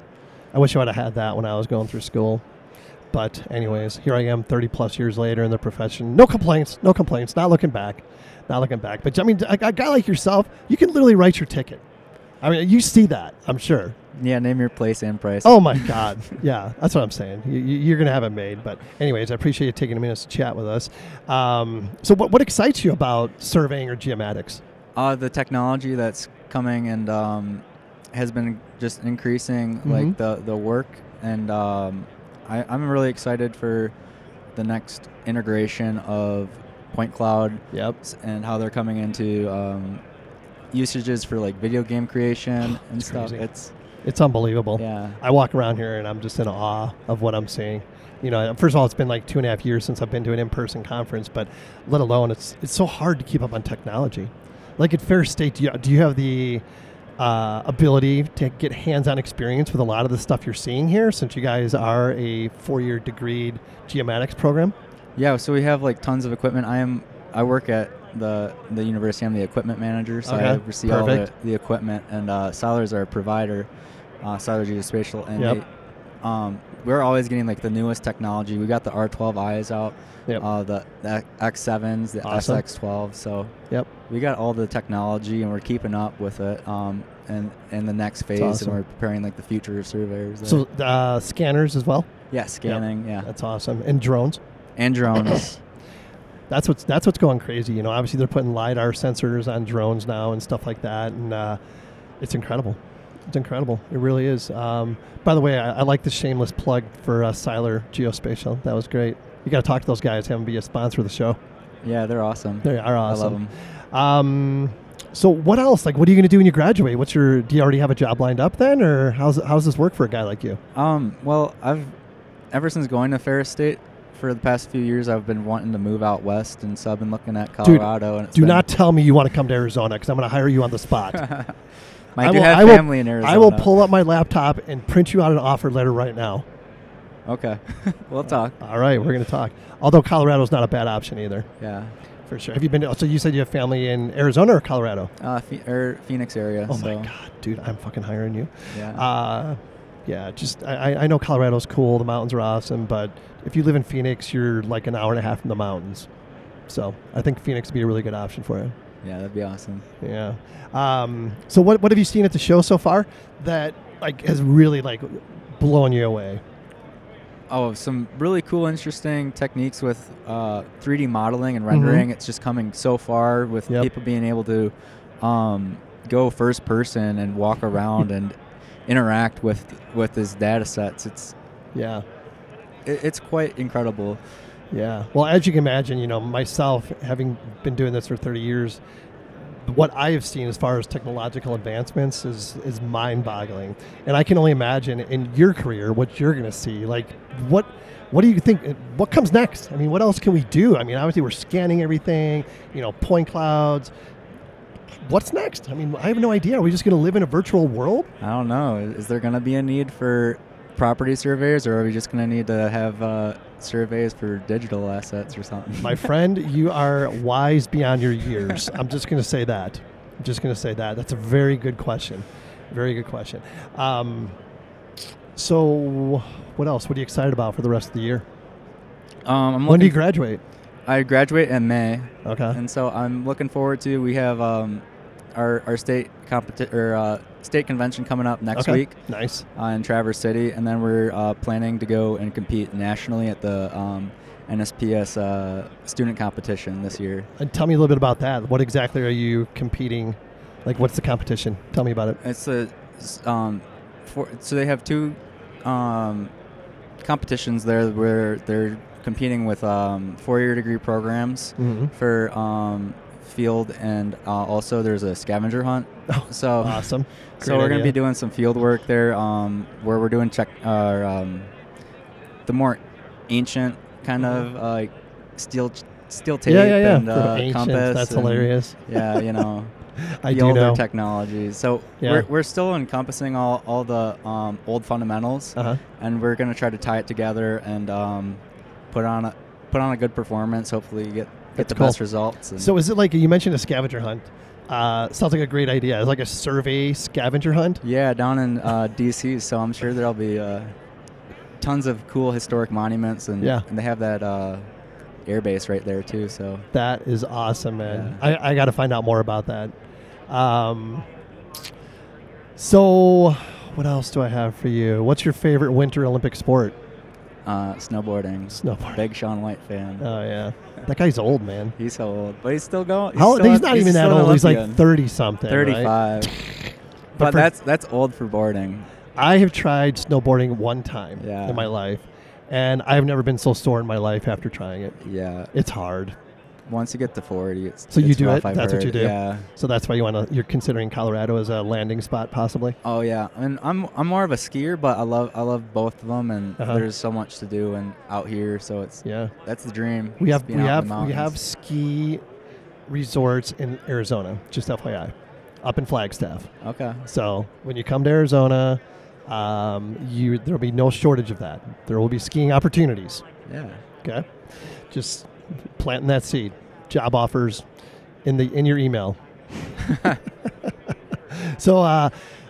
Speaker 4: I wish I would have had that when I was going through school. But anyways, here I am 30 plus years later in the profession. No complaints, no complaints, not looking back. Not looking back. But I mean, a, a guy like yourself, you can literally write your ticket. I mean, you see that, I'm sure.
Speaker 2: Yeah, name your place and price.
Speaker 4: Oh my God. yeah, that's what I'm saying. You, you- you're going to have it made. But, anyways, I appreciate you taking a minute to chat with us. Um, so, what, what excites you about surveying or geomatics?
Speaker 2: Uh, the technology that's coming and um, has been just increasing, like
Speaker 4: Mhm.
Speaker 2: the the work, and um, I, I'm really excited for the next integration of point cloud.
Speaker 4: Yep.
Speaker 2: And how they're coming into um, usages for like video game creation and stuff.
Speaker 4: crazy.
Speaker 2: It's
Speaker 4: It's unbelievable.
Speaker 2: Yeah.
Speaker 4: I walk around here and I'm just in awe of what I'm seeing. You know, first of all, it's been like two and a half years since I've been to an in-person conference, but let alone it's it's so hard to keep up on technology. Like at Fair State, do you, do you have the uh, ability to get hands-on experience with a lot of the stuff you're seeing here, since you guys are a four-year degreed geomatics program?
Speaker 2: Yeah, so we have like tons of equipment. I am I work at the the university. I'm the equipment manager, so I
Speaker 4: Okay,
Speaker 2: oversee
Speaker 4: perfect.
Speaker 2: all the, the equipment. And uh, Siler's our provider, uh, Siler Geospatial, and
Speaker 4: Yep.
Speaker 2: they, um, we're always getting like the newest technology. We got the R12Is out, uh, the, the X7s, the
Speaker 4: Awesome.
Speaker 2: SX12. So
Speaker 4: Yep.
Speaker 2: we got all the technology, and we're keeping up with it. Um, and and the next phase,
Speaker 4: awesome.
Speaker 2: and we're preparing like the future of surveyors. there.
Speaker 4: So uh, scanners as well.
Speaker 2: Yeah,
Speaker 4: Yep.
Speaker 2: scanning, yeah.
Speaker 4: that's awesome. And drones.
Speaker 2: And drones.
Speaker 4: that's what's that's what's going crazy. You know, obviously they're putting lidar sensors on drones now and stuff like that, and uh, it's incredible. It's incredible. It really is. Um, by the way, I, I like the shameless plug for uh, Siler Geospatial. That was great. You got to talk to those guys. Have them be a sponsor of the show.
Speaker 2: yeah, they're awesome.
Speaker 4: They are awesome.
Speaker 2: Mm-hmm. I love them.
Speaker 4: Um, so what else? Like, what are you going to do when you graduate? What's your? Do you already have a job lined up then, or how's how's this work for a guy like you?
Speaker 2: Um, well, I've ever since going to Ferris State for the past few years, I've been wanting to move out west, and so I've been looking at Colorado. and it's
Speaker 4: do
Speaker 2: been-
Speaker 4: not tell me you want to come to Arizona because I'm going to hire you on the spot.
Speaker 2: I do have family in
Speaker 4: I will
Speaker 2: Arizona.
Speaker 4: pull up my laptop and print you out an offer letter right now.
Speaker 2: Okay, we'll talk.
Speaker 4: All right, we're going to talk. Although Colorado's not a bad option either.
Speaker 2: Yeah.
Speaker 4: for sure. Have you been? To, so you said you have family in Arizona or Colorado?
Speaker 2: Uh, Phe- or Phoenix area.
Speaker 4: Oh
Speaker 2: so.
Speaker 4: my god, dude! I'm fucking hiring you.
Speaker 2: Yeah.
Speaker 4: Uh, yeah. Just I, I- I know Colorado's cool. The mountains are awesome, but if you live in Phoenix, you're like an hour and a half from the mountains. So I think Phoenix would be a really good option for you.
Speaker 2: Yeah, that'd be awesome.
Speaker 4: Yeah. Um, so what what have you seen at the show so far that like has really like blown you away?
Speaker 2: Oh, some really cool, interesting techniques with uh, 3D modeling and
Speaker 4: Mm-hmm.
Speaker 2: rendering. It's just coming so far with people being able to um, go first person and walk around and interact with with these data sets. It's
Speaker 4: yeah,
Speaker 2: it, it's quite incredible.
Speaker 4: Yeah. Well, as you can imagine, you know, myself having been doing this for 30 years, what I have seen as far as technological advancements is is mind-boggling. And I can only imagine in your career what you're going to see. Like what what do you think what comes next? I mean, what else can we do? I mean, obviously we're scanning everything, you know, point clouds. What's next? I mean, I have no idea. Are we just going to live in a virtual world?
Speaker 2: I don't know. Is there going to be a need for property surveyors, or are we just going to need to have uh, surveys for digital assets or something?
Speaker 4: My friend, you are wise beyond your years. I'm just going to say that. I'm just going to say that. That's a very good question. Very good question. Um, so, what else? What are you excited about for the rest of the year?
Speaker 2: Um, I'm
Speaker 4: when do you
Speaker 2: looking-
Speaker 4: graduate?
Speaker 2: I graduate in May.
Speaker 4: Okay.
Speaker 2: And so I'm looking forward to. We have um, our our state competi- or uh, state convention coming up next
Speaker 4: Okay.
Speaker 2: week.
Speaker 4: Nice.
Speaker 2: Uh, in Traverse City, and then we're uh, planning to go and compete nationally at the um, NSPS uh, student competition this year.
Speaker 4: And tell me a little bit about that. What exactly are you competing? Like, what's the competition? Tell me about it.
Speaker 2: It's a s- um, for, so they have two um, competitions there where they're competing with um, four-year degree programs
Speaker 4: Mhm.
Speaker 2: for um, field, and uh, also there's a scavenger hunt. so
Speaker 4: Oh, awesome!
Speaker 2: So
Speaker 4: Great
Speaker 2: we're gonna
Speaker 4: idea.
Speaker 2: be doing some field work there, um, where we're doing check uh, um, the more ancient kind of uh, like steel steel tape
Speaker 4: Mm-hmm. yeah, yeah.
Speaker 2: and
Speaker 4: Sort of
Speaker 2: uh,
Speaker 4: ancient.
Speaker 2: compass.
Speaker 4: That's
Speaker 2: and-
Speaker 4: hilarious.
Speaker 2: Yeah, you know.
Speaker 4: I
Speaker 2: the
Speaker 4: do
Speaker 2: older
Speaker 4: know.
Speaker 2: technology. So
Speaker 4: Yeah.
Speaker 2: we're, we're still encompassing all, all the um, old fundamentals,
Speaker 4: Uh-huh.
Speaker 2: and we're going to try to tie it together and um, put on a put on a good performance. Hopefully, you get get the
Speaker 4: That's cool.
Speaker 2: best results. and-
Speaker 4: So is it like you mentioned a scavenger hunt? Uh, sounds like a great idea. It's like a survey scavenger hunt.
Speaker 2: yeah, down in uh, DC. So I'm sure there'll be uh, tons of cool historic monuments, and
Speaker 4: Yeah.
Speaker 2: and they have that uh, air base right there too. So
Speaker 4: That is awesome, man. I, I got to find out more about that. Um, so, what else do I have for you? What's your favorite Winter Olympic sport?
Speaker 2: uh, snowboarding,
Speaker 4: snowboarding.
Speaker 2: Big Sean White fan.
Speaker 4: Oh yeah, that guy's old, man.
Speaker 2: He's so old, but he's still going.
Speaker 4: How-
Speaker 2: still
Speaker 4: he's
Speaker 2: a-
Speaker 4: not even that
Speaker 2: still an
Speaker 4: old. He's like
Speaker 2: Olympian.
Speaker 4: 30 something, right?
Speaker 2: Thirty-five.
Speaker 4: But
Speaker 2: but
Speaker 4: for-
Speaker 2: that's that's old for boarding.
Speaker 4: I have tried snowboarding one time
Speaker 2: Yeah.
Speaker 4: in my life, and I've never been so sore in my life after trying it.
Speaker 2: Yeah,
Speaker 4: it's hard.
Speaker 2: Once you get to forty, it's
Speaker 4: So you
Speaker 2: it's
Speaker 4: do
Speaker 2: rough,
Speaker 4: it.
Speaker 2: I've
Speaker 4: That's what you
Speaker 2: heard.
Speaker 4: do.
Speaker 2: Yeah.
Speaker 4: So that's why you want to. You're considering Colorado as a landing spot, possibly.
Speaker 2: Oh yeah, and I'm I'm more of a skier, but I love I love both of them, and
Speaker 4: Uh-huh.
Speaker 2: there's so much to do and out here, so it's
Speaker 4: yeah,
Speaker 2: that's the dream.
Speaker 4: We
Speaker 2: is
Speaker 4: have we
Speaker 2: being out in
Speaker 4: have
Speaker 2: the
Speaker 4: we have
Speaker 2: mountains.
Speaker 4: ski resorts in Arizona. Just FYI, up in Flagstaff.
Speaker 2: Okay.
Speaker 4: So when you come to Arizona, um, you there will be no shortage of that. There will be skiing opportunities.
Speaker 2: Yeah.
Speaker 4: Okay. Just planting that seed. Job offers in the in your email. so, uh,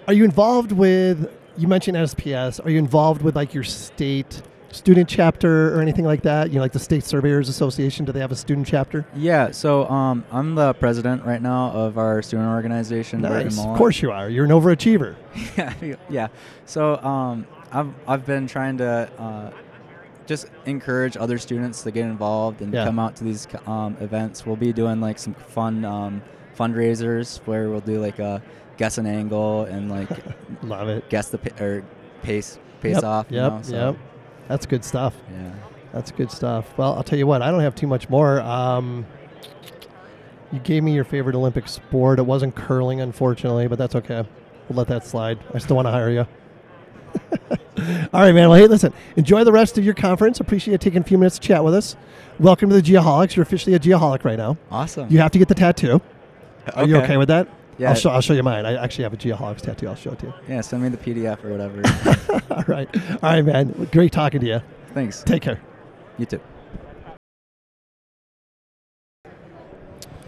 Speaker 4: are you involved with? You mentioned NSPS. Are you involved with like your state student chapter or anything like that? You know, like the State Surveyors Association. Do they have a student chapter?
Speaker 2: Yeah, so um, I'm the president right now of our student organization. Burton
Speaker 4: Nice. Of
Speaker 2: Mullen.
Speaker 4: course you are. You're an overachiever.
Speaker 2: yeah, yeah. So um, I've I've been trying to uh, just encourage other students to get involved and
Speaker 4: Yeah.
Speaker 2: come out to these um, events. We'll be doing like some fun um, fundraisers where we'll do like a guess an angle and like
Speaker 4: love it
Speaker 2: guess the pa- or pace pace
Speaker 4: Yep,
Speaker 2: off.
Speaker 4: yep,
Speaker 2: You know, so.
Speaker 4: yep. That's good stuff.
Speaker 2: Yeah.
Speaker 4: That's good stuff. Well, I'll tell you what, I don't have too much more. Um, you gave me your favorite Olympic sport. It wasn't curling, unfortunately, but that's okay. We'll let that slide. I still want to hire you. All right, man. Well, hey, listen, enjoy the rest of your conference. Appreciate you taking a few minutes to chat with us. Welcome to the Geoholics. You're officially a Geoholic right now.
Speaker 2: Awesome.
Speaker 4: You have to get the tattoo. Are you
Speaker 2: Okay.
Speaker 4: okay with that?
Speaker 2: Yeah.
Speaker 4: I'll show, I'll show you mine. I actually have a Geoholics tattoo. I'll show it to you.
Speaker 2: Yeah, send me the PDF or whatever.
Speaker 4: All right. All right, man. Great talking to you.
Speaker 2: Thanks.
Speaker 4: Take care.
Speaker 2: You too.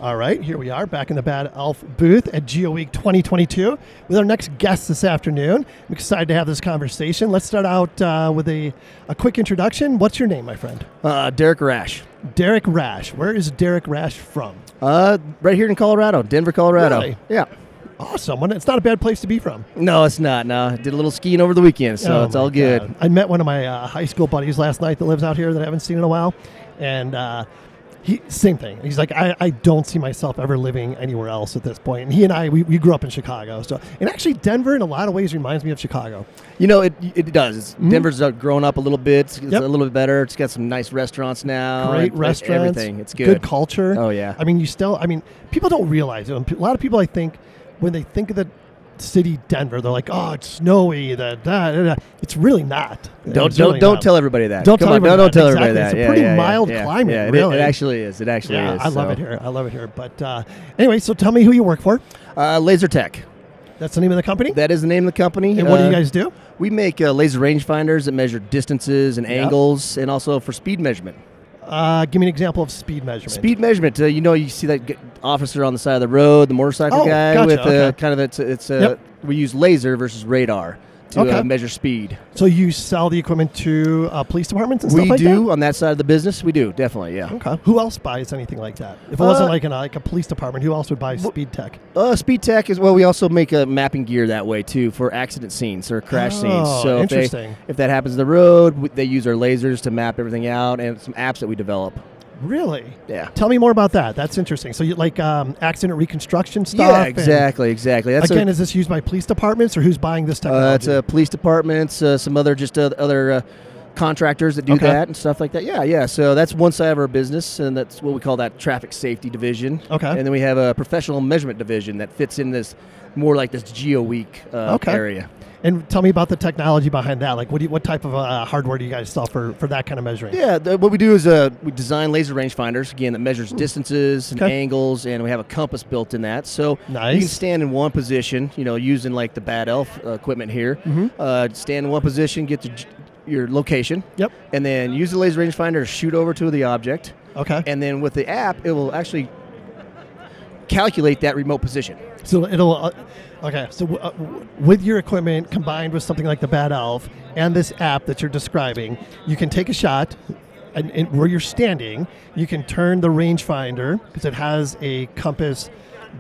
Speaker 4: All right, here we are back in the Bad Elf booth at GeoWeek 2022 with our next guest this afternoon. I'm excited to have this conversation. Let's start out uh, with a, a quick introduction. What's your name, my friend?
Speaker 6: Uh, Derek Rash.
Speaker 4: Derek Rash. Where is Derek Rash from?
Speaker 6: Uh, right here in Colorado, Denver, Colorado.
Speaker 4: Really?
Speaker 6: Yeah.
Speaker 4: Awesome. Well, It's not a bad place to be from.
Speaker 6: No, it's not. No, I did a little skiing over the weekend, so
Speaker 4: Oh
Speaker 6: it's
Speaker 4: my
Speaker 6: all good.
Speaker 4: God. I met one of my uh, high school buddies last night that lives out here that I haven't seen in a while, and uh, he same thing. He's like, I, I don't see myself ever living anywhere else at this point. And he and I we, we grew up in Chicago, so and actually Denver in a lot of ways reminds me of Chicago.
Speaker 6: You know, it it does. It's
Speaker 4: Hmm?
Speaker 6: Denver's uh, grown up a little bit. It's, it's a little bit better. It's got some nice restaurants now.
Speaker 4: Great
Speaker 6: and- and
Speaker 4: restaurants,
Speaker 6: Oh, e, Everything. It's good.
Speaker 4: culture.
Speaker 6: Oh, yeah.
Speaker 4: I mean, you still. I mean, people don't realize it. And pe- A lot of people, I think, when they think of the city Denver, they're like, oh, it's snowy. Da, da, da, da." It's really not.
Speaker 6: Don't
Speaker 4: It's
Speaker 6: don't
Speaker 4: really
Speaker 6: don't
Speaker 4: not.
Speaker 6: tell everybody that.
Speaker 4: Don't
Speaker 6: Come
Speaker 4: tell
Speaker 6: on,
Speaker 4: everybody
Speaker 6: no,
Speaker 4: that.
Speaker 6: don't tell
Speaker 4: Exactly.
Speaker 6: everybody that.
Speaker 4: It's
Speaker 6: Yeah,
Speaker 4: a pretty
Speaker 6: yeah, yeah,
Speaker 4: mild
Speaker 6: yeah.
Speaker 4: climate.
Speaker 6: Yeah, it-
Speaker 4: really.
Speaker 6: it, actually is. It actually
Speaker 4: yeah,
Speaker 6: is.
Speaker 4: I love
Speaker 6: so.
Speaker 4: it here. I love it here. But uh, anyway, so tell me who you work for.
Speaker 6: Uh, Laser Tech.
Speaker 4: That's the name of the company.
Speaker 6: That is the name of the company.
Speaker 4: And what do you
Speaker 6: Uh,
Speaker 4: guys do?
Speaker 6: We make uh, laser rangefinders that measure distances and
Speaker 4: Yeah.
Speaker 6: angles, and also for speed measurement.
Speaker 4: Uh, give me an example of speed measurement.
Speaker 6: Speed measurement. Uh, you know, you see that g- officer on the side of the road, the motorcycle
Speaker 4: Oh,
Speaker 6: guy
Speaker 4: gotcha,
Speaker 6: with uh,
Speaker 4: okay.
Speaker 6: kind of it's it's uh,
Speaker 4: Yep.
Speaker 6: we use laser versus radar to
Speaker 4: Okay.
Speaker 6: uh, measure speed.
Speaker 4: So you sell the equipment to uh, police departments and
Speaker 6: we
Speaker 4: stuff like
Speaker 6: do
Speaker 4: that.
Speaker 6: on that side of the business. We do definitely, yeah.
Speaker 4: Okay. Who else buys anything like that? If it wasn't
Speaker 6: Uh,
Speaker 4: like an, uh, like a police department, who else would buy speed tech?
Speaker 6: Uh, speed tech is well. We also make uh, mapping gear that way too for accident scenes or crash scenes.
Speaker 4: Oh,
Speaker 6: So if, they-
Speaker 4: interesting.
Speaker 6: if that happens on the road, w- they use our lasers to map everything out and some apps that we develop.
Speaker 4: Really?
Speaker 6: Yeah.
Speaker 4: Tell me more about that. That's interesting. So you like um, accident reconstruction stuff?
Speaker 6: yeah,
Speaker 4: and-
Speaker 6: exactly, exactly. That's a-
Speaker 4: again, is this used by police departments or who's buying this
Speaker 6: Uh, it's
Speaker 4: technology?
Speaker 6: uh, police departments, uh, some other just uh, other uh, contractors that do
Speaker 4: Okay.
Speaker 6: that and stuff like that. Yeah, yeah. So that's one side of our business, and that's what we call that traffic safety division.
Speaker 4: Okay.
Speaker 6: And then we have a professional measurement division that fits in this more like this geo week uh,
Speaker 4: okay.
Speaker 6: area.
Speaker 4: And tell me about the technology behind that. Like, what do you, what type of uh, hardware do you guys sell for, for that kind of measuring?
Speaker 6: Yeah, th- what we do is uh, we design laser rangefinders again that measures
Speaker 4: Ooh.
Speaker 6: distances and
Speaker 4: Hmm. Okay.
Speaker 6: angles, and we have a compass built in that. So you can
Speaker 4: Nice.
Speaker 6: stand in one position, you know, using like the bad elf uh, equipment here.
Speaker 4: Mhm.
Speaker 6: Uh, stand in one position, get to j- your location.
Speaker 4: Yep.
Speaker 6: And then use the laser rangefinder to shoot over to the object.
Speaker 4: Okay.
Speaker 6: And then with the app, it will actually calculate that remote position.
Speaker 4: So it'll uh, okay. So w- uh, w- with your equipment combined with something like the Bad Elf and this app that you're describing, you can take a shot. And, and where you're standing, you can turn the rangefinder because it has a compass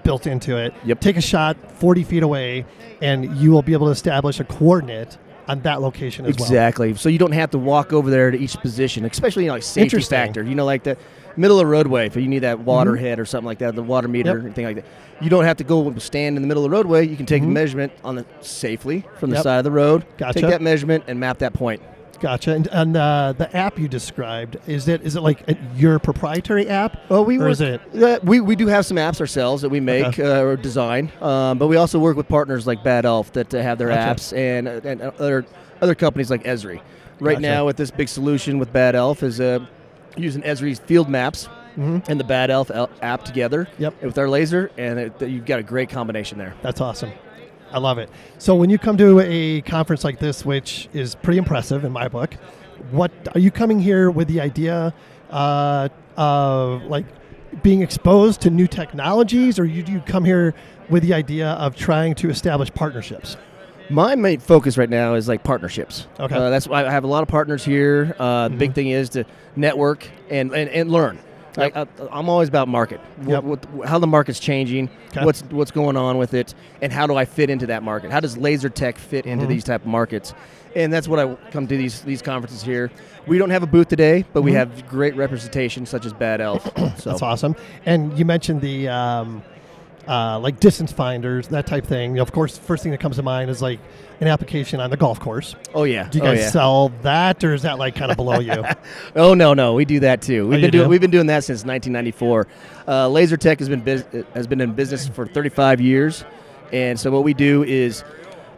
Speaker 4: built into it. Yep. Take a shot 40 feet away, and you will be able to establish a coordinate on that location as well.
Speaker 6: exactly. So you don't have to walk over there to each position, especially you know, like safety
Speaker 4: Interesting.
Speaker 6: factor. You know, like the middle of the roadway, if you need that water
Speaker 4: Mhm.
Speaker 6: head or something like that, the water meter,
Speaker 4: Yep.
Speaker 6: and thing like that. You don't have to go stand in the middle of the roadway. You can take
Speaker 4: Mhm.
Speaker 6: the measurement on the safely from the
Speaker 4: Yep.
Speaker 6: side of the road.
Speaker 4: Gotcha.
Speaker 6: Take that measurement and map that point.
Speaker 4: Gotcha. And, and uh, the app you described is it is it like a, your proprietary app?
Speaker 6: Well, we
Speaker 4: or
Speaker 6: work,
Speaker 4: is it
Speaker 6: Yeah, we, we do have some apps ourselves that we make uh, or design, um, but we also work with partners like Bad Elf that uh, have their
Speaker 4: Gotcha.
Speaker 6: apps and, and other other companies like Esri. Right
Speaker 4: Gotcha.
Speaker 6: now, with this big solution with Bad Elf is uh, using Esri's field maps
Speaker 4: Mhm.
Speaker 6: and the Bad Elf el- app together
Speaker 4: Yep.
Speaker 6: with our laser, and it, you've got a great combination there.
Speaker 4: That's awesome. I love it. So when you come to a conference like this, which is pretty impressive in my book, what are you coming here with the idea uh, of like being exposed to new technologies, or you, do you come here with the idea of trying to establish partnerships?
Speaker 6: My main focus right now is like partnerships.
Speaker 4: Okay. Mm-hmm.
Speaker 6: Uh, that's why I have a lot of partners here. Uh, the Big thing is to network and, and, and learn. Like I, I'm always about market. Wh-
Speaker 4: Yep.
Speaker 6: what- how the market's changing.
Speaker 4: Okay.
Speaker 6: What's what's going on with it, and how do I fit into that market? How does laser tech fit into
Speaker 4: Mhm.
Speaker 6: these type of markets? And that's what I come to these these conferences here. We don't have a booth today, but we
Speaker 4: Mhm.
Speaker 6: have great representation such as Bad Elf. so.
Speaker 4: That's awesome. And you mentioned the um, uh, like distance finders, that type thing. Of course, first thing that comes to mind is like an application on the golf course.
Speaker 6: Oh, yeah.
Speaker 4: Do you
Speaker 6: Oh,
Speaker 4: guys
Speaker 6: yeah.
Speaker 4: sell that, or is that like kind of below you? Oh,
Speaker 6: oh no, no, we do that too. We've
Speaker 4: you
Speaker 6: been doing
Speaker 4: do?
Speaker 6: we've been doing that since 1994. Uh, Laser Tech has been bus- uh, has been in business for 35 years, and so what we do is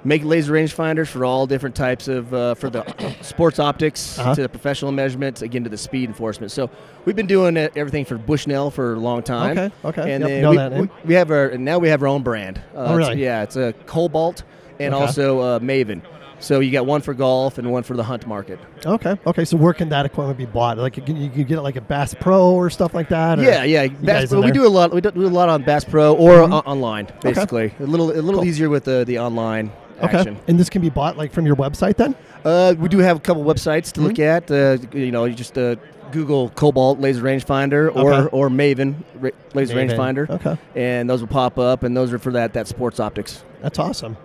Speaker 6: make laser rangefinders for all different types of uh, for the sports optics
Speaker 4: Uh-huh.
Speaker 6: to the professional measurements again to the speed enforcement. So we've been doing uh, everything for Bushnell for a long time.
Speaker 4: Okay, okay.
Speaker 6: And
Speaker 4: Yep,
Speaker 6: then
Speaker 4: know
Speaker 6: we,
Speaker 4: that name.
Speaker 6: we- we have our and now we have our own brand. Uh,
Speaker 4: Oh,
Speaker 6: it's-
Speaker 4: really?
Speaker 6: yeah, it's a Cobalt and
Speaker 4: Okay.
Speaker 6: also uh, Maven. So you got one for golf and one for the hunt market.
Speaker 4: Okay. Okay. So where can that equipment be bought? Like you can, you can get it like a Bass Pro or stuff like that. Or
Speaker 6: Yeah, yeah.
Speaker 4: you
Speaker 6: Bass
Speaker 4: guys in
Speaker 6: Pro, we
Speaker 4: there?
Speaker 6: do a lot. We do do a lot on Bass Pro or
Speaker 4: Mhm.
Speaker 6: o- online,
Speaker 4: Okay.
Speaker 6: basically. A little, a little
Speaker 4: Cool.
Speaker 6: easier with the the online
Speaker 4: Okay.
Speaker 6: action.
Speaker 4: And this can be bought like from your website then.
Speaker 6: Uh, we do have a couple websites to look at. Uh, you know, you just uh, Google Cobalt Laser Rangefinder or
Speaker 4: Okay.
Speaker 6: or Maven ra- Laser
Speaker 4: Maven.
Speaker 6: Rangefinder.
Speaker 4: Okay.
Speaker 6: and those will pop up, and those are for that that sports optics.
Speaker 4: That's awesome.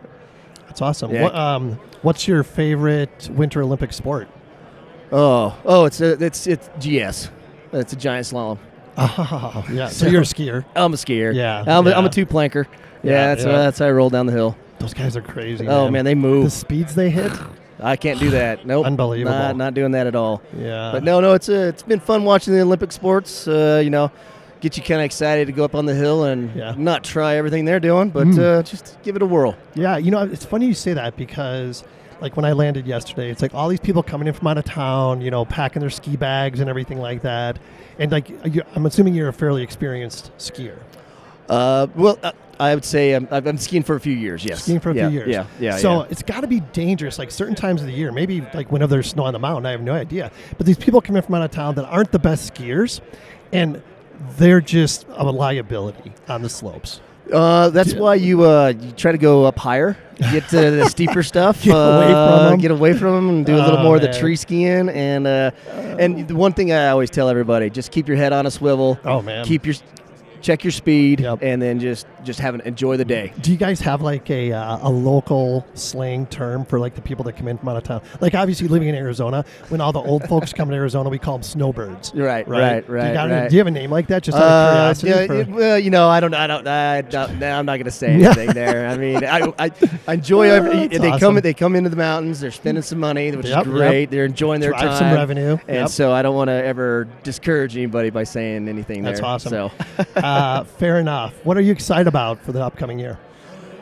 Speaker 4: That's awesome.
Speaker 6: Yeah.
Speaker 4: What, um, what's your favorite Winter Olympic sport?
Speaker 6: Oh, oh, it's a, it's it's GS. It's a giant slalom.
Speaker 4: Oh, yeah. So you're a skier.
Speaker 6: I'm a skier.
Speaker 4: Yeah,
Speaker 6: I'm, A, I'm
Speaker 4: yeah.
Speaker 6: a two planker. Yeah,
Speaker 4: Yeah,
Speaker 6: that's uh,
Speaker 4: yeah.
Speaker 6: that's how I roll down the hill.
Speaker 4: Those guys are crazy.
Speaker 6: Oh man, they move.
Speaker 4: The speeds they hit.
Speaker 6: I can't do that. Nope.
Speaker 4: Unbelievable.
Speaker 6: Not, not doing that at all.
Speaker 4: Yeah.
Speaker 6: But no, no, it's a, it's been fun watching the Olympic sports. Uh, you know, get you kind of excited to go up on the hill and not try everything they're doing, but
Speaker 4: Mm.
Speaker 6: uh, just give it a whirl.
Speaker 4: Yeah, you know, it's funny you say that because, like, when I landed yesterday, it's like all these people coming in from out of town, you know, packing their ski bags and everything like that. And, like, you, I'm assuming you're a fairly experienced skier.
Speaker 6: Uh, well, uh, I would say um, I've been skiing for a few years. Yes,
Speaker 4: Skiing for a
Speaker 6: yeah,
Speaker 4: few years.
Speaker 6: Yeah, yeah.
Speaker 4: So
Speaker 6: yeah.
Speaker 4: it's got to be dangerous, like certain times of the year, maybe like whenever there's snow on the mountain. I have no idea. But these people come in from out of town that aren't the best skiers, and they're just a liability on the slopes.
Speaker 6: Uh, that's why you uh, you try to go up higher, get to the steeper stuff,
Speaker 4: Get away from
Speaker 6: uh,
Speaker 4: 'em.
Speaker 6: get away from 'em and do a little
Speaker 4: Oh,
Speaker 6: more of the
Speaker 4: man.
Speaker 6: tree skiing. And uh, and the one thing I always tell everybody: just keep your head on a swivel.
Speaker 4: Oh, man.
Speaker 6: keep your check your speed, and then just just have an, enjoy the day.
Speaker 4: Do you guys have like a, uh, a local slang term for like the people that come in from out of town? Like obviously living in Arizona, when all the old folks come to Arizona, we call them snowbirds.
Speaker 6: Right, right,
Speaker 4: Do you,
Speaker 6: right.
Speaker 4: got a-
Speaker 6: right.
Speaker 4: do you have a name like that? Just out
Speaker 6: Uh,
Speaker 4: of curiosity.
Speaker 6: yeah,
Speaker 4: for-
Speaker 6: it- well, you know, I don't, I don't, I don't, no, I'm not gonna say
Speaker 4: Yeah.
Speaker 6: anything there. I mean, I, I, I enjoy.
Speaker 4: Oh,
Speaker 6: Every,
Speaker 4: that's
Speaker 6: they come,
Speaker 4: awesome.
Speaker 6: they come into the mountains. They're spending some money, which
Speaker 4: Yep,
Speaker 6: is great.
Speaker 4: yep.
Speaker 6: They're enjoying their
Speaker 4: Drive
Speaker 6: time,
Speaker 4: some revenue.
Speaker 6: and
Speaker 4: Yep.
Speaker 6: so I don't want to ever discourage anybody by saying anything.
Speaker 4: That's
Speaker 6: there,
Speaker 4: awesome.
Speaker 6: So.
Speaker 4: uh, fair enough. What are you excited about for the upcoming year?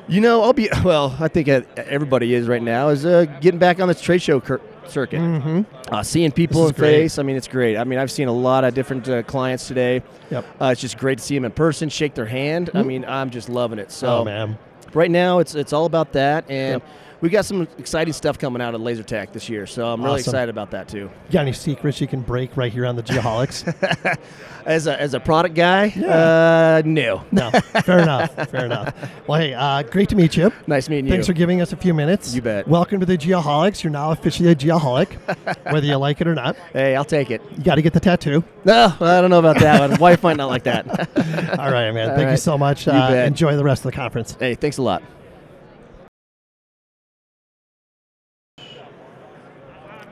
Speaker 6: You know, I'll be well. I think uh, everybody is right now is uh, getting back on this trade show cir- circuit,
Speaker 4: Mhm.
Speaker 6: uh, seeing people
Speaker 4: is
Speaker 6: in
Speaker 4: great.
Speaker 6: face. I mean, it's great. I mean, I've seen a lot of different uh, clients today.
Speaker 4: Yep.
Speaker 6: Uh, it's just great to see them in person, shake their hand. I
Speaker 4: Mhm.
Speaker 6: mean, I'm just loving it. So,
Speaker 4: Oh, man.
Speaker 6: right now it's it's all about that, and we got some exciting stuff coming out of Laser Tech this year. So I'm really
Speaker 4: Awesome.
Speaker 6: excited about that too.
Speaker 4: You got any secrets you can break right here on the Geoholics?
Speaker 6: As a as a product guy, uh, no,
Speaker 4: no, fair enough. Fair enough. Well, hey, uh, great to meet you.
Speaker 6: Nice meeting
Speaker 4: Thanks
Speaker 6: you.
Speaker 4: for giving us a few minutes.
Speaker 6: You bet.
Speaker 4: Welcome to the Geoholics. You're now officially a Geoholic, whether you like it or not.
Speaker 6: Hey, I'll take it.
Speaker 4: You got to get the tattoo.
Speaker 6: No, I don't know about that one. Wife might not like that. All
Speaker 4: right, man. Thank you so much.
Speaker 6: You
Speaker 4: uh,
Speaker 6: bet.
Speaker 4: enjoy the rest of the conference.
Speaker 6: Hey, thanks a lot.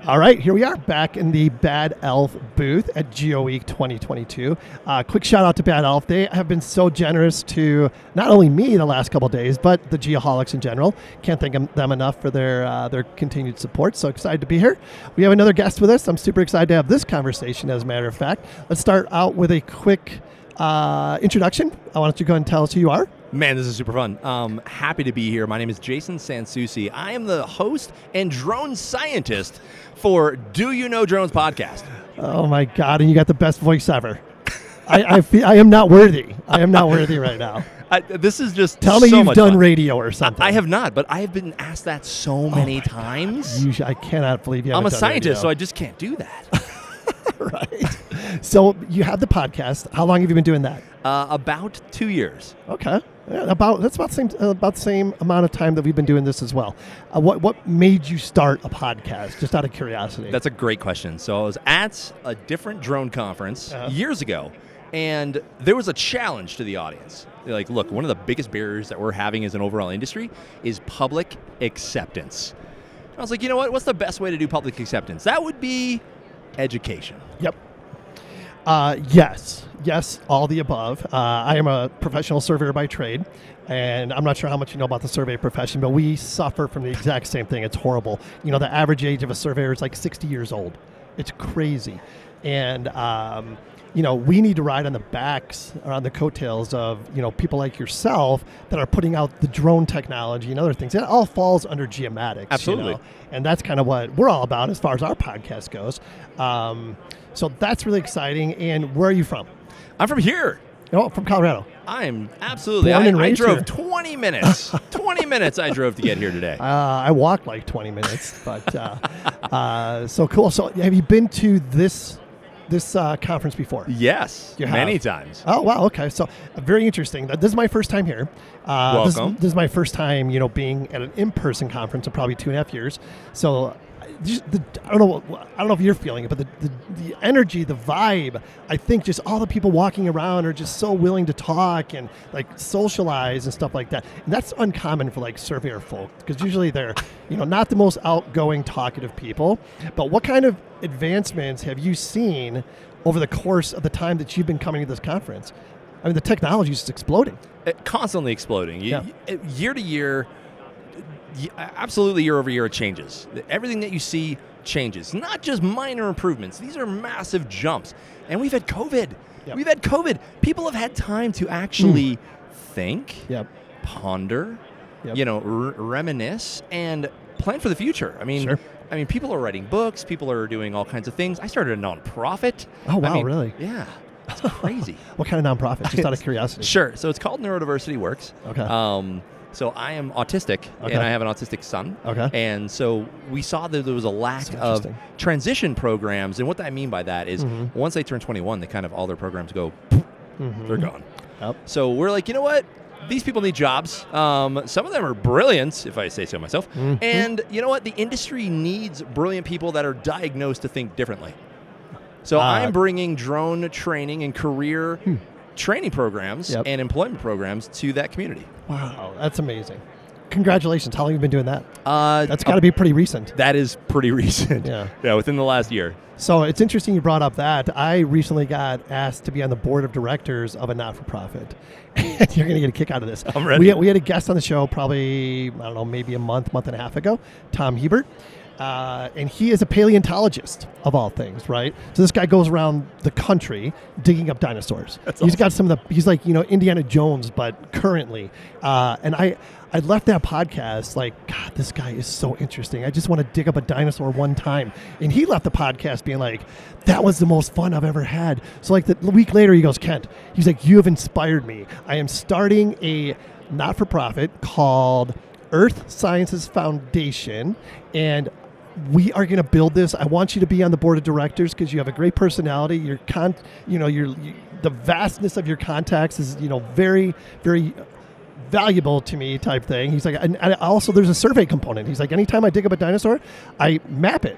Speaker 4: All right, here we are back in the Bad Elf booth at Geo Week 2022. Uh, quick shout out to Bad Elf. They have been so generous to not only me the last couple days, but the Geoholics in general. Can't thank 'em- them enough for their uh, their continued support. So excited to be here. We have another guest with us. I'm super excited to have this conversation, as a matter of fact. Let's start out with a quick uh, introduction. I want you to go ahead and tell us who you are.
Speaker 25: Man, this is super fun. Um, happy to be here. My name is Jason Sansusi. I am the host and drone scientist for Do You Know Drones podcast.
Speaker 4: Oh my God, and you got the best voice ever. I, I, feel, I am not worthy. I am not worthy right now.
Speaker 25: I, this is just
Speaker 4: Tell me
Speaker 25: so
Speaker 4: you've
Speaker 25: much
Speaker 4: done
Speaker 25: fun.
Speaker 4: radio or something.
Speaker 25: I have not, but I have been asked that so many times.
Speaker 4: You sh- I cannot believe you.
Speaker 25: I'm a
Speaker 4: haven't done
Speaker 25: scientist,
Speaker 4: radio.
Speaker 25: so I just can't do that.
Speaker 4: So you have the podcast. How long have you been doing that?
Speaker 25: Uh, about two years.
Speaker 4: Okay, Yeah, about that's about the same about the same amount of time that we've been doing this as well. Uh, what what made you start a podcast? Just out of curiosity.
Speaker 25: That's a great question. So I was at a different drone conference
Speaker 4: Uh-huh.
Speaker 25: years ago, and there was a challenge to the audience. They're like, look, one of the biggest barriers that we're having as an overall industry is public acceptance. I was like, you know what? What's the best way to do public acceptance? That would be education.
Speaker 4: Yep. Uh, yes, yes, all the above. Uh, I am a professional surveyor by trade, and I'm not sure how much you know about the survey profession, but we suffer from the exact same thing. It's horrible. You know, the average age of a surveyor is like 60 years old. It's crazy, and um, you know we need to ride on the backs or on the coattails of you know people like yourself that are putting out the drone technology and other things. It all falls under geomatics. you
Speaker 25: Absolutely.
Speaker 4: know? and that's kind of what we're all about as far as our podcast goes. Um, so that's really exciting. And where are you from?
Speaker 25: I'm from here.
Speaker 4: Oh, from Colorado.
Speaker 25: I am absolutely.
Speaker 4: Born
Speaker 25: I,
Speaker 4: and
Speaker 25: I
Speaker 4: raised
Speaker 25: drove
Speaker 4: here.
Speaker 25: 20 minutes. 20 minutes I drove to get here today.
Speaker 4: Uh, I walked like 20 minutes, but uh, uh, so cool. So have you been to this this uh, conference before?
Speaker 25: Yes,
Speaker 4: You have?
Speaker 25: many times.
Speaker 4: Oh wow, okay. So uh, very interesting. Th- This is my first time here. Uh, this-
Speaker 25: Welcome.
Speaker 4: This, is my first time, you know, being at an in-person conference in probably two and a half years. So. uh, Just the, I don't know. what- I don't know if you're feeling it, but the, the, the energy, the vibe. I think just all the people walking around are just so willing to talk and like socialize and stuff like that. And that's uncommon for like surveyor folk because usually they're, you know, not the most outgoing, talkative people. But what kind of advancements have you seen over the course of the time that you've been coming to this conference. I mean, the technology is just exploding.
Speaker 25: Uh, constantly exploding. You-
Speaker 4: Yeah.
Speaker 25: y- Year to year, y- absolutely year over year, it changes. Everything that you see changes. Not just minor improvements, these are massive jumps. And we've had COVID. We've had COVID. People have had time to actually
Speaker 4: Hmm.
Speaker 25: think, ponder, you know, r- reminisce, and plan for the future. I mean, I mean, people are writing books. People are doing all kinds of things. I started a nonprofit.
Speaker 4: Oh,
Speaker 25: I
Speaker 4: wow,
Speaker 25: mean,
Speaker 4: really?
Speaker 25: Yeah, it's crazy.
Speaker 4: What kind of nonprofit? Just out of curiosity.
Speaker 25: Sure. So it's called Neurodiversity Works.
Speaker 4: Okay.
Speaker 25: Um, so I am autistic,
Speaker 4: Okay.
Speaker 25: and I have an autistic son.
Speaker 4: Okay.
Speaker 25: And so we saw that there was a lack of
Speaker 4: interesting.
Speaker 25: transition programs, and what I mean by that is
Speaker 4: Mhm.
Speaker 25: once they turn 21, they kind of all their programs go,
Speaker 4: Mhm.
Speaker 25: they're gone. So we're like, you know what? These people need jobs. Um, some of them are brilliant, if I say so myself.
Speaker 4: Mhm.
Speaker 25: And you know what? The industry needs brilliant people that are diagnosed to think differently. So
Speaker 4: Uh,
Speaker 25: I'm bringing drone training and career
Speaker 4: Hmm.
Speaker 25: training programs and employment programs to that community.
Speaker 4: Wow, that's amazing. Congratulations. How long have you been doing that?
Speaker 25: Uh,
Speaker 4: That's got to be pretty recent.
Speaker 25: That is pretty recent.
Speaker 4: Yeah.
Speaker 25: yeah, within the last year.
Speaker 4: So it's interesting you brought up that. I recently got asked to be on the board of directors of a not for profit. You're going to get a kick out of this.
Speaker 25: I'm ready.
Speaker 4: We had, we had a guest on the show probably, I don't know, maybe a month, month and a half ago, Tom Hebert. Uh, and he is a paleontologist of all things, right? So this guy goes around the country digging up dinosaurs. He's got some of the. He's like you know Indiana Jones, but currently. Uh, and I, I left that podcast like, God, this guy is so interesting. I just want to dig up a dinosaur one time. And he left the podcast being like, that was the most fun I've ever had. So like the week later, he goes, Kent, he's like, you have inspired me. I am starting a not-for-profit called Earth Sciences Foundation, and we are going to build this. I want you to be on the board of directors because you have a great personality. Your con, you know, your you, the vastness of your contacts is you know very very valuable to me type thing. He's like, and, and also there's a survey component. He's like, anytime I dig up a dinosaur, I map it.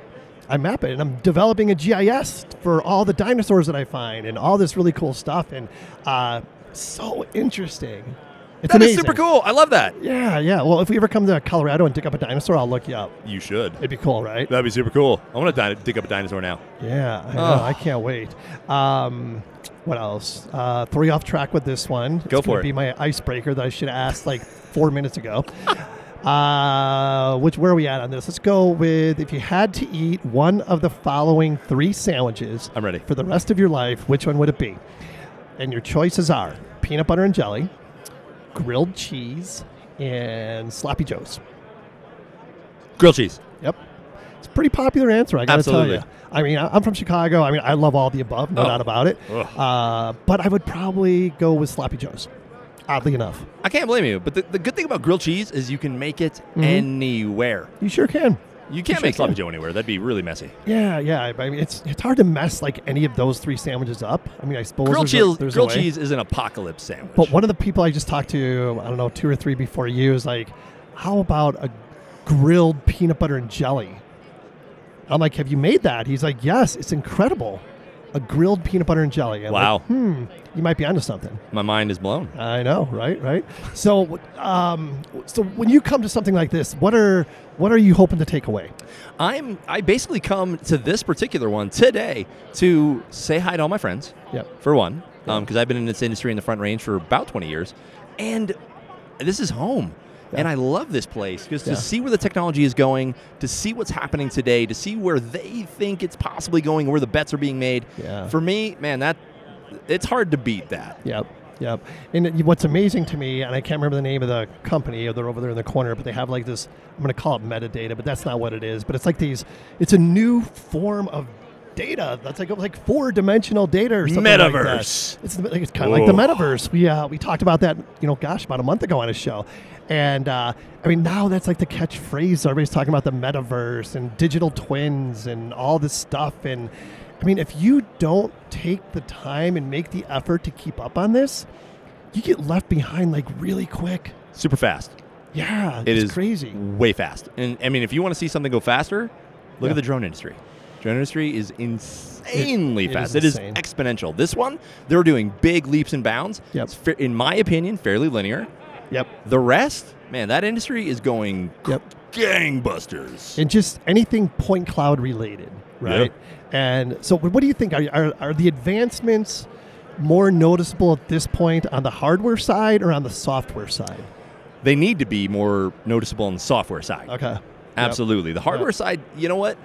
Speaker 4: I map it, and I'm developing a GIS for all the dinosaurs that I find, and all this really cool stuff, and uh, so interesting. It's
Speaker 25: That is
Speaker 4: amazing.
Speaker 25: super cool. I love that.
Speaker 4: Yeah, yeah. Well, if we ever come to Colorado and dig up a dinosaur, I'll look you up.
Speaker 25: You should.
Speaker 4: It'd be cool, right?
Speaker 25: That'd be super cool. I want to di- dig up a dinosaur now.
Speaker 4: Yeah, I, know,
Speaker 25: Ugh.
Speaker 4: I can't wait. Um, what else? Uh, throw you off track with this one.
Speaker 25: Go
Speaker 4: it's gonna
Speaker 25: for it.
Speaker 4: Be my icebreaker that I should have asked like four minutes ago. Uh, which where are we at on this? Let's go with if you had to eat one of the following three sandwiches.
Speaker 25: I'm ready
Speaker 4: for the rest of your life. Which one would it be? And your choices are peanut butter and jelly, grilled cheese, and sloppy joes.
Speaker 25: Grilled cheese.
Speaker 4: Yep. It's a pretty popular answer, I gotta
Speaker 25: Absolutely.
Speaker 4: tell you. I mean, I- I'm from Chicago. I mean, I love all the above, no
Speaker 25: Oh.
Speaker 4: doubt about it.
Speaker 25: Ugh.
Speaker 4: Uh, but I would probably go with Sloppy Joe's, oddly enough.
Speaker 25: I can't blame you. But the, the good thing about grilled cheese is you can make it
Speaker 4: Mhm.
Speaker 25: anywhere.
Speaker 4: You sure can.
Speaker 25: You can't
Speaker 4: sure
Speaker 25: make sloppy
Speaker 4: can.
Speaker 25: joe anywhere. That'd be really messy.
Speaker 4: Yeah, yeah. I I mean, it's it's hard to mess like any of those three sandwiches up. I mean, I suppose
Speaker 25: grilled
Speaker 4: there's a-
Speaker 25: cheese,
Speaker 4: there's a
Speaker 25: grilled
Speaker 4: way.
Speaker 25: cheese is an apocalypse sandwich.
Speaker 4: But one of the people I just talked to, I don't know, two or three before you, is like, how about a grilled peanut butter and jelly? I'm like, have you made that? He's like, yes, it's incredible. A grilled peanut butter and jelly. I'm like,
Speaker 25: Wow.
Speaker 4: hmm, you might be onto something.
Speaker 25: My mind is blown.
Speaker 4: I know, right? Right. So, um, so when you come to something like this, what are what are you hoping to take away?
Speaker 25: I'm I basically come to this particular one today to say hi to all my friends.
Speaker 4: Yep.
Speaker 25: For one, because I've been in this industry in the front range for about 20 years, and this is home. And I love this place because
Speaker 4: Yeah.
Speaker 25: to see where the technology is going, to see what's happening today, to see where they think it's possibly going, where the bets are being made.
Speaker 4: Yeah.
Speaker 25: For me, man, that it's hard to beat that.
Speaker 4: Yep. Yep. And it- what's amazing to me, and I can't remember the name of the company, or they're over there in the corner, but they have like this, I'm going to call it metadata, but that's not what it is. But it's like these, it's a new form of data. That's like like four dimensional data or something like that.
Speaker 25: Metaverse.
Speaker 4: It's, the- it's kind of like the
Speaker 25: Whoa.
Speaker 4: metaverse. We uh, we talked about that, you know, gosh, about a month ago on a show, and uh, I mean now that's like the catchphrase. Everybody's talking about the metaverse and digital twins and all this stuff. And I mean, if you don't take the time and make the effort to keep up on this, you get left behind like really quick.
Speaker 25: Super fast.
Speaker 4: Yeah,
Speaker 25: It
Speaker 4: it's
Speaker 25: is
Speaker 4: crazy.
Speaker 25: Way fast. And I mean, if you want to see something go faster, look
Speaker 4: Yeah.
Speaker 25: at the drone industry. Drone industry is insanely
Speaker 4: It- it is
Speaker 25: fast. It is
Speaker 4: insane.
Speaker 25: exponential. This one, they're doing big leaps and bounds. It's fa- in my opinion, fairly linear.
Speaker 4: Yep.
Speaker 25: The rest, man, that industry is going
Speaker 4: yep.
Speaker 25: gangbusters.
Speaker 4: and just anything point cloud related, right? And so, wh- what do you think? Are, are, are the advancements more noticeable at this point on the hardware side or on the software side?
Speaker 25: They need to be more noticeable on the software side.
Speaker 4: Okay.
Speaker 25: Absolutely. The hardware
Speaker 4: Yep.
Speaker 25: side, you know what?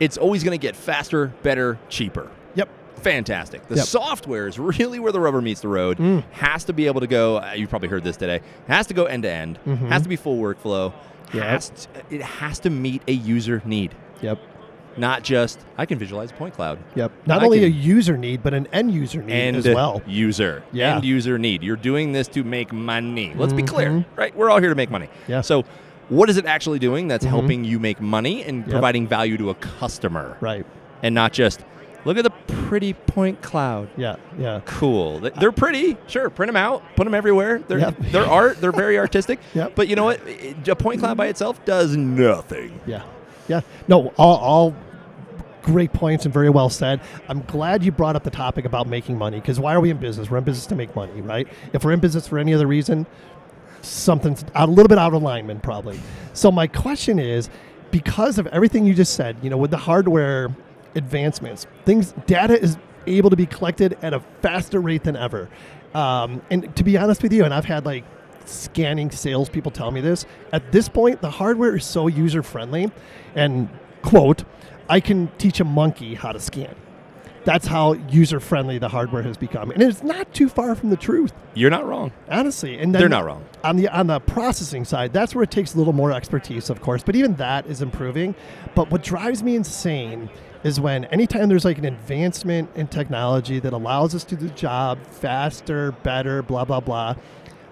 Speaker 25: It's always going to get faster, better, cheaper.
Speaker 4: Yep.
Speaker 25: Fantastic. The
Speaker 4: Yep.
Speaker 25: software is really where the rubber meets the road.
Speaker 4: Mm.
Speaker 25: Has to be able to go, uh, you probably heard this today, has to go end to end,
Speaker 4: Mhm.
Speaker 25: has to be full workflow. Has to, it has to meet a user need.
Speaker 4: Yep.
Speaker 25: Not just, I can visualize a point cloud.
Speaker 4: Yep. Not
Speaker 25: I
Speaker 4: only
Speaker 25: can
Speaker 4: a user need, but an end user need
Speaker 25: end
Speaker 4: as well.
Speaker 25: user.
Speaker 4: Yeah.
Speaker 25: End user need. You're doing this to make money. Let's be
Speaker 4: Mhm.
Speaker 25: clear, right? We're all here to make money.
Speaker 4: Yeah.
Speaker 25: So, what is it actually doing that's
Speaker 4: Mhm.
Speaker 25: helping you make money and
Speaker 4: Yep.
Speaker 25: providing value to a customer?
Speaker 4: Right.
Speaker 25: And not just look at the pretty point cloud.
Speaker 4: Yeah. Yeah.
Speaker 25: Cool. Th- They're pretty. Sure. Print them out. Put them everywhere. They're
Speaker 4: Yep.
Speaker 25: they're art. They're very artistic.
Speaker 4: Yep.
Speaker 25: But you know what? I- I- A point cloud by itself does nothing.
Speaker 4: Yeah. Yeah. No, all, all great points and very well said. I'm glad you brought up the topic about making money because why are we in business? We're in business to make money, right? If we're in business for any other reason, something's out, a little bit out of alignment probably. So my question is because of everything you just said, you know, with the hardware advancements, things data is able to be collected at a faster rate than ever. Um, and to be honest with you, and I've had like scanning salespeople tell me this. At this point, the hardware is so user friendly, and quote, I can teach a monkey how to scan. That's how user friendly the hardware has become, and it's not too far from the truth.
Speaker 25: You're not wrong.
Speaker 4: Honestly, and then
Speaker 25: They're not wrong.
Speaker 4: on the on the processing side. That's where it takes a little more expertise, of course, but even that is improving. But what drives me insane is when anytime there's like an advancement in technology that allows us to do the job faster, better, blah blah blah.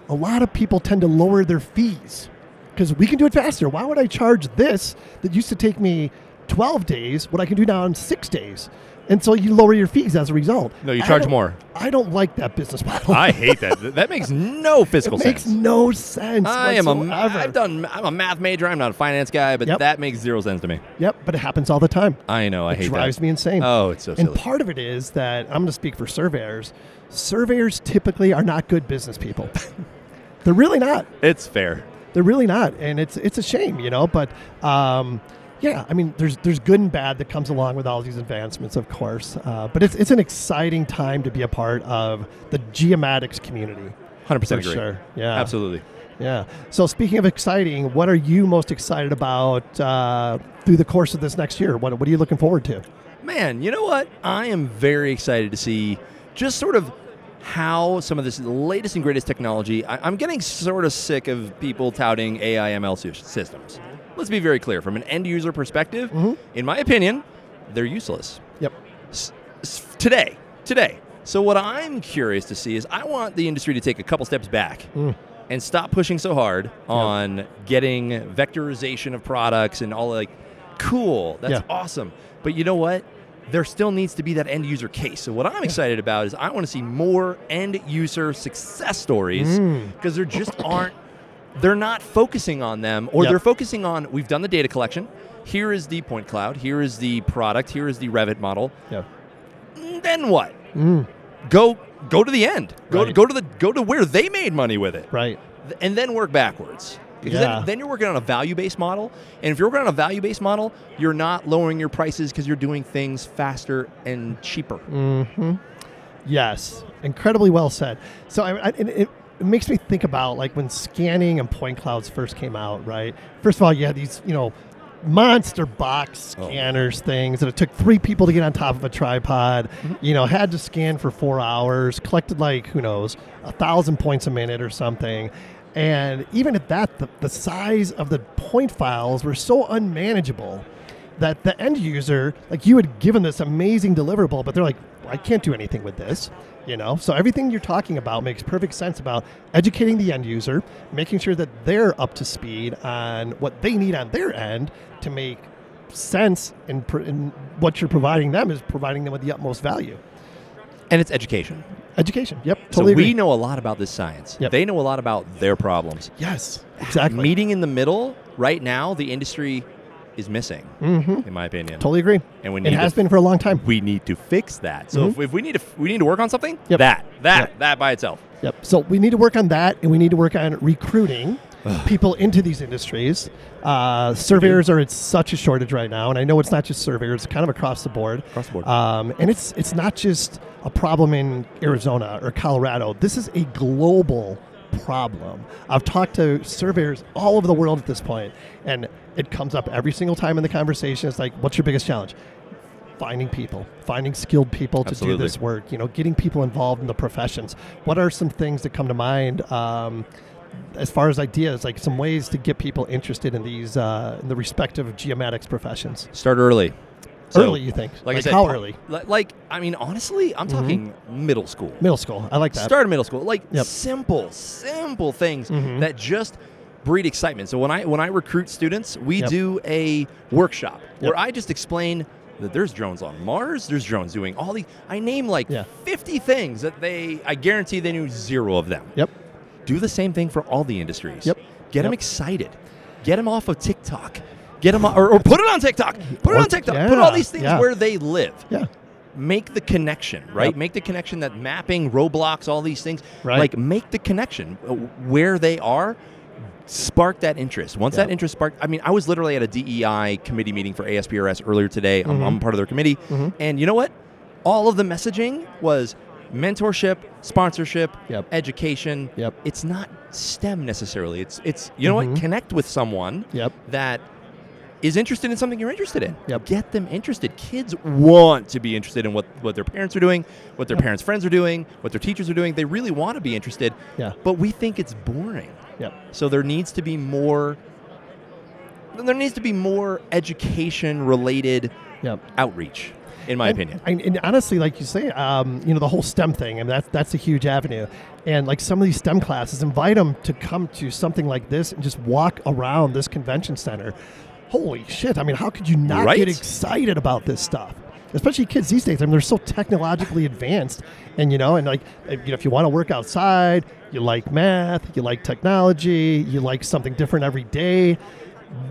Speaker 4: A lot of people tend to lower their fees because we can do it faster. Why would I charge this that used to take me 12 days? What I can do now in six days. And so you lower your fees as a result.
Speaker 25: No, you
Speaker 4: I
Speaker 25: charge
Speaker 4: don't-
Speaker 25: more.
Speaker 4: I don't like that business model. Oh,
Speaker 25: I hate that. Th- That makes no fiscal
Speaker 4: it
Speaker 25: sense.
Speaker 4: makes no sense.
Speaker 25: I am a.
Speaker 4: whatsoever.
Speaker 25: I've done. I'm a math major. I'm not a finance guy, but
Speaker 4: Yep.
Speaker 25: that makes zero sense to me.
Speaker 4: Yep, but it happens all the time.
Speaker 25: I know. I
Speaker 4: it
Speaker 25: hate
Speaker 4: drives
Speaker 25: that.
Speaker 4: me insane.
Speaker 25: Oh, it's so
Speaker 4: and
Speaker 25: silly.
Speaker 4: part of it is that I'm going to speak for surveyors. Surveyors typically are not good business people. They're really not.
Speaker 25: It's fair.
Speaker 4: They're really not, and it's it's a shame, you know. But um, yeah, I mean, there's there's good and bad that comes along with all these advancements, of course. Uh, but it's it's an exciting time to be a part of the geomatics community.
Speaker 25: 100%
Speaker 4: for
Speaker 25: agree.
Speaker 4: Sure. Yeah.
Speaker 25: Absolutely.
Speaker 4: Yeah. So speaking of exciting, what are you most excited about uh, through the course of this next year? What What are you looking forward to?
Speaker 25: Man, you know what? I am very excited to see just sort of how some of this latest and greatest technology. I, I'm getting sort of sick of people touting AI ML sys- systems. Let's be very clear from an end user perspective. In my opinion, they're useless.
Speaker 4: Mm-hmm. Yep.
Speaker 25: S- s- today, today. So what I'm curious to see is I want the industry to take a couple steps back
Speaker 4: Mm.
Speaker 25: and stop pushing so hard on getting vectorization of products and all like cool that's
Speaker 4: Yeah.
Speaker 25: awesome but you know what there still needs to be that end user case so what i'm excited about is i want to see more end user success stories
Speaker 4: Mm.
Speaker 25: because there just aren't they're not focusing on them or
Speaker 4: Yep.
Speaker 25: they're focusing on we've done the data collection here is the point cloud here is the product here is the revit model
Speaker 4: Yeah.
Speaker 25: then what
Speaker 4: Mm.
Speaker 25: go go to the end. Go to, go to the go to where they made money with it.
Speaker 4: Right.
Speaker 25: And then work backwards. Because
Speaker 4: Yeah.
Speaker 25: then, then you're working on a value-based model, and if you're working on a value-based model, you're not lowering your prices because you're doing things faster and cheaper.
Speaker 4: hmm Yes, incredibly well said. So I, I, it, it it makes me think about like when scanning and point clouds first came out, right? First of all, you had these, you know, monster box scanners things that it took three people to get on top of a tripod. You know, had to scan for four hours, collected like who knows a thousand points a minute or something. And even at that, the, the size of the point files were so unmanageable that the end user, like you had given this amazing deliverable, but they're like, I can't do anything with this, you know? So everything you're talking about makes perfect sense about educating the end user, making sure that they're up to speed on what they need on their end to make sense in, pr- in what you're providing them is providing them with the utmost value.
Speaker 25: And it's education.
Speaker 4: Education. Yep.
Speaker 25: So
Speaker 4: Totally agree.
Speaker 25: we know a lot about this science.
Speaker 4: Yep.
Speaker 25: They know a lot about their problems.
Speaker 4: Yes, exactly.
Speaker 25: Meeting in the middle, right now, the industry is missing,
Speaker 4: Mhm.
Speaker 25: in my opinion.
Speaker 4: Totally agree.
Speaker 25: And we
Speaker 4: It
Speaker 25: need
Speaker 4: has
Speaker 25: to,
Speaker 4: been for a long time.
Speaker 25: We need to fix that. So
Speaker 4: Mhm.
Speaker 25: if, if we need to, we need to work on something. That, that, that by itself.
Speaker 4: Yep. So we need to work on that, and we need to work on recruiting people into these industries. Uh, surveyors are in such a shortage right now, and I know it's not just surveyors; it's kind of across the board. Across
Speaker 25: the board.
Speaker 4: Um, and it's it's not just a problem in Arizona or Colorado. This is a global problem. I've talked to surveyors all over the world at this point, and it comes up every single time in the conversation. It's like, "What's your biggest challenge?" finding people, finding skilled people to do
Speaker 25: Absolutely.
Speaker 4: this work. You know, getting people involved in the professions. What are some things that come to mind um, as far as ideas, like some ways to get people interested in these uh, in the respective geomatics professions?
Speaker 25: Start early.
Speaker 4: Early, you think?
Speaker 25: Like, I
Speaker 4: Like,
Speaker 25: said,
Speaker 4: how early?
Speaker 25: li- Like, I mean, honestly, I'm
Speaker 4: Mhm.
Speaker 25: talking middle school.
Speaker 4: Middle school. I like that.
Speaker 25: Start in middle school. Like
Speaker 4: Yep.
Speaker 25: simple, simple things
Speaker 4: Mhm.
Speaker 25: that just breed excitement. So when I when I recruit students, we
Speaker 4: Yep.
Speaker 25: do a workshop where
Speaker 4: Yep.
Speaker 25: I just explain that there's drones on Mars, there's drones doing all these. I name like 50 things that they. I guarantee they knew zero of them.
Speaker 4: Yep.
Speaker 25: Do the same thing for all the industries.
Speaker 4: Yep.
Speaker 25: Get them
Speaker 4: Yep.
Speaker 25: excited. Get them off of TikTok. Get them or, or put it on TikTok. Put it on TikTok. Put all
Speaker 4: yeah,
Speaker 25: these things
Speaker 4: yeah.
Speaker 25: where they live.
Speaker 4: Yeah.
Speaker 25: Make the connection, right?
Speaker 4: Yep.
Speaker 25: Make the connection that mapping, Roblox, all these things,
Speaker 4: Right.
Speaker 25: like make the connection uh, where they are. Spark that interest. Once that interest sparked, I mean, I was literally at a DEI committee meeting for ASPRS earlier today. I'm,
Speaker 4: Mm-hmm.
Speaker 6: Mhm.
Speaker 25: I'm part of their committee,
Speaker 6: Mhm.
Speaker 25: and you know what? All of the messaging was mentorship, sponsorship, education.
Speaker 4: Yep.
Speaker 25: It's not STEM necessarily. It's it's you know
Speaker 4: Mhm.
Speaker 25: what? Connect with someone
Speaker 4: yep.
Speaker 25: that is interested in something you're interested in.
Speaker 4: Yep.
Speaker 25: Get them interested. Kids want to be interested in what, what their parents are doing, what their
Speaker 4: Yep.
Speaker 25: parents' friends are doing, what their teachers are doing. They really want to be interested.
Speaker 4: Yeah.
Speaker 25: But we think it's boring.
Speaker 4: Yep.
Speaker 25: So there needs to be more there needs to be more education related
Speaker 4: Yep.
Speaker 25: outreach, in my
Speaker 4: And-
Speaker 25: opinion.
Speaker 4: And, and honestly, like you say, um, you know, the whole STEM thing, and that's that's a huge avenue. And like some of these STEM classes, invite them to come to something like this and just walk around this convention center. Holy shit! I mean, how could you not
Speaker 25: Right?
Speaker 4: get excited about this stuff? Especially kids these days. I mean, they're so technologically advanced, and you know, and like, if, you know, if you want to work outside, you like math, you like technology, you like something different every day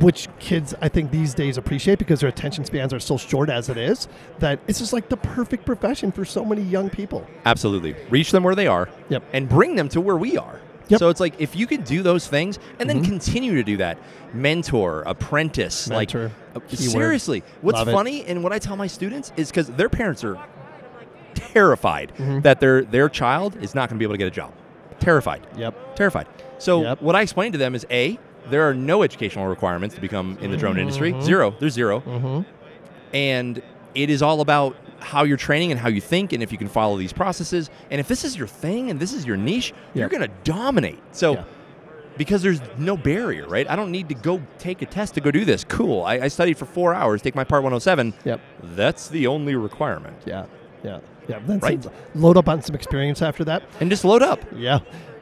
Speaker 4: which kids I think these days appreciate because their attention spans are so short as it is that it's just like the perfect profession for so many young people.
Speaker 25: Absolutely. Reach them where they are
Speaker 4: Yep.
Speaker 25: and bring them to where we are. So it's like if you could do those things and then
Speaker 4: Mm-hmm.
Speaker 25: continue to do that, mentor, apprentice,
Speaker 4: Mentor,
Speaker 25: like uh,
Speaker 4: keyword.
Speaker 25: seriously, what's
Speaker 4: Love it.
Speaker 25: funny and what I tell my students is because their parents are terrified
Speaker 4: Mhm.
Speaker 25: that their their child is not going to be able to get a job. Terrified.
Speaker 4: Yep.
Speaker 25: Terrified. So what I explain to them is a there are no educational requirements to become in the drone industry.
Speaker 4: Mhm.
Speaker 25: Zero. There's 0
Speaker 4: Mhm.
Speaker 25: and it is all about how you're training and how you think and if you can follow these processes and if this is your thing and this is your niche
Speaker 4: Yeah.
Speaker 25: you're going to dominate so because there's no barrier right i don't need to go take a test to go do this cool i, I studied for four hours take my part 107
Speaker 4: Yep.
Speaker 25: that's the only requirement
Speaker 4: yeah yeah Yeah, then
Speaker 25: Right.
Speaker 4: some- load up on some experience after that,
Speaker 25: and just load up.
Speaker 4: Yeah,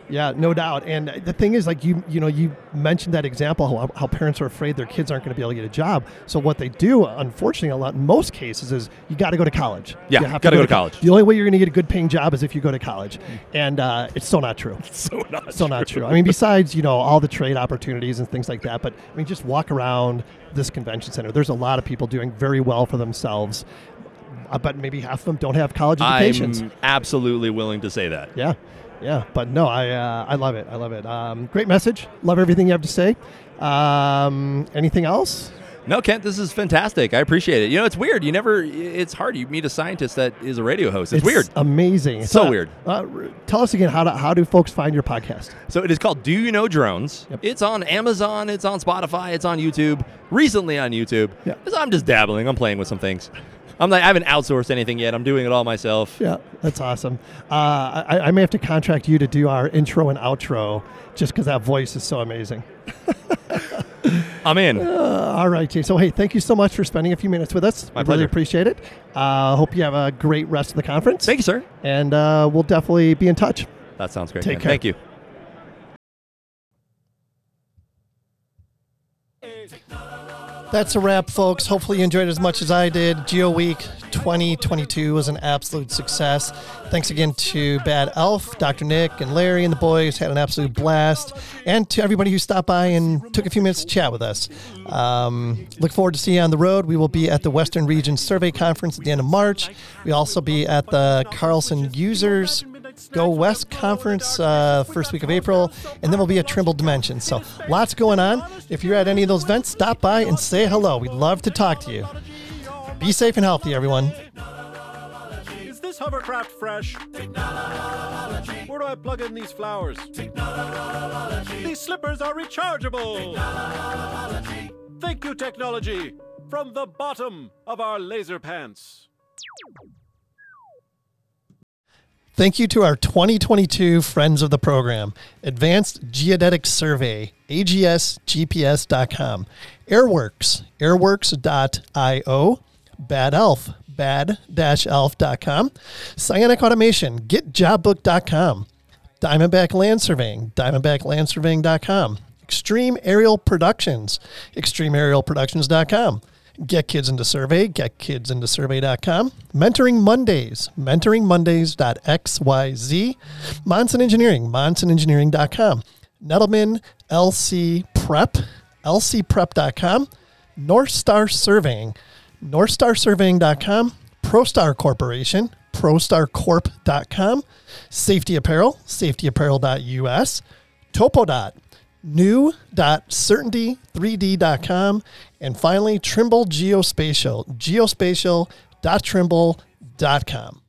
Speaker 4: yeah, no doubt. And the thing is, like you, you know, you mentioned that example how, how parents are afraid their kids aren't going to be able to get a job. So what they do, unfortunately, a lot in most cases is you got to go to college.
Speaker 25: Yeah,
Speaker 4: You have
Speaker 25: gotta go to
Speaker 4: co-
Speaker 25: college.
Speaker 4: The only way you're going to get a good paying job is if you go to college, and uh, it's so not true.
Speaker 25: so not
Speaker 4: so not true. I mean, besides you know all the trade opportunities and things like that, but I mean, just walk around this convention center. There's a lot of people doing very well for themselves. I bet Uh, maybe half of them don't have college educations.
Speaker 25: i'm absolutely willing to say that
Speaker 4: Yeah, yeah. But no, I uh, I love it. I love it. Um, great message. Love everything you have to say. Um, anything else?
Speaker 25: No, Kent, this is fantastic. I appreciate it. You know, it's weird. You never, it's hard. You meet a scientist that is a radio host. It's, weird.
Speaker 4: Amazing.
Speaker 25: So
Speaker 4: uh,
Speaker 25: weird.
Speaker 4: Uh, r- tell us again how do, how do folks find your podcast?
Speaker 25: So it is called Do You Know Drones? It's on Amazon, it's on Spotify, it's on YouTube, recently on YouTube.
Speaker 4: Yeah.
Speaker 25: So I'm just dabbling, I'm playing with some things. I'm not, I haven't outsourced anything yet. I'm doing it all myself.
Speaker 4: Yeah, that's awesome. Uh, I, I may have to contract you to do our intro and outro just because that voice is so amazing.
Speaker 25: I'm in.
Speaker 4: Uh, all righty. So, hey, thank you so much for spending a few minutes with us.
Speaker 25: My
Speaker 4: really
Speaker 25: pleasure.
Speaker 4: appreciate it. Uh, hope you have a great rest of the conference. Thank
Speaker 25: you, sir.
Speaker 4: And uh, we'll definitely be in touch.
Speaker 25: That sounds great.
Speaker 4: Take
Speaker 25: man.
Speaker 4: care.
Speaker 25: Thank you.
Speaker 4: That's a wrap, folks. Hopefully, you enjoyed it as much as I did. Geo Week 2022 was an absolute success. Thanks again to Bad Elf, Dr. Nick, and Larry, and the boys. Had an absolute blast. And to everybody who stopped by and took a few minutes to chat with us. Um, look forward to seeing you on the road. We will be at the Western Region Survey Conference at the end of March. We'll also be at the Carlson Users Go West Conference uh, first week of April, and then we'll be at Trimble Dimensions. So lots going on. If you're at any of those events, stop by and say hello. We'd love to talk to you. Be safe and healthy, everyone.
Speaker 3: Is this hovercraft fresh? Technology. Where do I plug in these flowers? Technology. These slippers are rechargeable. Technology. Thank you, technology. From the bottom of our laser pants.
Speaker 4: Thank you to our 2022 friends of the program, Advanced Geodetic Survey, agsgps.com, Airworks, airworks.io, Bad Elf, bad-elf.com, Cyanic Automation, getjobbook.com, Diamondback Land Surveying, diamondbacklandsurveying.com, Extreme Aerial Productions, extremeaerialproductions.com, Get Kids Into Survey, getkidsintosurvey.com, Mentoring Mondays, mentoringmondays.xyz, Monson Engineering, monsonengineering.com, Nettleman LC Prep, lcprep.com, North Star Surveying, northstarsurveying.com, ProStar Corporation, prostarcorp.com, Safety Apparel, safetyapparel.us, Topodot, new.certainty3d.com, and finally Trimble Geospatial, geospatial.trimble.com.